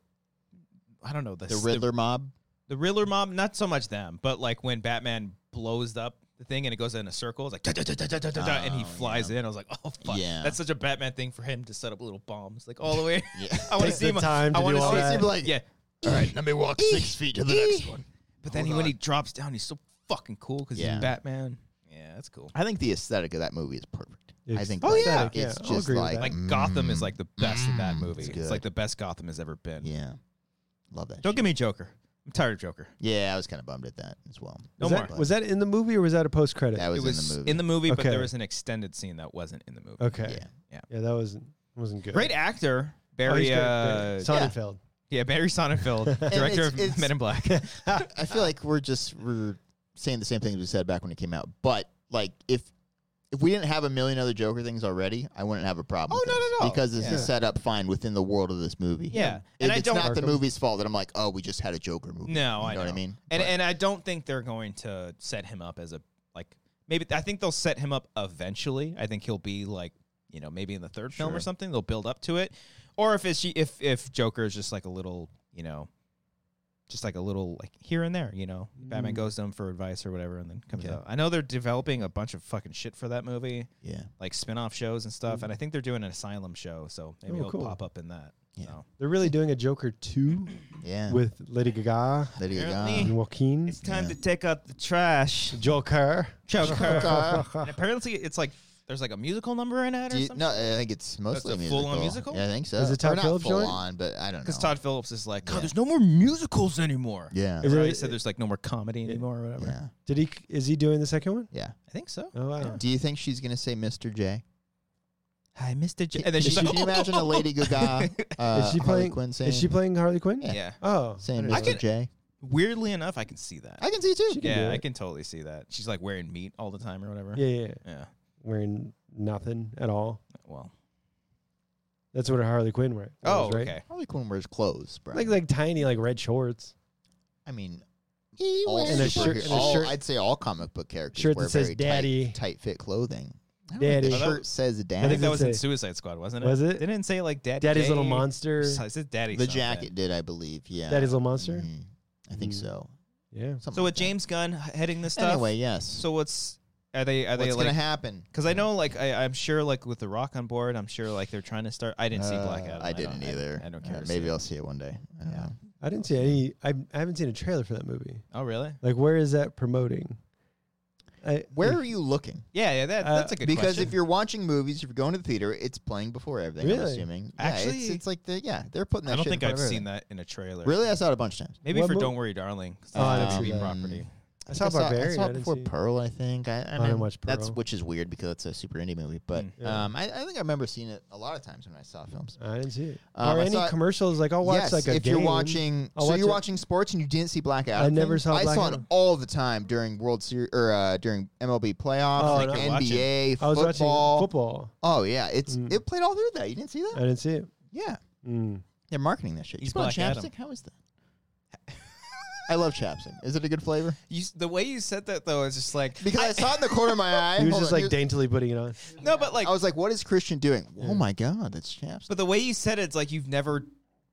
Speaker 1: I don't know the
Speaker 3: the
Speaker 1: s-
Speaker 3: Riddler mob.
Speaker 1: the Riddler mob, not so much them, but like when Batman blows up the thing and it goes in a circle, it's like da, da, da, da, da, da, da, and he
Speaker 3: Oh,
Speaker 1: flies in. I was like, oh fuck,
Speaker 3: Yeah.
Speaker 1: that's such a Batman thing for him to set up little bombs like all the way.
Speaker 3: Yeah.
Speaker 1: I want to
Speaker 2: Takes
Speaker 1: see
Speaker 2: the
Speaker 1: him.
Speaker 2: time
Speaker 1: I
Speaker 2: to
Speaker 1: want
Speaker 2: do
Speaker 1: to
Speaker 2: all
Speaker 1: see
Speaker 2: that.
Speaker 1: him. Like, yeah,
Speaker 3: All right, let me walk six feet to the next one.
Speaker 1: but then
Speaker 3: Hold
Speaker 1: he, when
Speaker 3: on.
Speaker 1: he drops down, he's so fucking cool because
Speaker 3: Yeah.
Speaker 1: he's Batman. Yeah, that's cool.
Speaker 3: I think the aesthetic of that movie is perfect. I think.
Speaker 2: Oh,
Speaker 3: like,
Speaker 1: yeah.
Speaker 2: Yeah,
Speaker 3: it's
Speaker 2: I'll
Speaker 3: just
Speaker 2: agree with
Speaker 3: like
Speaker 2: that.
Speaker 1: Like Gotham is
Speaker 3: mm,
Speaker 1: like the best in that
Speaker 3: mm,
Speaker 1: movie.
Speaker 3: it's
Speaker 1: It's,
Speaker 3: good.
Speaker 1: like the best Gotham has ever been.
Speaker 3: Yeah, love that.
Speaker 1: Don't
Speaker 3: shit.
Speaker 1: give me Joker. I'm tired of Joker.
Speaker 3: Yeah, I was kind of bummed at that as well.
Speaker 1: No
Speaker 2: Was
Speaker 1: more.
Speaker 2: that, was that in the movie or was that a post credit?
Speaker 3: That was,
Speaker 1: it was
Speaker 3: in the movie.
Speaker 1: but there
Speaker 2: Okay.
Speaker 1: was an extended scene that wasn't in the movie.
Speaker 2: okay.
Speaker 3: Yeah.
Speaker 2: Yeah. that wasn't wasn't good.
Speaker 1: Great actor,
Speaker 2: Oh, he's
Speaker 1: Barry.
Speaker 2: great,
Speaker 1: uh,
Speaker 2: great. Sonnenfeld.
Speaker 1: Yeah, Barry Sonnenfeld, director
Speaker 3: it's-
Speaker 1: of
Speaker 3: it's-
Speaker 1: Men in Black.
Speaker 3: I feel like we're just we're saying the same things we said back when it came out. But like if if we didn't have a million other Joker things already, I wouldn't have a problem.
Speaker 1: Oh,
Speaker 3: with
Speaker 1: no,
Speaker 3: this,
Speaker 1: no, no.
Speaker 3: because it's
Speaker 1: Yeah.
Speaker 3: is set up fine within the world of this movie.
Speaker 1: Yeah.
Speaker 3: It-
Speaker 1: And I
Speaker 3: it's
Speaker 1: don't-
Speaker 3: not the movie's fault that I'm like, oh, we just had a Joker movie.
Speaker 1: No,
Speaker 3: you
Speaker 1: I
Speaker 3: know, what I mean.
Speaker 1: And
Speaker 3: But-
Speaker 1: and I don't think they're going to set him up as a like maybe I think they'll set him up eventually. I think he'll be like you know maybe in the third film or
Speaker 3: Sure.
Speaker 1: something. They'll build up to it, or if it's if if Joker is just like a little you know. Just like a little, like here and there, you know. Batman
Speaker 2: Mm.
Speaker 1: goes to him for advice or whatever, and then comes
Speaker 3: Okay.
Speaker 1: out. I know they're developing a bunch of fucking shit for that movie,
Speaker 3: yeah,
Speaker 1: like spin-off shows and
Speaker 3: Mm.
Speaker 1: stuff. And I think they're doing an asylum show, so maybe
Speaker 2: Oh,
Speaker 1: he'll
Speaker 2: cool.
Speaker 1: pop up in that.
Speaker 3: Yeah.
Speaker 1: So.
Speaker 2: They're really doing a Joker 2
Speaker 3: yeah.
Speaker 2: with Lady Gaga
Speaker 3: there you
Speaker 1: Apparently-
Speaker 3: go.
Speaker 2: and Joaquin.
Speaker 1: time
Speaker 3: Yeah.
Speaker 1: to take out the trash.
Speaker 2: Joker.
Speaker 1: Joker. and
Speaker 2: Joker.
Speaker 1: apparently, it's like there's like a musical number in it or
Speaker 3: Do you-
Speaker 1: something.
Speaker 3: no, I think it's mostly
Speaker 1: a
Speaker 3: musical.
Speaker 1: full-on musical?
Speaker 3: Yeah, I think so.
Speaker 2: Is it
Speaker 3: Or
Speaker 2: Todd
Speaker 3: not
Speaker 2: Phillips
Speaker 3: full
Speaker 2: joint?
Speaker 3: on, but I don't know.
Speaker 1: because Todd Phillips is like, God,
Speaker 3: Yeah.
Speaker 1: there's no more musicals anymore.
Speaker 3: Yeah,
Speaker 2: Is
Speaker 1: Or
Speaker 2: it-
Speaker 1: he said there's like no more comedy anymore or whatever.
Speaker 3: yeah,
Speaker 2: Did he? Is he doing the second one?
Speaker 3: yeah.
Speaker 1: I think so.
Speaker 2: Oh wow.
Speaker 3: Do you think she's gonna say Mr. J?
Speaker 1: Hi, Mr. J. And
Speaker 3: Can
Speaker 1: then she's
Speaker 3: you
Speaker 1: like,
Speaker 3: can you imagine a Lady Gaga? Uh,
Speaker 2: is she
Speaker 3: Harley
Speaker 2: playing?
Speaker 3: Quinn saying,
Speaker 2: Is she playing Harley Quinn?
Speaker 1: Yeah.
Speaker 2: Oh,
Speaker 3: saying
Speaker 2: I
Speaker 3: Mr.
Speaker 2: didn't know.
Speaker 1: can-
Speaker 3: J?
Speaker 1: Weirdly enough, I can see that.
Speaker 3: I can see it too.
Speaker 2: She can
Speaker 1: yeah,
Speaker 2: do
Speaker 1: I
Speaker 2: it.
Speaker 1: can totally see that. She's like wearing meat all the time or whatever.
Speaker 2: Yeah, yeah, yeah.
Speaker 1: Yeah.
Speaker 2: Wearing nothing at all.
Speaker 1: Well.
Speaker 2: That's what a Harley Quinn wear.
Speaker 1: Oh,
Speaker 2: wears, right?
Speaker 1: okay.
Speaker 3: Harley Quinn wears clothes, bro.
Speaker 2: Like like tiny like red shorts.
Speaker 3: I mean,
Speaker 4: He
Speaker 3: all,
Speaker 4: wears
Speaker 2: And a
Speaker 3: superhero-
Speaker 2: shirt- and a
Speaker 3: all-
Speaker 2: shirt-
Speaker 3: I'd say all comic book characters
Speaker 2: Shirt
Speaker 3: wear
Speaker 2: that says
Speaker 3: very
Speaker 2: "Daddy."
Speaker 3: tight, tight fit clothing. I don't think
Speaker 2: Daddy.
Speaker 3: The shirt says
Speaker 1: I think
Speaker 3: daddy.
Speaker 1: that
Speaker 2: it
Speaker 1: was in
Speaker 2: say?
Speaker 1: Suicide Squad, wasn't it?
Speaker 2: Was it?
Speaker 1: They didn't say like Daddy.
Speaker 2: Daddy's little
Speaker 1: J.
Speaker 2: monster.
Speaker 1: It says Daddy.
Speaker 3: The
Speaker 1: something.
Speaker 3: jacket did, I believe. Yeah.
Speaker 2: Daddy's little monster.
Speaker 3: Mhm. I think
Speaker 2: Mm.
Speaker 3: so.
Speaker 2: Yeah.
Speaker 3: Something
Speaker 1: So
Speaker 3: like
Speaker 1: with
Speaker 3: that.
Speaker 1: James Gunn heading this stuff.
Speaker 3: Anyway, yes.
Speaker 1: So what's are they are
Speaker 3: what's
Speaker 1: they
Speaker 3: gonna
Speaker 1: like
Speaker 3: happen?
Speaker 1: Because I know, like, I, I'm sure, like, with The Rock on board, I'm sure, like, they're trying to start. I didn't see Black
Speaker 3: Uh,
Speaker 1: Adam.
Speaker 3: I
Speaker 1: don't-
Speaker 3: didn't either.
Speaker 1: I, don't
Speaker 3: Uh,
Speaker 1: care. to see
Speaker 3: maybe
Speaker 1: it.
Speaker 3: I'll see it one day. I don't
Speaker 1: Yeah.
Speaker 3: know.
Speaker 2: I didn't see any. I, I haven't seen a trailer for that movie.
Speaker 1: Oh, really?
Speaker 2: Like, where is that promoting? I,
Speaker 3: Where are you looking?
Speaker 1: Yeah, yeah. That,
Speaker 2: Uh,
Speaker 1: that's a good
Speaker 3: because
Speaker 1: question.
Speaker 3: if you're watching movies, if you're going to the theater, it's playing before everything. I'm
Speaker 2: Really?
Speaker 3: assuming. Yeah,
Speaker 1: Actually-
Speaker 3: it's, it's like the yeah, they're putting that.
Speaker 1: I don't
Speaker 3: shit in
Speaker 1: think I've
Speaker 3: front of
Speaker 1: seen
Speaker 3: everything.
Speaker 1: that in a trailer.
Speaker 3: Really, I saw it a bunch of times.
Speaker 1: Maybe
Speaker 2: What
Speaker 1: for
Speaker 2: mo-
Speaker 1: Don't Worry, Darling. 'cause
Speaker 2: Oh, I
Speaker 1: that's
Speaker 3: didn't
Speaker 1: a
Speaker 3: see
Speaker 1: TV
Speaker 3: that.
Speaker 1: property.
Speaker 2: I saw Barbarian.
Speaker 3: I
Speaker 2: I,
Speaker 3: saw it
Speaker 2: didn't
Speaker 3: before
Speaker 2: see-
Speaker 3: Pearl, I think. I, I,
Speaker 2: didn't
Speaker 3: mean,
Speaker 2: watch
Speaker 3: That's
Speaker 2: Pearl. Hmm.
Speaker 3: which is weird because it's a super indie movie. But
Speaker 1: Mm.
Speaker 2: Yeah.
Speaker 3: um, I, I think I remember seeing it a lot of times when I saw films.
Speaker 2: I didn't see it.
Speaker 3: Um,
Speaker 2: or
Speaker 3: I
Speaker 2: any
Speaker 3: saw it-
Speaker 2: commercials? Like, I'll watch
Speaker 3: yes,
Speaker 2: like a
Speaker 3: if
Speaker 2: game.
Speaker 3: you're watching,
Speaker 2: I'll
Speaker 3: so
Speaker 2: watch
Speaker 3: you're
Speaker 2: it.
Speaker 3: watching sports and you didn't see Black Adam.
Speaker 2: never
Speaker 3: thing?
Speaker 2: saw
Speaker 3: I
Speaker 2: Black
Speaker 3: saw it
Speaker 2: Adam.
Speaker 3: all the time during World Series or uh, during MLB playoffs,
Speaker 2: Oh,
Speaker 3: like
Speaker 2: no.
Speaker 3: NBA,
Speaker 2: I was watching
Speaker 3: football.
Speaker 2: football.
Speaker 3: Oh yeah, it's
Speaker 2: Mm.
Speaker 3: it played all through that. You didn't see
Speaker 2: I
Speaker 3: that?
Speaker 2: didn't see it.
Speaker 3: Yeah,
Speaker 2: Mm.
Speaker 3: they're marketing that shit.
Speaker 1: He's
Speaker 3: you put on
Speaker 1: Black Adam.
Speaker 3: chapstick? How is that? I love chapstick. Is it a good flavor?
Speaker 1: You, s- the way you said that though is just like
Speaker 3: Because I, saw it in the corner of my eye.
Speaker 2: He was
Speaker 3: Hold
Speaker 2: just
Speaker 3: on,
Speaker 2: like
Speaker 3: here's-
Speaker 2: daintily putting it on.
Speaker 1: no, but like
Speaker 3: I was like, what is Christian doing? Oh my god, that's chapstick.
Speaker 1: But the way you said it, it's like you've never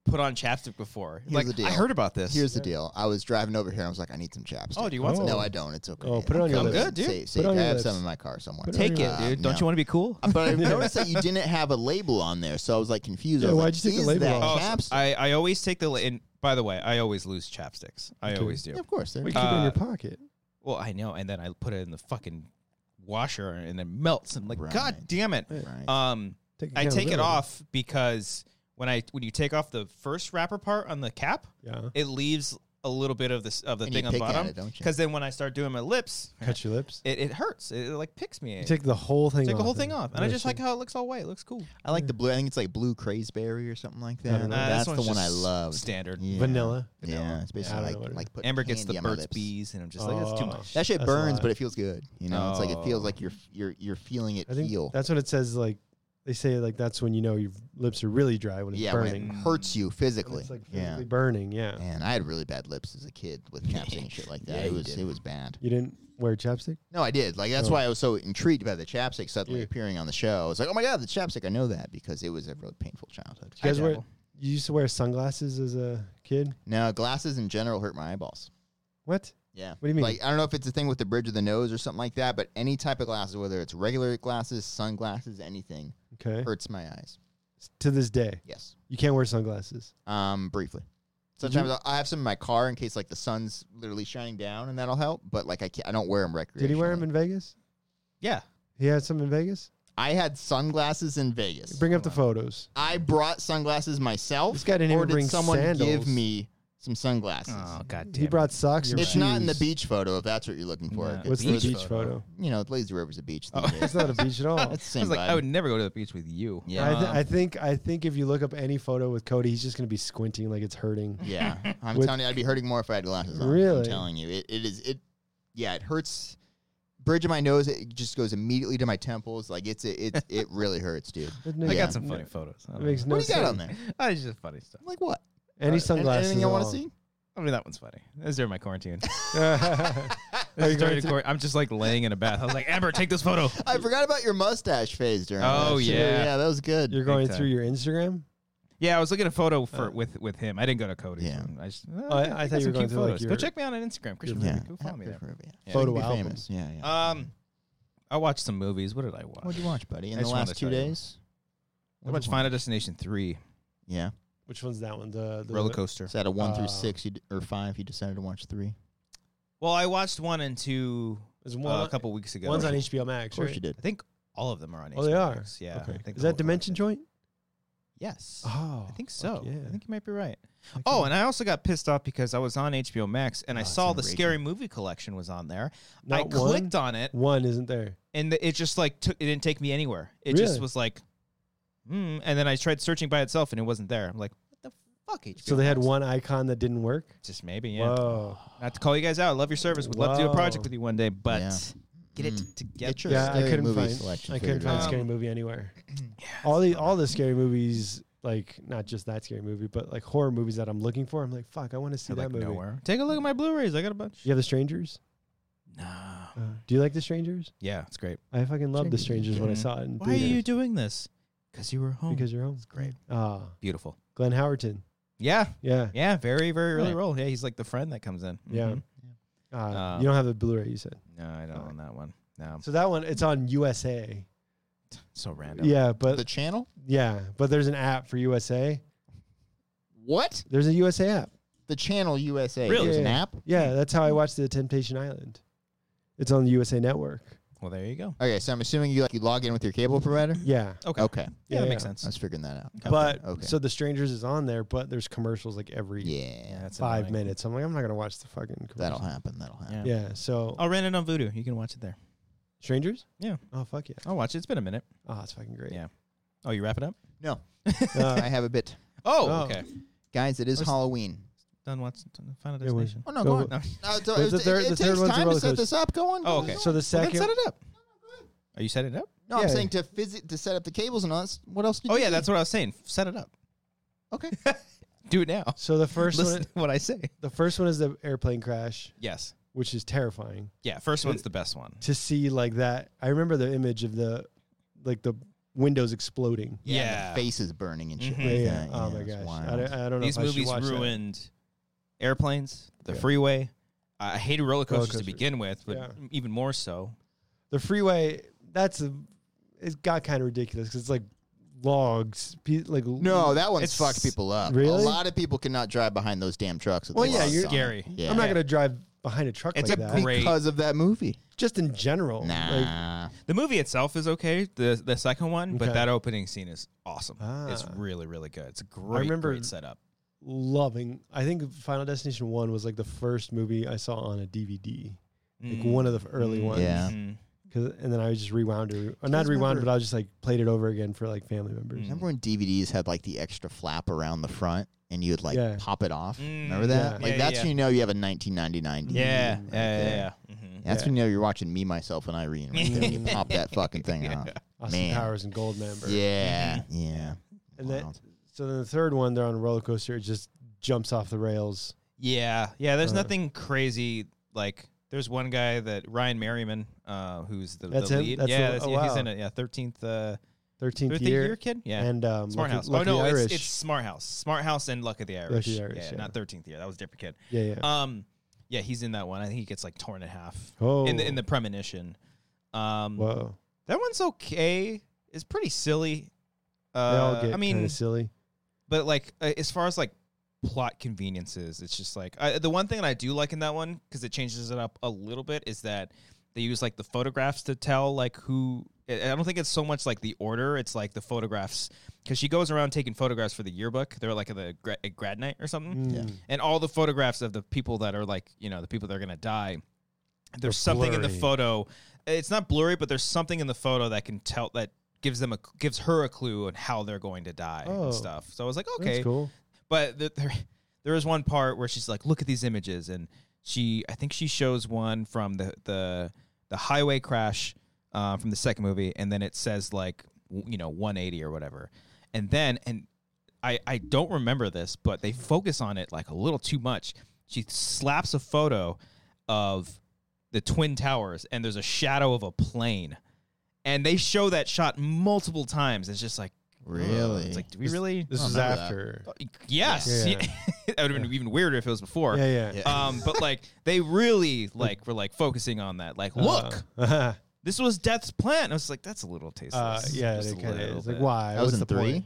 Speaker 1: put on chapstick before.
Speaker 3: Here's
Speaker 1: like
Speaker 3: the deal.
Speaker 1: I heard about this.
Speaker 3: Here's the deal. I was driving over here and I was like, I need some chapstick.
Speaker 1: oh, do you want some?
Speaker 3: No,
Speaker 2: Oh.
Speaker 3: I don't. It's okay.
Speaker 2: Oh, put it on your
Speaker 3: I'm
Speaker 2: lips.
Speaker 1: Good, dude.
Speaker 3: Save-
Speaker 2: Put it
Speaker 3: save-
Speaker 2: on
Speaker 3: I
Speaker 2: your
Speaker 3: have
Speaker 2: lips.
Speaker 3: some in my car somewhere.
Speaker 2: Put it on
Speaker 1: Take it,
Speaker 3: Uh,
Speaker 1: dude. Don't
Speaker 3: no.
Speaker 1: you want to be cool?
Speaker 3: But I noticed that you didn't have a label on there, so I was like confused. I
Speaker 2: Yeah,
Speaker 3: was
Speaker 2: why'd
Speaker 3: like,
Speaker 2: you take the
Speaker 3: is
Speaker 2: label
Speaker 3: that
Speaker 2: off? Oh,
Speaker 3: chapstick?
Speaker 1: Oh, I, I always take the. la- And by the way, I always lose chapsticks. I
Speaker 2: Okay.
Speaker 1: always do.
Speaker 3: Yeah, of course. there
Speaker 2: Well, you
Speaker 3: it
Speaker 2: keep it in
Speaker 1: Uh,
Speaker 2: your pocket.
Speaker 1: Well, I know, and then I put it in the fucking washer, and it melts. I'm like,
Speaker 3: Right.
Speaker 1: God damn it!
Speaker 3: is.
Speaker 2: Uh,
Speaker 3: Right.
Speaker 1: Um,
Speaker 2: Take a
Speaker 1: I
Speaker 2: can of
Speaker 1: take it
Speaker 2: Lily.
Speaker 1: off because when I when you take off the first wrapper part on the cap,
Speaker 2: Yeah.
Speaker 1: it leaves a little bit of this of the
Speaker 3: And you
Speaker 1: thing on the
Speaker 3: pick at
Speaker 1: bottom.
Speaker 3: it, don't you?
Speaker 1: Because then when I start doing my lips,
Speaker 2: Cut your lips.
Speaker 1: it, it hurts. It, like picks me.
Speaker 2: You take the whole thing.
Speaker 1: Take
Speaker 2: off
Speaker 1: the whole thing
Speaker 2: and-
Speaker 1: off, and I just
Speaker 2: see.
Speaker 1: like how it looks all white. It looks cool.
Speaker 3: I like
Speaker 2: Hmm.
Speaker 3: the blue. I think it's like blue crazeberry or something like that.
Speaker 2: don't know. Uh,
Speaker 3: That's
Speaker 1: this
Speaker 3: the
Speaker 1: one's
Speaker 3: one I
Speaker 1: just
Speaker 3: love.
Speaker 1: Standard.
Speaker 3: Yeah.
Speaker 2: vanilla.
Speaker 3: Yeah,
Speaker 1: Vanilla.
Speaker 3: it's
Speaker 2: Yeah, I
Speaker 3: basically
Speaker 2: don't know what
Speaker 3: like
Speaker 2: it
Speaker 3: like putting
Speaker 1: Amber gets the
Speaker 3: candy on my
Speaker 1: Burt's
Speaker 3: lips.
Speaker 1: Bees, and I'm just like, that's too
Speaker 2: Oh.
Speaker 1: much.
Speaker 3: That shit
Speaker 2: That's a
Speaker 3: burns,
Speaker 2: lot.
Speaker 3: but it feels good. You know, it's like it feels
Speaker 1: Oh.
Speaker 3: like you're you're you're feeling it
Speaker 2: I think
Speaker 3: heal.
Speaker 2: that's when it says like they say like that's when you know your lips are really dry when it's
Speaker 3: Yeah,
Speaker 2: burning.
Speaker 3: when it hurts you
Speaker 2: When
Speaker 3: physically.
Speaker 2: it's like
Speaker 3: yeah.
Speaker 2: physically burning. Yeah.
Speaker 3: Man, I had really bad lips as a kid with chapstick and shit like that.
Speaker 1: Yeah,
Speaker 3: it
Speaker 1: you
Speaker 3: was
Speaker 1: did.
Speaker 3: it was bad.
Speaker 2: You didn't wear chapstick.
Speaker 3: No, I did. Like that's
Speaker 2: Oh.
Speaker 3: why I was so intrigued by the chapstick suddenly
Speaker 2: Yeah.
Speaker 3: appearing on the show. I was like, oh my god, the chapstick! I know that because it was a really painful childhood.
Speaker 2: You guys wear.
Speaker 1: dabble.
Speaker 2: You used to wear sunglasses as a kid.
Speaker 3: No, glasses in general hurt my eyeballs.
Speaker 2: What?
Speaker 3: Yeah.
Speaker 2: do you mean?
Speaker 3: Like I don't know if it's a thing with the bridge of the nose or something like that, but any type of glasses, whether it's regular glasses, sunglasses, anything,
Speaker 2: Okay.
Speaker 3: hurts my eyes.
Speaker 2: S- To this day,
Speaker 3: Yes.
Speaker 2: you can't wear sunglasses.
Speaker 3: Um, briefly. Sometimes I'll I have some in my car in case like the sun's literally shining down and that'll help. But like I can't, I don't wear them recreationally.
Speaker 2: Did he wear them in Vegas?
Speaker 1: Yeah.
Speaker 2: He had some in Vegas.
Speaker 3: I had sunglasses in Vegas.
Speaker 2: Bring up the photos.
Speaker 3: I brought sunglasses myself.
Speaker 2: This guy didn't
Speaker 3: or
Speaker 2: even
Speaker 3: did
Speaker 2: bring
Speaker 3: someone give
Speaker 2: sandals.
Speaker 3: me some sunglasses?
Speaker 1: Oh god damn.
Speaker 2: He brought socks. and
Speaker 3: it's not in the
Speaker 2: shoes.
Speaker 3: beach photo if that's what you're looking for.
Speaker 1: No.
Speaker 3: It's
Speaker 2: What's
Speaker 3: beach-
Speaker 2: the beach photo?
Speaker 1: photo.
Speaker 3: You know, Lazy River's a beach.
Speaker 1: Oh.
Speaker 3: these days.
Speaker 2: It's not a beach at all.
Speaker 3: That's the
Speaker 1: I
Speaker 3: same
Speaker 1: was like,
Speaker 3: vibe.
Speaker 1: I would never go to the beach with you. Um,
Speaker 3: yeah,
Speaker 2: I, th- I think I think if you look up any photo with Cody, he's just gonna be squinting like it's hurting.
Speaker 3: Yeah, I'm
Speaker 2: With-
Speaker 3: telling you, I'd be hurting more if I had glasses on. I'm
Speaker 2: Really?
Speaker 3: telling you, it, it is it. Yeah, it hurts. Bridge of my nose, it just goes immediately to my temples. Like it's it it, it really hurts, dude.
Speaker 2: It
Speaker 1: I
Speaker 2: makes-
Speaker 1: got some
Speaker 2: it
Speaker 1: funny photos. I don't
Speaker 2: makes
Speaker 1: know.
Speaker 2: no
Speaker 3: what do you got
Speaker 2: sense.
Speaker 3: on there?
Speaker 1: Oh, it's just funny stuff.
Speaker 3: Like what?
Speaker 2: Any
Speaker 3: An-
Speaker 2: sunglasses?
Speaker 3: Anything you
Speaker 2: at
Speaker 3: want to
Speaker 2: all.
Speaker 3: see?
Speaker 1: I mean, that one's funny. That was during my quarantine.
Speaker 2: Are you
Speaker 1: During
Speaker 2: going to-
Speaker 1: quar- I'm just like laying in a bath. I was like, Amber, take this photo.
Speaker 3: I forgot about your mustache phase during.
Speaker 1: Oh,
Speaker 3: that.
Speaker 1: yeah.
Speaker 3: yeah, that was good.
Speaker 2: You're going
Speaker 1: time.
Speaker 2: through your Instagram.
Speaker 1: Yeah, I was looking at a photo for with with him. I didn't go to Cody's.
Speaker 3: Yeah.
Speaker 1: one. I, just, oh, Uh,
Speaker 2: I-
Speaker 1: yeah,
Speaker 2: I
Speaker 1: got
Speaker 2: thought you
Speaker 1: some cute
Speaker 2: were going to, like,
Speaker 1: photos. Go
Speaker 2: your-
Speaker 1: check me out on Instagram, Christian.
Speaker 3: yeah.
Speaker 1: Ruby. Go follow me
Speaker 3: Yeah,
Speaker 1: there.
Speaker 3: yeah.
Speaker 1: Yeah.
Speaker 2: Photo
Speaker 3: Be
Speaker 2: album.
Speaker 3: famous. Yeah, yeah.
Speaker 1: Um, I watched some movies. What did I watch?
Speaker 3: What'd you watch, buddy? In
Speaker 1: I
Speaker 3: the
Speaker 1: just wanted
Speaker 3: last
Speaker 1: to
Speaker 3: two
Speaker 1: tell you.
Speaker 3: days?
Speaker 1: I watched Final Destination Three,
Speaker 3: Yeah.
Speaker 2: Which one's that one? The, the
Speaker 1: Roller Coaster.
Speaker 3: So out of one
Speaker 2: Uh,
Speaker 3: through six, you d- or five, you decided to watch three.
Speaker 1: Well, I watched one and two
Speaker 2: There's
Speaker 1: uh,
Speaker 2: one,
Speaker 1: a couple weeks ago.
Speaker 2: one's on HBO Max.
Speaker 3: Of course
Speaker 2: right?
Speaker 3: you did.
Speaker 1: I think all of them are on HBO.
Speaker 2: Oh, they are.
Speaker 1: Max. Yeah.
Speaker 2: Okay.
Speaker 1: I think
Speaker 2: Is
Speaker 1: the
Speaker 2: that
Speaker 1: whole
Speaker 2: Dimension
Speaker 1: collection.
Speaker 2: Joint?
Speaker 1: Yes.
Speaker 2: Oh,
Speaker 1: I think so.
Speaker 2: yeah.
Speaker 1: I think you might be right. Oh, and I also got pissed off because I was on HBO Max and I
Speaker 3: Oh, it's
Speaker 1: saw the
Speaker 3: enraging.
Speaker 1: scary movie collection was on there.
Speaker 2: Not
Speaker 1: I clicked on it
Speaker 2: One? one isn't there.
Speaker 1: and the, it just like took it didn't take me anywhere. It
Speaker 2: Really?
Speaker 1: just was like mm, and then I tried searching by itself and it wasn't there. I'm like, what the fuck HBO?
Speaker 2: So they had
Speaker 1: Max?
Speaker 2: one icon that didn't work.
Speaker 1: just maybe, yeah. Oh,
Speaker 2: Whoa.
Speaker 1: Not to call you guys out. I love your service. Would love to do a project
Speaker 2: Wow.
Speaker 1: with you one day, but
Speaker 3: Yeah.
Speaker 1: get it
Speaker 3: Mm.
Speaker 1: together.
Speaker 3: Get your
Speaker 2: Yeah, I
Speaker 3: scary
Speaker 2: couldn't
Speaker 3: movie
Speaker 2: find-
Speaker 3: selection.
Speaker 2: I couldn't
Speaker 3: figured out.
Speaker 2: find
Speaker 1: out.
Speaker 2: scary movie anywhere. all the all the scary movies, like not just that scary movie, but like horror movies that I'm looking for. I'm like, fuck, I want to see
Speaker 1: I
Speaker 2: that
Speaker 1: like
Speaker 2: movie.
Speaker 1: nowhere. Take a look at my Blu-rays. I got a bunch.
Speaker 2: You have The Strangers.
Speaker 1: No. Uh,
Speaker 2: Do you like The Strangers?
Speaker 1: Yeah, it's great.
Speaker 2: I fucking loved The
Speaker 3: Strangers.
Speaker 2: Strangers when
Speaker 1: Mhm.
Speaker 2: I saw it. In
Speaker 1: Why are
Speaker 2: theaters.
Speaker 1: you doing this? Because you were home.
Speaker 2: Because you're home.
Speaker 1: great.
Speaker 2: Ah,
Speaker 1: Beautiful.
Speaker 2: Glenn Howerton.
Speaker 1: Yeah.
Speaker 2: Yeah.
Speaker 1: Yeah. Very, very early
Speaker 3: Right.
Speaker 1: role. Yeah. He's like the friend that comes in.
Speaker 2: Yeah.
Speaker 1: Mhm.
Speaker 2: Uh,
Speaker 1: Uh,
Speaker 2: you don't have the Blu-ray, you said.
Speaker 1: No, I don't
Speaker 3: Alright.
Speaker 1: own that one. No.
Speaker 2: So that one, it's on USA.
Speaker 1: So random.
Speaker 2: Yeah,
Speaker 3: the
Speaker 2: but
Speaker 3: channel?
Speaker 2: yeah, but there's an app for USA.
Speaker 3: What?
Speaker 2: There's a USA app.
Speaker 3: The channel USA.
Speaker 1: Really?
Speaker 3: There's an
Speaker 2: Yeah.
Speaker 3: app?
Speaker 2: Yeah,
Speaker 1: Hmm.
Speaker 2: that's how I watched the Temptation Island. It's on the USA Network.
Speaker 1: Well, there you go.
Speaker 3: Okay, so I'm assuming you like you log in with your cable provider?
Speaker 2: Yeah,
Speaker 1: Okay.
Speaker 3: Okay.
Speaker 1: Yeah,
Speaker 2: Yeah,
Speaker 1: that makes
Speaker 2: yeah.
Speaker 3: I
Speaker 1: sense.
Speaker 3: was figuring that out.
Speaker 2: but
Speaker 3: okay.
Speaker 2: so the Strangers is on there, but there's commercials like every
Speaker 1: Yeah,
Speaker 3: Yeah.
Speaker 1: that's
Speaker 2: five
Speaker 1: annoying.
Speaker 2: minutes. I'm like, I'm not gonna watch the fucking. Commercial.
Speaker 3: That'll happen. That'll happen.
Speaker 1: Yeah.
Speaker 2: Yeah. So
Speaker 1: I'll rent it on Voodoo. You can watch it there.
Speaker 2: Strangers.
Speaker 1: Oh. Yeah.
Speaker 2: Oh fuck yeah.
Speaker 1: I'll watch it. It's been a minute.
Speaker 2: Oh, it's fucking great.
Speaker 1: Yeah. Oh, you wrap it up?
Speaker 2: Uh,
Speaker 3: I have a bit.
Speaker 1: Oh,
Speaker 2: Oh.
Speaker 1: okay.
Speaker 3: Guys, it is
Speaker 1: Where's-
Speaker 3: Halloween.
Speaker 1: Done watching done- Final
Speaker 2: Yeah, wait.
Speaker 1: Destination.
Speaker 3: Oh, no,
Speaker 2: So
Speaker 3: go on.
Speaker 2: wh-
Speaker 1: No.
Speaker 3: No, it's-
Speaker 2: Where's the
Speaker 3: it-
Speaker 2: third-
Speaker 3: it
Speaker 2: the
Speaker 3: takes
Speaker 2: third one's
Speaker 3: time
Speaker 2: the
Speaker 3: to set
Speaker 2: roller
Speaker 3: this up. Go on.
Speaker 1: Oh,
Speaker 3: go
Speaker 1: okay.
Speaker 3: on.
Speaker 2: So the
Speaker 1: Well, then
Speaker 2: second.
Speaker 1: set it up. Are you setting it up?
Speaker 3: No, I'm
Speaker 2: Yeah.
Speaker 3: saying to phys- to set up the cables and all that. What else? Did
Speaker 1: Oh,
Speaker 3: you
Speaker 1: yeah.
Speaker 3: do?
Speaker 1: That's what I was saying. Set it up.
Speaker 3: Okay.
Speaker 1: Do it now.
Speaker 2: So the first
Speaker 1: Listen
Speaker 2: one,
Speaker 1: to what I say.
Speaker 2: the first one is the airplane crash,
Speaker 1: Yes.
Speaker 2: which is terrifying
Speaker 1: Yeah. First one's the best one.
Speaker 2: to see like that. I remember the image of the like the windows exploding.
Speaker 3: Yeah.
Speaker 1: Yeah.
Speaker 3: and the face is burning and shit.
Speaker 1: Mhm.
Speaker 3: like
Speaker 2: Yeah,
Speaker 3: that.
Speaker 2: Oh
Speaker 3: Yeah,
Speaker 2: my
Speaker 3: it's
Speaker 2: gosh.
Speaker 3: wild.
Speaker 2: I don't, I don't know
Speaker 1: These
Speaker 2: if I should
Speaker 1: movies
Speaker 2: watch that.
Speaker 1: ruined airplanes, the
Speaker 2: Yeah.
Speaker 1: freeway. I I hated roller coasters
Speaker 2: coaster.
Speaker 1: to begin with, but
Speaker 2: Yeah.
Speaker 1: even more so.
Speaker 2: the freeway. That's a, it got kind of ridiculous because it's like logs, pe- like
Speaker 3: no, that one's
Speaker 1: It's-
Speaker 3: fucked people up. A
Speaker 2: Really?
Speaker 3: lot of people cannot drive behind those damn trucks. With
Speaker 2: Well,
Speaker 3: the
Speaker 2: yeah,
Speaker 3: logs
Speaker 2: you're-
Speaker 3: on it.
Speaker 1: Gary.
Speaker 3: Yeah.
Speaker 2: I'm not gonna drive behind a truck
Speaker 1: It's
Speaker 2: like
Speaker 1: a
Speaker 2: that.
Speaker 1: great-
Speaker 3: because of that movie.
Speaker 2: Just in general, Oh, like,
Speaker 3: Nah.
Speaker 1: The movie itself is okay, the the second one,
Speaker 2: Okay.
Speaker 1: but that opening scene is awesome. It's
Speaker 2: Ah.
Speaker 1: really really good. It's a great
Speaker 2: remember-
Speaker 1: great setup.
Speaker 2: loving. I think Final Destination One was like the first movie I saw on a DVD, like
Speaker 1: Mm.
Speaker 2: one of the early ones.
Speaker 3: Yeah.
Speaker 1: Mhm.
Speaker 2: Cause, and then I just rewound it, or not rewound,
Speaker 3: guys remember-
Speaker 2: but I just like played it over again for like family members.
Speaker 1: Mm.
Speaker 3: Remember when DVDs had like the extra flap around the front and you would like
Speaker 2: Yeah.
Speaker 3: pop it off?
Speaker 1: Mm.
Speaker 3: Remember that?
Speaker 1: Yeah.
Speaker 3: Like
Speaker 1: Yeah,
Speaker 3: that's
Speaker 1: yeah.
Speaker 3: when you know you have a 1999 DVD.
Speaker 1: Yeah,
Speaker 2: Mm-hmm.
Speaker 3: right
Speaker 1: yeah,
Speaker 3: there.
Speaker 1: yeah, yeah. Mhm.
Speaker 3: That's
Speaker 2: Yeah.
Speaker 3: when you know you're watching me, myself, and Irene. Right there, when you
Speaker 2: Mm.
Speaker 3: pop that fucking thing off.
Speaker 2: Austin
Speaker 3: Man.
Speaker 2: Powers and Goldmember.
Speaker 3: Yeah,
Speaker 1: Mm-hmm.
Speaker 3: yeah.
Speaker 2: And Oh, then,
Speaker 3: Wild.
Speaker 2: so then the third one, they're on a roller coaster. It just jumps off the rails.
Speaker 1: Yeah, yeah. There's
Speaker 2: Uh,
Speaker 1: nothing crazy. Like there's one guy that Ryan Merriman, uh, who's the,
Speaker 2: That's
Speaker 1: the
Speaker 2: him?
Speaker 1: lead.
Speaker 2: That's
Speaker 1: yeah,
Speaker 2: the-
Speaker 1: that's,
Speaker 2: oh,
Speaker 1: yeah, he's
Speaker 2: wow.
Speaker 1: in it. Yeah, thirteenth, uh,
Speaker 2: Thirteenth
Speaker 1: 13th
Speaker 2: year,
Speaker 1: year? kid. Yeah,
Speaker 2: and um,
Speaker 1: Smart
Speaker 2: Lucky,
Speaker 1: House.
Speaker 2: Lucky
Speaker 1: oh no,
Speaker 2: Irish.
Speaker 1: it's it's Smart House, Smart House, and Luck of the Irish.
Speaker 2: Lucky Irish,
Speaker 1: yeah,
Speaker 2: yeah.
Speaker 1: not thirteenth year. That was a different kid.
Speaker 2: yeah, yeah.
Speaker 1: Um, yeah, he's in that one. I think he gets like torn in half
Speaker 2: oh,
Speaker 1: in the in the premonition. Um,
Speaker 2: whoa.
Speaker 1: that one's okay. It's pretty silly.
Speaker 2: They
Speaker 1: Uh,
Speaker 2: all get
Speaker 1: I mean,
Speaker 2: kinda silly.
Speaker 1: but like uh, as far as like plot conveniences it's just like I, the one thing that i do like in that one because it changes it up a little bit is that they use like the photographs to tell like who i I don't think it's so much like the order it's like the photographs because she goes around taking photographs for the yearbook they're like at the gra- at grad night or something
Speaker 2: Mm.
Speaker 1: and all the photographs of the people that are like you know the people that are gonna die there's something in the
Speaker 2: blurry.
Speaker 1: photo it's not blurry but there's something in the photo that can tell that gives them a gives her a clue on how they're going to die
Speaker 2: Oh.
Speaker 1: and stuff so i was like okay
Speaker 2: That's cool.
Speaker 1: but the, there, there is one part where she's like, "Look at these images," and she, I think she shows one from the the the highway crash uh, from the second movie, and then it says like, w- you know, 180 or whatever, and then and I I don't remember this, but they focus on it like a little too much. She slaps a photo of the twin towers, and there's a shadow of a plane. And they show that shot multiple times. It's just like, ugh.
Speaker 3: Really?
Speaker 1: It's like, do we really?
Speaker 2: This
Speaker 3: I
Speaker 2: is
Speaker 3: remember that.
Speaker 2: after.
Speaker 1: Yes.
Speaker 2: Yeah.
Speaker 1: that would have been even weirder if it was before.
Speaker 2: Yeah, yeah. Uh,
Speaker 3: Yeah.
Speaker 1: Um, but like they really like were like focusing on that. Like, look,
Speaker 2: Uh,
Speaker 1: this was Death's plan. I was like, that's a little tasteless.
Speaker 2: uh, yeah,
Speaker 1: Just
Speaker 2: they
Speaker 1: a
Speaker 2: kind
Speaker 1: little
Speaker 2: of. It's like,
Speaker 1: bit.
Speaker 2: why?
Speaker 3: That was
Speaker 2: What's
Speaker 3: in
Speaker 2: the
Speaker 3: three?
Speaker 2: point?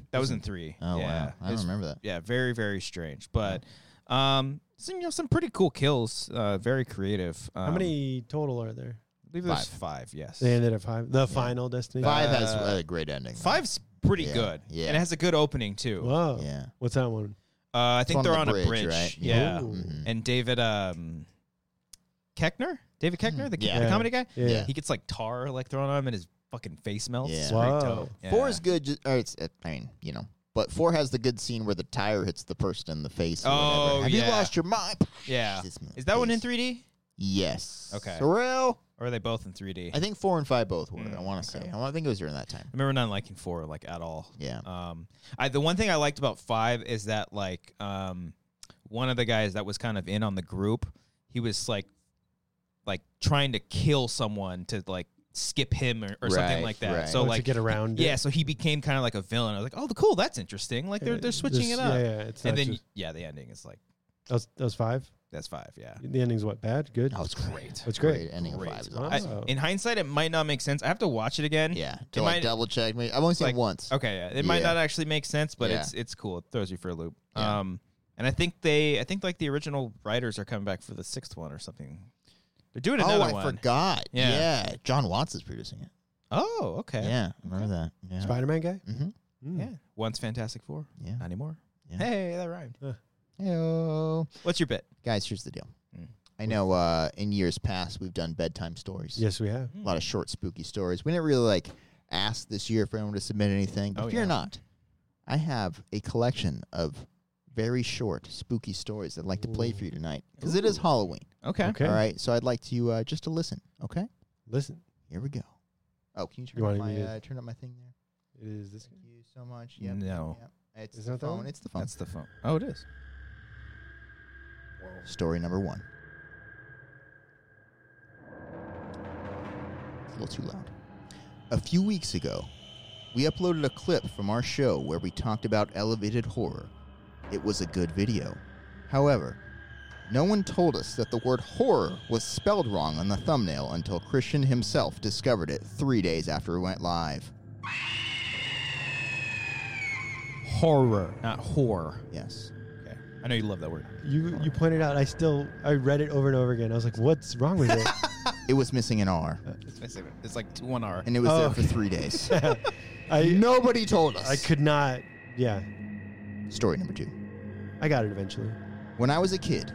Speaker 1: Hmm? That was in three.
Speaker 3: Oh
Speaker 1: yeah.
Speaker 3: wow, I don't
Speaker 1: It's-
Speaker 3: remember that.
Speaker 1: Yeah, very very strange, but um, some you know some pretty cool kills. Uh, very creative. Um,
Speaker 2: How many total are there?
Speaker 1: I believe there's
Speaker 3: Five.
Speaker 1: five. Yes.
Speaker 2: They ended at five. The final destination.
Speaker 3: Five has
Speaker 1: Uh,
Speaker 3: a great ending. though.
Speaker 1: Five's pretty
Speaker 3: Yeah,
Speaker 1: good.
Speaker 3: yeah.
Speaker 1: And it has a good opening too.
Speaker 2: Whoa.
Speaker 3: Yeah.
Speaker 2: What's that one?
Speaker 1: Uh, I think
Speaker 3: on
Speaker 1: they're
Speaker 3: the
Speaker 1: on
Speaker 3: bridge,
Speaker 1: a bridge.
Speaker 3: right?
Speaker 1: Yeah.
Speaker 2: Ooh.
Speaker 3: Mhm.
Speaker 1: and David um Keckner, David Keckner, the,
Speaker 3: Yeah.
Speaker 1: the comedy guy.
Speaker 2: Mm-hmm. Yeah.
Speaker 3: Yeah.
Speaker 1: He gets like tar like thrown on him, and his fucking face melts.
Speaker 3: Yeah.
Speaker 1: It's pretty
Speaker 2: Wow.
Speaker 1: dope. Yeah.
Speaker 3: Four is good. Just, or it's, I mean, you know. But four has the good scene where the tire hits the person in the face. or
Speaker 1: Oh,
Speaker 3: whatever. Have you
Speaker 1: yeah.
Speaker 3: lost your mind?
Speaker 1: Yeah.
Speaker 3: Jesus, man,
Speaker 1: Is that one in
Speaker 3: face.
Speaker 1: 3D
Speaker 3: Yes.
Speaker 1: Okay.
Speaker 3: Sorrel?
Speaker 1: or are they both in 3D? I
Speaker 3: I think four and five both were.
Speaker 1: Mm,
Speaker 3: I want to
Speaker 1: okay.
Speaker 3: say. I wanna- I think it was during that time.
Speaker 1: remember not liking four like at all.
Speaker 3: Yeah.
Speaker 1: Um, I the one thing I liked about five is that like um, one of the guys that was kind of in on the group, he was like, like trying to kill someone to like skip him or, or
Speaker 3: Right,
Speaker 1: something like that.
Speaker 3: right.
Speaker 1: So
Speaker 2: Oh, to
Speaker 1: like
Speaker 2: get around. it.
Speaker 1: Yeah, so he became kind of like a villain. I was like, oh, cool, that's interesting. Like they're
Speaker 2: Uh,
Speaker 1: they're switching it
Speaker 2: this-
Speaker 1: up.
Speaker 2: Yeah, yeah. It's
Speaker 1: and
Speaker 2: not
Speaker 1: then
Speaker 2: just-
Speaker 1: yeah, the ending is like
Speaker 2: that, was, that was five.
Speaker 1: that's five. Yeah,
Speaker 2: The ending's what? Bad? Good?
Speaker 3: That was great.
Speaker 2: That's great.
Speaker 3: ending
Speaker 1: Great.
Speaker 3: of five. Is
Speaker 2: Wow.
Speaker 1: I,
Speaker 3: awesome.
Speaker 2: Oh.
Speaker 1: in hindsight, it might not make sense. I have to watch it again.
Speaker 3: yeah. To
Speaker 1: It
Speaker 3: like
Speaker 1: might-
Speaker 3: double check me. I've only seen
Speaker 1: like-
Speaker 3: it once.
Speaker 1: Okay, yeah, it might
Speaker 3: Yeah.
Speaker 1: not actually make sense, but
Speaker 3: Yeah.
Speaker 1: it's it's cool. It throws you for a loop.
Speaker 3: Yeah.
Speaker 1: Um, and I think they, I think like the original writers are coming back for the sixth one or something. They're doing
Speaker 3: Oh,
Speaker 1: another
Speaker 3: I
Speaker 1: one.
Speaker 3: forgot.
Speaker 1: Yeah.
Speaker 3: Yeah. John Watts is producing it.
Speaker 1: Oh, okay.
Speaker 3: Yeah. I remember that. Yeah.
Speaker 2: Spider Man guy?
Speaker 3: mm-hmm.
Speaker 2: Mm.
Speaker 1: Yeah. Once Fantastic Four,
Speaker 3: Yeah.
Speaker 1: not anymore.
Speaker 3: Yeah.
Speaker 1: Hey, that rhymed.
Speaker 3: Heyo.
Speaker 1: What's your bit?
Speaker 3: Guys, here's the deal.
Speaker 1: Mm.
Speaker 3: I know uh, in years past we've done bedtime stories.
Speaker 2: Yes, we have.
Speaker 3: A lot of short, spooky stories. We didn't really like ask this year for anyone to submit anything, but
Speaker 1: Oh,
Speaker 3: fear
Speaker 1: yeah.
Speaker 3: not. I have a collection of very short, spooky stories I'd like to play for you tonight because it is
Speaker 1: Ooh.
Speaker 3: Halloween.
Speaker 1: Okay.
Speaker 2: Okay.
Speaker 3: All right, so I'd like to uh, just to listen. Okay,
Speaker 2: Listen,
Speaker 3: here we go. Oh, can you
Speaker 2: You
Speaker 3: turn up
Speaker 2: wanted
Speaker 3: my
Speaker 2: me to-
Speaker 3: uh, turn up my thing there?
Speaker 2: it is this.
Speaker 3: Thank you so much. Yep.
Speaker 1: No.
Speaker 3: Yep. It's
Speaker 2: Isn't
Speaker 3: the
Speaker 2: that that
Speaker 3: phone.
Speaker 2: one?
Speaker 3: It's the phone.
Speaker 1: That's the phone. Oh, it is.
Speaker 3: Story number one. It's a little too loud. A few weeks ago, we uploaded a clip from our show where we talked about elevated horror. It was a good video. However, no one told us that the word horror was spelled wrong on the thumbnail until Christian himself discovered it three days after it went live.
Speaker 1: Horror, not whore.
Speaker 3: Yes.
Speaker 1: Okay. I know you love that word.
Speaker 2: You you pointed out. I still I read it over and over again. I was like, what's wrong with it?
Speaker 3: It was missing an R,
Speaker 1: It's like two one R.
Speaker 3: and it was
Speaker 2: Oh,
Speaker 3: there for three days.
Speaker 2: I
Speaker 3: Nobody told us.
Speaker 2: I could not. Yeah,
Speaker 3: Story number two.
Speaker 2: I got it eventually.
Speaker 3: When I was a kid,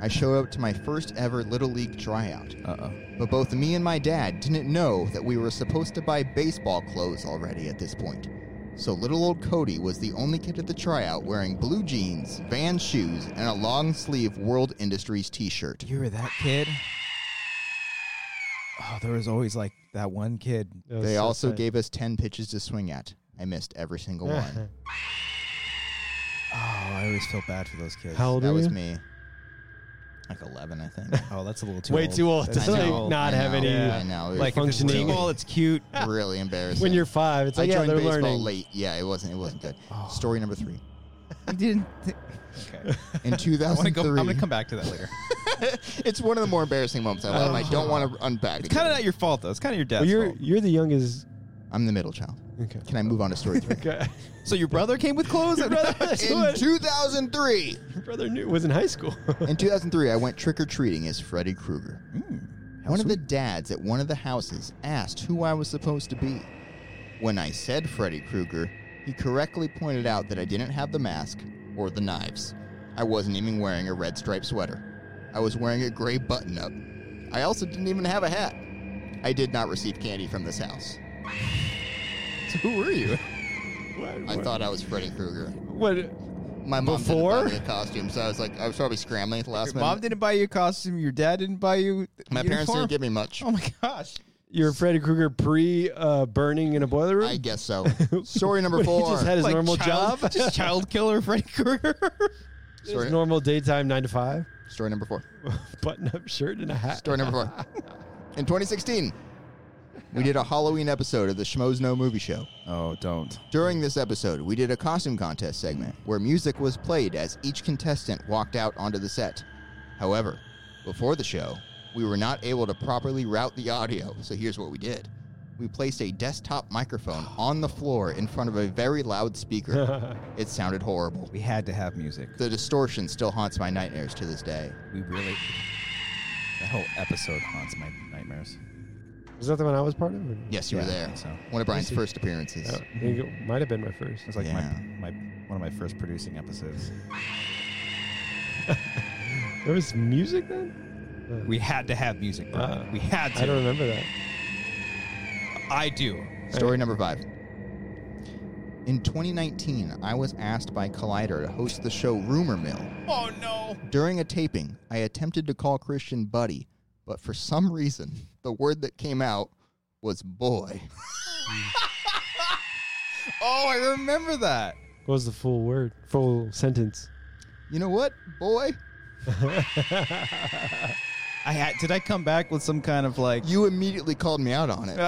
Speaker 3: I showed up to my first ever Little League tryout,
Speaker 1: Uh oh.
Speaker 3: but both me and my dad didn't know that we were supposed to buy baseball clothes already at this point. So little old Cody was the only kid at the tryout wearing blue jeans, van shoes, and a long sleeve World Industries t shirt.
Speaker 1: You were that kid. Oh, there was always like that one kid.
Speaker 2: That was
Speaker 3: They
Speaker 2: so
Speaker 3: also
Speaker 2: sad.
Speaker 3: gave us 10 pitches to swing at. I missed every single one.
Speaker 1: Oh, I always feel bad for those kids.
Speaker 2: How old
Speaker 3: That
Speaker 2: are
Speaker 3: was
Speaker 2: you?
Speaker 3: me. Like 11, I think.
Speaker 1: Oh, that's a little too
Speaker 2: Way
Speaker 1: old.
Speaker 2: too old to
Speaker 1: That's
Speaker 3: I
Speaker 2: like
Speaker 3: know,
Speaker 2: not
Speaker 3: I
Speaker 2: have
Speaker 3: know,
Speaker 2: any.
Speaker 1: yeah.
Speaker 3: I know. It was
Speaker 1: like if it's
Speaker 2: functioning.
Speaker 1: t-ball, it's cute.
Speaker 3: really embarrassing.
Speaker 2: When you're five, it's
Speaker 3: I
Speaker 2: like Oh, yeah,
Speaker 3: joined
Speaker 2: they're
Speaker 3: baseball
Speaker 2: learning. Oh.
Speaker 3: late. Yeah, it wasn't. It wasn't good. Story number three.
Speaker 1: You didn't. Th- okay.
Speaker 3: In
Speaker 1: I want to go.
Speaker 3: 2003,
Speaker 1: I'm gonna come back to that later.
Speaker 3: it's one of the more embarrassing moments I love. I don't
Speaker 2: Oh.
Speaker 3: want to unpack.
Speaker 1: It's kind of not your fault though. It's kind of your
Speaker 2: Well,
Speaker 1: dad's
Speaker 2: you're
Speaker 1: fault.
Speaker 2: you're the youngest.
Speaker 3: I'm the middle child.
Speaker 2: Okay.
Speaker 3: Can I move on to story three?
Speaker 2: Okay.
Speaker 1: So your brother came with clothes. I'd rather.
Speaker 3: in 2003,
Speaker 2: Brother knew was in high school.
Speaker 3: in 2003, I went trick or treating as Freddy Krueger. one of the dads at one of the houses asked who I was supposed to be. When I said Freddy Krueger, he correctly pointed out that I didn't have the mask or the knives. I wasn't even wearing a red striped sweater. I was wearing a gray button up. I also didn't even have a hat. I did not receive candy from this house.
Speaker 1: So who were you?
Speaker 2: what,
Speaker 3: I thought I was Freddy Krueger.
Speaker 2: what?
Speaker 3: My mom
Speaker 2: Before?
Speaker 3: didn't buy me a costume, so I was like, I was probably scrambling at the last
Speaker 1: Your
Speaker 3: minute.
Speaker 1: mom didn't buy you a costume. Your dad didn't buy you. the
Speaker 3: My parents
Speaker 1: uniform?
Speaker 3: didn't give me much.
Speaker 1: Oh my gosh.
Speaker 2: You're Freddy Krueger pre uh, burning in a boiler room.
Speaker 3: I guess so. Story number
Speaker 2: What,
Speaker 3: four.
Speaker 2: He just had his
Speaker 1: Like
Speaker 2: normal
Speaker 1: child-
Speaker 2: job.
Speaker 1: Just child killer Freddy Krueger.
Speaker 3: story,
Speaker 2: His normal daytime nine to five.
Speaker 3: story number four.
Speaker 2: Button up shirt and a hat.
Speaker 3: Story number four. In 2016, we did a Halloween episode of the Schmoes No Movie Show.
Speaker 1: Oh, don't.
Speaker 3: During this episode, we did a costume contest segment where music was played as each contestant walked out onto the set. However, before the show, we were not able to properly route the audio, so here's what we did. We placed a desktop microphone on the floor in front of a very loud speaker. It sounded horrible.
Speaker 1: We had to have music.
Speaker 3: The distortion still haunts my nightmares to this day.
Speaker 1: We really. That whole episode haunts my nightmares.
Speaker 2: Was that the one I was part of? or-
Speaker 3: Yes, you were
Speaker 1: Yeah, I
Speaker 3: there.
Speaker 1: think so.
Speaker 3: One of Brian's first appearances.
Speaker 2: Oh, I think it might have been my first.
Speaker 1: It was like
Speaker 3: Yeah.
Speaker 1: my, my one of my first producing episodes.
Speaker 2: There was music then.
Speaker 1: We had to have music. Brian.
Speaker 2: Uh,
Speaker 1: we had to.
Speaker 2: I don't remember that.
Speaker 1: I do.
Speaker 3: Story number five. In 2019, I was asked by Collider to host the show Rumor Mill.
Speaker 1: Oh no.
Speaker 3: During a taping, I attempted to call Christian buddy, but for some reason, the word that came out was boy.
Speaker 1: Oh, I remember that.
Speaker 2: What was the full word? Full sentence.
Speaker 3: You know what, boy?
Speaker 1: I had. Did I come back with some kind of like?
Speaker 3: You immediately called me out on it, and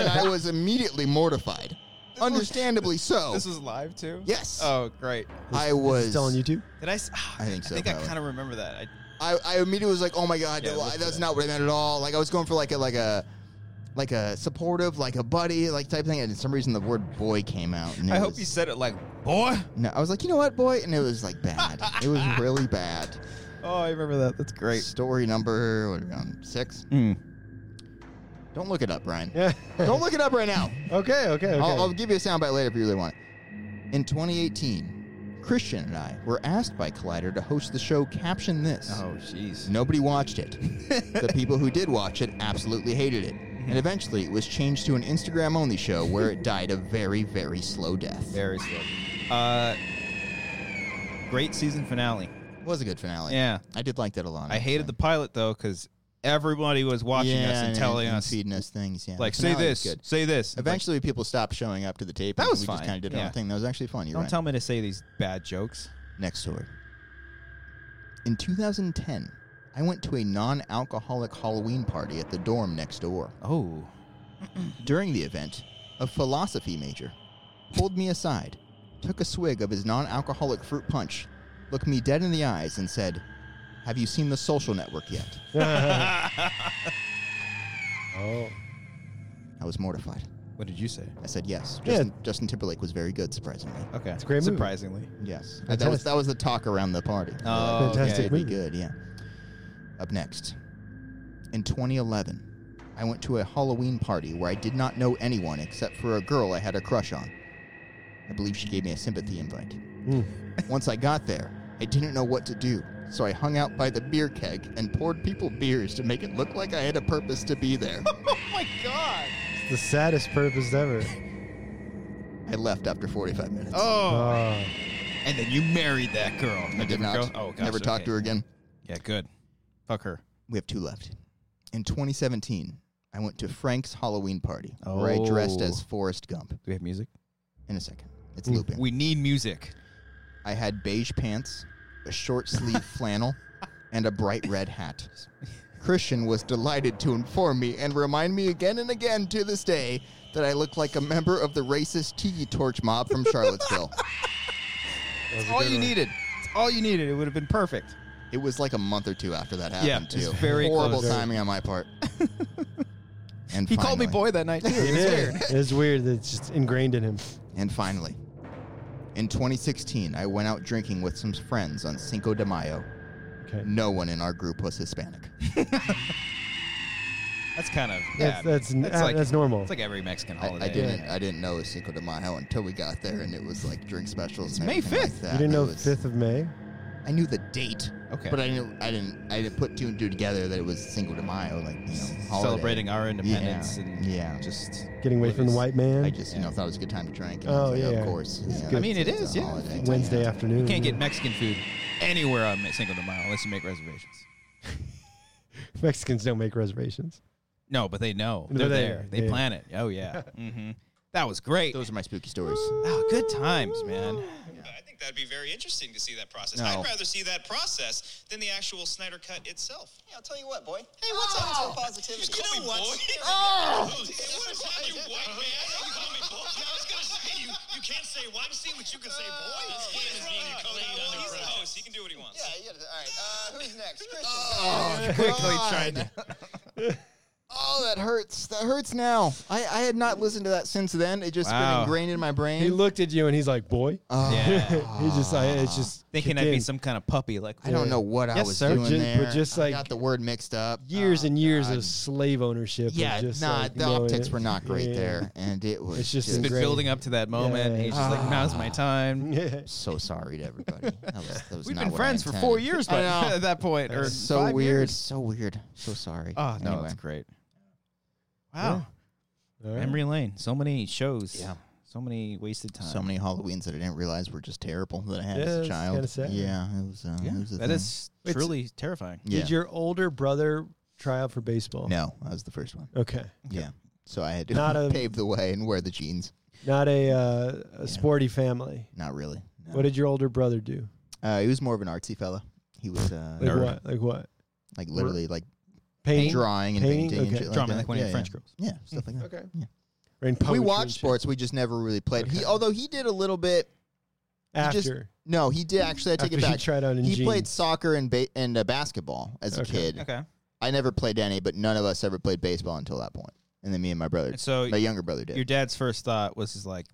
Speaker 3: I was immediately mortified. Understandably so.
Speaker 1: this was live too.
Speaker 3: Yes,
Speaker 1: Oh, great.
Speaker 3: I
Speaker 2: Is it
Speaker 3: was.
Speaker 2: still on YouTube?
Speaker 1: Did I? s- ah,
Speaker 3: I think so,
Speaker 1: I think
Speaker 3: probably.
Speaker 1: I kind of remember that. I,
Speaker 3: I, I immediately was like, oh my god,
Speaker 1: Yeah,
Speaker 3: no,
Speaker 1: look
Speaker 3: I-
Speaker 1: for
Speaker 3: that's
Speaker 1: that.
Speaker 3: not what I meant at all. Like I was going for like a like a like a supportive, like a buddy, like type thing. And for some reason, the word boy came out. And it
Speaker 1: I hope
Speaker 3: was-
Speaker 1: you said it like boy.
Speaker 3: No, I was like, you know what, boy, and it was like bad. it was really bad.
Speaker 1: Oh, I remember that. That's great.
Speaker 3: Story number what are we on six. Don't look it up, Brian.
Speaker 2: Yeah.
Speaker 3: Don't look it up right now.
Speaker 2: okay. Okay. Okay.
Speaker 3: I'll, I'll give you a soundbite later if you really want it. In 2018, Christian and I were asked by Collider to host the show Caption This.
Speaker 1: Oh, jeez.
Speaker 3: Nobody watched it. the people who did watch it absolutely hated it. And eventually it was changed to an Instagram only show where it died a very, very slow death.
Speaker 1: Very slow. Uh, great season finale.
Speaker 3: It was a good finale.
Speaker 1: Yeah.
Speaker 3: I did like that a lot.
Speaker 1: I hated the pilot though because everybody was watching us and
Speaker 3: man,
Speaker 1: telling
Speaker 3: and
Speaker 1: us
Speaker 3: feeding us things. Yeah,
Speaker 1: like
Speaker 3: The
Speaker 1: say
Speaker 3: finale was
Speaker 1: this,
Speaker 3: Good.
Speaker 1: say this. It's like,
Speaker 3: Eventually, people stopped showing up to the tape.
Speaker 1: That was
Speaker 3: we just
Speaker 1: fine,
Speaker 3: kind of did our
Speaker 1: yeah.
Speaker 3: own thing. That was actually fun. You're
Speaker 1: don't
Speaker 3: right.
Speaker 1: tell me to say these bad jokes.
Speaker 3: Next story. In 2010, I went to a non-alcoholic Halloween party at the dorm next door.
Speaker 1: Oh,
Speaker 3: During the event, a philosophy major pulled me aside, took a swig of his non alcoholic fruit punch, looked me dead in the eyes, and said, Have you seen the social network yet?
Speaker 2: oh,
Speaker 3: I was mortified.
Speaker 1: what did you say?
Speaker 3: I said yes.
Speaker 2: Yeah.
Speaker 3: Justin, Justin Timberlake was very good, surprisingly.
Speaker 1: Okay,
Speaker 2: a great movie.
Speaker 1: surprisingly.
Speaker 3: Yes. Uh, That was, that was the talk around the party.
Speaker 1: Oh,
Speaker 2: Fantastic
Speaker 1: okay.
Speaker 3: Pretty
Speaker 2: movie.
Speaker 3: good, yeah. Up next. In 2011, I went to a Halloween party where I did not know anyone except for a girl I had a crush on. I believe she gave me a sympathy invite.
Speaker 2: Mm.
Speaker 3: Once I got there, I didn't know what to do, so I hung out by the beer keg and poured people beers to make it look like I had a purpose to be there.
Speaker 1: Oh
Speaker 2: It's the saddest purpose ever.
Speaker 3: I left after 45 minutes.
Speaker 1: Oh,
Speaker 2: Oh,
Speaker 1: and then you married that girl.
Speaker 3: Uh, I did not.
Speaker 1: Oh, gosh,
Speaker 3: Never talked to her again.
Speaker 1: Yeah, good. Fuck her.
Speaker 3: We have two left. In 2017, I went to Frank's Halloween party where I dressed
Speaker 1: Oh.
Speaker 3: as Forrest Gump.
Speaker 1: Do we have music?
Speaker 3: In a second. It's looping.
Speaker 1: We need music.
Speaker 3: I had beige pants, a short sleeve flannel, and a bright red hat. Christian was delighted to inform me and remind me again and again to this day that I look like a member of the racist tiki torch mob from Charlottesville.
Speaker 1: It's all you needed. It's all you needed. It would have been perfect.
Speaker 3: it was like a month or two after that
Speaker 1: Yeah,
Speaker 3: happened,
Speaker 1: it's
Speaker 3: too.
Speaker 1: very
Speaker 3: Horrible
Speaker 1: close.
Speaker 3: timing on my part. and
Speaker 1: He called me
Speaker 3: finally-
Speaker 1: boy that night too.
Speaker 2: it
Speaker 1: It's weird.
Speaker 2: is. It's weird. It's just ingrained in him.
Speaker 3: And finally, in 2016, I went out drinking with some friends on Cinco de Mayo.
Speaker 2: Okay,
Speaker 3: No one in our group was Hispanic.
Speaker 1: That's kind of yeah.
Speaker 2: that's that's that's,
Speaker 1: like
Speaker 2: that's normal.
Speaker 1: it's like every Mexican
Speaker 3: I,
Speaker 1: holiday.
Speaker 3: I didn't. I didn't know it was Cinco de Mayo until we got there, and it was like drink specials. and
Speaker 1: May
Speaker 3: everything like
Speaker 1: 5th.
Speaker 3: that.
Speaker 2: you didn't
Speaker 3: It
Speaker 2: know
Speaker 3: was-
Speaker 2: fifth of May.
Speaker 3: I knew the date,
Speaker 1: Okay.
Speaker 2: uh,
Speaker 3: but I didn't. I didn't. I didn't put two and two together that it was Cinco de Mayo, like you know, holiday.
Speaker 1: Celebrating our independence
Speaker 3: Yeah.
Speaker 1: and
Speaker 3: Yeah.
Speaker 1: just
Speaker 2: Getting away from the white man.
Speaker 3: I just you know thought it was a good time to drink. And I
Speaker 2: Oh,
Speaker 3: was like,
Speaker 2: yeah.
Speaker 3: of course.
Speaker 2: It's
Speaker 3: yeah,
Speaker 2: good. I
Speaker 1: mean, it
Speaker 3: it's a
Speaker 1: is, yeah.
Speaker 3: holiday,
Speaker 2: Wednesday
Speaker 3: yeah.
Speaker 2: afternoon.
Speaker 1: You can't get
Speaker 2: yeah.
Speaker 1: Mexican food anywhere on Cinco de Mayo unless you make reservations.
Speaker 2: Mexicans don't make reservations.
Speaker 1: No, but they know they're,
Speaker 2: They're there.
Speaker 1: there. They
Speaker 2: Yeah.
Speaker 1: plan it. Oh yeah. hmm That was great.
Speaker 3: Those are my spooky stories.
Speaker 1: Oh, good times, man.
Speaker 5: I think that'd be very interesting to see that process.
Speaker 3: No.
Speaker 5: I'd rather see that process than the actual Snyder cut itself.
Speaker 6: Hey, I'll tell you what, boy. Hey,
Speaker 5: what's up?
Speaker 6: up? Positivity.
Speaker 5: You know what? Oh! What is that, you white man? You call me boy? I was gonna say you, you can't say white. See what you can say, boy.
Speaker 6: Oh,
Speaker 5: This kid is being a code He's the host. He can do what he wants.
Speaker 6: Yeah, yeah. All right. Uh, who's next? Christian.
Speaker 1: Oh, Quickly tried to.
Speaker 3: Oh, that hurts. That hurts now. I, I had not listened to that since then. It just been
Speaker 1: Wow.
Speaker 3: ingrained in my brain.
Speaker 2: He looked at you and Ah. he's like, "Boy."
Speaker 3: Oh,
Speaker 1: Yeah.
Speaker 2: he just, I, it's just
Speaker 1: Thinking
Speaker 2: kicked
Speaker 1: I'd be
Speaker 2: in.
Speaker 1: some kind of puppy. Like
Speaker 3: I don't know what I
Speaker 1: Yes,
Speaker 3: was
Speaker 1: sir.
Speaker 3: doing
Speaker 2: Ju-
Speaker 3: there.
Speaker 2: but just
Speaker 3: I
Speaker 2: like-
Speaker 3: got the word mixed up.
Speaker 2: years
Speaker 3: Oh,
Speaker 2: and years
Speaker 3: God.
Speaker 2: of slave ownership. of
Speaker 3: Yeah,
Speaker 2: just
Speaker 3: nah,
Speaker 2: like
Speaker 3: the
Speaker 2: knowing
Speaker 3: optics
Speaker 2: it.
Speaker 3: were not great
Speaker 2: Yeah.
Speaker 3: there, and it was
Speaker 2: It's just
Speaker 3: just
Speaker 1: Been
Speaker 2: Great.
Speaker 1: building up to that moment.
Speaker 2: Yeah.
Speaker 1: He's just like, now's my time.
Speaker 2: Yeah.
Speaker 3: so sorry to everybody. That was, that was
Speaker 1: We've
Speaker 3: not
Speaker 1: been
Speaker 3: what I
Speaker 1: friends for four
Speaker 3: intended.
Speaker 1: years,
Speaker 3: I
Speaker 1: but
Speaker 3: know.
Speaker 1: at that point, or
Speaker 3: so
Speaker 1: five
Speaker 3: weird,
Speaker 1: years.
Speaker 3: so weird, so sorry.
Speaker 2: Ah,
Speaker 1: Oh no,
Speaker 3: anyway, uh,
Speaker 1: that's great. Wow,
Speaker 2: All right.
Speaker 1: memory lane. So many shows.
Speaker 3: Yeah.
Speaker 1: so many wasted time.
Speaker 3: so many Halloweens that I didn't realize were just terrible that I had
Speaker 2: Yeah,
Speaker 3: as a
Speaker 2: it's
Speaker 3: child.
Speaker 2: kinda sad.
Speaker 3: Yeah, it was. Uh,
Speaker 1: Yeah,
Speaker 3: it was a
Speaker 1: that
Speaker 3: thing.
Speaker 1: is
Speaker 2: It's-
Speaker 1: truly terrifying.
Speaker 3: Yeah.
Speaker 2: Did your older brother try out for baseball?
Speaker 3: no, that was the first one.
Speaker 2: Okay.
Speaker 3: Yeah, so I had to
Speaker 2: Not a-
Speaker 3: pave the way and wear the jeans.
Speaker 2: Not a, uh, a sporty family.
Speaker 3: Not really. No.
Speaker 2: What did your older brother do?
Speaker 3: Uh, he was more of an artsy fella. He was uh,
Speaker 2: Like what? Like what?
Speaker 3: like literally like
Speaker 2: Painting.
Speaker 3: drawing and
Speaker 2: Painting?
Speaker 3: painting, and
Speaker 2: Okay.
Speaker 3: shit like
Speaker 1: Drumming
Speaker 3: that.
Speaker 1: like one
Speaker 3: yeah,
Speaker 1: of your French girls.
Speaker 3: yeah. yeah, stuff like that.
Speaker 2: Okay.
Speaker 3: Yeah.
Speaker 2: Or in poetry
Speaker 3: we
Speaker 2: and
Speaker 3: watched
Speaker 2: shit.
Speaker 3: sports. We just never really played. He although he did a little bit.
Speaker 2: after.
Speaker 3: just- No, he did actually. I take
Speaker 2: after
Speaker 3: it
Speaker 2: He
Speaker 3: back.
Speaker 2: tried out in
Speaker 3: He
Speaker 2: jeans.
Speaker 3: played soccer and ba- and uh, basketball as a
Speaker 2: Okay.
Speaker 3: kid.
Speaker 1: Okay,
Speaker 3: I never played any, but none of us ever played baseball until that point. And then me and my brother,
Speaker 1: and so
Speaker 3: my younger brother,
Speaker 1: your
Speaker 3: did.
Speaker 1: dad's first thought was just like,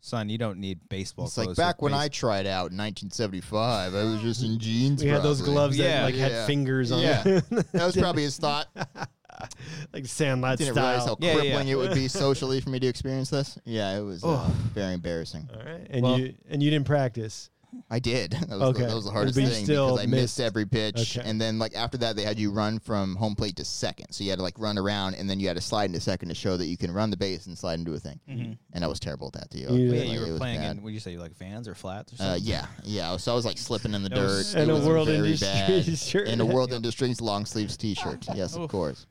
Speaker 1: "Son, you don't need baseball."
Speaker 3: It's like
Speaker 1: clothes
Speaker 3: back
Speaker 1: for
Speaker 3: when I
Speaker 1: base-
Speaker 3: tried out in 1975. I was just in jeans.
Speaker 2: We had those
Speaker 3: probably.
Speaker 2: gloves that
Speaker 1: Yeah.
Speaker 2: like
Speaker 3: Yeah.
Speaker 2: had fingers on
Speaker 3: Yeah.
Speaker 2: them.
Speaker 3: That was probably his thought.
Speaker 2: like Sandlot
Speaker 3: Didn't realize how
Speaker 2: style.
Speaker 1: Yeah, yeah,
Speaker 3: crippling
Speaker 1: yeah.
Speaker 3: it would be socially for me to experience this. Yeah, it was uh, very embarrassing.
Speaker 2: All right. And
Speaker 1: Well-
Speaker 2: you and you didn't practice.
Speaker 3: I did. That was,
Speaker 2: Okay.
Speaker 3: the, that was the hardest
Speaker 2: But you
Speaker 3: thing
Speaker 2: still
Speaker 3: because I missed
Speaker 2: missed.
Speaker 3: every pitch,
Speaker 2: Okay.
Speaker 3: and then like after that, they had you run from home plate to second, so you had to like run around, and then you had to slide into second to show that you can run the base and slide into a thing. And I was terrible at that too.
Speaker 2: You-
Speaker 3: Like,
Speaker 1: Mm-hmm. Yeah, you
Speaker 3: it
Speaker 1: were
Speaker 3: was
Speaker 1: playing
Speaker 3: bad.
Speaker 1: in. What do you say? Like fans or flats or something?
Speaker 3: Uh, yeah, yeah. So I was like slipping in the
Speaker 1: That was-
Speaker 3: dirt.
Speaker 2: And
Speaker 3: It
Speaker 2: a
Speaker 3: was
Speaker 2: World
Speaker 3: very
Speaker 2: Industries
Speaker 3: bad.
Speaker 2: shirt.
Speaker 3: And a World Industries long sleeves t shirt. Yes, of course.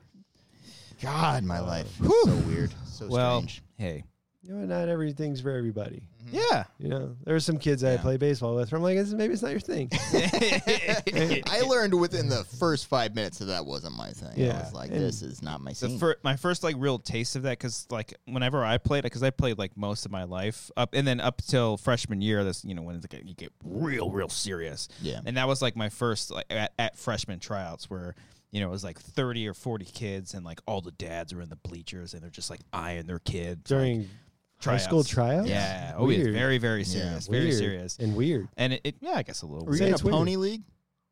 Speaker 3: God, my life. so weird. So
Speaker 1: well,
Speaker 3: strange.
Speaker 1: hey.
Speaker 2: You know, not everything's for everybody.
Speaker 1: Yeah.
Speaker 2: You know, there are some kids I play baseball with. Where I'm like, "This- maybe it's not your thing.
Speaker 3: I learned within the first five minutes that that wasn't my thing. I
Speaker 2: Yeah,
Speaker 3: was like,
Speaker 2: and
Speaker 3: this is not my
Speaker 1: the
Speaker 3: scene.
Speaker 1: fir- my first like real taste of that because like whenever I played because I played like most of my life up and then up till freshman year that's you know when it's like, you get real real serious
Speaker 3: Yeah.
Speaker 1: and that was like my first like at, at freshman tryouts where you know it was like thirty or forty kids and like all the dads were in the bleachers and they're just like eyeing their kid
Speaker 2: During high
Speaker 1: tryouts.
Speaker 2: school tryouts?
Speaker 1: yeah oh yeah
Speaker 2: Weird.
Speaker 1: very very serious very
Speaker 2: Weird
Speaker 1: serious
Speaker 2: And weird.
Speaker 1: and it, it yeah I guess a little
Speaker 3: Were you
Speaker 2: Yeah,
Speaker 3: in a
Speaker 2: it's weird.
Speaker 3: pony league?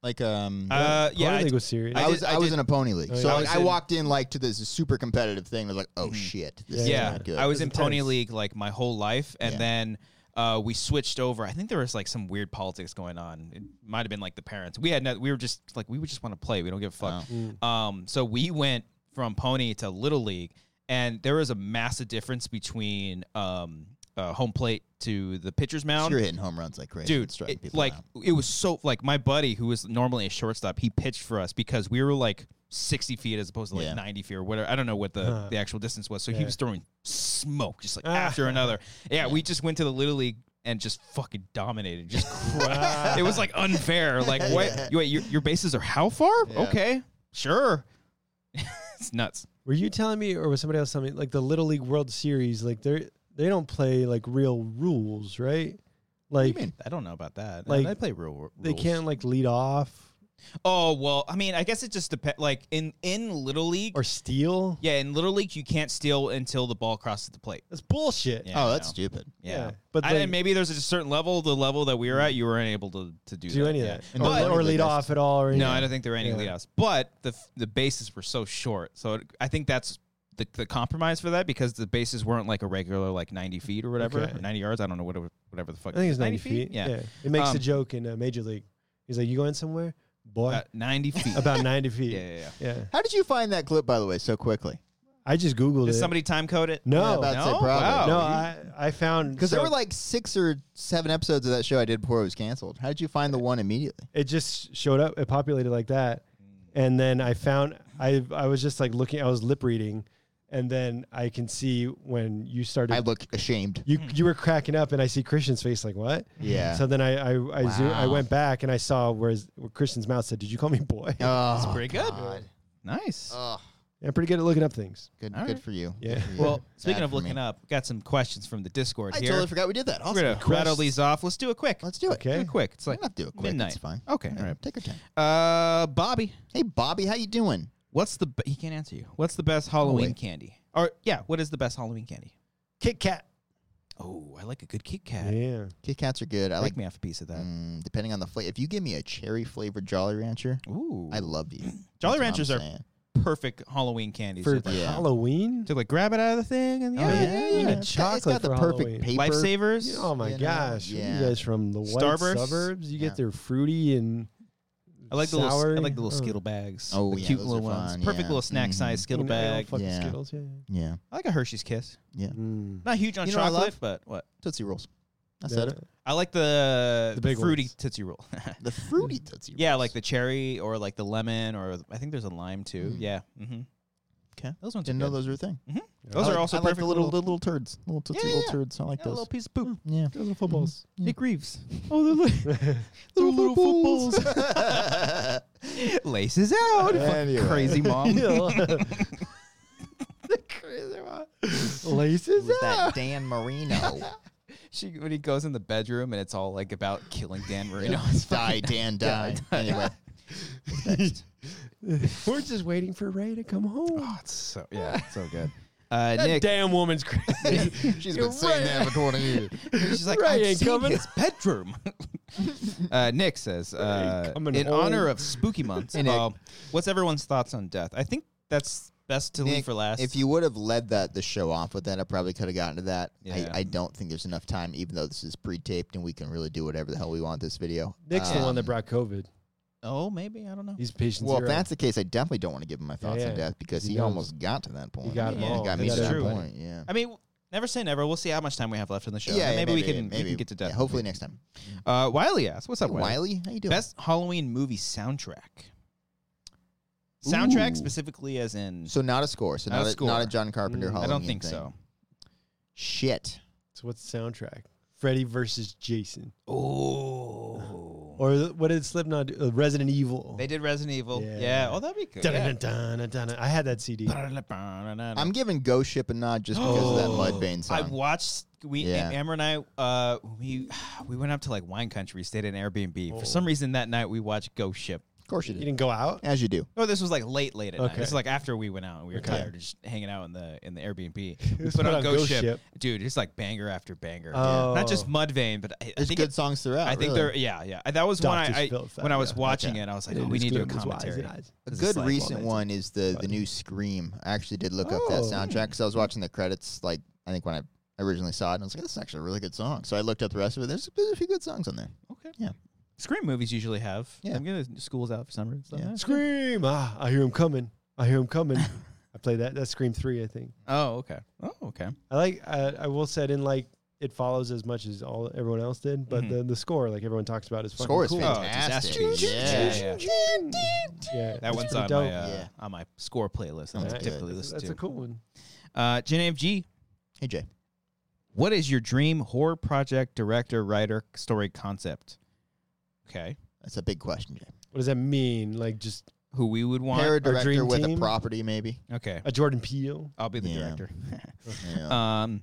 Speaker 3: Like, um,
Speaker 1: uh
Speaker 2: Pony
Speaker 1: yeah I,
Speaker 2: League was serious.
Speaker 1: I
Speaker 3: I
Speaker 1: did-
Speaker 3: was I,
Speaker 1: I
Speaker 3: was
Speaker 1: did-
Speaker 3: in a pony league,
Speaker 2: Oh,
Speaker 3: so
Speaker 2: yeah. I
Speaker 3: like,
Speaker 1: was
Speaker 3: I
Speaker 1: in-
Speaker 3: walked in like to this super competitive thing. I was like, oh shit, this
Speaker 2: Yeah.
Speaker 3: is not good.
Speaker 1: I was
Speaker 2: It
Speaker 1: in
Speaker 2: was
Speaker 1: Pony
Speaker 2: intense.
Speaker 1: League like my whole life, and
Speaker 3: Yeah.
Speaker 1: then uh, we switched over. I think there was like some weird politics going on. It might have been like the parents. We had no, we were just like we would just want to play. We don't give a fuck.
Speaker 2: Mm.
Speaker 1: Um, so we went from Pony to Little League, and there was a massive difference between um, uh, home plate to the pitcher's mound
Speaker 3: you're hitting home runs like crazy,
Speaker 1: dude
Speaker 3: It's striking
Speaker 1: it-
Speaker 3: people
Speaker 1: like
Speaker 3: out.
Speaker 1: it was so like my buddy who was normally a shortstop he pitched for us because we were like 60 feet as opposed to like
Speaker 3: Yeah.
Speaker 1: 90 feet or whatever i don't know what the,
Speaker 2: Huh.
Speaker 1: the actual distance was so he
Speaker 2: Yeah.
Speaker 1: was throwing smoke just like
Speaker 2: Ah.
Speaker 1: after another yeah, we just went to the little league and just fucking dominated just crushed. it was like unfair like what you, wait your, your bases are how far
Speaker 3: Yeah.
Speaker 1: okay sure it's nuts
Speaker 2: Were you telling me, or was somebody else telling me, like the Little League World Series, like they they don't play like real rules, right? Like
Speaker 1: i don't know about that
Speaker 2: Like,
Speaker 1: like i play real rules.
Speaker 2: they can't like lead off
Speaker 1: oh well i mean i guess it just depends like in in little league
Speaker 2: or steal.
Speaker 1: Yeah, in Little League, you can't steal until the ball crosses the plate.
Speaker 2: That's bullshit.
Speaker 1: Yeah,
Speaker 3: oh,
Speaker 1: I
Speaker 3: that's
Speaker 1: know.
Speaker 3: stupid.
Speaker 1: Yeah.
Speaker 2: yeah.
Speaker 1: But
Speaker 2: But
Speaker 1: I,
Speaker 2: they-
Speaker 1: and maybe there's a certain level, the level that we were at, you were unable to, to do,
Speaker 2: Do
Speaker 1: that.
Speaker 2: any of
Speaker 1: yeah.
Speaker 2: that,
Speaker 3: And
Speaker 2: or,
Speaker 1: But-
Speaker 2: or lead off at all, or anything.
Speaker 1: No, I don't think there were any
Speaker 2: Yeah.
Speaker 1: leadoffs. But the f- the bases were so short, so it, I think that's the, the compromise for that because the bases weren't like a regular like 90 feet or whatever,
Speaker 2: Okay.
Speaker 1: or 90 yards. I don't know whatever whatever the fuck.
Speaker 2: I think it's 90 feet.
Speaker 1: Yeah,
Speaker 2: It makes
Speaker 1: Um,
Speaker 2: a joke in uh, Major League. He's like, you going somewhere? Boy,
Speaker 1: About 90 feet.
Speaker 2: about 90 feet.
Speaker 1: yeah, yeah, yeah.
Speaker 2: yeah.
Speaker 3: How did you find that clip, by the way, so quickly?
Speaker 2: I just Googled it.
Speaker 1: Did somebody time code it?
Speaker 2: no,
Speaker 3: Yeah, about to say
Speaker 1: Oh, No?
Speaker 3: probably.
Speaker 1: Wow.
Speaker 2: no, I, I found.
Speaker 3: Because there
Speaker 2: so
Speaker 3: were like six or seven episodes of that show I did before it was canceled. How did you find the one immediately?
Speaker 2: It just showed up. It populated like that. And then I found, I, I was just like looking, I was lip reading. And then I can see when you started.
Speaker 3: I look ashamed.
Speaker 2: you, you were cracking up, and I see Christian's face like, what?
Speaker 3: Yeah.
Speaker 2: So then I I, I, zoomed, I
Speaker 3: Wow.
Speaker 2: went back and I saw where, his- where Christian's mouth said, Did you call me boy?
Speaker 3: Oh,
Speaker 1: Pretty good.
Speaker 3: God.
Speaker 1: Nice.
Speaker 3: Oh,
Speaker 2: I'm pretty good at looking up things.
Speaker 3: good,
Speaker 1: All
Speaker 3: good
Speaker 1: right.
Speaker 3: for you.
Speaker 2: Yeah.
Speaker 1: Well, speaking of looking
Speaker 3: up.
Speaker 1: up, got some questions from the Discord
Speaker 3: I
Speaker 1: here.
Speaker 3: totally forgot we did that. Awesome.
Speaker 1: We're gonna rattle these off. Let's do it quick.
Speaker 3: Let's do it.
Speaker 2: Okay.
Speaker 1: do it quick. It's
Speaker 3: We're
Speaker 1: like
Speaker 3: gonna have to do it quick.
Speaker 1: midnight.
Speaker 3: It's fine.
Speaker 1: Okay,
Speaker 3: Yeah,
Speaker 1: all right.
Speaker 3: Take your time.
Speaker 1: Uh, Bobby,
Speaker 3: Hey, Bobby, how you doing?
Speaker 1: what's the b- he can't answer you. What's the best Halloween
Speaker 3: wait.
Speaker 1: candy? Or yeah, what is the best Halloween candy?
Speaker 2: Kit Kat.
Speaker 1: Oh, I like a good Kit Kat.
Speaker 2: Yeah.
Speaker 3: Kit Kats are good. I like,
Speaker 1: Make me half a piece of that.
Speaker 3: mm, depending on the flavor. If you give me a cherry flavored Jolly Rancher,
Speaker 1: Ooh,
Speaker 3: I love you. That's
Speaker 1: Jolly
Speaker 3: what I'm
Speaker 1: Ranchers are
Speaker 3: saying.
Speaker 1: Mm. perfect Halloween candies.
Speaker 2: For
Speaker 1: To, like,
Speaker 3: Yeah.
Speaker 2: Halloween?
Speaker 1: to like grab it out of the thing and
Speaker 3: Oh,
Speaker 1: yeah,
Speaker 3: yeah,
Speaker 1: yeah,
Speaker 3: yeah.
Speaker 1: yeah.
Speaker 3: It's got-
Speaker 2: chocolate
Speaker 3: it's got the
Speaker 2: for
Speaker 3: perfect
Speaker 2: Halloween.
Speaker 3: paper.
Speaker 1: lifesavers.
Speaker 2: Oh my
Speaker 3: You know,
Speaker 2: gosh.
Speaker 3: yeah.
Speaker 2: You guys from the white
Speaker 1: Starburst?
Speaker 2: suburbs, you
Speaker 3: Yeah.
Speaker 2: get their fruity and
Speaker 1: I like the little,
Speaker 2: sour.
Speaker 1: I like the little
Speaker 2: Oh.
Speaker 1: Skittle bags.
Speaker 3: Oh,
Speaker 1: the
Speaker 3: yeah,
Speaker 1: cute
Speaker 3: those
Speaker 1: little
Speaker 3: are
Speaker 1: ones.
Speaker 3: fun,
Speaker 1: Perfect
Speaker 3: yeah.
Speaker 1: little snack size
Speaker 3: Mhm.
Speaker 1: Skittle
Speaker 2: You know, I
Speaker 1: bag.
Speaker 2: don't fuck with
Speaker 3: Yeah.
Speaker 2: Skittles, yeah.
Speaker 3: Yeah.
Speaker 1: I like a Hershey's Kiss.
Speaker 3: Yeah.
Speaker 2: Mm.
Speaker 1: Not huge on
Speaker 3: You know, I
Speaker 1: chocolate,
Speaker 3: love-
Speaker 1: but what?
Speaker 3: Tootsie Rolls. I
Speaker 2: Yeah.
Speaker 3: said it.
Speaker 1: I like the,
Speaker 2: The big
Speaker 1: fruity
Speaker 2: ones.
Speaker 1: Tootsie Roll.
Speaker 3: The fruity Tootsie Rolls.
Speaker 1: Yeah, like the cherry or like the lemon or I think there's a lime too. Yeah. Mm-hmm.
Speaker 3: 'Kay.
Speaker 1: Those ones
Speaker 3: Didn't
Speaker 1: are
Speaker 3: know
Speaker 1: good.
Speaker 3: those were a thing.
Speaker 1: Those
Speaker 2: Oh,
Speaker 3: I
Speaker 1: are
Speaker 3: like-
Speaker 1: also
Speaker 3: I
Speaker 1: perfect
Speaker 3: like the little, little turds, little Tootsie
Speaker 1: Yeah,
Speaker 3: Roll
Speaker 1: yeah.
Speaker 3: turds. I like
Speaker 1: yeah, little
Speaker 3: those.
Speaker 1: piece of poop.
Speaker 3: Yeah.
Speaker 2: Those are footballs.
Speaker 1: Mm-hmm. Nick Reeves. Oh, they're li- little, little footballs. Laces out. Fucking
Speaker 3: Anyway.
Speaker 1: Crazy mom.
Speaker 2: Laces?
Speaker 3: Who's that Dan Marino?
Speaker 1: She when he goes in the bedroom and it's all like about killing Dan Marino.
Speaker 3: die, Dan, die. Anyway.
Speaker 2: We're just waiting for Ray to come home.
Speaker 1: It's so yeah, it's so good. Uh, Oh, Nick,
Speaker 2: damn woman's crazy.
Speaker 3: She's been saying that for 20 years.
Speaker 1: she's like,
Speaker 2: Ray
Speaker 1: I've
Speaker 2: ain't
Speaker 1: seen
Speaker 2: coming."
Speaker 1: his bedroom. uh, Nick says, uh,
Speaker 2: coming
Speaker 1: in
Speaker 2: home."
Speaker 1: honor of spooky months,
Speaker 3: Nick.
Speaker 1: uh, what's everyone's thoughts on death? I think that's
Speaker 5: Best to leave
Speaker 3: Nick,
Speaker 5: for last.
Speaker 3: If you would have led that the show off with that, I probably could have gotten to that.
Speaker 5: Yeah.
Speaker 3: I, I don't think there's enough time, even though this is pre-taped and we can really do whatever the hell we want this video.
Speaker 2: Nick's the one that
Speaker 3: Um,
Speaker 2: brought COVID.
Speaker 1: Oh, maybe I don't know.
Speaker 2: He's patient
Speaker 3: Well, if
Speaker 2: zero.
Speaker 3: that's the case, I definitely don't want to give him my thoughts
Speaker 2: yeah.
Speaker 3: on death because
Speaker 2: He
Speaker 3: he,
Speaker 2: knows.
Speaker 3: almost got to that point.
Speaker 2: got 'em
Speaker 3: yeah,
Speaker 5: all.
Speaker 3: got me
Speaker 5: That's
Speaker 3: to that
Speaker 5: true.
Speaker 3: point. Yeah.
Speaker 1: I mean, never say never. We'll see how much time we have left in the show.
Speaker 3: yeah,
Speaker 1: maybe, we can
Speaker 3: maybe
Speaker 1: we can get to death.
Speaker 3: Yeah, hopefully next time.
Speaker 1: Uh, Wiley asks, "What's up, Wiley?
Speaker 3: Wiley, how you doing?
Speaker 1: Best Halloween movie soundtrack. Soundtrack
Speaker 3: Ooh.
Speaker 1: specifically, as in
Speaker 3: So not a score. So
Speaker 1: Not
Speaker 3: not,
Speaker 1: a
Speaker 3: a,
Speaker 1: score.
Speaker 3: not a John Carpenter
Speaker 2: Mm. I
Speaker 1: I
Speaker 3: Halloween.
Speaker 1: don't think
Speaker 3: thing.
Speaker 1: so.
Speaker 3: Shit.
Speaker 2: so what's the soundtrack? Freddy versus Jason,
Speaker 1: Oh,
Speaker 2: or the- what did Slipknot do? Uh, Resident Evil.
Speaker 1: they did Resident Evil.
Speaker 2: Yeah.
Speaker 1: Yeah. Oh, that'd be good.
Speaker 2: Dun,
Speaker 1: Yeah.
Speaker 2: dun, dun, dun, dun, dun. I had that CD.
Speaker 3: I'm giving Ghost Ship a nod just because of that Mudvayne
Speaker 1: I
Speaker 3: song.
Speaker 1: watched. We
Speaker 3: Yeah.
Speaker 1: Amber and I, uh, we we went up to like wine country. We stayed in an Airbnb. For some reason that night we watched Ghost Ship.
Speaker 3: of course you
Speaker 2: You
Speaker 3: did.
Speaker 2: didn't go out?
Speaker 3: As you do.
Speaker 1: Oh, this was like late, late at night.
Speaker 2: Okay.
Speaker 1: This is like after we went out and we were
Speaker 2: Okay.
Speaker 1: tired, just hanging out in the in the Airbnb. We
Speaker 2: Let's
Speaker 1: put on Ghost, Ship. dude. It's like banger after banger.
Speaker 2: Oh.
Speaker 1: Not just Mudvayne, but I, I
Speaker 3: There's
Speaker 1: think
Speaker 3: good
Speaker 1: it-
Speaker 3: songs throughout.
Speaker 1: I think
Speaker 3: really.
Speaker 1: they're yeah, yeah. That was when
Speaker 2: Dr.
Speaker 1: I, I
Speaker 2: Phil
Speaker 1: when I was
Speaker 2: Fabio.
Speaker 1: watching
Speaker 3: Okay.
Speaker 1: it, I was like, oh, we need to do a commentary.
Speaker 3: A
Speaker 1: 'Cause
Speaker 3: good
Speaker 1: it's like-
Speaker 3: recent
Speaker 2: well,
Speaker 3: one is the the new Scream. I actually did look up that
Speaker 2: Oh.
Speaker 3: soundtrack because I was watching the credits. Like I think when I originally saw it, and I was like, "This is actually a really good song." So I looked up the rest of it. There's, there's a few good songs on there.
Speaker 1: Okay.
Speaker 3: Yeah.
Speaker 1: Scream movies usually have.
Speaker 3: Yeah.
Speaker 1: I'm gonna school's out for some reason.
Speaker 3: Yeah.
Speaker 2: Scream! Ah, I hear him coming. I hear him coming. I played that. That's Scream Three, I think.
Speaker 1: Oh, okay. Oh, okay.
Speaker 2: I like. Uh, I will say, I didn't like it follows as much as all everyone else did, but
Speaker 1: Mhm.
Speaker 2: the the score, like everyone talks about, is fucking
Speaker 3: Score is
Speaker 2: cool.
Speaker 1: fan-
Speaker 3: fantastic.
Speaker 1: Oh, it's a
Speaker 3: yeah.
Speaker 1: disaster. Yeah,
Speaker 2: Yeah,
Speaker 1: That
Speaker 2: it's
Speaker 1: one's
Speaker 2: pretty
Speaker 1: on
Speaker 2: dope.
Speaker 1: my uh,
Speaker 3: Yeah.
Speaker 1: on my score playlist. That
Speaker 3: That's
Speaker 1: I
Speaker 3: good.
Speaker 1: typically
Speaker 2: That's,
Speaker 1: listen
Speaker 2: that's
Speaker 1: to.
Speaker 2: a cool one.
Speaker 1: Uh, Jen AFG,
Speaker 3: Hey Jay,
Speaker 1: what is your dream horror project, director, writer, story concept? Okay.
Speaker 3: that's a big question, Jay.
Speaker 2: What does that mean? Like just
Speaker 1: Who we would want?
Speaker 3: Pair a director
Speaker 2: dream
Speaker 3: with
Speaker 2: team?
Speaker 3: a property, maybe.
Speaker 1: okay.
Speaker 2: a Jordan Peele?
Speaker 1: I'll be the
Speaker 3: Yeah.
Speaker 1: director.
Speaker 3: Yeah.
Speaker 1: um,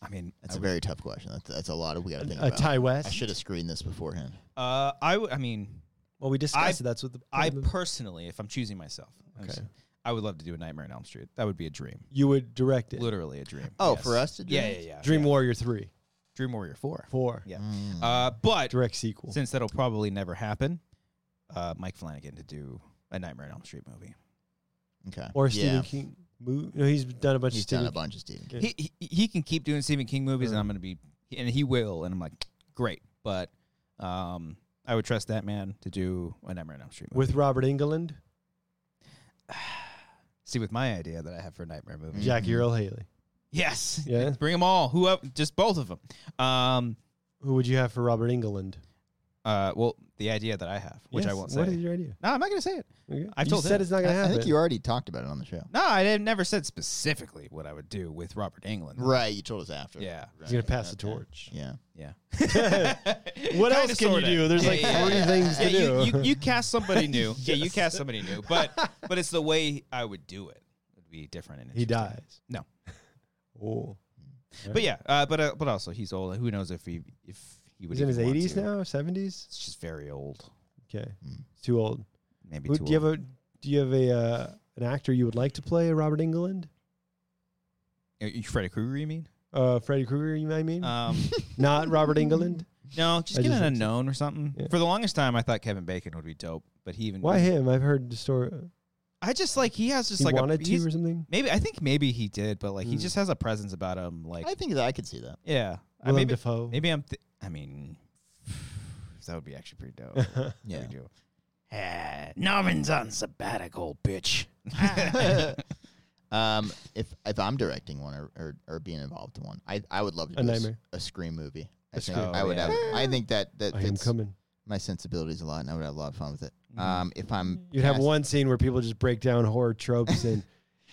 Speaker 1: I mean,
Speaker 3: that's
Speaker 1: I
Speaker 3: a
Speaker 1: would-
Speaker 3: very tough question. That's, that's a lot of we got to think
Speaker 2: A, a
Speaker 3: about.
Speaker 2: Ty
Speaker 3: I
Speaker 2: West?
Speaker 3: should have screened this beforehand.
Speaker 1: uh, I would- I mean,
Speaker 2: Well, we discussed
Speaker 1: I-
Speaker 2: it. That's what the
Speaker 1: I
Speaker 2: the-
Speaker 1: personally, if I'm choosing myself, I'm
Speaker 2: Okay.
Speaker 1: s- I would love to do a Nightmare on Elm Street. That would be a dream,
Speaker 2: you would direct it.
Speaker 1: literally a dream.
Speaker 3: Oh,
Speaker 1: Yes.
Speaker 3: for us to do
Speaker 1: Yeah,
Speaker 3: it?
Speaker 1: yeah, yeah.
Speaker 2: Dream
Speaker 1: yeah.
Speaker 2: Warrior Three,
Speaker 1: Dream Warrior Four.
Speaker 2: Four,
Speaker 1: Yeah.
Speaker 3: Mm.
Speaker 1: Uh, but
Speaker 2: direct sequel.
Speaker 1: since that'll probably never happen, uh, Mike Flanagan to do a Nightmare on Elm Street movie.
Speaker 3: okay.
Speaker 2: Or Stephen
Speaker 3: yeah.
Speaker 2: King. Mo- no, he's done a bunch
Speaker 3: He's
Speaker 2: of Stephen.
Speaker 3: done a bunch of Stephen King.
Speaker 1: He, he he can keep doing Stephen King movies, and I'm gonna be and he will, and I'm like, great. But um, I would trust that man to do a Nightmare on Elm Street movie.
Speaker 2: with Robert England,
Speaker 1: See, with my idea that I have for a Nightmare movie.
Speaker 3: Mm-hmm.
Speaker 2: Jackie Earl Haley.
Speaker 1: Yes.
Speaker 2: Yeah.
Speaker 1: Bring them all. Who up? Just both of them. Um.
Speaker 2: Who would you have for Robert England?
Speaker 1: Uh. Well, the idea that I have, which I
Speaker 2: Yes,
Speaker 1: won't say.
Speaker 2: What is your idea?
Speaker 1: no, I'm not gonna say it.
Speaker 2: Okay.
Speaker 1: I've
Speaker 2: you
Speaker 1: told
Speaker 2: said
Speaker 1: him.
Speaker 2: it's not gonna
Speaker 3: I, I
Speaker 2: happen.
Speaker 3: think you already talked about it on the show.
Speaker 1: No, I didn't, never said specifically what I would do with Robert England.
Speaker 3: Right, you told us after.
Speaker 1: Yeah.
Speaker 3: Right.
Speaker 2: He's gonna pass the
Speaker 3: Okay.
Speaker 2: torch.
Speaker 3: Yeah.
Speaker 1: Yeah.
Speaker 2: What
Speaker 1: Kinda,
Speaker 2: else can you
Speaker 1: sorta.
Speaker 2: do? There's
Speaker 1: Yeah,
Speaker 2: like
Speaker 1: yeah,
Speaker 2: three
Speaker 1: yeah.
Speaker 2: things to
Speaker 1: Yeah,
Speaker 2: do.
Speaker 1: You, you, you cast somebody new. Yeah, you cast somebody new. But but it's the way I would do it. It'd be different. And
Speaker 2: he
Speaker 1: interesting.
Speaker 2: dies.
Speaker 1: No.
Speaker 2: Oh,
Speaker 1: But yeah. Uh, but uh, but also he's old. Who knows if he if he would
Speaker 2: he's in his
Speaker 1: even want
Speaker 2: 80s
Speaker 1: to.
Speaker 2: now, 70s.
Speaker 1: It's just very old.
Speaker 2: Okay,
Speaker 3: Mm.
Speaker 2: It's too old.
Speaker 1: Maybe
Speaker 2: Who,
Speaker 1: too
Speaker 2: do you
Speaker 1: old.
Speaker 2: have a Do you have a uh, an actor you would like to play Robert England?
Speaker 1: Uh, you- Freddy Krueger, you mean?
Speaker 2: Uh, Freddy Krueger, you might mean?
Speaker 1: Um,
Speaker 2: Not Robert England.
Speaker 1: no, just
Speaker 2: I
Speaker 1: get an
Speaker 2: just think so.
Speaker 1: unknown or something.
Speaker 2: Yeah.
Speaker 1: For the longest time, I thought Kevin Bacon would be dope, but he even
Speaker 2: Why him? I've heard the story.
Speaker 1: I just like he has just
Speaker 2: he
Speaker 1: like
Speaker 2: wanted
Speaker 1: a,
Speaker 2: to
Speaker 1: he's-
Speaker 2: or something.
Speaker 1: maybe I think maybe he did, but like he
Speaker 2: Hmm.
Speaker 1: just has a presence about him. Like
Speaker 3: I think that I could see that.
Speaker 1: yeah, I-
Speaker 2: Willem
Speaker 1: maybe
Speaker 2: Dafoe.
Speaker 1: maybe I'm. Th- I mean, that would be actually pretty dope. What do
Speaker 3: Yeah.
Speaker 1: we do? Uh, Norman's on sabbatical, bitch.
Speaker 3: Um, if if I'm directing one or, or, or being involved in one, I, I would love to
Speaker 2: A
Speaker 3: do a, s-
Speaker 2: nightmare.
Speaker 3: a scream movie. I,
Speaker 1: A
Speaker 3: think
Speaker 1: Scream.
Speaker 3: I would
Speaker 1: Oh,
Speaker 3: have. I think that that
Speaker 2: I am
Speaker 3: fits
Speaker 2: Oh, coming.
Speaker 3: my sensibilities a lot, and I would have a lot of fun with it.
Speaker 1: Mhm.
Speaker 3: Um, if I'm
Speaker 2: You'd have
Speaker 3: cast-
Speaker 2: one scene where people just break down horror tropes and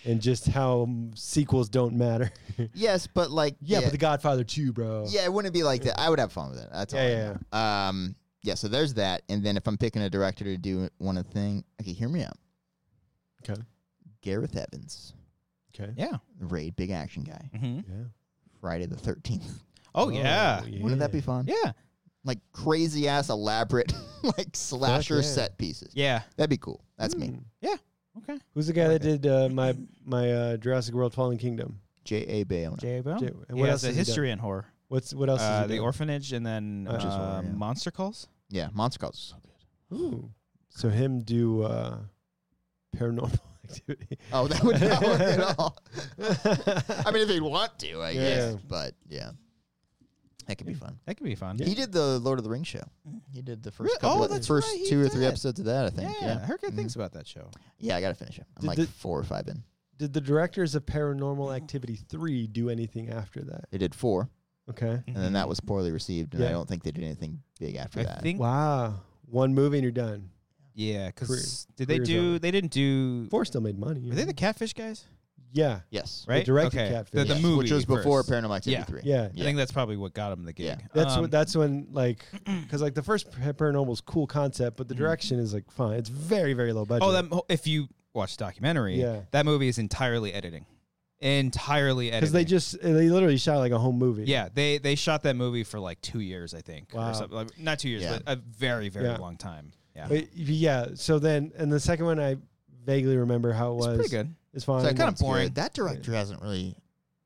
Speaker 2: and just how mm, sequels don't matter. yeah,
Speaker 3: Yes, but like
Speaker 2: but The Godfather 2, bro.
Speaker 3: yeah, it wouldn't be like that. I would have fun with it. That's all.
Speaker 2: Yeah,
Speaker 3: I
Speaker 2: yeah,
Speaker 3: know. Um, yeah. So there's that, and then if I'm picking a director to do one a thing, okay, hear me out.
Speaker 2: Okay.
Speaker 3: Gareth Evans,
Speaker 2: Okay.
Speaker 1: Yeah.
Speaker 3: Raid Big Action Guy,
Speaker 1: hmm
Speaker 2: Yeah.
Speaker 3: Friday the Thirteenth.
Speaker 1: Oh, yeah.
Speaker 3: Wouldn't that be fun?
Speaker 1: Yeah.
Speaker 3: Like crazy ass elaborate like slasher
Speaker 2: yeah.
Speaker 3: set pieces.
Speaker 1: Yeah.
Speaker 3: That'd be cool. That's me.
Speaker 2: Hmm.
Speaker 1: Okay.
Speaker 2: Who's the guy that did uh, my my uh, Jurassic World Fallen Kingdom?
Speaker 3: J A Bayona.
Speaker 1: Jay Bone.
Speaker 2: J-
Speaker 1: Oh. He
Speaker 2: and what else
Speaker 1: has a
Speaker 2: has he done?
Speaker 1: history in horror.
Speaker 2: What's what else?
Speaker 1: Uh,
Speaker 2: is
Speaker 1: the orphanage and then
Speaker 2: Which is
Speaker 1: uh,
Speaker 3: horror,
Speaker 5: um,
Speaker 3: yeah.
Speaker 1: monster calls.
Speaker 3: yeah, Monster Calls.
Speaker 2: Ooh. So him do uh, paranormal activity.
Speaker 3: Oh, that would not work at all. I mean, if they want to, I guess.
Speaker 2: Yeah.
Speaker 3: But yeah, that could be fun.
Speaker 5: That could be fun.
Speaker 3: He did the Lord of the Rings show. He did the first
Speaker 5: Re-
Speaker 3: couple,
Speaker 5: oh,
Speaker 3: of,
Speaker 5: that's
Speaker 3: first
Speaker 5: right, he
Speaker 3: two or three
Speaker 5: did.
Speaker 3: episodes of that. I think.
Speaker 5: Yeah, I
Speaker 3: Yeah,
Speaker 5: heard good
Speaker 2: Mm-hmm.
Speaker 3: Mhm.
Speaker 5: things about that show.
Speaker 3: Yeah, I gotta finish it. I'm
Speaker 2: Did
Speaker 3: like
Speaker 2: the-
Speaker 3: four or five in.
Speaker 2: Did the directors of Paranormal Activity 3 do anything after that?
Speaker 3: They did four,
Speaker 2: Okay.
Speaker 5: Mm-hmm.
Speaker 3: and then that was poorly received, and I
Speaker 2: Yeah.
Speaker 3: don't think they did anything big after
Speaker 5: I
Speaker 3: that.
Speaker 5: think,
Speaker 2: Wow. One movie and you're done.
Speaker 5: yeah,
Speaker 2: Career-
Speaker 5: because did they
Speaker 2: career's
Speaker 5: do?
Speaker 2: over.
Speaker 5: They didn't do.
Speaker 2: Four still made money.
Speaker 5: Were they the catfish guys?
Speaker 2: yeah.
Speaker 3: yes,
Speaker 5: Right?
Speaker 2: directed
Speaker 5: okay.
Speaker 2: Catfish.
Speaker 5: The, the
Speaker 3: Yes,
Speaker 5: movie,
Speaker 3: which was before
Speaker 5: first.
Speaker 3: Paranormal Activity
Speaker 5: Yeah.
Speaker 3: three.
Speaker 2: Yeah.
Speaker 5: I think that's probably what got him the gig.
Speaker 3: Yeah.
Speaker 2: That's
Speaker 5: Um,
Speaker 2: what. That's when like, because like the first Pa- Paranormal's cool concept, but the
Speaker 5: Mhm.
Speaker 2: direction is like fine. It's very very low budget.
Speaker 5: Oh, that mo- if you watch the documentary,
Speaker 2: Yeah.
Speaker 5: that movie is entirely editing, entirely editing.
Speaker 2: because they just they literally shot like a home movie.
Speaker 5: yeah, they they shot that movie for like two years, I think,
Speaker 2: Wow.
Speaker 5: or something. Like, not two years,
Speaker 3: Yeah.
Speaker 5: but a very very
Speaker 2: Yeah.
Speaker 5: long time. Yeah,
Speaker 2: But, yeah. So then, and the second one, I vaguely remember how it
Speaker 5: it's
Speaker 2: was.
Speaker 5: pretty good.
Speaker 2: It's fine.
Speaker 3: So that
Speaker 5: kinda
Speaker 3: one's good.
Speaker 5: boring.
Speaker 3: That director hasn't really.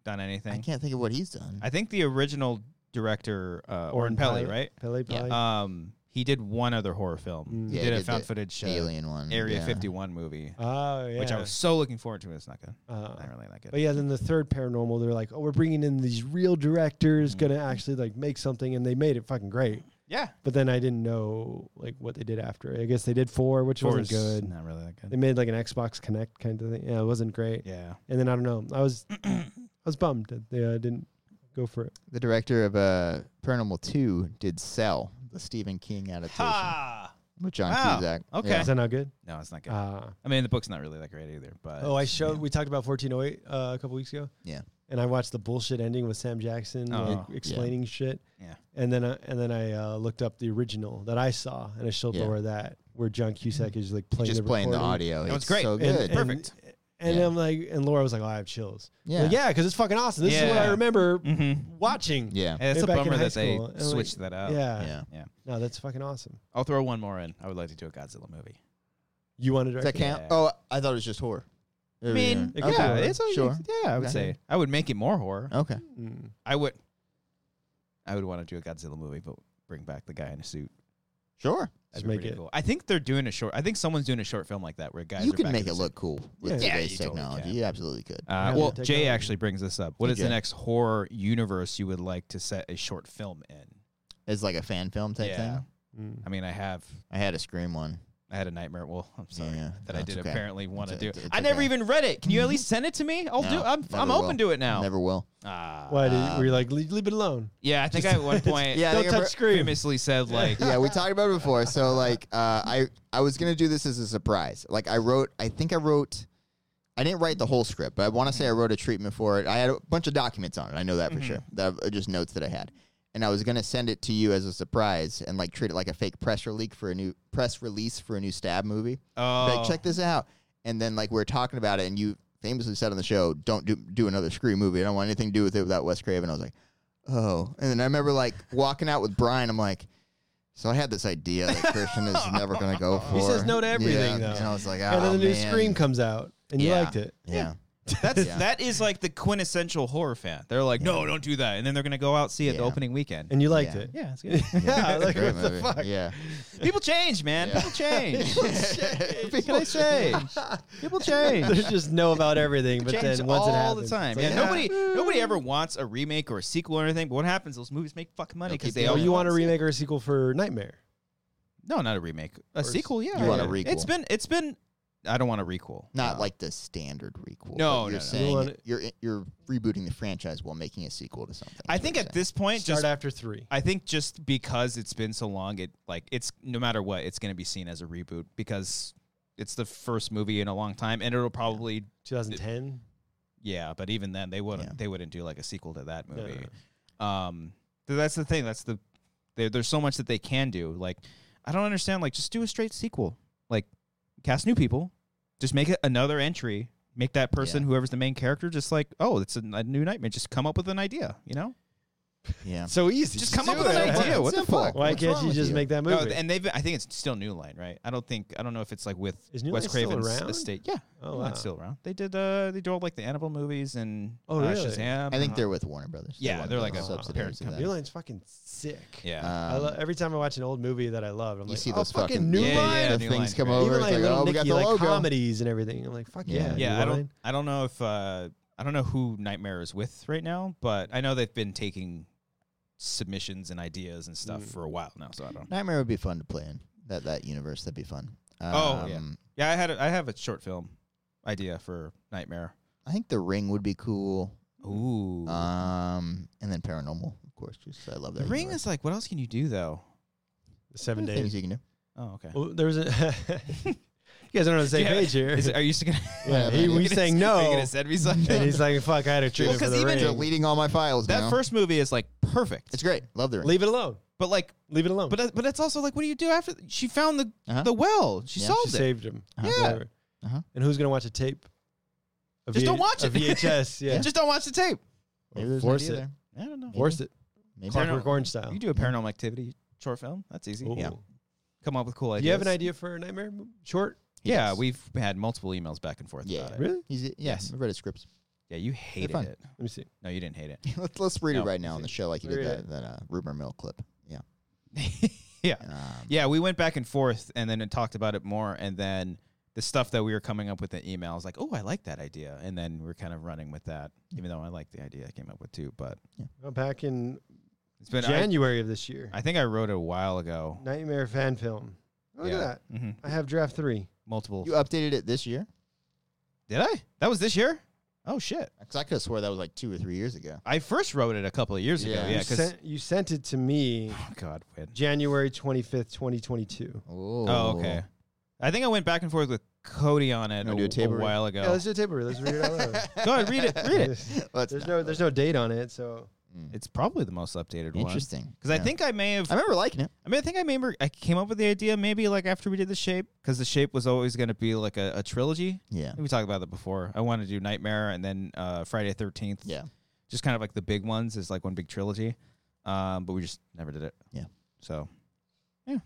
Speaker 5: Done
Speaker 3: I
Speaker 5: anything?
Speaker 3: can't think of what he's done.
Speaker 5: I, think the original director uh, Oren Pelly, right?
Speaker 2: Pele,
Speaker 3: Yeah.
Speaker 2: Pele.
Speaker 5: Um, he did one other horror film.
Speaker 2: Mm.
Speaker 5: He
Speaker 3: Yeah,
Speaker 5: did
Speaker 3: he
Speaker 5: a
Speaker 3: did
Speaker 5: found
Speaker 3: the
Speaker 5: footage uh,
Speaker 3: Alien one,
Speaker 5: Area
Speaker 3: yeah.
Speaker 5: 51 movie,
Speaker 2: oh yeah.
Speaker 5: which I was so looking forward to. and It's not good.
Speaker 2: Uh,
Speaker 5: I really like it.
Speaker 2: but yeah, then the third Paranormal, they're like, oh, we're bringing in these real directors, gonna
Speaker 5: Mm-hmm.
Speaker 2: actually like make something, and they made it fucking great.
Speaker 5: yeah,
Speaker 2: But then I didn't know like what they did after. I guess they did four, which
Speaker 5: Four
Speaker 2: wasn't
Speaker 5: is
Speaker 2: good.
Speaker 5: Not really that
Speaker 2: They
Speaker 5: good.
Speaker 2: made like an Xbox Connect kind of thing. Yeah, it wasn't great.
Speaker 5: Yeah.
Speaker 2: And then I don't know. I was I was bummed that they uh, didn't go for it.
Speaker 3: the director of uh, Paranormal two did Cell, the Stephen King adaptation
Speaker 5: Ah.
Speaker 3: with John
Speaker 5: Wow.
Speaker 3: Cusack.
Speaker 5: Okay.
Speaker 3: Yeah.
Speaker 2: Is that not good?
Speaker 5: No, it's not good.
Speaker 2: Ah.
Speaker 5: I mean, the book's not really that great either. But
Speaker 2: oh, I showed. We talked about 1408 uh, a couple weeks ago.
Speaker 3: Yeah.
Speaker 2: And I watched the bullshit ending with Sam Jackson like,
Speaker 5: Oh, yeah.
Speaker 2: explaining shit.
Speaker 5: Yeah.
Speaker 2: And then I, and then I uh, looked up the original that I saw, and I showed
Speaker 3: Yeah.
Speaker 2: Laura that where John
Speaker 5: Mm.
Speaker 2: Cusack is like playing
Speaker 3: just
Speaker 2: the
Speaker 3: playing the
Speaker 2: recording.
Speaker 3: audio.
Speaker 5: That was
Speaker 3: it's
Speaker 5: great.
Speaker 3: So
Speaker 5: And-
Speaker 3: good.
Speaker 2: And, and-
Speaker 5: Perfect.
Speaker 2: And,
Speaker 3: Yeah.
Speaker 2: I'm like, and Laura was like, "Oh, I have chills."
Speaker 3: Yeah.
Speaker 2: Like, yeah, because it's fucking awesome. This is what I
Speaker 5: Yeah.
Speaker 2: remember
Speaker 5: Mhm.
Speaker 2: watching.
Speaker 3: yeah.
Speaker 5: And it's
Speaker 2: Way
Speaker 5: a
Speaker 2: back in
Speaker 5: bummer
Speaker 2: high
Speaker 5: that they
Speaker 2: school, and, like,
Speaker 5: switched that out.
Speaker 2: Yeah.
Speaker 3: yeah.
Speaker 5: Yeah.
Speaker 2: No, that's fucking awesome.
Speaker 5: I'll throw one more in. I would like to do a Godzilla movie.
Speaker 2: You want to
Speaker 3: Does
Speaker 2: direct?
Speaker 3: that
Speaker 2: it?
Speaker 3: count?
Speaker 5: Yeah.
Speaker 3: Oh, I thought it was just horror.
Speaker 5: I mean,
Speaker 2: It could
Speaker 3: okay.
Speaker 2: be
Speaker 5: yeah,
Speaker 2: horror.
Speaker 5: it's a-
Speaker 3: Sure.
Speaker 5: Yeah, I would
Speaker 3: Okay.
Speaker 5: say I would make it more horror.
Speaker 3: Okay.
Speaker 2: Mm.
Speaker 5: I would. I would want to do a Godzilla movie, but bring back the guy in a suit.
Speaker 3: Sure.
Speaker 2: Just
Speaker 5: That'd be
Speaker 2: make
Speaker 5: pretty
Speaker 2: it.
Speaker 5: cool. I think they're doing a short. I think someone's doing a short film like that where guys.
Speaker 3: you
Speaker 5: are
Speaker 3: can
Speaker 5: back
Speaker 3: make
Speaker 5: in
Speaker 3: it
Speaker 5: the
Speaker 3: look
Speaker 5: suit.
Speaker 3: cool with
Speaker 2: Yeah.
Speaker 5: Yeah,
Speaker 3: today's
Speaker 5: you totally
Speaker 3: technology.
Speaker 5: can.
Speaker 3: You absolutely could.
Speaker 5: Uh,
Speaker 2: Yeah,
Speaker 5: well,
Speaker 2: the
Speaker 5: Jay
Speaker 2: technology.
Speaker 5: actually brings this up. What is the
Speaker 3: TJ.
Speaker 5: next horror universe you would like to set a short film in?
Speaker 3: It's like a fan film type
Speaker 5: Yeah.
Speaker 3: thing.
Speaker 2: Mm.
Speaker 5: I mean, I have
Speaker 3: I had a Scream one.
Speaker 5: I had a nightmare. Well, I'm sorry
Speaker 3: Yeah,
Speaker 5: that
Speaker 3: no,
Speaker 5: I
Speaker 3: it's
Speaker 5: did
Speaker 3: okay.
Speaker 5: apparently want to
Speaker 3: It's-
Speaker 5: do.
Speaker 3: it's- it's
Speaker 5: I never
Speaker 3: okay.
Speaker 5: even read it. Can you at least send it to me? I'll do.
Speaker 3: No,
Speaker 5: I'm
Speaker 3: never
Speaker 5: I'm open
Speaker 3: will.
Speaker 5: to it now.
Speaker 3: Never will.
Speaker 5: Ah.
Speaker 2: Why did
Speaker 3: Uh,
Speaker 2: were you like leave, leave it alone?
Speaker 5: Yeah, I think I at one point
Speaker 3: Yeah, I
Speaker 2: Don't
Speaker 3: think I
Speaker 2: touch
Speaker 3: re-
Speaker 2: Scream.
Speaker 5: famously said like
Speaker 3: yeah, we talked about it before. So like, uh, I I was gonna do this as a surprise. Like I wrote, I think I wrote, I didn't write the whole script, but I want to say I wrote a treatment for it. I had a bunch of documents on it. I know that for sure. That are just notes that I had, and I was gonna send it to you as a surprise and like treat it like a fake press release for a new press release for a new stab movie. Be
Speaker 5: oh
Speaker 3: like, check this out. And then like we were talking about it, and you famously said on the show, "Don't do do another Scream movie. I don't want anything to do with it without Wes Craven." I was like, "Oh." And then I remember like walking out with Brian. I'm like. So I had this idea that Christian is never going to go for.
Speaker 2: He says no to everything,
Speaker 3: Yeah.
Speaker 2: though.
Speaker 3: And I was like, oh,
Speaker 2: and then the new
Speaker 3: man."
Speaker 2: Scream comes out, and
Speaker 3: Yeah.
Speaker 2: you liked it.
Speaker 3: Yeah.
Speaker 5: that's
Speaker 3: Yeah.
Speaker 5: that is like the quintessential horror fan. They're like, no, don't do that, and then they're gonna go out see it the
Speaker 3: Yeah.
Speaker 5: opening weekend.
Speaker 2: And you liked
Speaker 3: Yeah.
Speaker 2: it.
Speaker 5: yeah, it's good.
Speaker 2: Yeah,
Speaker 3: It's a
Speaker 2: like,
Speaker 3: great
Speaker 2: what the
Speaker 3: movie.
Speaker 2: fuck?
Speaker 3: Yeah.
Speaker 5: People change, man.
Speaker 3: Yeah.
Speaker 5: People change. People change. People change.
Speaker 2: There's just know about everything, but
Speaker 5: Change
Speaker 2: then once
Speaker 5: all
Speaker 2: it happens,
Speaker 5: the time.
Speaker 2: it's like,
Speaker 5: yeah,
Speaker 2: "Ah,
Speaker 5: nobody nobody ever wants a remake or a sequel or anything. But what happens? Those movies make fucking money
Speaker 3: They'll
Speaker 5: because
Speaker 3: keep
Speaker 5: they
Speaker 3: doing
Speaker 2: Oh,
Speaker 5: all
Speaker 3: it.
Speaker 2: you want a remake or a sequel for Nightmare?
Speaker 5: No, not a remake. A
Speaker 2: Or
Speaker 5: sequel, yeah.
Speaker 3: you want a
Speaker 5: yeah.
Speaker 3: requel.
Speaker 5: It's been it's been I don't want a requel.
Speaker 3: Not
Speaker 5: No.
Speaker 3: like the standard requel.
Speaker 5: No,
Speaker 3: but
Speaker 5: no,
Speaker 3: you're
Speaker 5: no.
Speaker 3: saying
Speaker 2: You wanna-
Speaker 3: you're you're rebooting the franchise while making a sequel to something.
Speaker 5: I
Speaker 3: is what
Speaker 5: think
Speaker 3: you're
Speaker 5: at
Speaker 3: saying.
Speaker 5: this point
Speaker 2: Start
Speaker 5: just
Speaker 2: after three.
Speaker 5: I think just because it's been so long it like it's no matter what it's going to be seen as a reboot because it's the first movie in a long time and it'll probably
Speaker 2: 2010.
Speaker 5: yeah, but even then they wouldn't
Speaker 3: Yeah.
Speaker 5: they wouldn't do like a sequel to that
Speaker 2: No, no,
Speaker 5: movie. Um th- that's the thing. That's the there, there's so much that they can do. Like I don't understand like just do a straight sequel. Like cast new people. Just make it another entry. Make that person
Speaker 3: Yeah.
Speaker 5: whoever's the main character just like, "Oh, it's a, a new nightmare." Just come up with an idea, you know?
Speaker 3: Yeah.
Speaker 2: So easy.
Speaker 1: Just come up
Speaker 3: do
Speaker 1: with an
Speaker 3: it.
Speaker 1: idea. What the
Speaker 3: Simple.
Speaker 1: fuck?
Speaker 2: Why
Speaker 3: What's
Speaker 2: can't
Speaker 3: wrong
Speaker 2: you
Speaker 3: with
Speaker 2: just
Speaker 3: you?
Speaker 2: make that
Speaker 1: No,
Speaker 2: movie?
Speaker 1: and they've. I think it's still New Line, right? I don't think. I don't know if it's like with
Speaker 2: Is New
Speaker 1: Wes
Speaker 2: Line still
Speaker 1: Craven's
Speaker 2: around?
Speaker 1: estate. Yeah,
Speaker 2: Oh,
Speaker 1: New
Speaker 2: wow.
Speaker 1: Line's still around. They did. Uh, they do all like the Annabelle movies and
Speaker 2: Oh,
Speaker 1: uh,
Speaker 2: really?
Speaker 1: Shazam.
Speaker 3: I think
Speaker 1: Uh,
Speaker 3: they're with Warner Brothers.
Speaker 1: Yeah,
Speaker 3: one of
Speaker 1: they're
Speaker 3: the
Speaker 1: like a
Speaker 3: subsidiaries
Speaker 1: parent
Speaker 3: of them.
Speaker 2: New Line's fucking sick.
Speaker 1: Yeah.
Speaker 2: I
Speaker 3: Um,
Speaker 2: lo- every time I watch an old movie that I love, I'm
Speaker 3: you
Speaker 2: like,
Speaker 3: see
Speaker 2: oh,
Speaker 3: those
Speaker 2: fucking,
Speaker 3: fucking
Speaker 2: New
Speaker 1: Yeah,
Speaker 2: Line.
Speaker 1: yeah,
Speaker 3: the
Speaker 1: New Line,
Speaker 3: things come
Speaker 1: yeah.
Speaker 3: over.
Speaker 2: Even
Speaker 3: It's
Speaker 2: like
Speaker 3: like,
Speaker 2: Little
Speaker 3: oh,
Speaker 2: Nicky,
Speaker 3: we got the
Speaker 2: like
Speaker 3: logo.
Speaker 2: comedies and everything. I'm like, fuck
Speaker 3: Yeah.
Speaker 2: yeah,
Speaker 3: Yeah,
Speaker 2: New
Speaker 1: yeah, I
Speaker 2: Line.
Speaker 1: don't. I don't know if. Uh, I don't know who Nightmare is with right now, but I know they've been taking submissions and ideas and stuff
Speaker 2: Mm.
Speaker 1: for a while now. So I don't.
Speaker 3: Nightmare would be fun to play in. That that universe, that'd be fun.
Speaker 1: Oh, yeah.
Speaker 3: Um,
Speaker 1: Yeah, I had. A, I have a short film idea for Nightmare.
Speaker 3: I think The Ring would be cool.
Speaker 1: Ooh.
Speaker 3: Um, and then Paranormal, of course, just 'cause I love that.
Speaker 1: the Ring
Speaker 3: universe.
Speaker 1: is like. What else can you do though?
Speaker 2: Seven
Speaker 3: Things
Speaker 2: days.
Speaker 3: you can do.
Speaker 1: Oh, okay.
Speaker 2: Well, there was a. you guys aren't on the same
Speaker 1: Yeah,
Speaker 2: page here.
Speaker 1: Is it- are you still gonna?
Speaker 2: yeah,
Speaker 1: Are
Speaker 2: he,
Speaker 1: you
Speaker 2: we
Speaker 1: gonna-
Speaker 2: saying
Speaker 1: Are you
Speaker 2: no,
Speaker 1: gonna send me something?
Speaker 2: and he's like, "Fuck, I had a treatment for
Speaker 1: 'cause
Speaker 2: the
Speaker 1: even
Speaker 2: ring."
Speaker 3: Deleting all my files.
Speaker 1: That
Speaker 3: now.
Speaker 1: first movie is like perfect.
Speaker 3: it's great. Love The Ring.
Speaker 2: Leave it alone.
Speaker 1: But like,
Speaker 2: Leave it alone.
Speaker 1: but uh, but it's also like, what do you do after? She found the
Speaker 3: Uh-huh.
Speaker 1: the well. She
Speaker 3: Yeah.
Speaker 2: she
Speaker 1: solved it.
Speaker 2: saved him.
Speaker 3: Uh-huh.
Speaker 1: Yeah.
Speaker 2: Whatever.
Speaker 3: Uh-huh.
Speaker 2: And who's gonna watch a tape? A
Speaker 1: Just don't watch
Speaker 2: a
Speaker 1: it.
Speaker 2: VHS. Yeah.
Speaker 1: Just don't watch the tape.
Speaker 3: Maybe there's an
Speaker 2: Force
Speaker 3: idea
Speaker 2: it.
Speaker 3: there.
Speaker 1: I don't know.
Speaker 2: Force it.
Speaker 3: Maybe.
Speaker 2: Clockwork
Speaker 1: Paranormal-
Speaker 2: Orange style.
Speaker 1: You do a paranormal activity short film. That's easy.
Speaker 2: Ooh.
Speaker 1: Yeah. Come up with cool
Speaker 2: Do
Speaker 1: ideas.
Speaker 2: you have an idea for a nightmare mo- short?
Speaker 1: Yeah,
Speaker 3: Yes.
Speaker 1: we've had multiple emails back and forth
Speaker 3: Yeah.
Speaker 1: about it.
Speaker 2: Really?
Speaker 3: He's, yeah,
Speaker 1: Yes.
Speaker 3: I read his scripts.
Speaker 1: Yeah, you hated
Speaker 3: fun.
Speaker 1: it.
Speaker 2: Let me see.
Speaker 1: No, you didn't hate
Speaker 3: let's let's read
Speaker 1: No.
Speaker 3: it right now on the show, like you did
Speaker 2: Read
Speaker 3: that
Speaker 2: it.
Speaker 3: that uh, rumor mill clip. Yeah.
Speaker 1: it. yeah.
Speaker 3: Um,
Speaker 1: Yeah, we went back and forth and then talked about it more. And then the stuff that we were coming up with in email, I was like, oh, I like that idea. And then we're kind of running with that, even though I like the idea I came up with too. But
Speaker 2: Well, back in
Speaker 1: it's been, I,
Speaker 2: January of this year.
Speaker 1: I think I wrote it a while ago.
Speaker 2: Nightmare fan film. Oh, Look
Speaker 1: Yeah.
Speaker 2: at that.
Speaker 1: hmm
Speaker 2: I have draft three.
Speaker 1: Multiple.
Speaker 3: You updated it this year?
Speaker 1: Did I? That was this year? Oh, shit.
Speaker 3: Because I could have swore that was like two or three years ago.
Speaker 1: I first wrote it a couple of years ago.
Speaker 3: Yeah.
Speaker 1: Yeah,
Speaker 2: you,
Speaker 1: because,
Speaker 2: sent, you sent it to me
Speaker 1: oh, God, when?
Speaker 2: January 25th, 2022.
Speaker 3: Oh,
Speaker 1: Oh, okay. I think I went back and forth with Cody on it
Speaker 3: Wanna
Speaker 1: a,
Speaker 3: do a table
Speaker 1: a
Speaker 3: read?
Speaker 1: while ago.
Speaker 2: Yeah, let's do a table read. Let's read it all over.
Speaker 1: Go ahead, read it. Oh. Read it.
Speaker 3: Let's
Speaker 2: There's
Speaker 3: not.
Speaker 2: no, there's no date on it, so
Speaker 1: It's probably the most updated one.
Speaker 3: Interesting.
Speaker 1: Because I
Speaker 3: Yeah.
Speaker 1: think I may have
Speaker 3: I remember liking it.
Speaker 1: I mean, I think I remember I came up with the idea maybe like after we did the shape because the shape was always going to be like a, a trilogy.
Speaker 3: Yeah.
Speaker 1: I think We talked about that before. I wanted to do Nightmare and then uh, Friday Thirteenth.
Speaker 3: Yeah.
Speaker 1: just kind of like the big ones is like one big trilogy, um, but we just never did it.
Speaker 3: Yeah.
Speaker 1: So, yeah,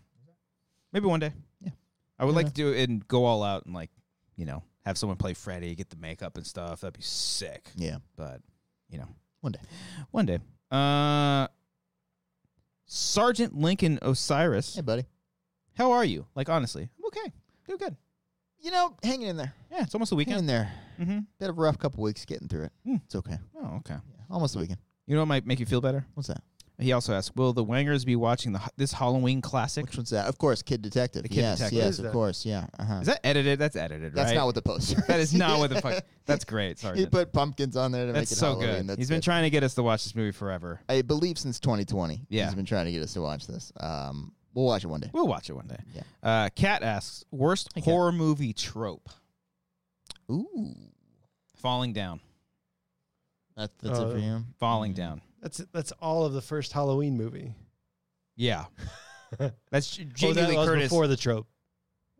Speaker 1: maybe one day.
Speaker 3: Yeah.
Speaker 1: I would
Speaker 3: Yeah.
Speaker 1: like to do it and go all out and like you know have someone play Freddy, get the makeup and stuff. That'd be sick.
Speaker 3: Yeah.
Speaker 1: But you know,
Speaker 3: One day.
Speaker 1: one day. Uh, Sergeant Lincoln Osiris.
Speaker 3: Hey, buddy.
Speaker 1: How are you? Like honestly, I'm okay. Doing good.
Speaker 3: You know, hanging in there.
Speaker 1: Yeah, it's almost a
Speaker 3: Hanging
Speaker 1: weekend.
Speaker 3: in there.
Speaker 1: Mm-hmm.
Speaker 3: Bit of a rough couple weeks getting through it.
Speaker 1: Hmm.
Speaker 3: It's okay.
Speaker 1: Oh, okay.
Speaker 3: Yeah. Almost a weekend.
Speaker 1: You know what might make you feel better?
Speaker 3: What's that?
Speaker 1: He also asked, "Will the Wangers be watching the this Halloween classic?
Speaker 3: Which one's that? Of course, Kid Detective.
Speaker 1: The Kid
Speaker 3: yes,
Speaker 1: Detective.
Speaker 2: What
Speaker 3: yes,
Speaker 2: is
Speaker 3: of
Speaker 2: that?
Speaker 3: course. Yeah. Uh-huh.
Speaker 1: Is that edited? That's edited,
Speaker 3: That's
Speaker 1: right?
Speaker 3: not what the poster
Speaker 1: that is not what the fuck. That's great,
Speaker 3: He
Speaker 1: Sergeant.
Speaker 3: put pumpkins on there to
Speaker 1: That's
Speaker 3: make it
Speaker 1: so
Speaker 3: Halloween.
Speaker 1: good.
Speaker 3: That's
Speaker 1: He's been
Speaker 3: good.
Speaker 1: trying to get us to watch this movie forever.
Speaker 3: I believe since 2020.
Speaker 1: Yeah.
Speaker 3: He's been trying to get us to watch this. Um, we'll watch it one day.
Speaker 1: We'll watch it one day.
Speaker 3: Yeah.
Speaker 1: Uh, Kat asks, "Worst
Speaker 3: Hey, Kat.
Speaker 1: horror movie trope?
Speaker 3: Ooh.
Speaker 1: Falling down.
Speaker 3: That's, that's it
Speaker 2: Uh,
Speaker 3: for you.
Speaker 1: Falling down.
Speaker 2: that's that's all of the first Halloween movie.
Speaker 1: Yeah. That's J-
Speaker 2: Oh,
Speaker 1: Jamie
Speaker 2: that
Speaker 1: Lee
Speaker 2: was
Speaker 1: Curtis.
Speaker 2: before the trope.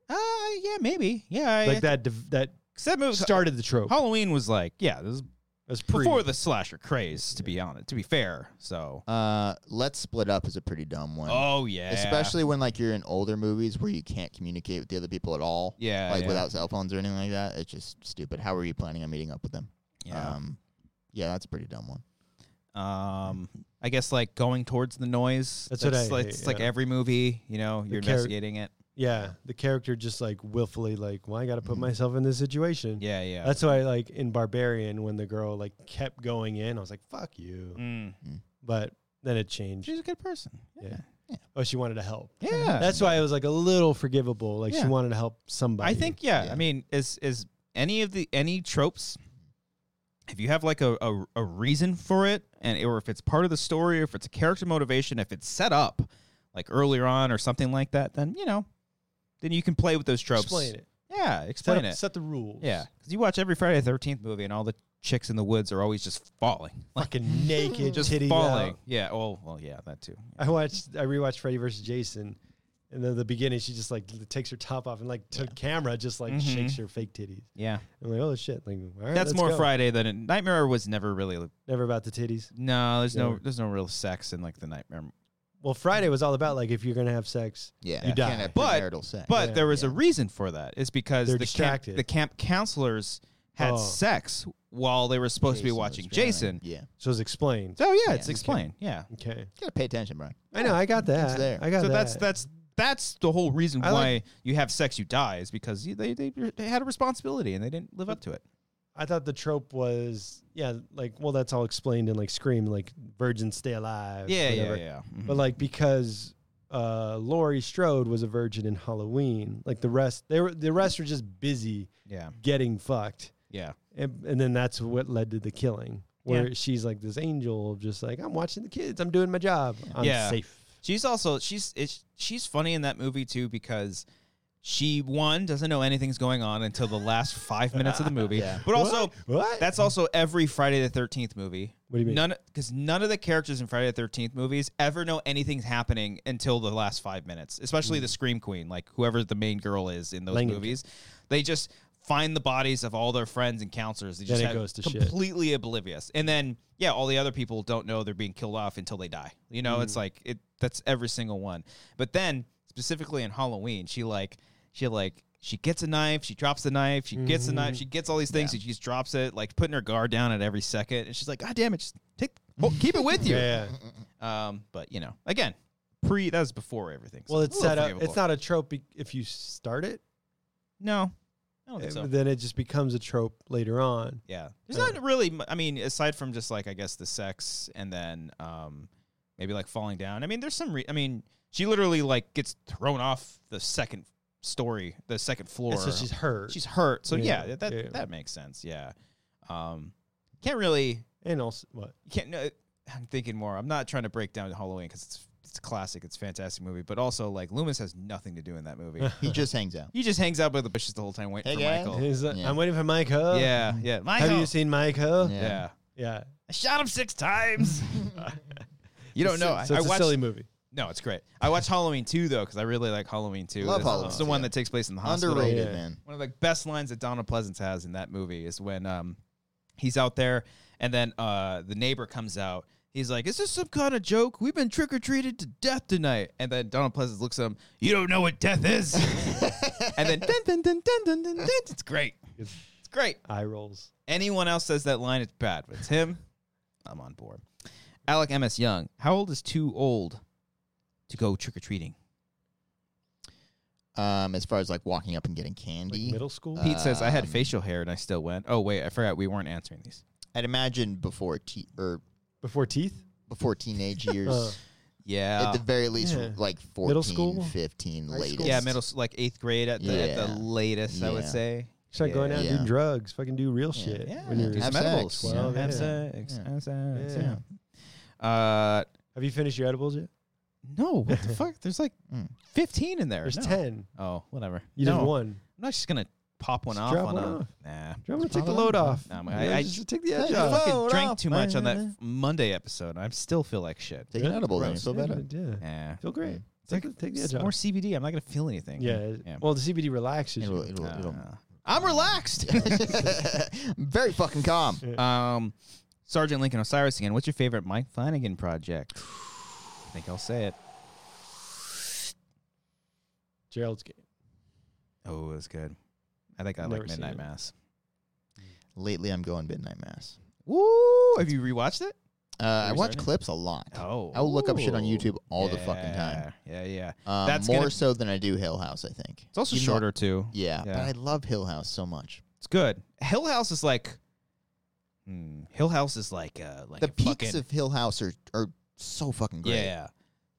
Speaker 1: Uh, yeah, maybe. Yeah, I-
Speaker 2: Like that div- that
Speaker 1: Cause that movie
Speaker 2: started the trope.
Speaker 1: Halloween was like, yeah, this is
Speaker 2: That's pre.
Speaker 1: before the slasher craze, to be honest, to be fair. So,
Speaker 3: Uh, Let's Split Up is a pretty dumb one.
Speaker 1: oh yeah,
Speaker 3: Um, Especially when like you're in older movies where you can't communicate with the other people at all.
Speaker 1: yeah,
Speaker 3: like
Speaker 1: yeah.
Speaker 3: without cell phones or anything like that. It's just stupid. How are you planning on meeting up with them?
Speaker 1: Yeah.
Speaker 3: Um, yeah, that's a pretty dumb one.
Speaker 1: Um, I guess like going towards the noise.
Speaker 2: That's what I
Speaker 1: like,
Speaker 2: hate,
Speaker 1: It's like
Speaker 2: yeah.
Speaker 1: every movie, you know, you're
Speaker 2: char-
Speaker 1: investigating it.
Speaker 2: yeah, the character just like willfully like, well, I got to put
Speaker 3: Mhm.
Speaker 2: myself in this situation.
Speaker 1: Mm-hmm. Yeah, yeah.
Speaker 2: That's why, like in Barbarian, when the girl like kept going in, I was like, "Fuck you!"
Speaker 1: Mm.
Speaker 2: But then it changed.
Speaker 1: She's a good person. Yeah,
Speaker 2: Yeah. Oh, she wanted to help.
Speaker 1: yeah.
Speaker 2: That's why it was like a little forgivable. Like
Speaker 1: Yeah.
Speaker 2: she wanted to help somebody.
Speaker 1: I think yeah,
Speaker 3: Yeah.
Speaker 1: I mean, is is any of the any tropes? If you have like a, a, a reason for it, and or if it's part of the story, or if it's a character motivation, if it's set up like earlier on or something like that, then you know, then you can play with those tropes.
Speaker 2: explain it.
Speaker 1: Yeah,
Speaker 2: Set,
Speaker 1: explain
Speaker 2: up,
Speaker 1: it.
Speaker 2: set the rules.
Speaker 1: Yeah, because you watch every Friday Thirteenth movie, and all the chicks in the woods are always just falling, like
Speaker 2: Fucking naked,
Speaker 1: just
Speaker 2: titties
Speaker 1: falling.
Speaker 2: out.
Speaker 1: Yeah. Oh, well, yeah, that too.
Speaker 2: I watched. I rewatched Freddy vs. Jason, And then at the beginning, she just like l- takes her top off and like to camera, just like shakes her fake titties.
Speaker 5: Yeah,
Speaker 2: I'm like, oh shit! Like, all right,
Speaker 5: Mm-hmm. that's
Speaker 2: let's
Speaker 5: more
Speaker 2: go.
Speaker 5: Friday than it, Nightmare was never really.
Speaker 2: Never about the titties.
Speaker 5: No, there's
Speaker 2: Yeah.
Speaker 5: no there's no real sex in like the Nightmare.
Speaker 2: Well, Friday was all about like if you're gonna have sex,
Speaker 3: Yeah,
Speaker 2: You die.
Speaker 3: Can't have
Speaker 5: But-
Speaker 3: premarital sex.
Speaker 5: But
Speaker 2: Yeah,
Speaker 5: there was a
Speaker 3: yeah.
Speaker 5: reason for that. It's because
Speaker 2: They're
Speaker 5: the camp,
Speaker 2: distracted.
Speaker 5: the camp counselors had
Speaker 2: Oh.
Speaker 5: sex while they were supposed to be
Speaker 3: Jason was
Speaker 5: watching
Speaker 3: drowning.
Speaker 5: Jason.
Speaker 3: Yeah,
Speaker 2: so it's explained.
Speaker 5: So yeah,
Speaker 3: Yeah,
Speaker 5: it's
Speaker 3: okay.
Speaker 5: explained. Yeah.
Speaker 2: Okay,
Speaker 3: gotta pay attention, Brian.
Speaker 2: I know, I got that.
Speaker 3: there.
Speaker 2: I got
Speaker 5: so
Speaker 2: that.
Speaker 5: that's that's that's the whole reason
Speaker 2: I
Speaker 5: why
Speaker 2: like-
Speaker 5: you have sex, you die, is because you, they, they they had a responsibility and they didn't live up to it.
Speaker 2: I thought the trope was yeah, like well, that's all explained in like Scream, like virgins stay alive.
Speaker 5: Yeah, yeah,
Speaker 2: whatever.
Speaker 5: yeah. Mhm.
Speaker 2: But like because uh, Laurie Strode was a virgin in Halloween, like the rest, they were the rest were just busy
Speaker 5: yeah,
Speaker 2: getting fucked,
Speaker 5: yeah,
Speaker 2: and, and then that's what led to the killing, where she's like this angel, of just like I'm watching the kids, I'm doing my job, I'm
Speaker 5: Yeah.
Speaker 2: safe.
Speaker 5: She's also she's it's, she's funny in that movie too because she one doesn't know anything's going on until the last five minutes of the movie. But also
Speaker 2: What? What?
Speaker 5: that's also every Friday the Thirteenth movie.
Speaker 2: What do you mean?
Speaker 5: None because none of the characters in Friday the Thirteenth movies ever know anything's happening until the last five minutes. Especially the
Speaker 2: Mm.
Speaker 5: Scream Queen, like whoever the main girl is in those
Speaker 2: Langan.
Speaker 5: movies, they just find the bodies of all their friends and counselors. They
Speaker 2: Then
Speaker 5: just
Speaker 2: it
Speaker 5: have-
Speaker 2: goes to shit.
Speaker 5: completely oblivious, and then yeah, all the other people don't know they're being killed off until they die. You know,
Speaker 2: Mm.
Speaker 5: it's like it. That's every single one. But then specifically in Halloween, she like she like. She gets a knife. She drops the knife. She gets the
Speaker 2: Mm-hmm.
Speaker 5: knife. She gets all these things. And she just drops it, like putting her guard down at every second. And she's like, "God damn it! Just take, oh, keep it with you."
Speaker 2: yeah.
Speaker 5: Um, but you know, again, pre that was before everything. so
Speaker 2: Well, it's
Speaker 5: a little
Speaker 2: set up.
Speaker 5: forgivable.
Speaker 2: It's not a trope be- if you start it, eh,
Speaker 5: No, I don't think so.
Speaker 2: then it just becomes a trope later on.
Speaker 5: Yeah, there's not really. mu- I mean, aside from just like I guess the sex and then um, maybe like falling down. I mean, there's some. Re- I mean, she literally like gets thrown off the second story, the second floor.
Speaker 2: And so she's hurt,
Speaker 5: She's hurt. So yeah,
Speaker 2: Yeah,
Speaker 5: that
Speaker 2: yeah.
Speaker 5: that makes sense. Yeah. Um, can't really.
Speaker 2: and also what?
Speaker 5: You can't. No, I'm thinking more. I'm not trying to break down Halloween because it's it's a classic. It's a fantastic movie, but also like Loomis has nothing to do in that movie.
Speaker 3: He just hangs out.
Speaker 5: He just hangs out by the bushes the whole time
Speaker 3: Hey,
Speaker 5: waiting for
Speaker 3: guys.
Speaker 5: Michael.
Speaker 2: He's like,
Speaker 3: Yeah.
Speaker 2: I'm waiting for Michael.
Speaker 5: Yeah, yeah. Michael.
Speaker 2: Have you seen Michael?
Speaker 5: yeah.
Speaker 3: Yeah.
Speaker 2: Yeah.
Speaker 5: I shot him six times. you don't know. I-
Speaker 2: So
Speaker 5: I
Speaker 2: it's a
Speaker 5: watched.
Speaker 2: silly movie.
Speaker 5: No, it's great. I watched Halloween two though because I really like Halloween two.
Speaker 3: Love
Speaker 5: It's-
Speaker 3: Halloween
Speaker 5: It's the
Speaker 3: 2, yeah.
Speaker 5: one that takes place in the hospital.
Speaker 3: Underrated,
Speaker 2: Yeah.
Speaker 3: man.
Speaker 5: One of the best lines that Donald Pleasance has in that movie is when um, he's out there and then uh, the neighbor comes out. He's like, "Is this some kind of joke? We've been trick or treated to death tonight." And then Donald Pleasance looks at him. You don't know what death is. and then dun, dun, dun, dun, dun, dun, dun. it's great.
Speaker 2: It's
Speaker 5: It's great
Speaker 2: eye rolls.
Speaker 5: anyone else says that line, it's bad. But it's him. I'm on board. Alec M.S. Young. How old is too old to go trick or treating?
Speaker 3: Um, as far as like walking up and getting candy,
Speaker 2: Like middle school.
Speaker 5: Pete says, I had
Speaker 3: Um,
Speaker 5: facial hair and I still went. Oh, wait. I forgot we weren't answering these.
Speaker 3: I'd imagine before te- or
Speaker 2: Before teeth.
Speaker 3: before teenage years,
Speaker 2: Uh,
Speaker 5: Yeah.
Speaker 3: at the very least,
Speaker 2: yeah.
Speaker 3: like 14,
Speaker 2: Middle school?
Speaker 3: 15,
Speaker 2: High
Speaker 3: latest.
Speaker 2: school?
Speaker 5: yeah, middle, s- like eighth grade at the, at the
Speaker 3: Yeah.
Speaker 5: latest, I would
Speaker 3: Yeah.
Speaker 5: say.
Speaker 2: start going out and
Speaker 3: Yeah.
Speaker 2: do drugs. Fucking do real shit.
Speaker 5: Yeah.
Speaker 2: When you're,
Speaker 5: do some
Speaker 3: Have
Speaker 5: edibles.
Speaker 3: sex,
Speaker 5: you know,
Speaker 2: yeah.
Speaker 5: Have
Speaker 2: Yeah.
Speaker 5: sex.
Speaker 3: Yeah.
Speaker 5: have sex,
Speaker 2: Yeah.
Speaker 5: yeah. Uh,
Speaker 2: have you finished your edibles yet?
Speaker 5: no, what the fuck? There's like
Speaker 3: Mm.
Speaker 5: 15 in there.
Speaker 2: There's
Speaker 5: No.
Speaker 2: ten.
Speaker 5: Oh, whatever.
Speaker 2: You
Speaker 5: no,
Speaker 2: did one.
Speaker 5: I'm not just going to pop one
Speaker 2: Just
Speaker 5: off
Speaker 2: drop
Speaker 5: on
Speaker 2: one
Speaker 5: a.
Speaker 2: off.
Speaker 5: Nah.
Speaker 2: Do you want me to take the
Speaker 3: Pop it
Speaker 2: load
Speaker 3: off.
Speaker 2: off?
Speaker 5: Nah,
Speaker 2: Yeah,
Speaker 5: I, I,
Speaker 2: just take the edge
Speaker 3: Hey,
Speaker 5: I
Speaker 2: off.
Speaker 3: fuck.
Speaker 5: fucking
Speaker 3: Load
Speaker 5: drank
Speaker 3: up,
Speaker 5: too much on that
Speaker 3: man.
Speaker 5: f- Monday episode. and I still feel like shit.
Speaker 3: Take an edible, then
Speaker 2: Gross.
Speaker 3: feel better.
Speaker 2: Yeah. yeah.
Speaker 5: Yeah.
Speaker 2: Feel great.
Speaker 5: It's
Speaker 2: Take,
Speaker 5: like-
Speaker 2: the- take the
Speaker 5: it's
Speaker 2: edge
Speaker 5: more
Speaker 2: off.
Speaker 5: CBD. I'm not gonna feel anything.
Speaker 2: Yeah. it- Well, the CBD relaxes
Speaker 3: It'll,
Speaker 2: you.
Speaker 3: it'll, it'll,
Speaker 5: Uh, I'm relaxed.
Speaker 3: very fucking calm.
Speaker 5: um, Sergeant Lincoln Osiris again. What's your favorite Mike Flanagan project? I think I'll say it.
Speaker 2: Gerald's game.
Speaker 5: Oh, it was good. I think I
Speaker 2: Never
Speaker 5: like
Speaker 2: seen
Speaker 5: Midnight
Speaker 2: it.
Speaker 5: Mass.
Speaker 3: Lately, I'm going midnight mass.
Speaker 5: Woo! Have you rewatched it?
Speaker 3: Uh, I watch
Speaker 5: starting?
Speaker 3: clips a lot.
Speaker 5: Oh,
Speaker 3: I will look up shit on
Speaker 5: Ooh.
Speaker 3: YouTube all the fucking time.
Speaker 5: Yeah, yeah.
Speaker 3: Um,
Speaker 5: That's
Speaker 3: more
Speaker 5: gonna-
Speaker 3: so than I do Hill House. I think
Speaker 5: It's also
Speaker 3: Even though-
Speaker 5: shorter too.
Speaker 3: yeah,
Speaker 5: Yeah.
Speaker 3: but I love Hill House so much.
Speaker 5: It's good. Hill House is like, hmm, Hill House is like, uh, like
Speaker 3: The
Speaker 5: a
Speaker 3: peaks
Speaker 5: fucking,
Speaker 3: of Hill House are are so fucking great. Mm.
Speaker 5: Yeah.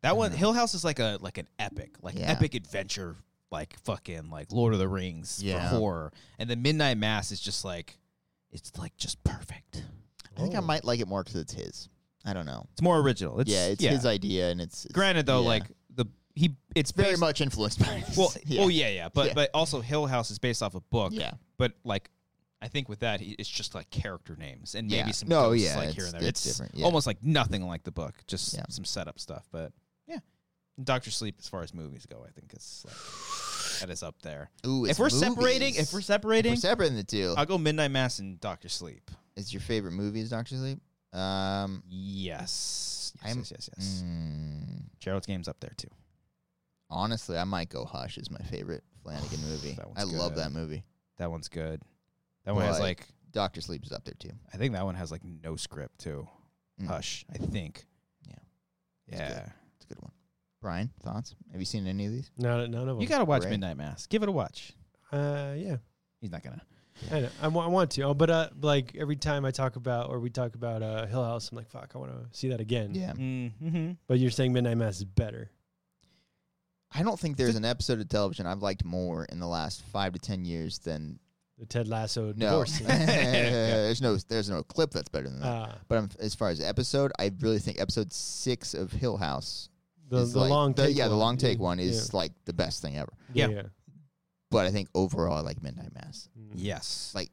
Speaker 5: That one Hill House is like a like an epic, like
Speaker 3: Yeah.
Speaker 5: epic adventure, like fucking like Lord of the Rings
Speaker 3: Yeah.
Speaker 5: for horror. And the Midnight Mass is just like it's like just perfect.
Speaker 3: I think I
Speaker 2: Oh.
Speaker 3: might like it more because it's his. I don't know.
Speaker 5: It's more original. It's,
Speaker 3: yeah, it's his idea, and it's, it's
Speaker 5: Granted though,
Speaker 3: yeah.
Speaker 5: like the he it's
Speaker 3: very
Speaker 5: based-
Speaker 3: much influenced by. His.
Speaker 5: Well,
Speaker 3: yeah.
Speaker 5: oh yeah, yeah, but
Speaker 3: Yeah.
Speaker 5: but also Hill House is based off a book.
Speaker 3: Yeah.
Speaker 5: but like I think with that he, it's just like character names and maybe
Speaker 3: Yeah.
Speaker 5: some
Speaker 3: No,
Speaker 5: ghosts,
Speaker 3: yeah,
Speaker 5: like
Speaker 3: it's-
Speaker 5: here and there.
Speaker 3: it's
Speaker 5: It's,
Speaker 3: different, yeah.
Speaker 5: almost like nothing like the book, just
Speaker 3: Yeah.
Speaker 5: some setup stuff. But yeah, Doctor Sleep, as far as movies go, I think it's like, that is up there.
Speaker 3: Ooh,
Speaker 5: if
Speaker 3: it's
Speaker 5: we're separating,
Speaker 3: movies.
Speaker 5: if we're separating, Uh,
Speaker 3: We're separating the two.
Speaker 5: I'll go Midnight Mass and Doctor Sleep.
Speaker 3: Is your favorite movie is Doctor Sleep? Um,
Speaker 5: Yes, yes,
Speaker 3: I'm-
Speaker 5: yes, yes. yes.
Speaker 3: mm,
Speaker 5: Gerald's game's up there too.
Speaker 3: honestly, I might go Hush is my favorite Flanagan movie.
Speaker 5: That one's
Speaker 3: I love
Speaker 5: good.
Speaker 3: that movie.
Speaker 5: That one's good. That one has
Speaker 3: But-
Speaker 5: like
Speaker 3: Doctor Sleep is up there too.
Speaker 5: I think that one has like no script too.
Speaker 3: Mm.
Speaker 5: Hush, I think.
Speaker 3: Yeah. It's good.
Speaker 5: Yeah.
Speaker 3: It's a good one. Brian, thoughts? Have you seen any of these?
Speaker 2: No, none of them.
Speaker 5: You gotta watch
Speaker 3: Great.
Speaker 5: Midnight Mass. Give it a watch.
Speaker 2: uh, yeah.
Speaker 5: He's not gonna.
Speaker 2: I, know. I, wa- I want to. Oh, but uh, like every time I talk about or we talk about uh, Hill House, I'm like, fuck, I want to see that again.
Speaker 3: Yeah.
Speaker 5: Mm-hmm.
Speaker 2: But you're saying Midnight Mass is better.
Speaker 3: I don't think there's an episode of television I've liked more in the last five to ten years than
Speaker 2: The Ted Lasso
Speaker 3: no.
Speaker 2: divorce. scene.
Speaker 3: there's no there's no clip that's better than that.
Speaker 2: Ah,
Speaker 3: but um, as far as episode, I really think episode six of Hill House
Speaker 2: the
Speaker 3: is
Speaker 2: the
Speaker 3: like-
Speaker 2: long
Speaker 3: the-
Speaker 2: take
Speaker 3: yeah the
Speaker 2: one.
Speaker 3: long take
Speaker 2: Yeah.
Speaker 3: one is like the best thing ever.
Speaker 2: yeah.
Speaker 5: Yeah.
Speaker 2: yeah.
Speaker 3: But I think overall, I like Midnight Mass
Speaker 2: Mm.
Speaker 5: Yes.
Speaker 3: Like-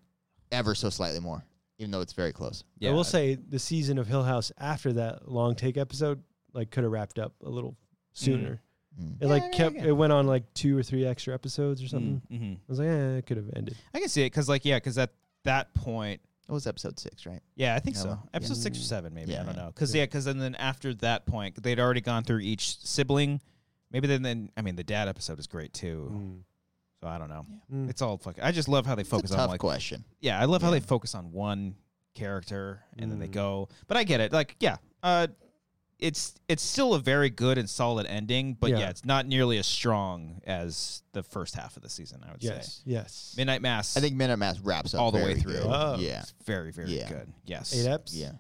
Speaker 3: ever so slightly more, even though it's very close.
Speaker 5: yeah.
Speaker 2: I will say the season of Hill House after that long take episode like could have wrapped up a little sooner.
Speaker 3: Mm.
Speaker 2: It like kept it went on like two or three extra episodes or
Speaker 3: Mm.
Speaker 2: something.
Speaker 5: Mm-hmm.
Speaker 2: I was like, eh, it could have ended.
Speaker 5: I can see it because, like, yeah, because at that point,
Speaker 3: It was episode six, right?
Speaker 5: yeah, I think
Speaker 3: Yeah,
Speaker 5: so.
Speaker 3: well,
Speaker 5: Episode six or
Speaker 2: Mm.
Speaker 5: seven, maybe I
Speaker 3: Yeah.
Speaker 5: don't know. Because yeah, because then after that point, they'd already gone through each sibling. Maybe then, then I mean, the dad episode is great too.
Speaker 2: Mm.
Speaker 5: So I don't know.
Speaker 2: Mm.
Speaker 5: It's all fucking. I just love how they
Speaker 3: It's
Speaker 5: focus
Speaker 3: a tough
Speaker 5: on like
Speaker 3: question.
Speaker 5: yeah, I love how
Speaker 3: Yeah.
Speaker 5: they focus on one character and then they
Speaker 2: Mm.
Speaker 5: go. But I get it. Like, yeah, uh, it's it's still a very good and solid ending, but yeah,
Speaker 2: Yeah.
Speaker 5: it's not nearly as strong as the first half of the season. I would
Speaker 2: yes, yes.
Speaker 5: say Midnight Mass.
Speaker 3: I think Midnight Mass wraps up
Speaker 5: all the way
Speaker 3: very
Speaker 5: through.
Speaker 3: good.
Speaker 2: Oh.
Speaker 3: Yeah,
Speaker 5: it's very very
Speaker 3: Yeah.
Speaker 5: good. Yes,
Speaker 2: Eight e- eps.
Speaker 3: yeah,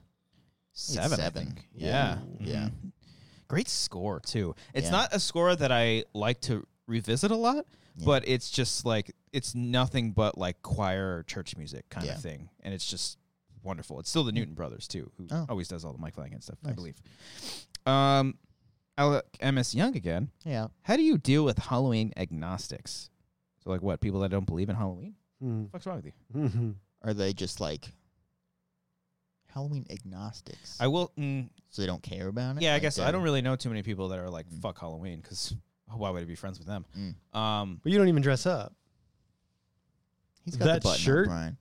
Speaker 5: seven. I
Speaker 3: seven.
Speaker 5: think. Yeah,
Speaker 3: Yeah. Yeah.
Speaker 5: Mhm. Great score too. It's
Speaker 3: Yeah.
Speaker 5: not a score that I like to revisit a lot,
Speaker 3: Yeah.
Speaker 5: but it's just like it's nothing but like choir or church music kind
Speaker 3: Yeah.
Speaker 5: of thing, and it's just wonderful. It's still the Newton Brothers too, who
Speaker 3: Oh.
Speaker 5: always does all the Mike Flanagan stuff, I
Speaker 3: Nice.
Speaker 5: believe. Um, Alec M.S. Young again.
Speaker 3: yeah.
Speaker 5: How do you deal with Halloween agnostics? So like what people that don't believe in Halloween?
Speaker 2: Mm.
Speaker 5: What's wrong with you?
Speaker 2: Mhm.
Speaker 3: Are they just like Halloween agnostics?
Speaker 5: I will. Mm,
Speaker 3: so they don't care about it.
Speaker 5: Yeah, I
Speaker 3: Like,
Speaker 5: guess I
Speaker 3: they're-
Speaker 5: don't really know too many people that are like
Speaker 3: Mm.
Speaker 5: fuck Halloween because why would I be friends with them?
Speaker 3: Mm.
Speaker 5: Um,
Speaker 2: But you don't even dress up.
Speaker 3: He's got
Speaker 2: That
Speaker 3: the button
Speaker 2: shirt-
Speaker 3: Up, Brian.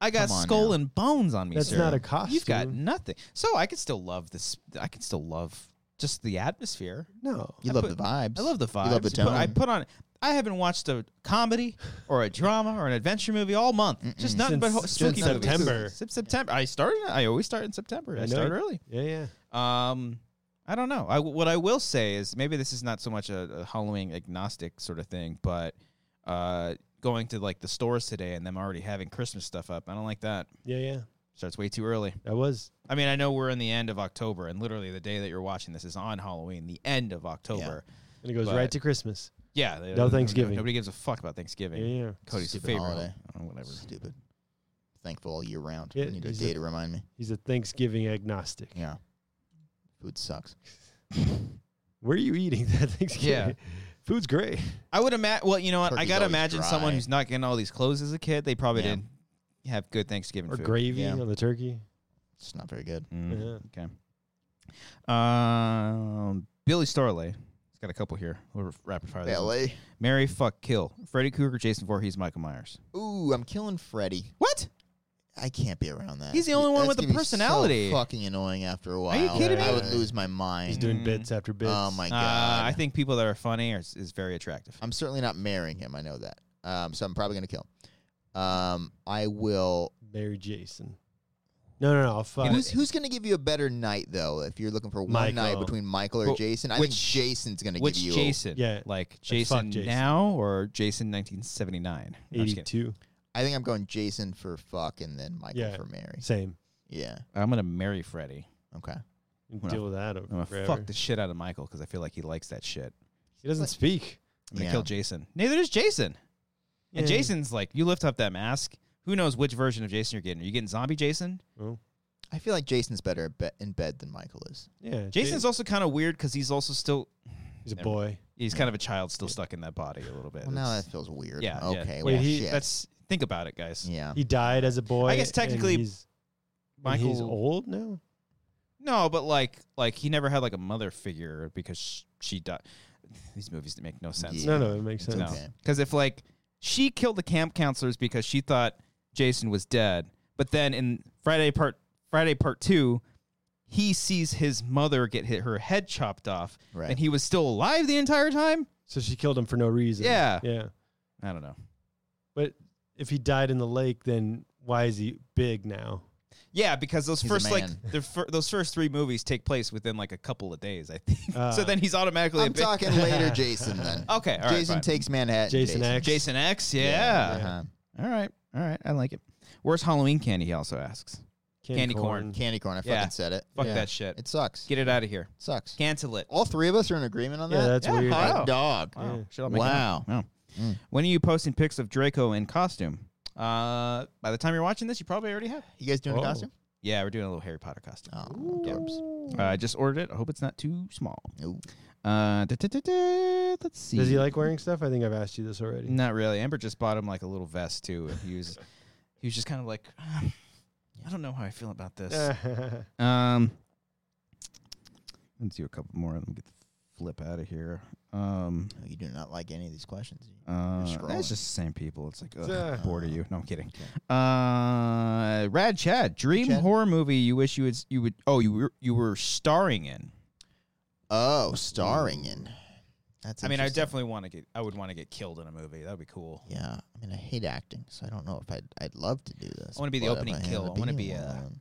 Speaker 5: I got
Speaker 3: Come on
Speaker 5: skull
Speaker 3: now.
Speaker 5: and bones on me.
Speaker 2: That's
Speaker 5: sir.
Speaker 2: not a costume.
Speaker 5: You've got nothing. So I could still love this. I could still love just the atmosphere.
Speaker 2: no.
Speaker 3: You
Speaker 5: I
Speaker 3: love
Speaker 5: put-
Speaker 3: the vibes.
Speaker 5: I love the vibes.
Speaker 3: You love the
Speaker 5: But I
Speaker 3: tone.
Speaker 5: put on. I haven't watched a comedy or a drama or an adventure movie all month. Just nothing but
Speaker 2: Since-
Speaker 5: ho- spooky
Speaker 2: since
Speaker 5: movies.
Speaker 2: September.
Speaker 5: Since September, I started. I always start in September.
Speaker 2: I
Speaker 5: I,
Speaker 2: know
Speaker 5: start
Speaker 2: you-
Speaker 5: early.
Speaker 2: Yeah, yeah.
Speaker 5: Um, I don't know. I, what I will say is maybe this is not so much a, a Halloween agnostic sort of thing, but uh, going to like the stores today and them already having Christmas stuff up. I don't like that.
Speaker 2: Yeah, yeah.
Speaker 5: Starts way too early.
Speaker 2: That was
Speaker 5: I mean, I know we're in the end of October, and literally the day that you're watching this is on Halloween, the end of October.
Speaker 2: and it goes
Speaker 5: But-
Speaker 2: right to Christmas.
Speaker 5: Yeah, they-
Speaker 2: No Thanksgiving.
Speaker 5: Nobody gives a fuck about
Speaker 2: Yeah,
Speaker 5: Thanksgiving.
Speaker 2: yeah.
Speaker 5: Cody's
Speaker 3: Stupid
Speaker 5: favorite
Speaker 3: holiday.
Speaker 5: hol- oh, whatever.
Speaker 3: Stupid. Thankful all year round.
Speaker 2: Yeah,
Speaker 3: I need a
Speaker 2: he's
Speaker 3: day
Speaker 2: a-
Speaker 3: to remind me.
Speaker 2: He's a Thanksgiving agnostic.
Speaker 3: Yeah. Food sucks.
Speaker 2: Where are you eating that Thanksgiving? Food's great.
Speaker 5: I would imagine. Well, you know what? I
Speaker 3: Turkey's
Speaker 5: gotta
Speaker 3: always
Speaker 5: imagine someone
Speaker 3: dry.
Speaker 5: who's not getting all these clothes as a kid. They probably
Speaker 3: Yeah.
Speaker 5: didn't have good Thanksgiving
Speaker 2: Or
Speaker 5: food.
Speaker 2: gravy
Speaker 3: Yeah.
Speaker 2: on the turkey.
Speaker 3: It's not very good.
Speaker 5: Mm.
Speaker 2: Yeah.
Speaker 5: Okay. Um, Billy Starley. He's got a couple here. We'll r- rapid fire. this one.
Speaker 3: LA.
Speaker 5: Mary fuck kill. Freddy Krueger, Jason Voorhees, Michael Myers.
Speaker 3: Ooh, I'm killing Freddy.
Speaker 5: What?
Speaker 3: I can't be around that.
Speaker 5: He's the only one
Speaker 3: That's
Speaker 5: with a
Speaker 3: gonna be so
Speaker 5: personality.
Speaker 3: fucking annoying after a while.
Speaker 5: you
Speaker 2: kidding
Speaker 3: I
Speaker 2: me?
Speaker 3: would lose my
Speaker 2: He's
Speaker 3: mind.
Speaker 2: doing
Speaker 5: Mm.
Speaker 2: bits after bits.
Speaker 3: oh my
Speaker 5: Uh,
Speaker 3: god.
Speaker 5: I think people that are funny are, is, is very attractive.
Speaker 3: I'm certainly not marrying him. I know that. Um, so I'm probably gonna kill him. Um, I will.
Speaker 2: Mary Jason. No, no, no. I'll fuck.
Speaker 3: Who's who's gonna give you a better night though? If you're looking for one night
Speaker 2: Michael.
Speaker 3: between Michael or
Speaker 5: Well,
Speaker 3: Jason, I
Speaker 5: which-
Speaker 3: think Jason's gonna
Speaker 5: Which
Speaker 3: give you.
Speaker 5: Jason?
Speaker 2: Yeah.
Speaker 5: Like
Speaker 2: fuck
Speaker 5: Jason,
Speaker 2: Jason.
Speaker 5: now or Jason 1979? No, I'm, just kidding.
Speaker 2: 82.
Speaker 3: I think I'm going Jason for fuck and then Michael
Speaker 2: Yeah.
Speaker 3: for Mary.
Speaker 2: Same.
Speaker 3: Yeah.
Speaker 5: I'm gonna marry Freddy.
Speaker 3: Okay.
Speaker 2: You
Speaker 5: Well,
Speaker 2: deal with that.
Speaker 5: I'm gonna
Speaker 2: forever.
Speaker 5: fuck the shit out of Michael because I feel like he likes that shit.
Speaker 2: He doesn't speak.
Speaker 5: I'm gonna
Speaker 3: Yeah.
Speaker 5: kill Jason. Neither does Jason. And
Speaker 2: Yeah.
Speaker 5: Jason's like, you lift up that mask. Who knows which version of Jason you're getting? Are you getting zombie Jason?
Speaker 2: Well,
Speaker 3: I feel like Jason's better at be- in bed than Michael is.
Speaker 2: yeah.
Speaker 5: Jason's also kind of weird because he's also still
Speaker 2: He's a boy.
Speaker 5: he's kind of a child still stuck in that body a little bit.
Speaker 3: Well, now
Speaker 5: That's-
Speaker 3: that feels weird.
Speaker 5: yeah, yeah.
Speaker 3: Okay.
Speaker 2: Wait,
Speaker 3: well,
Speaker 2: he-
Speaker 3: shit.
Speaker 5: that's think about it, guys.
Speaker 3: yeah.
Speaker 2: He died as a boy.
Speaker 5: guess
Speaker 2: and
Speaker 5: technically
Speaker 2: he's, and
Speaker 5: Michael,
Speaker 2: he's old now.
Speaker 5: No, but like like he never had like a mother figure because sh- she died. These movies make no sense.
Speaker 2: No, no, it makes sense.
Speaker 5: No.
Speaker 3: Okay.
Speaker 5: Because if like she killed the camp counselors because she thought Jason was dead, but then in Friday part Friday part two, he sees his mother get hit her head chopped off,
Speaker 3: Right.
Speaker 5: and he was still alive the entire time.
Speaker 2: So she killed him for no reason.
Speaker 5: Yeah.
Speaker 2: Yeah.
Speaker 5: I don't know.
Speaker 2: But if he died in the lake, then why is he big now?
Speaker 5: Yeah, because those
Speaker 3: He's a
Speaker 5: first like
Speaker 3: man.
Speaker 5: the fir- those first three movies take place within like a couple of days, I think.
Speaker 2: Ah.
Speaker 5: so then he's automatically. a
Speaker 3: I'm
Speaker 5: big-
Speaker 3: talking later, Jason. Then
Speaker 5: Okay, all right,
Speaker 3: Jason
Speaker 5: fine.
Speaker 3: takes Manhattan.
Speaker 2: Jason, X.
Speaker 5: Jason X. Yeah.
Speaker 3: Uh-huh.
Speaker 5: All right. All right. I like it. Where's Halloween candy? He also asks. Candy corn.
Speaker 3: Candy corn. I
Speaker 5: Yeah.
Speaker 3: fucking said it.
Speaker 5: Fuck
Speaker 3: Yeah.
Speaker 5: that shit.
Speaker 3: It sucks.
Speaker 5: Get it out of here.
Speaker 3: sucks.
Speaker 5: Cancel it.
Speaker 3: All three of us are in agreement on
Speaker 2: Yeah,
Speaker 3: that.
Speaker 2: that's weird.
Speaker 3: Hot
Speaker 5: Wow.
Speaker 3: dog.
Speaker 5: Wow.
Speaker 2: Yeah.
Speaker 5: Shit, I'll make it up. Wow. When are you posting pics of Draco in costume? Uh, by the time you're watching this, you probably already have.
Speaker 3: You guys doing
Speaker 2: Oh.
Speaker 3: a costume?
Speaker 5: Yeah, we're doing a little Harry Potter costume.
Speaker 3: Oh, Debs.
Speaker 5: Uh, I just ordered it. I hope it's not too small.
Speaker 3: Ooh.
Speaker 5: Uh, da, da, da, da. let's see.
Speaker 2: Does he like wearing stuff? I think I've asked you this already.
Speaker 5: Not really. Amber just bought him like a little vest too, and he was he was just kind of like, um, I don't know how I feel about this. Um, let's do a couple more. Let me get the flip out of here. Um,
Speaker 3: No, you do not like any of these questions.
Speaker 5: uh,
Speaker 3: scrolling.
Speaker 5: it's just the same people. It's like, ugh,
Speaker 2: Yeah.
Speaker 5: bored of you. No, I'm kidding.
Speaker 3: Okay.
Speaker 5: Uh, Rad Chad, dream
Speaker 3: Chad?
Speaker 5: horror movie you wish you would you would oh you were you were starring in.
Speaker 3: Oh, starring in. That's.
Speaker 5: I mean, I
Speaker 3: interesting.
Speaker 5: definitely want to get. I would want to get killed in a movie. That would be cool.
Speaker 3: Yeah, I mean, I hate acting, so I don't know if I'd I'd love to do this.
Speaker 5: I wanna be the
Speaker 3: but if
Speaker 5: opening
Speaker 3: had
Speaker 5: kill. I wanna be,
Speaker 3: in
Speaker 5: uh,
Speaker 3: one,
Speaker 5: I wanna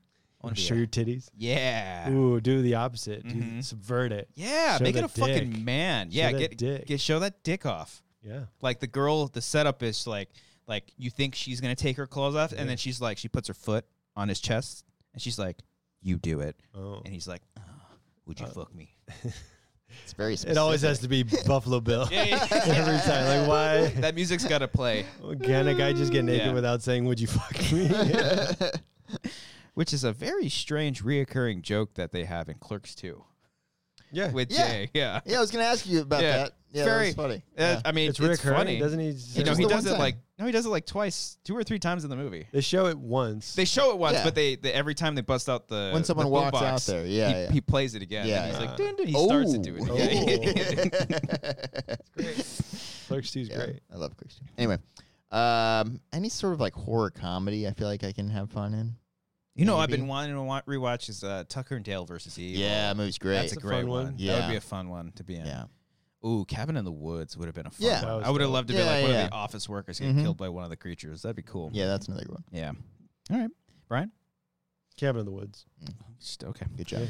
Speaker 2: I'm
Speaker 5: be
Speaker 2: sure
Speaker 5: a-
Speaker 2: your titties.
Speaker 5: yeah.
Speaker 2: Ooh, do the opposite. Do-
Speaker 5: Mhm.
Speaker 2: subvert it.
Speaker 5: Yeah,
Speaker 2: Show
Speaker 5: make it
Speaker 2: that
Speaker 5: a fucking
Speaker 2: dick.
Speaker 5: man.
Speaker 2: Show
Speaker 5: yeah,
Speaker 2: that
Speaker 5: get
Speaker 2: dick.
Speaker 5: get show that dick off.
Speaker 2: Yeah.
Speaker 5: Like the girl, the setup is like like you think she's gonna take her clothes off, and then she's like she puts her foot on his chest, and she's like, "You do it,"
Speaker 2: Oh.
Speaker 5: and he's like, "Uh, "Would you fuck me?"
Speaker 3: It's very.
Speaker 2: It
Speaker 3: Specific.
Speaker 2: always has to be Buffalo Bill. Every time. Like, why?
Speaker 5: that music's gotta play,
Speaker 2: Can a guy just get naked
Speaker 5: Yeah.
Speaker 2: without saying, would you fuck me?
Speaker 5: which is a very strange reoccurring joke that they have in Clerks Two
Speaker 2: yeah.
Speaker 5: with
Speaker 3: Yeah.
Speaker 5: Jay. Yeah,
Speaker 3: Yeah, I was gonna ask you about
Speaker 5: Yeah.
Speaker 3: that. Yeah,
Speaker 5: Very-
Speaker 3: that was funny.
Speaker 5: Uh,
Speaker 3: Yeah.
Speaker 5: I mean,
Speaker 2: it's
Speaker 5: it's,
Speaker 2: recurring.
Speaker 5: funny.
Speaker 2: Doesn't he?
Speaker 5: you
Speaker 2: say-
Speaker 5: know,
Speaker 3: Just
Speaker 5: he
Speaker 3: the one
Speaker 5: does it
Speaker 3: time.
Speaker 5: like no, he does it like twice, two or three times in the movie.
Speaker 2: they show it once.
Speaker 5: They show it once,
Speaker 3: Yeah.
Speaker 5: but they, they every time they bust out the
Speaker 3: When someone
Speaker 5: the
Speaker 3: walks
Speaker 5: boombox,
Speaker 3: out there, yeah,
Speaker 5: he,
Speaker 3: yeah.
Speaker 5: he plays it again.
Speaker 3: Yeah,
Speaker 5: and he's
Speaker 3: yeah.
Speaker 5: like dun, dun, he starts to do
Speaker 3: Oh.
Speaker 5: it.
Speaker 2: Clerks 2 is
Speaker 3: Yeah,
Speaker 2: great.
Speaker 3: I love Christian. Anyway, um, any sort of like horror comedy, I feel like I can have fun in.
Speaker 5: you know, I've
Speaker 3: Maybe.
Speaker 5: been wanting to wa- rewatch is uh, Tucker and Dale versus Evil.
Speaker 3: Yeah, that movie's great.
Speaker 5: that's a
Speaker 2: It's a
Speaker 5: great
Speaker 2: fun
Speaker 5: one.
Speaker 2: one.
Speaker 5: That
Speaker 3: Yeah.
Speaker 5: would be a fun one to be in.
Speaker 3: yeah,
Speaker 5: Ooh, Cabin in the Woods would have been a fun
Speaker 3: Yeah.
Speaker 2: That
Speaker 5: one.
Speaker 2: was
Speaker 5: I would have
Speaker 2: dope.
Speaker 5: loved to be
Speaker 3: Yeah,
Speaker 5: like one
Speaker 3: yeah.
Speaker 5: of the office workers get
Speaker 3: Mhm.
Speaker 5: killed by one of the creatures. That'd be cool.
Speaker 3: yeah, that's another good one.
Speaker 5: Yeah. All right, Brian.
Speaker 2: Cabin in the Woods.
Speaker 5: Just okay.
Speaker 3: Good job.
Speaker 2: Yeah.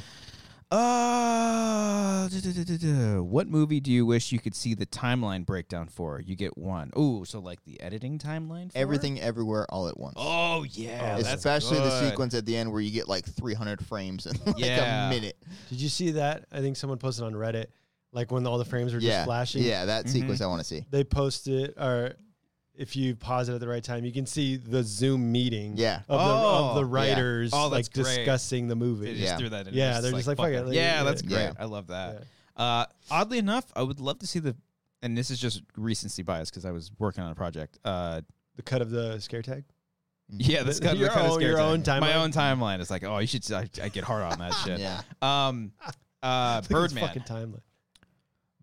Speaker 5: Uh, duh, duh, duh, duh, duh. what movie do you wish you could see the timeline breakdown for? You get one. Ooh, so like the editing timeline. For? it?
Speaker 3: Everything, everywhere, all at once.
Speaker 5: Oh yeah,
Speaker 2: Oh,
Speaker 5: that's
Speaker 3: Especially the
Speaker 5: good.
Speaker 3: sequence at the end where you get like 300 frames in like
Speaker 5: Yeah.
Speaker 3: a minute.
Speaker 2: Did you see that? I think someone posted on Reddit, like when all the frames were
Speaker 3: yeah,
Speaker 2: just flashing.
Speaker 3: yeah, that
Speaker 5: Mm-hmm.
Speaker 3: sequence I want to see.
Speaker 2: They posted, or if you pause it at the right time, you can see the Zoom meeting.
Speaker 3: Yeah.
Speaker 2: Of, the, of
Speaker 5: Oh,
Speaker 2: the
Speaker 5: yeah.
Speaker 2: writers
Speaker 5: Oh, that's
Speaker 2: like
Speaker 5: great.
Speaker 2: discussing the
Speaker 5: They
Speaker 2: movie.
Speaker 5: just
Speaker 3: Yeah.
Speaker 5: threw that in.
Speaker 2: Yeah, they're just like, fuck it, like,
Speaker 5: yeah,
Speaker 2: yeah.
Speaker 5: that's great.
Speaker 3: Yeah.
Speaker 5: I love that. Uh, oddly enough, I would love to see the, and this is just recency bias because I was working on a project. Uh,
Speaker 2: The cut of the scare tag.
Speaker 5: yeah, this kind
Speaker 2: Your
Speaker 5: of, kind of
Speaker 2: own-
Speaker 5: scary
Speaker 2: your own
Speaker 5: time. My
Speaker 2: timeline?
Speaker 5: own timeline is like, oh, you should. I, I get hard on that shit.
Speaker 3: Yeah.
Speaker 5: Um,
Speaker 2: Look
Speaker 5: uh,
Speaker 2: at this Fucking
Speaker 5: Birdman.
Speaker 2: timeline.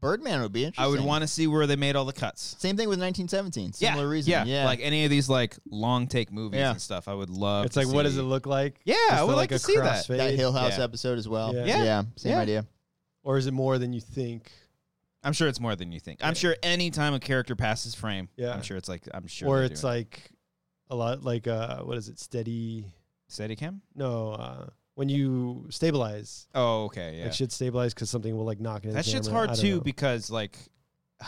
Speaker 3: Birdman would be interesting.
Speaker 5: I would want to see where they made all the cuts.
Speaker 3: Same thing with 1917. Similar
Speaker 5: yeah,
Speaker 3: reason.
Speaker 5: Yeah.
Speaker 3: Yeah.
Speaker 5: like any of these like long take movies
Speaker 3: Yeah.
Speaker 5: and stuff. I would love.
Speaker 2: It's
Speaker 5: to
Speaker 2: like, what does
Speaker 5: see-
Speaker 2: it look like?
Speaker 5: Yeah,
Speaker 2: Is
Speaker 5: I
Speaker 2: there,
Speaker 5: would like to see that.
Speaker 2: crossfade?
Speaker 3: that Hill House
Speaker 5: Yeah.
Speaker 3: episode as well.
Speaker 2: Yeah.
Speaker 3: Yeah.
Speaker 5: Yeah.
Speaker 3: same
Speaker 5: Yeah.
Speaker 3: idea.
Speaker 2: Or is it more than you think?
Speaker 5: I'm sure it's more than you think. I'm sure any time a character passes frame,
Speaker 2: Yeah.
Speaker 5: I'm sure it's like I'm sure.
Speaker 2: or
Speaker 5: they're
Speaker 2: it's
Speaker 5: doing
Speaker 2: like a lot like uh what is it? Steady
Speaker 5: Steadicam.
Speaker 2: no, uh when you stabilize.
Speaker 5: Oh, okay, yeah.
Speaker 2: Like shit stabilize because something will like knock it. in
Speaker 5: That
Speaker 2: the
Speaker 5: shit's
Speaker 2: camera.
Speaker 5: hard
Speaker 2: I don't
Speaker 5: too
Speaker 2: know.
Speaker 5: because like,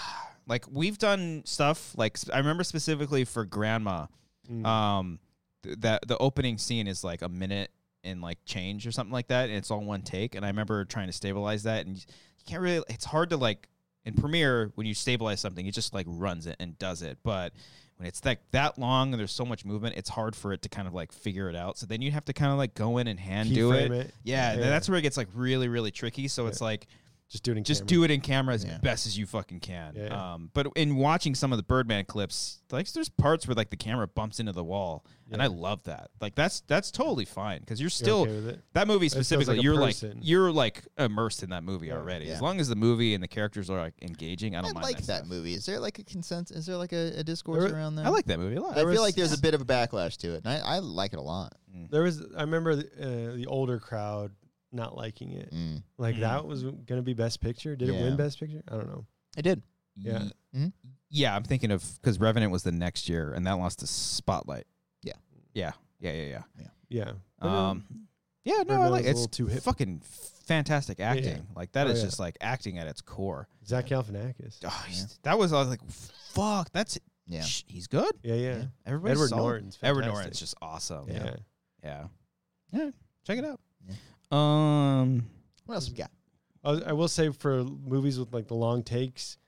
Speaker 5: like we've done stuff like I remember specifically for Grandma.
Speaker 2: Mm.
Speaker 5: Um, th- that the opening scene is like a minute and like change or something like that, and it's all one take. And I remember trying to stabilize that, and you can't really. It's hard to like in Premiere when you stabilize something, it just like runs it and does it, but. When it's like that long and there's so much movement, it's hard for it to kind of like figure it out. So then you have to kind of like go in and hand do
Speaker 2: Keyframe
Speaker 5: it. Yeah, and
Speaker 2: Yeah.
Speaker 5: that's where it gets like really, really tricky. So it's like
Speaker 2: Just do it in
Speaker 5: just
Speaker 2: camera.
Speaker 5: do it in camera as
Speaker 3: Yeah.
Speaker 5: best as you fucking can.
Speaker 2: Yeah, yeah.
Speaker 5: Um, but in watching some of the Birdman clips, like there's parts where like the camera bumps into the wall, and I love that. Like that's that's totally fine because you're still
Speaker 2: okay with it?
Speaker 5: that movie
Speaker 2: sounds
Speaker 5: specifically.
Speaker 2: like a
Speaker 5: you're like
Speaker 2: person.
Speaker 5: you're like immersed in that movie already.
Speaker 3: Yeah.
Speaker 5: As long as the movie and the characters are like engaging, I
Speaker 3: I
Speaker 5: don't mind
Speaker 3: like that,
Speaker 5: stuff.
Speaker 3: movie. Is there like a consensus? Is there like a, a discourse
Speaker 2: There-
Speaker 3: around that?
Speaker 5: I like that movie a lot.
Speaker 3: I feel
Speaker 2: was-
Speaker 3: like there's a bit of a backlash to it, and I, I like it a lot.
Speaker 2: There was. I remember the, uh, the older crowd not liking it.
Speaker 3: Mm.
Speaker 2: Like
Speaker 5: Mm-hmm.
Speaker 2: that was gonna be best picture. Did it
Speaker 3: Yeah.
Speaker 2: win best picture? I don't know.
Speaker 3: I did.
Speaker 2: Yeah.
Speaker 3: Mhm.
Speaker 5: yeah. I'm thinking of because Revenant was the next year, and that lost to Spotlight.
Speaker 3: Yeah.
Speaker 5: yeah, yeah, yeah, yeah.
Speaker 2: Yeah.
Speaker 5: Um, yeah, no, I
Speaker 2: Birdman
Speaker 5: like
Speaker 2: was a
Speaker 5: it's
Speaker 2: little too hip.
Speaker 5: fucking fantastic acting. Like that
Speaker 2: Oh,
Speaker 5: is
Speaker 2: yeah.
Speaker 5: just like acting at its core.
Speaker 2: Zach Galifianakis.
Speaker 5: Oh, he's- That was I was like, fuck, that's
Speaker 3: Yeah.
Speaker 5: sh- he's good.
Speaker 2: Yeah, yeah.
Speaker 3: Yeah.
Speaker 5: Everybody's
Speaker 2: Edward
Speaker 5: solid.
Speaker 2: Norton's
Speaker 5: Edward
Speaker 2: fantastic.
Speaker 5: Norton's just awesome.
Speaker 2: Yeah.
Speaker 5: yeah, yeah. Check it out.
Speaker 3: Yeah.
Speaker 5: Um,
Speaker 3: What else we got?
Speaker 2: I, was- I will say for movies with like the long takes,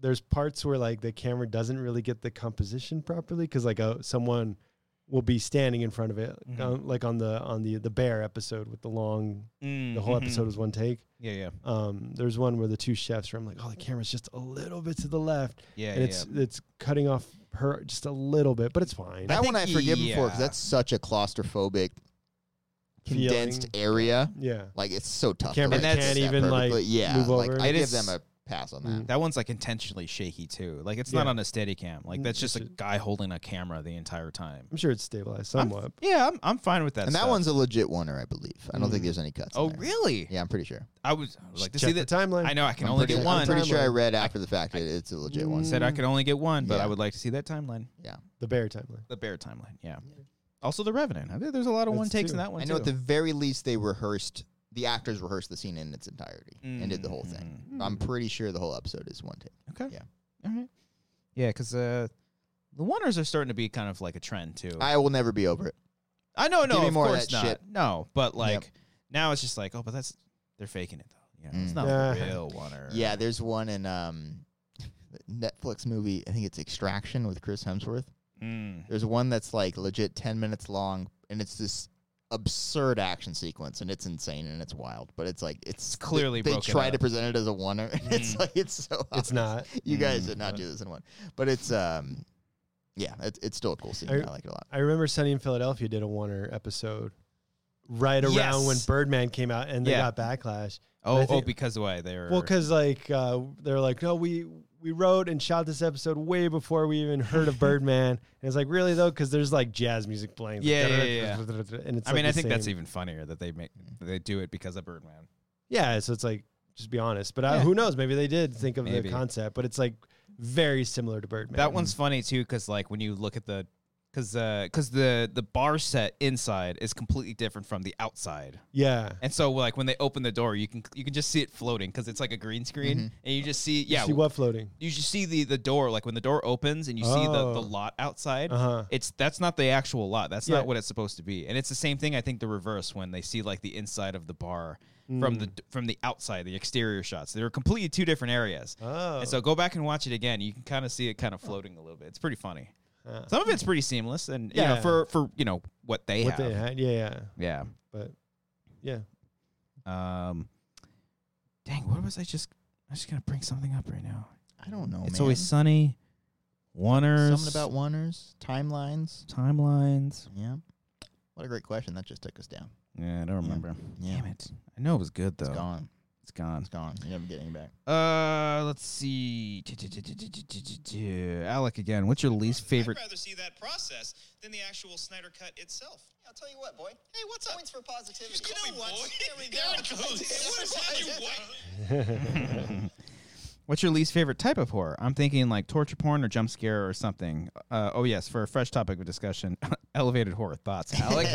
Speaker 2: there's parts where like the camera doesn't really get the composition properly because like a someone will be standing in front of it,
Speaker 5: Mhm.
Speaker 2: um, like on the on the the bear episode with the long. The whole
Speaker 5: mhm.
Speaker 2: episode was one take.
Speaker 5: Yeah, yeah,
Speaker 2: Um, there's one where the two chefs are. I'm like, oh, the camera's just a little bit to the left,
Speaker 5: yeah,
Speaker 2: and
Speaker 5: yeah.
Speaker 2: it's it's cutting off her just a little bit, but it's fine.
Speaker 3: That one I
Speaker 5: think-
Speaker 3: forgive him for
Speaker 5: yeah.
Speaker 3: because that's such a claustrophobic, condensed
Speaker 2: Feeling.
Speaker 3: area.
Speaker 2: yeah,
Speaker 3: Like it's so tough.
Speaker 2: Camera
Speaker 3: to like,
Speaker 5: can't
Speaker 3: set
Speaker 2: even, like,
Speaker 3: perfectly. yeah.
Speaker 2: move
Speaker 3: like
Speaker 2: over.
Speaker 3: I
Speaker 5: It
Speaker 3: give
Speaker 5: is-
Speaker 3: them a pass on that.
Speaker 2: Mm.
Speaker 5: that one's like intentionally shaky too. Like it's not
Speaker 2: Yeah.
Speaker 5: on a steady cam. Like that's just a
Speaker 2: It's a-
Speaker 5: guy holding a camera the entire time.
Speaker 2: I'm sure it's stabilized
Speaker 5: I'm-
Speaker 2: somewhat.
Speaker 5: yeah, I'm, I'm fine with that.
Speaker 3: and that
Speaker 5: stuff.
Speaker 3: one's a legit winner, I believe. I don't think
Speaker 2: Mm.
Speaker 3: there's any cuts. in
Speaker 5: oh
Speaker 3: there.
Speaker 5: really?
Speaker 3: Yeah, I'm pretty sure.
Speaker 5: I was, I was like to
Speaker 2: Check
Speaker 5: see
Speaker 2: the
Speaker 5: that.
Speaker 2: timeline.
Speaker 5: I know I Mm. can
Speaker 3: I'm
Speaker 5: only
Speaker 3: pretty,
Speaker 5: get
Speaker 3: sure-
Speaker 5: one.
Speaker 3: I'm pretty sure I
Speaker 2: Timeline.
Speaker 3: read after the fact that it's a legit one.
Speaker 5: said
Speaker 2: Mm-hmm.
Speaker 5: I could only get one, but
Speaker 3: Yeah.
Speaker 5: I would like to see that timeline,
Speaker 3: Yeah.
Speaker 2: the bear timeline.
Speaker 5: the bear timeline. Yeah. Also, the Revenant. I think there's a lot of
Speaker 2: That's
Speaker 5: one takes
Speaker 2: two.
Speaker 5: in that one
Speaker 3: I know
Speaker 5: too.
Speaker 3: at the very least they rehearsed the actors rehearsed the scene in its entirety
Speaker 5: Mm.
Speaker 3: and did the whole thing. I'm pretty sure the whole episode is one take.
Speaker 5: okay.
Speaker 3: yeah.
Speaker 5: All right. Yeah, because uh, the oneers are starting to be kind of like a trend too. I,
Speaker 3: I will never be over it.
Speaker 5: know, no,
Speaker 3: Uh, Give me
Speaker 5: of
Speaker 3: more of
Speaker 5: course
Speaker 3: that
Speaker 5: not.
Speaker 3: shit.
Speaker 5: No, but like
Speaker 3: Yep.
Speaker 5: now it's just like, oh, but that's they're faking it though. You know, it's
Speaker 3: Mm.
Speaker 5: not a
Speaker 2: Yeah.
Speaker 5: real oneer.
Speaker 3: Yeah, there's one in um Netflix movie, I think it's Extraction with Chris Hemsworth.
Speaker 5: Mm.
Speaker 3: There's one that's like legit 10 minutes long, and it's this absurd action sequence, and it's insane and it's wild, but it's like it's,
Speaker 5: clearly
Speaker 3: they, they
Speaker 5: broken
Speaker 3: try to
Speaker 5: up.
Speaker 3: present it as a one, and it's like it's so
Speaker 2: It's
Speaker 3: obvious.
Speaker 5: Oh,
Speaker 2: not.
Speaker 3: You guys
Speaker 5: Mm.
Speaker 3: did not do this in one, but it's um, yeah, it's it's still a cool scene. I,
Speaker 2: I-
Speaker 3: like it a lot.
Speaker 2: I remember Sunny in Philadelphia did a Warner episode right around when
Speaker 5: Yes.
Speaker 2: Birdman came out, and they
Speaker 5: Yeah.
Speaker 2: got backlash.
Speaker 5: Oh,
Speaker 2: I think-
Speaker 5: oh, because of why they were.
Speaker 2: Well, because like uh, they're like, no, we we wrote and shot this episode way before we even heard of Birdman. and it's like really though, because there's like jazz music playing. It's like,
Speaker 5: Yeah, yeah,
Speaker 2: And it's
Speaker 5: I mean,
Speaker 2: like
Speaker 5: I
Speaker 2: the
Speaker 5: think that's
Speaker 2: same-
Speaker 5: even funnier that they make they do it because of Birdman.
Speaker 2: yeah. So it's like just be honest, but uh,
Speaker 5: e- Yeah.
Speaker 2: who knows? Maybe they did think of the
Speaker 5: Maybe.
Speaker 2: concept, but it's like very similar to Birdman.
Speaker 5: That one's funny too, because like when you look at the, because because the the bar set inside is completely different from the outside,
Speaker 2: yeah.
Speaker 5: and so like when they open the door, you can you can just see it floating because it's like a green screen, and you just see yeah,
Speaker 2: Mm-hmm. See what floating?
Speaker 5: you just see the the door like when the door opens and you see the
Speaker 2: Oh.
Speaker 5: the lot outside.
Speaker 2: Uh-huh.
Speaker 5: It's that's not the actual lot. That's
Speaker 2: Yeah.
Speaker 5: not what it's supposed to be, and it's the same thing. I think the reverse when they see like the inside of the bar from
Speaker 2: Mm.
Speaker 5: the from the outside, the exterior shots. They're completely two different areas.
Speaker 2: Oh,
Speaker 5: And so go back and watch it again. You can kind of see it
Speaker 2: Uh.
Speaker 5: kind of floating a little bit. It's pretty funny. Some of it's pretty seamless, and you know,
Speaker 2: Yeah.
Speaker 5: for for you know what they
Speaker 2: what
Speaker 5: have.
Speaker 2: they had? Yeah, yeah.
Speaker 5: Yeah.
Speaker 2: But yeah,
Speaker 5: Um. Dang, what was I just? I'm just gonna bring something up right now.
Speaker 3: I don't know. Oh,
Speaker 5: it's
Speaker 3: man.
Speaker 5: always sunny. Oneers.
Speaker 3: something about oneers, timelines.
Speaker 5: timelines.
Speaker 3: Yeah, what a great question. That just took us down.
Speaker 5: Yeah, I don't remember.
Speaker 3: Yeah.
Speaker 5: Damn it! I know it was good though.
Speaker 3: It's gone.
Speaker 5: It's gone.
Speaker 3: It's gone. You're never getting it back.
Speaker 5: Uh, let's see. Alec again. What's your least favorite?
Speaker 7: I'd rather see that process than the actual Snyder cut itself.
Speaker 8: I'll tell you what, boy.
Speaker 7: Hey, what's up?
Speaker 8: Points for positivity.
Speaker 7: You know what?
Speaker 8: There we go.
Speaker 7: it goes. What is that, you white-
Speaker 5: What's your least favorite type of horror? I'm thinking like torture porn or jump scare or something. Uh, oh yes, for a fresh topic of discussion, elevated horror thoughts. Alec,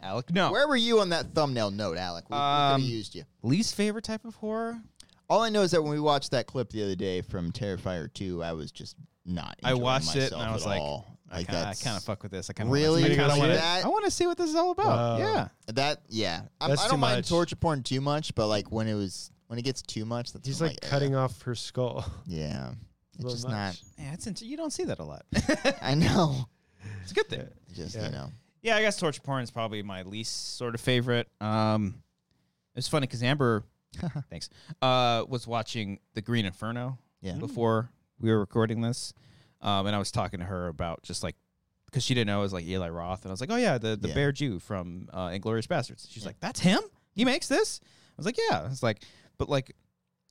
Speaker 5: Alec, no.
Speaker 3: Where were you on that thumbnail note, Alec? We,
Speaker 5: Oh. Um,
Speaker 3: we could have used you.
Speaker 5: Least favorite type of horror?
Speaker 3: All I know is that when we watched that clip the other day from Terrifier 2, I was just not.
Speaker 5: I
Speaker 3: enjoying
Speaker 5: watched it
Speaker 3: myself
Speaker 5: and I
Speaker 3: at
Speaker 5: was like,
Speaker 3: all.
Speaker 5: I
Speaker 3: like
Speaker 5: kinda- I
Speaker 3: that's-
Speaker 5: kind of fuck with this. I kind
Speaker 3: Really?
Speaker 5: I kind of
Speaker 2: Like
Speaker 5: want
Speaker 3: that?
Speaker 5: to. I want to see what this is all about.
Speaker 2: Wow.
Speaker 5: yeah.
Speaker 3: That yeah, I, I
Speaker 2: That's too
Speaker 3: don't mind
Speaker 2: much.
Speaker 3: torture porn too much, but like when it was when it gets too much, that's
Speaker 2: he's
Speaker 3: when I'm
Speaker 2: like cutting
Speaker 3: eh.
Speaker 2: off her skull.
Speaker 3: Yeah, it's
Speaker 2: little
Speaker 3: just
Speaker 2: much.
Speaker 3: not.
Speaker 5: Yeah, it's inter- you don't see that a lot.
Speaker 3: I know.
Speaker 5: it's a good thing.
Speaker 3: Just
Speaker 2: Yeah.
Speaker 3: you know,
Speaker 5: Yeah, I guess torture porn is probably my least sort of favorite. Um, it's funny because Amber Thanks. Uh, was watching The Green Inferno
Speaker 3: Yeah.
Speaker 5: before we were recording this, um, and I was talking to her about just like because she didn't know it was like Eli Roth, and I was like, oh yeah, the the
Speaker 3: Yeah.
Speaker 5: bear Jew from uh, Inglorious Bastards. She's like, that's him. He makes this. I was like, yeah. It's like, but like.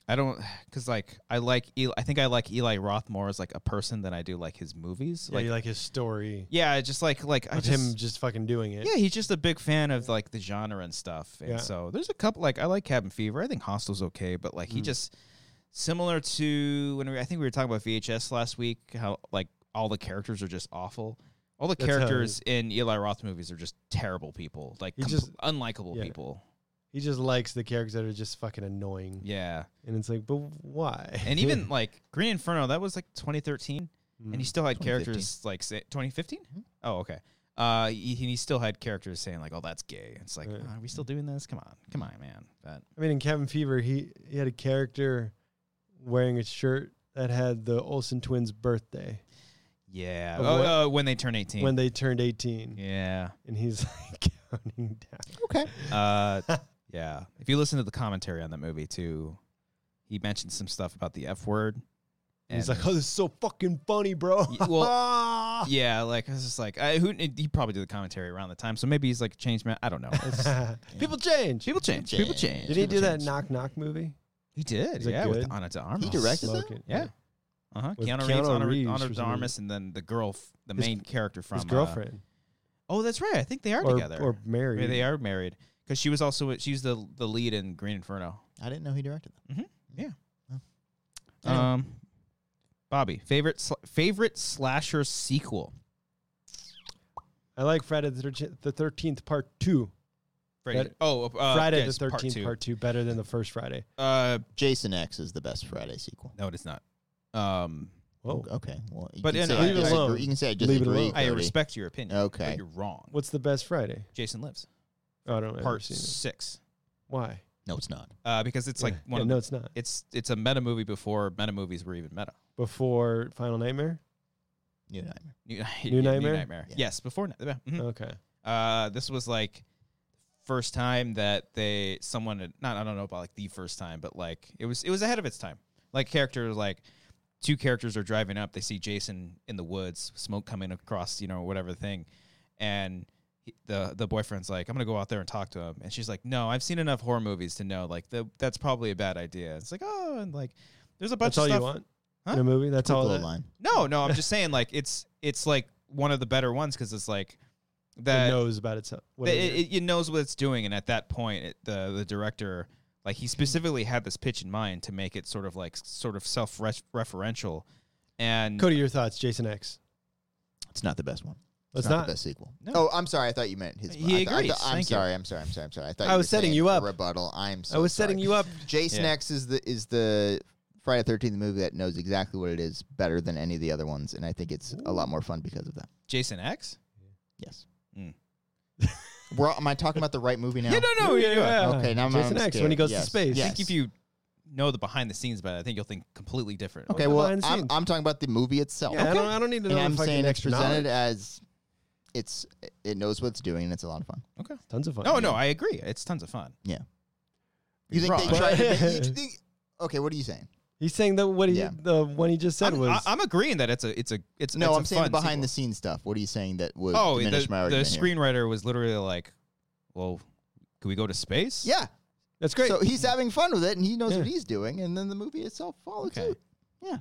Speaker 5: I don't, cause like I like Eli, I think I like Eli Roth more as like a person than I do like his movies.
Speaker 2: like,
Speaker 5: like,
Speaker 2: you like his story
Speaker 5: yeah, just like like I
Speaker 2: of
Speaker 5: just,
Speaker 2: him just fucking doing it.
Speaker 5: yeah, he's just a big fan of like the genre and stuff. And
Speaker 2: Yeah.
Speaker 5: so there's a couple like I like Cabin Fever. I think Hostel's okay, but like
Speaker 2: Mm.
Speaker 5: he just similar to when we, I think we were talking about VHS last week, how like all the characters are just awful. All the
Speaker 2: That's how-
Speaker 5: characters in Eli Roth movies are just terrible people, like
Speaker 2: He
Speaker 5: com-
Speaker 2: just-
Speaker 5: unlikable
Speaker 2: yeah.
Speaker 5: people.
Speaker 2: He just likes the characters that are just fucking annoying.
Speaker 5: Yeah,
Speaker 2: And it's like, but why?
Speaker 5: and even like Green Inferno, that was like 2013, and
Speaker 2: Mm.
Speaker 5: he still had
Speaker 3: 2015.
Speaker 5: characters like say, 2015.
Speaker 2: Mm-hmm.
Speaker 5: Oh, okay. Uh, he, he still had characters saying like, "Oh, that's gay." It's like,
Speaker 2: Right. Mm.
Speaker 5: "Oh, are we still doing this? Come on, come on, man. But
Speaker 2: I mean, in Cabin Fever, he, he had a character wearing a shirt that had the Olsen twins' birthday
Speaker 5: yeah,
Speaker 2: Of
Speaker 5: oh,
Speaker 2: what-
Speaker 5: uh, when they turn 18.
Speaker 2: when they turned 18.
Speaker 5: yeah,
Speaker 2: And he's like counting down.
Speaker 3: Okay.
Speaker 5: uh, yeah. If you listen to the commentary on that movie too, he mentioned some stuff about the F word.
Speaker 2: And he's
Speaker 5: and-
Speaker 2: like, oh, this is so fucking funny, bro.
Speaker 5: Y- yeah, like I was just like, I, who he probably did the commentary around the time, so maybe he's like changed man. I don't know. It's-
Speaker 2: People change.
Speaker 5: people change. People
Speaker 3: change.
Speaker 5: change.
Speaker 2: Did he
Speaker 5: people
Speaker 2: do that
Speaker 5: change.
Speaker 2: knock knock movie?
Speaker 5: He did,
Speaker 2: Is it
Speaker 5: yeah, with
Speaker 2: good?
Speaker 5: Anna de Armas.
Speaker 3: He directed that?
Speaker 2: Smoking.
Speaker 5: Yeah. Uh huh.
Speaker 2: With
Speaker 5: Keanu,
Speaker 2: Keanu
Speaker 5: Reeves, Anna,
Speaker 2: Reeves
Speaker 5: Anna
Speaker 2: for
Speaker 5: de
Speaker 2: some
Speaker 5: Armas, and then the girl, f- the
Speaker 2: His-
Speaker 5: main character from
Speaker 2: His
Speaker 5: uh,
Speaker 2: girlfriend.
Speaker 5: oh, that's right. I think they are
Speaker 2: or,
Speaker 5: together.
Speaker 2: or married.
Speaker 5: Maybe they are married because she was also she was the the lead in Green Inferno.
Speaker 3: I didn't know he directed that. Anyway.
Speaker 5: Um, Bobby, favorite sl- favorite slasher sequel.
Speaker 2: I like Friday the 13th, the 13th part two.
Speaker 5: Friday.
Speaker 2: That-
Speaker 5: Oh, uh,
Speaker 2: Friday
Speaker 5: yes,
Speaker 2: the 13th part two. better than the first Friday.
Speaker 5: Uh,
Speaker 3: Jason X is the best Friday sequel.
Speaker 5: no, it is not. Um,
Speaker 2: Whoa.
Speaker 3: Okay. Well, you
Speaker 5: But
Speaker 3: can
Speaker 5: in-
Speaker 3: say I
Speaker 5: leave it
Speaker 3: just
Speaker 2: alone.
Speaker 3: agree- You can say I just
Speaker 2: Leave it
Speaker 3: agree.
Speaker 2: alone.
Speaker 5: I
Speaker 3: Cody.
Speaker 5: respect your opinion.
Speaker 3: Okay.
Speaker 5: but you're wrong.
Speaker 2: What's the best Friday?
Speaker 5: Jason lives.
Speaker 2: Oh, I don't know.
Speaker 5: Part
Speaker 2: Part it.
Speaker 5: six.
Speaker 2: Why?
Speaker 3: No, it's not.
Speaker 5: Uh, because it's like
Speaker 2: Yeah.
Speaker 5: one
Speaker 2: Yeah,
Speaker 5: of
Speaker 2: no,
Speaker 5: the,
Speaker 2: it's not.
Speaker 5: it's it's a meta movie before meta movies were even meta.
Speaker 2: Before Final Nightmare?
Speaker 3: New Nightmare.
Speaker 5: New,
Speaker 2: New Nightmare?
Speaker 3: Yeah.
Speaker 5: Yes, before. Ni- yeah, mhm.
Speaker 2: Okay.
Speaker 5: Uh, this was like first time that they someone had, not I don't know about like the first time, but like it was it was ahead of its time. Like characters like two characters are driving up, they see Jason in the woods, smoke coming across, you know, whatever thing, and he- the the boyfriend's like, I'm gonna go out there and talk to him, and she's like, No, I've seen enough horror movies to know like the, that's probably a bad idea. It's like oh, and like there's a bunch
Speaker 2: That's all
Speaker 5: of stuff.
Speaker 2: you want?
Speaker 5: Huh?
Speaker 2: In a movie? That's all
Speaker 3: Cool
Speaker 2: that,
Speaker 3: line.
Speaker 5: No, no, I'm just saying like it's it's like one of the better ones because it's like that
Speaker 2: it knows about itself. What is
Speaker 5: it,
Speaker 2: it?
Speaker 5: it, it knows what it's doing, and at that point, it, the the director like he specifically had this pitch in mind to make it sort of like sort of self referential, and
Speaker 2: Cody, your thoughts, Jason X.
Speaker 3: It's not the best one.
Speaker 2: It's
Speaker 3: not,
Speaker 2: not?
Speaker 3: the best sequel.
Speaker 5: No.
Speaker 3: Oh, I'm sorry. I thought you meant his.
Speaker 5: He
Speaker 3: I thought- I
Speaker 5: agrees.
Speaker 3: thought- I'm
Speaker 5: Thank you.
Speaker 3: sorry. I'm sorry. I'm sorry. I'm sorry. I thought
Speaker 2: I
Speaker 3: you
Speaker 2: was
Speaker 3: were
Speaker 2: setting
Speaker 3: saying
Speaker 2: you
Speaker 3: a
Speaker 2: up.
Speaker 3: Rebuttal. I'm. So
Speaker 2: I was
Speaker 3: sorry.
Speaker 2: setting you up.
Speaker 3: Jason
Speaker 5: Yeah.
Speaker 3: X is the is the Friday Thirteenth movie that knows exactly what it is better than any of the other ones, and I think it's a lot more fun because of that.
Speaker 5: Jason X.
Speaker 3: Yes.
Speaker 5: Mm.
Speaker 3: We're, am I talking about the right movie now?
Speaker 5: no, yeah,
Speaker 3: Okay, now I'm
Speaker 2: Jason
Speaker 3: I'm
Speaker 2: X,
Speaker 3: scared.
Speaker 2: when he goes to
Speaker 3: Yes.
Speaker 2: space.
Speaker 5: I
Speaker 3: Yes.
Speaker 5: think if you know the behind the scenes about it, I think you'll think completely different.
Speaker 3: Okay,
Speaker 2: the
Speaker 3: well,
Speaker 2: behind the
Speaker 3: I'm,
Speaker 2: scenes?
Speaker 3: I'm talking about the movie itself.
Speaker 2: Yeah, I, don't, I don't need to know
Speaker 3: And
Speaker 2: the
Speaker 3: I'm
Speaker 2: fucking
Speaker 3: saying it's
Speaker 2: extra
Speaker 3: presented
Speaker 2: knowledge.
Speaker 3: as it's it knows what it's doing and it's a lot of fun.
Speaker 2: Tons of fun.
Speaker 5: No, no, I agree. It's tons of fun.
Speaker 3: You think
Speaker 5: Wrong.
Speaker 3: they tried to?
Speaker 2: But-
Speaker 3: Make, you think, okay, what are you saying?
Speaker 2: He's saying that what he
Speaker 3: Yeah.
Speaker 2: the one he just said
Speaker 5: I'm,
Speaker 2: was
Speaker 5: I, am agreeing that it's a it's a it's
Speaker 3: No,
Speaker 5: it's
Speaker 3: I'm
Speaker 5: a
Speaker 3: saying the
Speaker 5: fun
Speaker 3: behind the
Speaker 5: sequel.
Speaker 3: scenes stuff. What are you saying that would
Speaker 5: oh the,
Speaker 3: diminish my
Speaker 5: the
Speaker 3: argument? here?
Speaker 5: screenwriter was literally like, well, can we go to space?
Speaker 3: Yeah,
Speaker 2: that's great.
Speaker 3: so he's having fun with it and he knows
Speaker 2: Yeah.
Speaker 3: what he's doing, and then the movie itself follows
Speaker 5: Okay.
Speaker 3: suit. Yeah.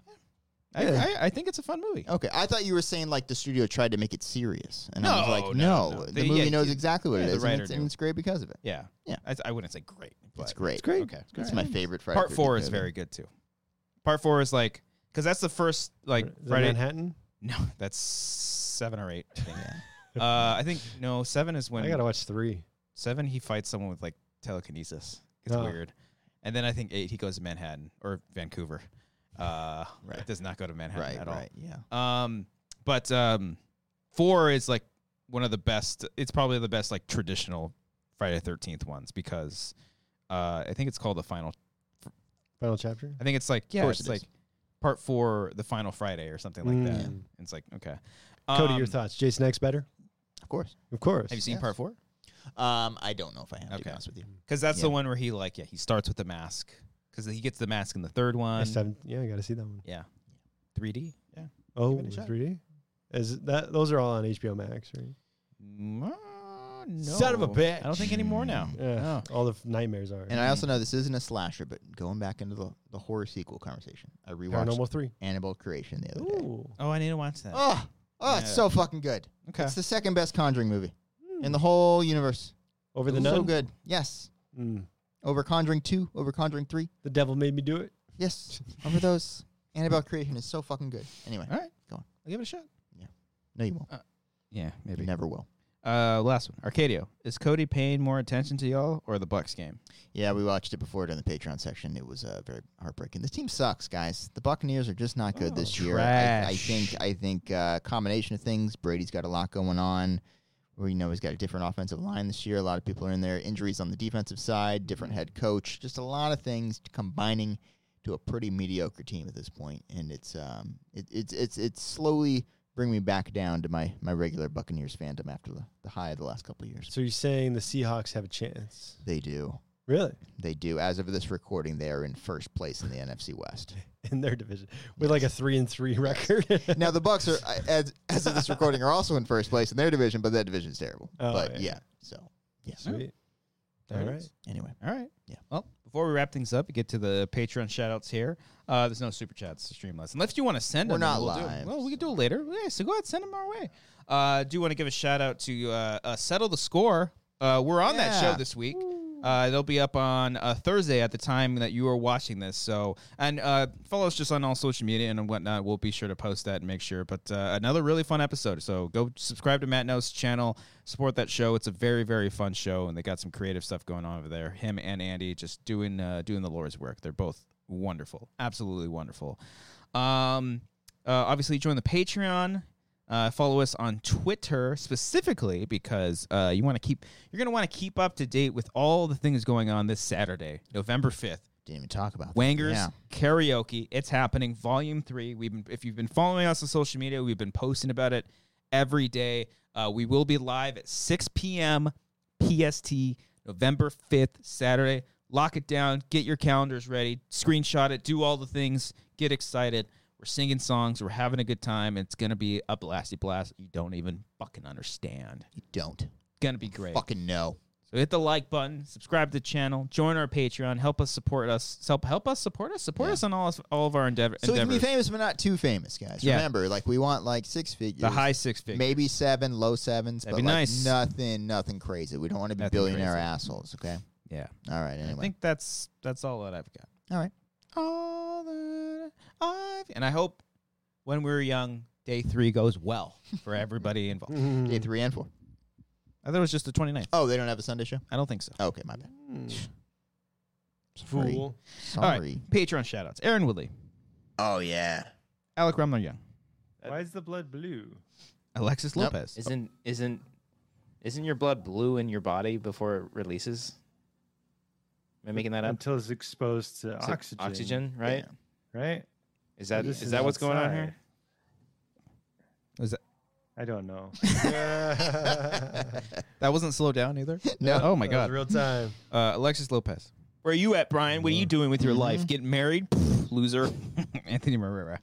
Speaker 5: I,
Speaker 2: Yeah.
Speaker 5: I, I think it's a fun movie.
Speaker 3: Okay, I thought you were saying like the studio tried to make it serious, and I was
Speaker 5: No,
Speaker 3: like,
Speaker 5: no,
Speaker 3: no,
Speaker 5: no.
Speaker 3: the
Speaker 5: They-
Speaker 3: movie
Speaker 5: yeah,
Speaker 3: knows
Speaker 5: it-
Speaker 3: exactly what
Speaker 5: yeah,
Speaker 3: it
Speaker 5: the
Speaker 3: is, and
Speaker 5: writer
Speaker 3: it's,
Speaker 5: knew.
Speaker 3: and it's great because of it.
Speaker 5: Yeah,
Speaker 3: Yeah.
Speaker 5: I, I wouldn't say great. But
Speaker 3: It's great.
Speaker 2: it's great.
Speaker 5: Okay,
Speaker 3: It's my favorite Friday.
Speaker 5: part four
Speaker 3: 13th
Speaker 5: is
Speaker 3: movie.
Speaker 5: very good too. Part four is like because that's the first like
Speaker 2: Is that
Speaker 5: Friday.
Speaker 2: Manhattan.
Speaker 5: No, that's seven or eight. I think. uh, I think no seven is when
Speaker 2: I gotta watch three.
Speaker 5: seven he fights someone with like telekinesis. It's
Speaker 2: Oh.
Speaker 5: weird. And then I think eight he goes to Manhattan or Vancouver. Uh,
Speaker 3: Right.
Speaker 5: it does not go to Manhattan
Speaker 3: right,
Speaker 5: at all.
Speaker 3: right, yeah.
Speaker 5: Um, but um, four is like one of the best. It's probably the best like traditional Friday Thirteenth ones because uh, I think it's called the final.
Speaker 2: Final chapter.
Speaker 5: I think it's like yeah,
Speaker 3: course
Speaker 5: it's
Speaker 3: it
Speaker 5: like
Speaker 3: is.
Speaker 5: part four, the final Friday or something like that.
Speaker 2: Mm.
Speaker 5: And it's like okay,
Speaker 2: Cody, your
Speaker 5: Um,
Speaker 2: thoughts. Jason X better,
Speaker 3: Of course.
Speaker 2: of course.
Speaker 5: Have you seen
Speaker 3: Yes.
Speaker 5: part four?
Speaker 3: Um, I don't know if I have to be
Speaker 5: Okay.
Speaker 3: honest with you.
Speaker 5: because that's the
Speaker 3: Yeah.
Speaker 5: one where he like yeah he starts with the mask because he gets the mask in the third
Speaker 2: I
Speaker 5: one.
Speaker 2: just haven't- yeah, I got to see that one.
Speaker 5: Yeah, 3D. Yeah,
Speaker 2: Oh,
Speaker 5: it a shot.
Speaker 2: 3D. Is that those are all on HBO Max, right?
Speaker 5: Mm, uh, no,
Speaker 2: Son of a
Speaker 5: I don't think anymore now.
Speaker 2: Yeah, all the f- nightmares are.
Speaker 3: And I also know this isn't a slasher, but going back into the, the horror sequel conversation, I rewatched
Speaker 2: Paranormal Three.
Speaker 3: Annabelle Creation the other day.
Speaker 2: Ooh,
Speaker 5: Oh, I need to watch that.
Speaker 3: Oh, oh, it's
Speaker 5: Yeah.
Speaker 3: so fucking good.
Speaker 5: okay,
Speaker 3: It's the second best Conjuring movie in the whole universe.
Speaker 2: over the
Speaker 3: It was so
Speaker 2: nun.
Speaker 3: good. Yes.
Speaker 2: Mm.
Speaker 3: Over Conjuring 2, over Conjuring 3.
Speaker 2: The devil made me do it.
Speaker 3: Yes. over those. Annabelle Creation is so fucking good. Anyway.
Speaker 5: all right,
Speaker 3: Go on.
Speaker 5: I'll give it a shot.
Speaker 3: No, you won't.
Speaker 5: Yeah,
Speaker 3: You
Speaker 5: maybe.
Speaker 3: never will.
Speaker 5: Uh, last one, Arcadio. Is Cody paying more attention to y'all or the Bucks game?
Speaker 3: Yeah, we watched it before during the Patreon section. It was uh, very heartbreaking. This team sucks, guys. The Buccaneers are just not good this year. I, I
Speaker 5: trash.
Speaker 3: think I think uh, combination of things. Brady's got a lot going on. We know he's got a different offensive line this year. A lot of people are in there. Injuries on the defensive side. Different head coach. Just a lot of things combining to a pretty mediocre team at this point. And it's um it, it's it's it's slowly bringing me back down to my my regular Buccaneers fandom after the, the high of the last couple of years.
Speaker 2: So you're saying the Seahawks have a chance?
Speaker 3: They do.
Speaker 2: Really?
Speaker 3: They do. As of this recording, they are in first place in the NFC West.
Speaker 2: In their division with like a three and three record.
Speaker 3: Now the Bucks are, I- as as of this recording, are also in first place in their division, but that division is terrible.
Speaker 2: Oh,
Speaker 3: but
Speaker 2: yeah.
Speaker 3: yeah. so
Speaker 2: Sweet.
Speaker 5: There
Speaker 2: All
Speaker 5: it
Speaker 2: right.
Speaker 5: is.
Speaker 3: anyway,
Speaker 5: All right.
Speaker 3: Yeah.
Speaker 5: Well, before we wrap things up, we get to the Patreon shout outs here. Uh, there's no super chats to stream less. Unless you want to send
Speaker 3: We're
Speaker 5: them. then
Speaker 3: not
Speaker 5: we'll do it.
Speaker 3: live,
Speaker 5: well, we can do it later. Yeah, so go ahead, send them our way. Uh, do want to give a shout out to uh, uh, Settle the Score. Uh, we're on that
Speaker 3: Yeah.
Speaker 5: show this week. Uh, they'll be up on uh, Thursday at the time that you are watching this. So, and uh, follow us just on all social media and whatnot. We'll be sure to post that and make sure. But uh, another really fun episode. So go subscribe to Matt No's channel, support that show. It's a very very fun show, Oh, and they got some creative stuff going on over there. Him and Andy just doing uh, doing the Lord's work. They're both wonderful, absolutely wonderful. Um, uh, obviously join the Patreon. Uh, follow us on Twitter specifically because uh, you want to keep you're gonna want to keep up to date with all the things going on this Saturday, November fifth.
Speaker 3: didn't even talk about that.
Speaker 5: Wangers
Speaker 3: Yeah.
Speaker 5: karaoke, it's happening. Volume three. We've been if you've been following us on social media, we've been posting about it every day. Uh, we will be live at 6 p.m. PST, November 5th, Saturday. Lock it down. Get your calendars ready. Screenshot it. Do all the things. Get excited. We're singing songs. We're having a good time. It's gonna be a blasty blast. You don't even fucking understand.
Speaker 3: You don't
Speaker 5: Gonna be great.
Speaker 3: fucking know.
Speaker 5: So hit the like button, subscribe to the channel, join our Patreon, help us support us, help help us support us, support us on all of, all of our endeavor,
Speaker 3: So we can be
Speaker 5: endeavors.
Speaker 3: famous, but not too famous, guys.
Speaker 5: Yeah.
Speaker 3: Remember, like we want like six figures,
Speaker 5: The high six figures.
Speaker 3: maybe seven, low 7s
Speaker 5: That'd
Speaker 3: but
Speaker 5: be
Speaker 3: like
Speaker 5: nice.
Speaker 3: nothing, nothing crazy. We don't want to be
Speaker 5: Nothing
Speaker 3: billionaire
Speaker 5: crazy.
Speaker 3: assholes. Okay.
Speaker 5: Yeah,
Speaker 3: All right. Anyway,
Speaker 5: I think that's that's all that I've got.
Speaker 3: all right.
Speaker 5: All that I've and I hope when we were young, day three goes well for everybody involved.
Speaker 3: Day three and four.
Speaker 5: I thought it was just the 29th.
Speaker 3: Oh, they don't have a Sunday show.
Speaker 5: I don't think so.
Speaker 3: Okay, my bad. Sorry.
Speaker 2: Fool.
Speaker 3: Sorry.
Speaker 5: All right, Patreon shoutouts: Aaron Woodley,
Speaker 3: Oh yeah.
Speaker 5: Alec Rumler Young,
Speaker 9: Why is the blood blue?
Speaker 5: Alexis
Speaker 3: Nope.
Speaker 5: Lopez.
Speaker 10: Isn't isn't isn't your blood blue in your body before it releases? Am I making that up?
Speaker 9: Until it's exposed to
Speaker 10: Is it
Speaker 9: oxygen.
Speaker 10: Oxygen, right?
Speaker 9: Right?
Speaker 10: Is that
Speaker 9: This
Speaker 10: is that what's going on
Speaker 9: outside.
Speaker 10: here?
Speaker 5: Was that
Speaker 9: I don't know.
Speaker 5: that wasn't slowed down either?
Speaker 3: No.
Speaker 5: Oh my
Speaker 2: That was
Speaker 5: God.
Speaker 2: real time.
Speaker 5: Uh, Alexis Lopez.
Speaker 10: Where are you at, Brian?
Speaker 5: What are
Speaker 3: Mm-hmm.
Speaker 5: you doing with your life? Getting married? Pff, loser. Anthony Marrera.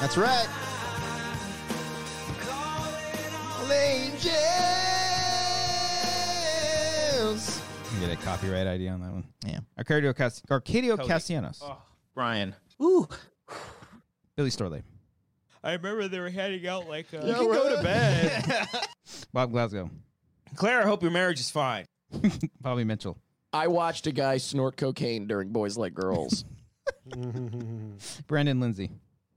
Speaker 3: That's right. Angels.
Speaker 5: Can Get a copyright ID on that one.
Speaker 3: Yeah.
Speaker 5: Arcadio, Cas- Arcadio Castellanos.
Speaker 10: Oh, Brian.
Speaker 5: Billy Storley.
Speaker 10: I remember they were handing out like uh,
Speaker 3: You can go to
Speaker 10: bed.
Speaker 5: Bob Glasgow.
Speaker 10: Claire, I hope your marriage is fine.
Speaker 5: Bobby Mitchell.
Speaker 11: I watched a guy snort cocaine during Boys Like Girls.
Speaker 5: Brandon Lindsay.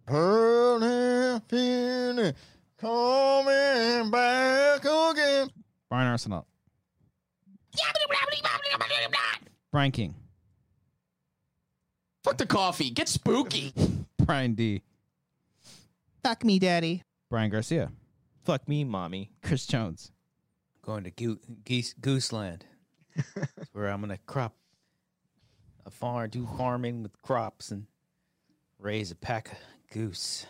Speaker 3: Early feeling coming back again.
Speaker 5: Brian Arsenal. Brian King.
Speaker 11: Fuck the coffee. Get spooky.
Speaker 2: Oh,
Speaker 5: Brian D.
Speaker 12: Fuck me, daddy.
Speaker 5: Brian Garcia.
Speaker 10: Fuck me, mommy.
Speaker 5: Chris Jones.
Speaker 10: Going to goo- geese goose land. That's where I'm gonna crop a farm, do farming with crops and raise a pack of goose,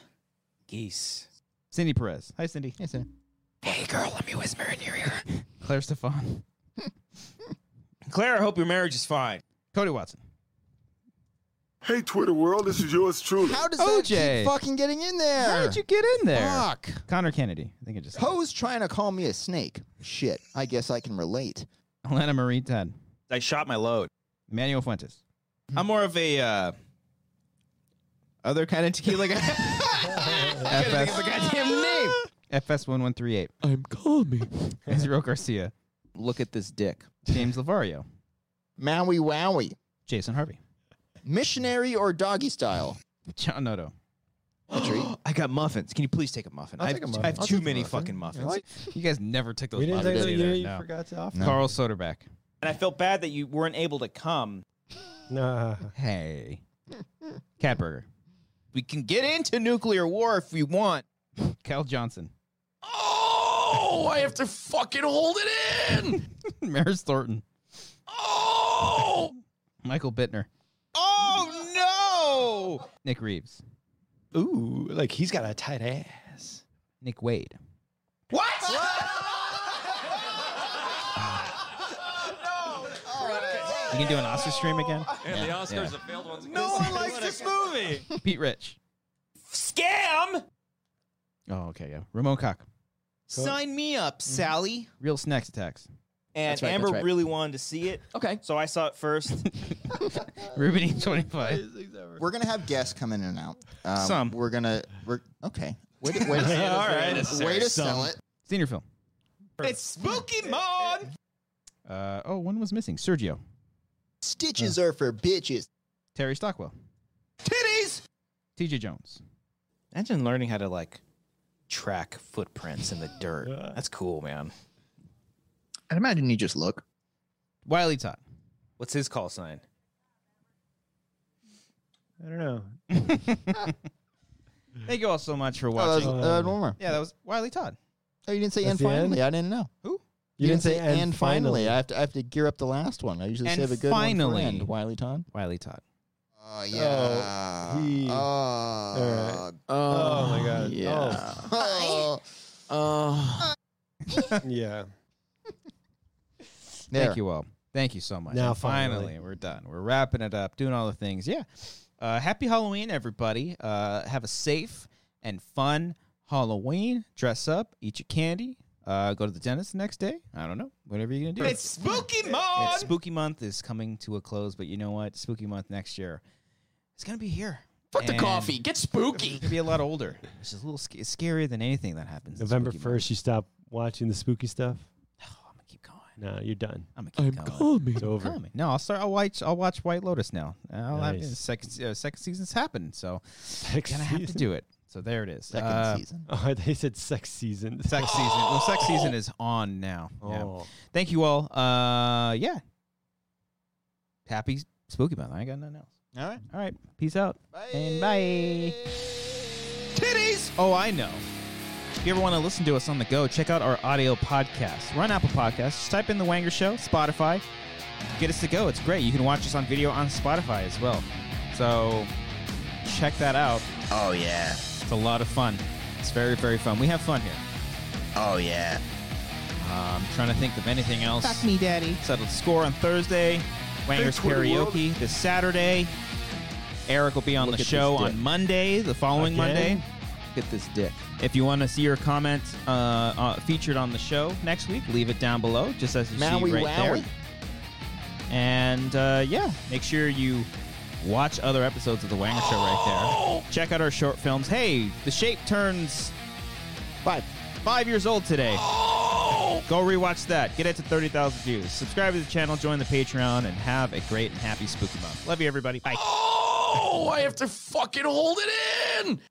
Speaker 10: geese.
Speaker 5: Cindy Perez. Hi, Cindy.
Speaker 3: Hey, Sam.
Speaker 13: Hey, girl, let me whisper in your ear.
Speaker 5: Claire Stefan.
Speaker 1: Claire, I hope your marriage is fine.
Speaker 5: Cody Watson.
Speaker 7: Hey, Twitter world, this is yours truly.
Speaker 3: How does that
Speaker 5: OJ.
Speaker 3: keep fucking getting in there?
Speaker 5: How did you get in there?
Speaker 3: Fuck.
Speaker 5: Connor Kennedy. I think it just.
Speaker 3: Poe's trying to call me a snake. Shit, I guess I can relate.
Speaker 5: Alana Marie Tad.
Speaker 1: I shot my load.
Speaker 5: Emmanuel Fuentes.
Speaker 1: I'm more of a uh, other kind of tequila guy. I can't think of the goddamn name.
Speaker 5: FS1138.
Speaker 11: I'm Kami.
Speaker 5: Israel Garcia.
Speaker 13: Look at this dick.
Speaker 5: James Lavario.
Speaker 3: Maui Wowie.
Speaker 5: Jason Harvey.
Speaker 3: Missionary or doggy style?
Speaker 5: John Noto.
Speaker 1: I got muffins. Can you please take a muffin?
Speaker 2: I'll
Speaker 1: I have,
Speaker 2: take a muffin.
Speaker 1: I have
Speaker 2: I'll
Speaker 1: too
Speaker 2: take a
Speaker 1: many
Speaker 2: muffin.
Speaker 1: fucking muffins.
Speaker 5: You guys never took those
Speaker 2: We didn't
Speaker 5: muffins
Speaker 2: take that. You,
Speaker 5: either.
Speaker 2: you
Speaker 5: no.
Speaker 2: forgot to offer.
Speaker 5: Carl Soderbeck.
Speaker 1: And I felt bad that you weren't able to come.
Speaker 2: Nah.
Speaker 5: Hey. Catburger.
Speaker 1: We can get into nuclear war if we want.
Speaker 5: Cal Johnson.
Speaker 11: Oh, I have to fucking hold it in.
Speaker 5: Maris Thornton.
Speaker 11: Oh,
Speaker 5: Michael Bittner.
Speaker 1: Oh no!
Speaker 5: Nick Reeves.
Speaker 2: Ooh, like he's got a tight ass.
Speaker 5: Nick Wade.
Speaker 1: What?
Speaker 5: You can do an Oscar stream again?
Speaker 7: And the Oscars
Speaker 5: yeah.
Speaker 7: have failed once again.
Speaker 1: No one likes this movie.
Speaker 5: Pete Rich.
Speaker 1: Scam!
Speaker 5: Oh, okay, yeah. Ramon Cock.
Speaker 1: Sign me up, Sally.
Speaker 5: Real Snacks Attacks.
Speaker 1: And
Speaker 11: That's right,
Speaker 1: Amber
Speaker 11: that's right.
Speaker 1: really wanted to see it,
Speaker 11: okay.
Speaker 1: so I saw it first.
Speaker 5: Ruben E. 25.
Speaker 3: We're gonna have guests come in and out. Um,
Speaker 1: Some.
Speaker 3: We're gonna. We're okay. Way to, way to,
Speaker 1: Yeah, all right.
Speaker 3: way to sell it.
Speaker 5: Senior film.
Speaker 1: it's Spooky Mon.
Speaker 5: Uh, oh, one was missing. Sergio.
Speaker 3: Stitches are for bitches.
Speaker 5: Terry Stockwell.
Speaker 1: Titties.
Speaker 5: TJ Jones.
Speaker 1: Imagine learning how to like track footprints in the dirt. That's cool, man.
Speaker 3: I'd imagine you just look.
Speaker 5: Wiley Todd.
Speaker 1: What's his call sign?
Speaker 9: I don't know.
Speaker 5: Thank you all so much for
Speaker 3: Oh, that
Speaker 5: watching.
Speaker 3: was, uh, one more.
Speaker 5: yeah, that was Wiley Todd.
Speaker 3: Oh, you didn't say
Speaker 2: That's
Speaker 3: and
Speaker 2: the end?
Speaker 3: finally. I didn't know.
Speaker 2: You, didn't, say
Speaker 3: and finally. I have to. I have to gear up the last one. I usually
Speaker 5: And
Speaker 3: save a good one
Speaker 5: finally.
Speaker 3: for end. Wiley Todd.
Speaker 5: Wiley Todd.
Speaker 3: Oh
Speaker 2: yeah. Oh, he- All Oh my god.
Speaker 11: Yeah. Uh,
Speaker 2: Oh, yeah.
Speaker 5: Thank you all. Thank you so much.
Speaker 2: Now
Speaker 5: And finally,
Speaker 2: finally.
Speaker 5: we're done. We're wrapping it up, doing all the things. Yeah. Uh, happy Halloween, everybody. Uh, have a safe and fun Halloween. Dress up, eat your candy, uh, go to the dentist the next day. I don't know. Whatever you're going to do.
Speaker 1: It's Spooky Mon.
Speaker 5: And spooky month is coming to a close, but you know what? Spooky month next year, it's gonna be here.
Speaker 11: fuck the
Speaker 5: And
Speaker 11: coffee. Get spooky.
Speaker 5: It's gonna be a lot older. It's just a little sc- it's scarier than anything that happens. in
Speaker 2: November
Speaker 5: spooky
Speaker 2: first, you stop watching the spooky stuff.
Speaker 5: month. Oh, I'm gonna keep going.
Speaker 2: No, you're done.
Speaker 5: I'm gonna
Speaker 11: I'm
Speaker 5: keep going.
Speaker 11: Kami.
Speaker 2: It's over.
Speaker 5: Coming. No, I'll start. I'll watch. I'll watch White Lotus now. I'll have
Speaker 2: Nice.
Speaker 5: second uh, second season's happened, so
Speaker 2: Sex
Speaker 5: gonna have to
Speaker 2: season.
Speaker 5: do it. So there it is.
Speaker 3: Second
Speaker 5: Uh,
Speaker 3: season.
Speaker 2: Oh, they said sex season.
Speaker 5: Sex season. Well, sex season is on now. Yeah.
Speaker 2: Oh.
Speaker 5: Thank you all. Uh, yeah. Happy spooky month. I ain't got nothing else.
Speaker 3: All right.
Speaker 5: All right. Peace out. And bye.
Speaker 1: Titties.
Speaker 5: Oh, I know. If you ever want to listen to us on the go, check out our audio podcast. We're on Apple Podcasts. Just type in The Wanger Show, Spotify. Get us to go. It's great. You can watch us on video on Spotify as well. So check that out.
Speaker 3: Oh yeah.
Speaker 5: It's a lot of fun. It's very, very fun. We have fun here. Uh,
Speaker 3: Oh yeah.
Speaker 5: I'm trying to think of anything else.
Speaker 14: Fuck me, daddy.
Speaker 5: Settled score on Thursday. Wanger's karaoke this Saturday. Eric will be on
Speaker 13: Look
Speaker 5: the
Speaker 13: at
Speaker 5: show
Speaker 13: this dick.
Speaker 5: on Monday, the following
Speaker 2: Again?
Speaker 5: Monday.
Speaker 13: Get this dick.
Speaker 5: If you want to see your comment uh, uh, featured on the show next week, leave it down below, just as you
Speaker 3: Maui
Speaker 5: see right
Speaker 3: wowie.
Speaker 5: there. And uh, yeah, make sure you watch other episodes of The Wanger Show right
Speaker 3: Oh!
Speaker 5: there. Check out our short films. Hey, The Shape turns
Speaker 3: Bye.
Speaker 5: five years old today. Go rewatch that. Get it to 30,000 views. Subscribe to the channel, join the Patreon, and have a great and happy spooky month. Love you, everybody. Bye.
Speaker 11: Oh, I have to fucking hold it in.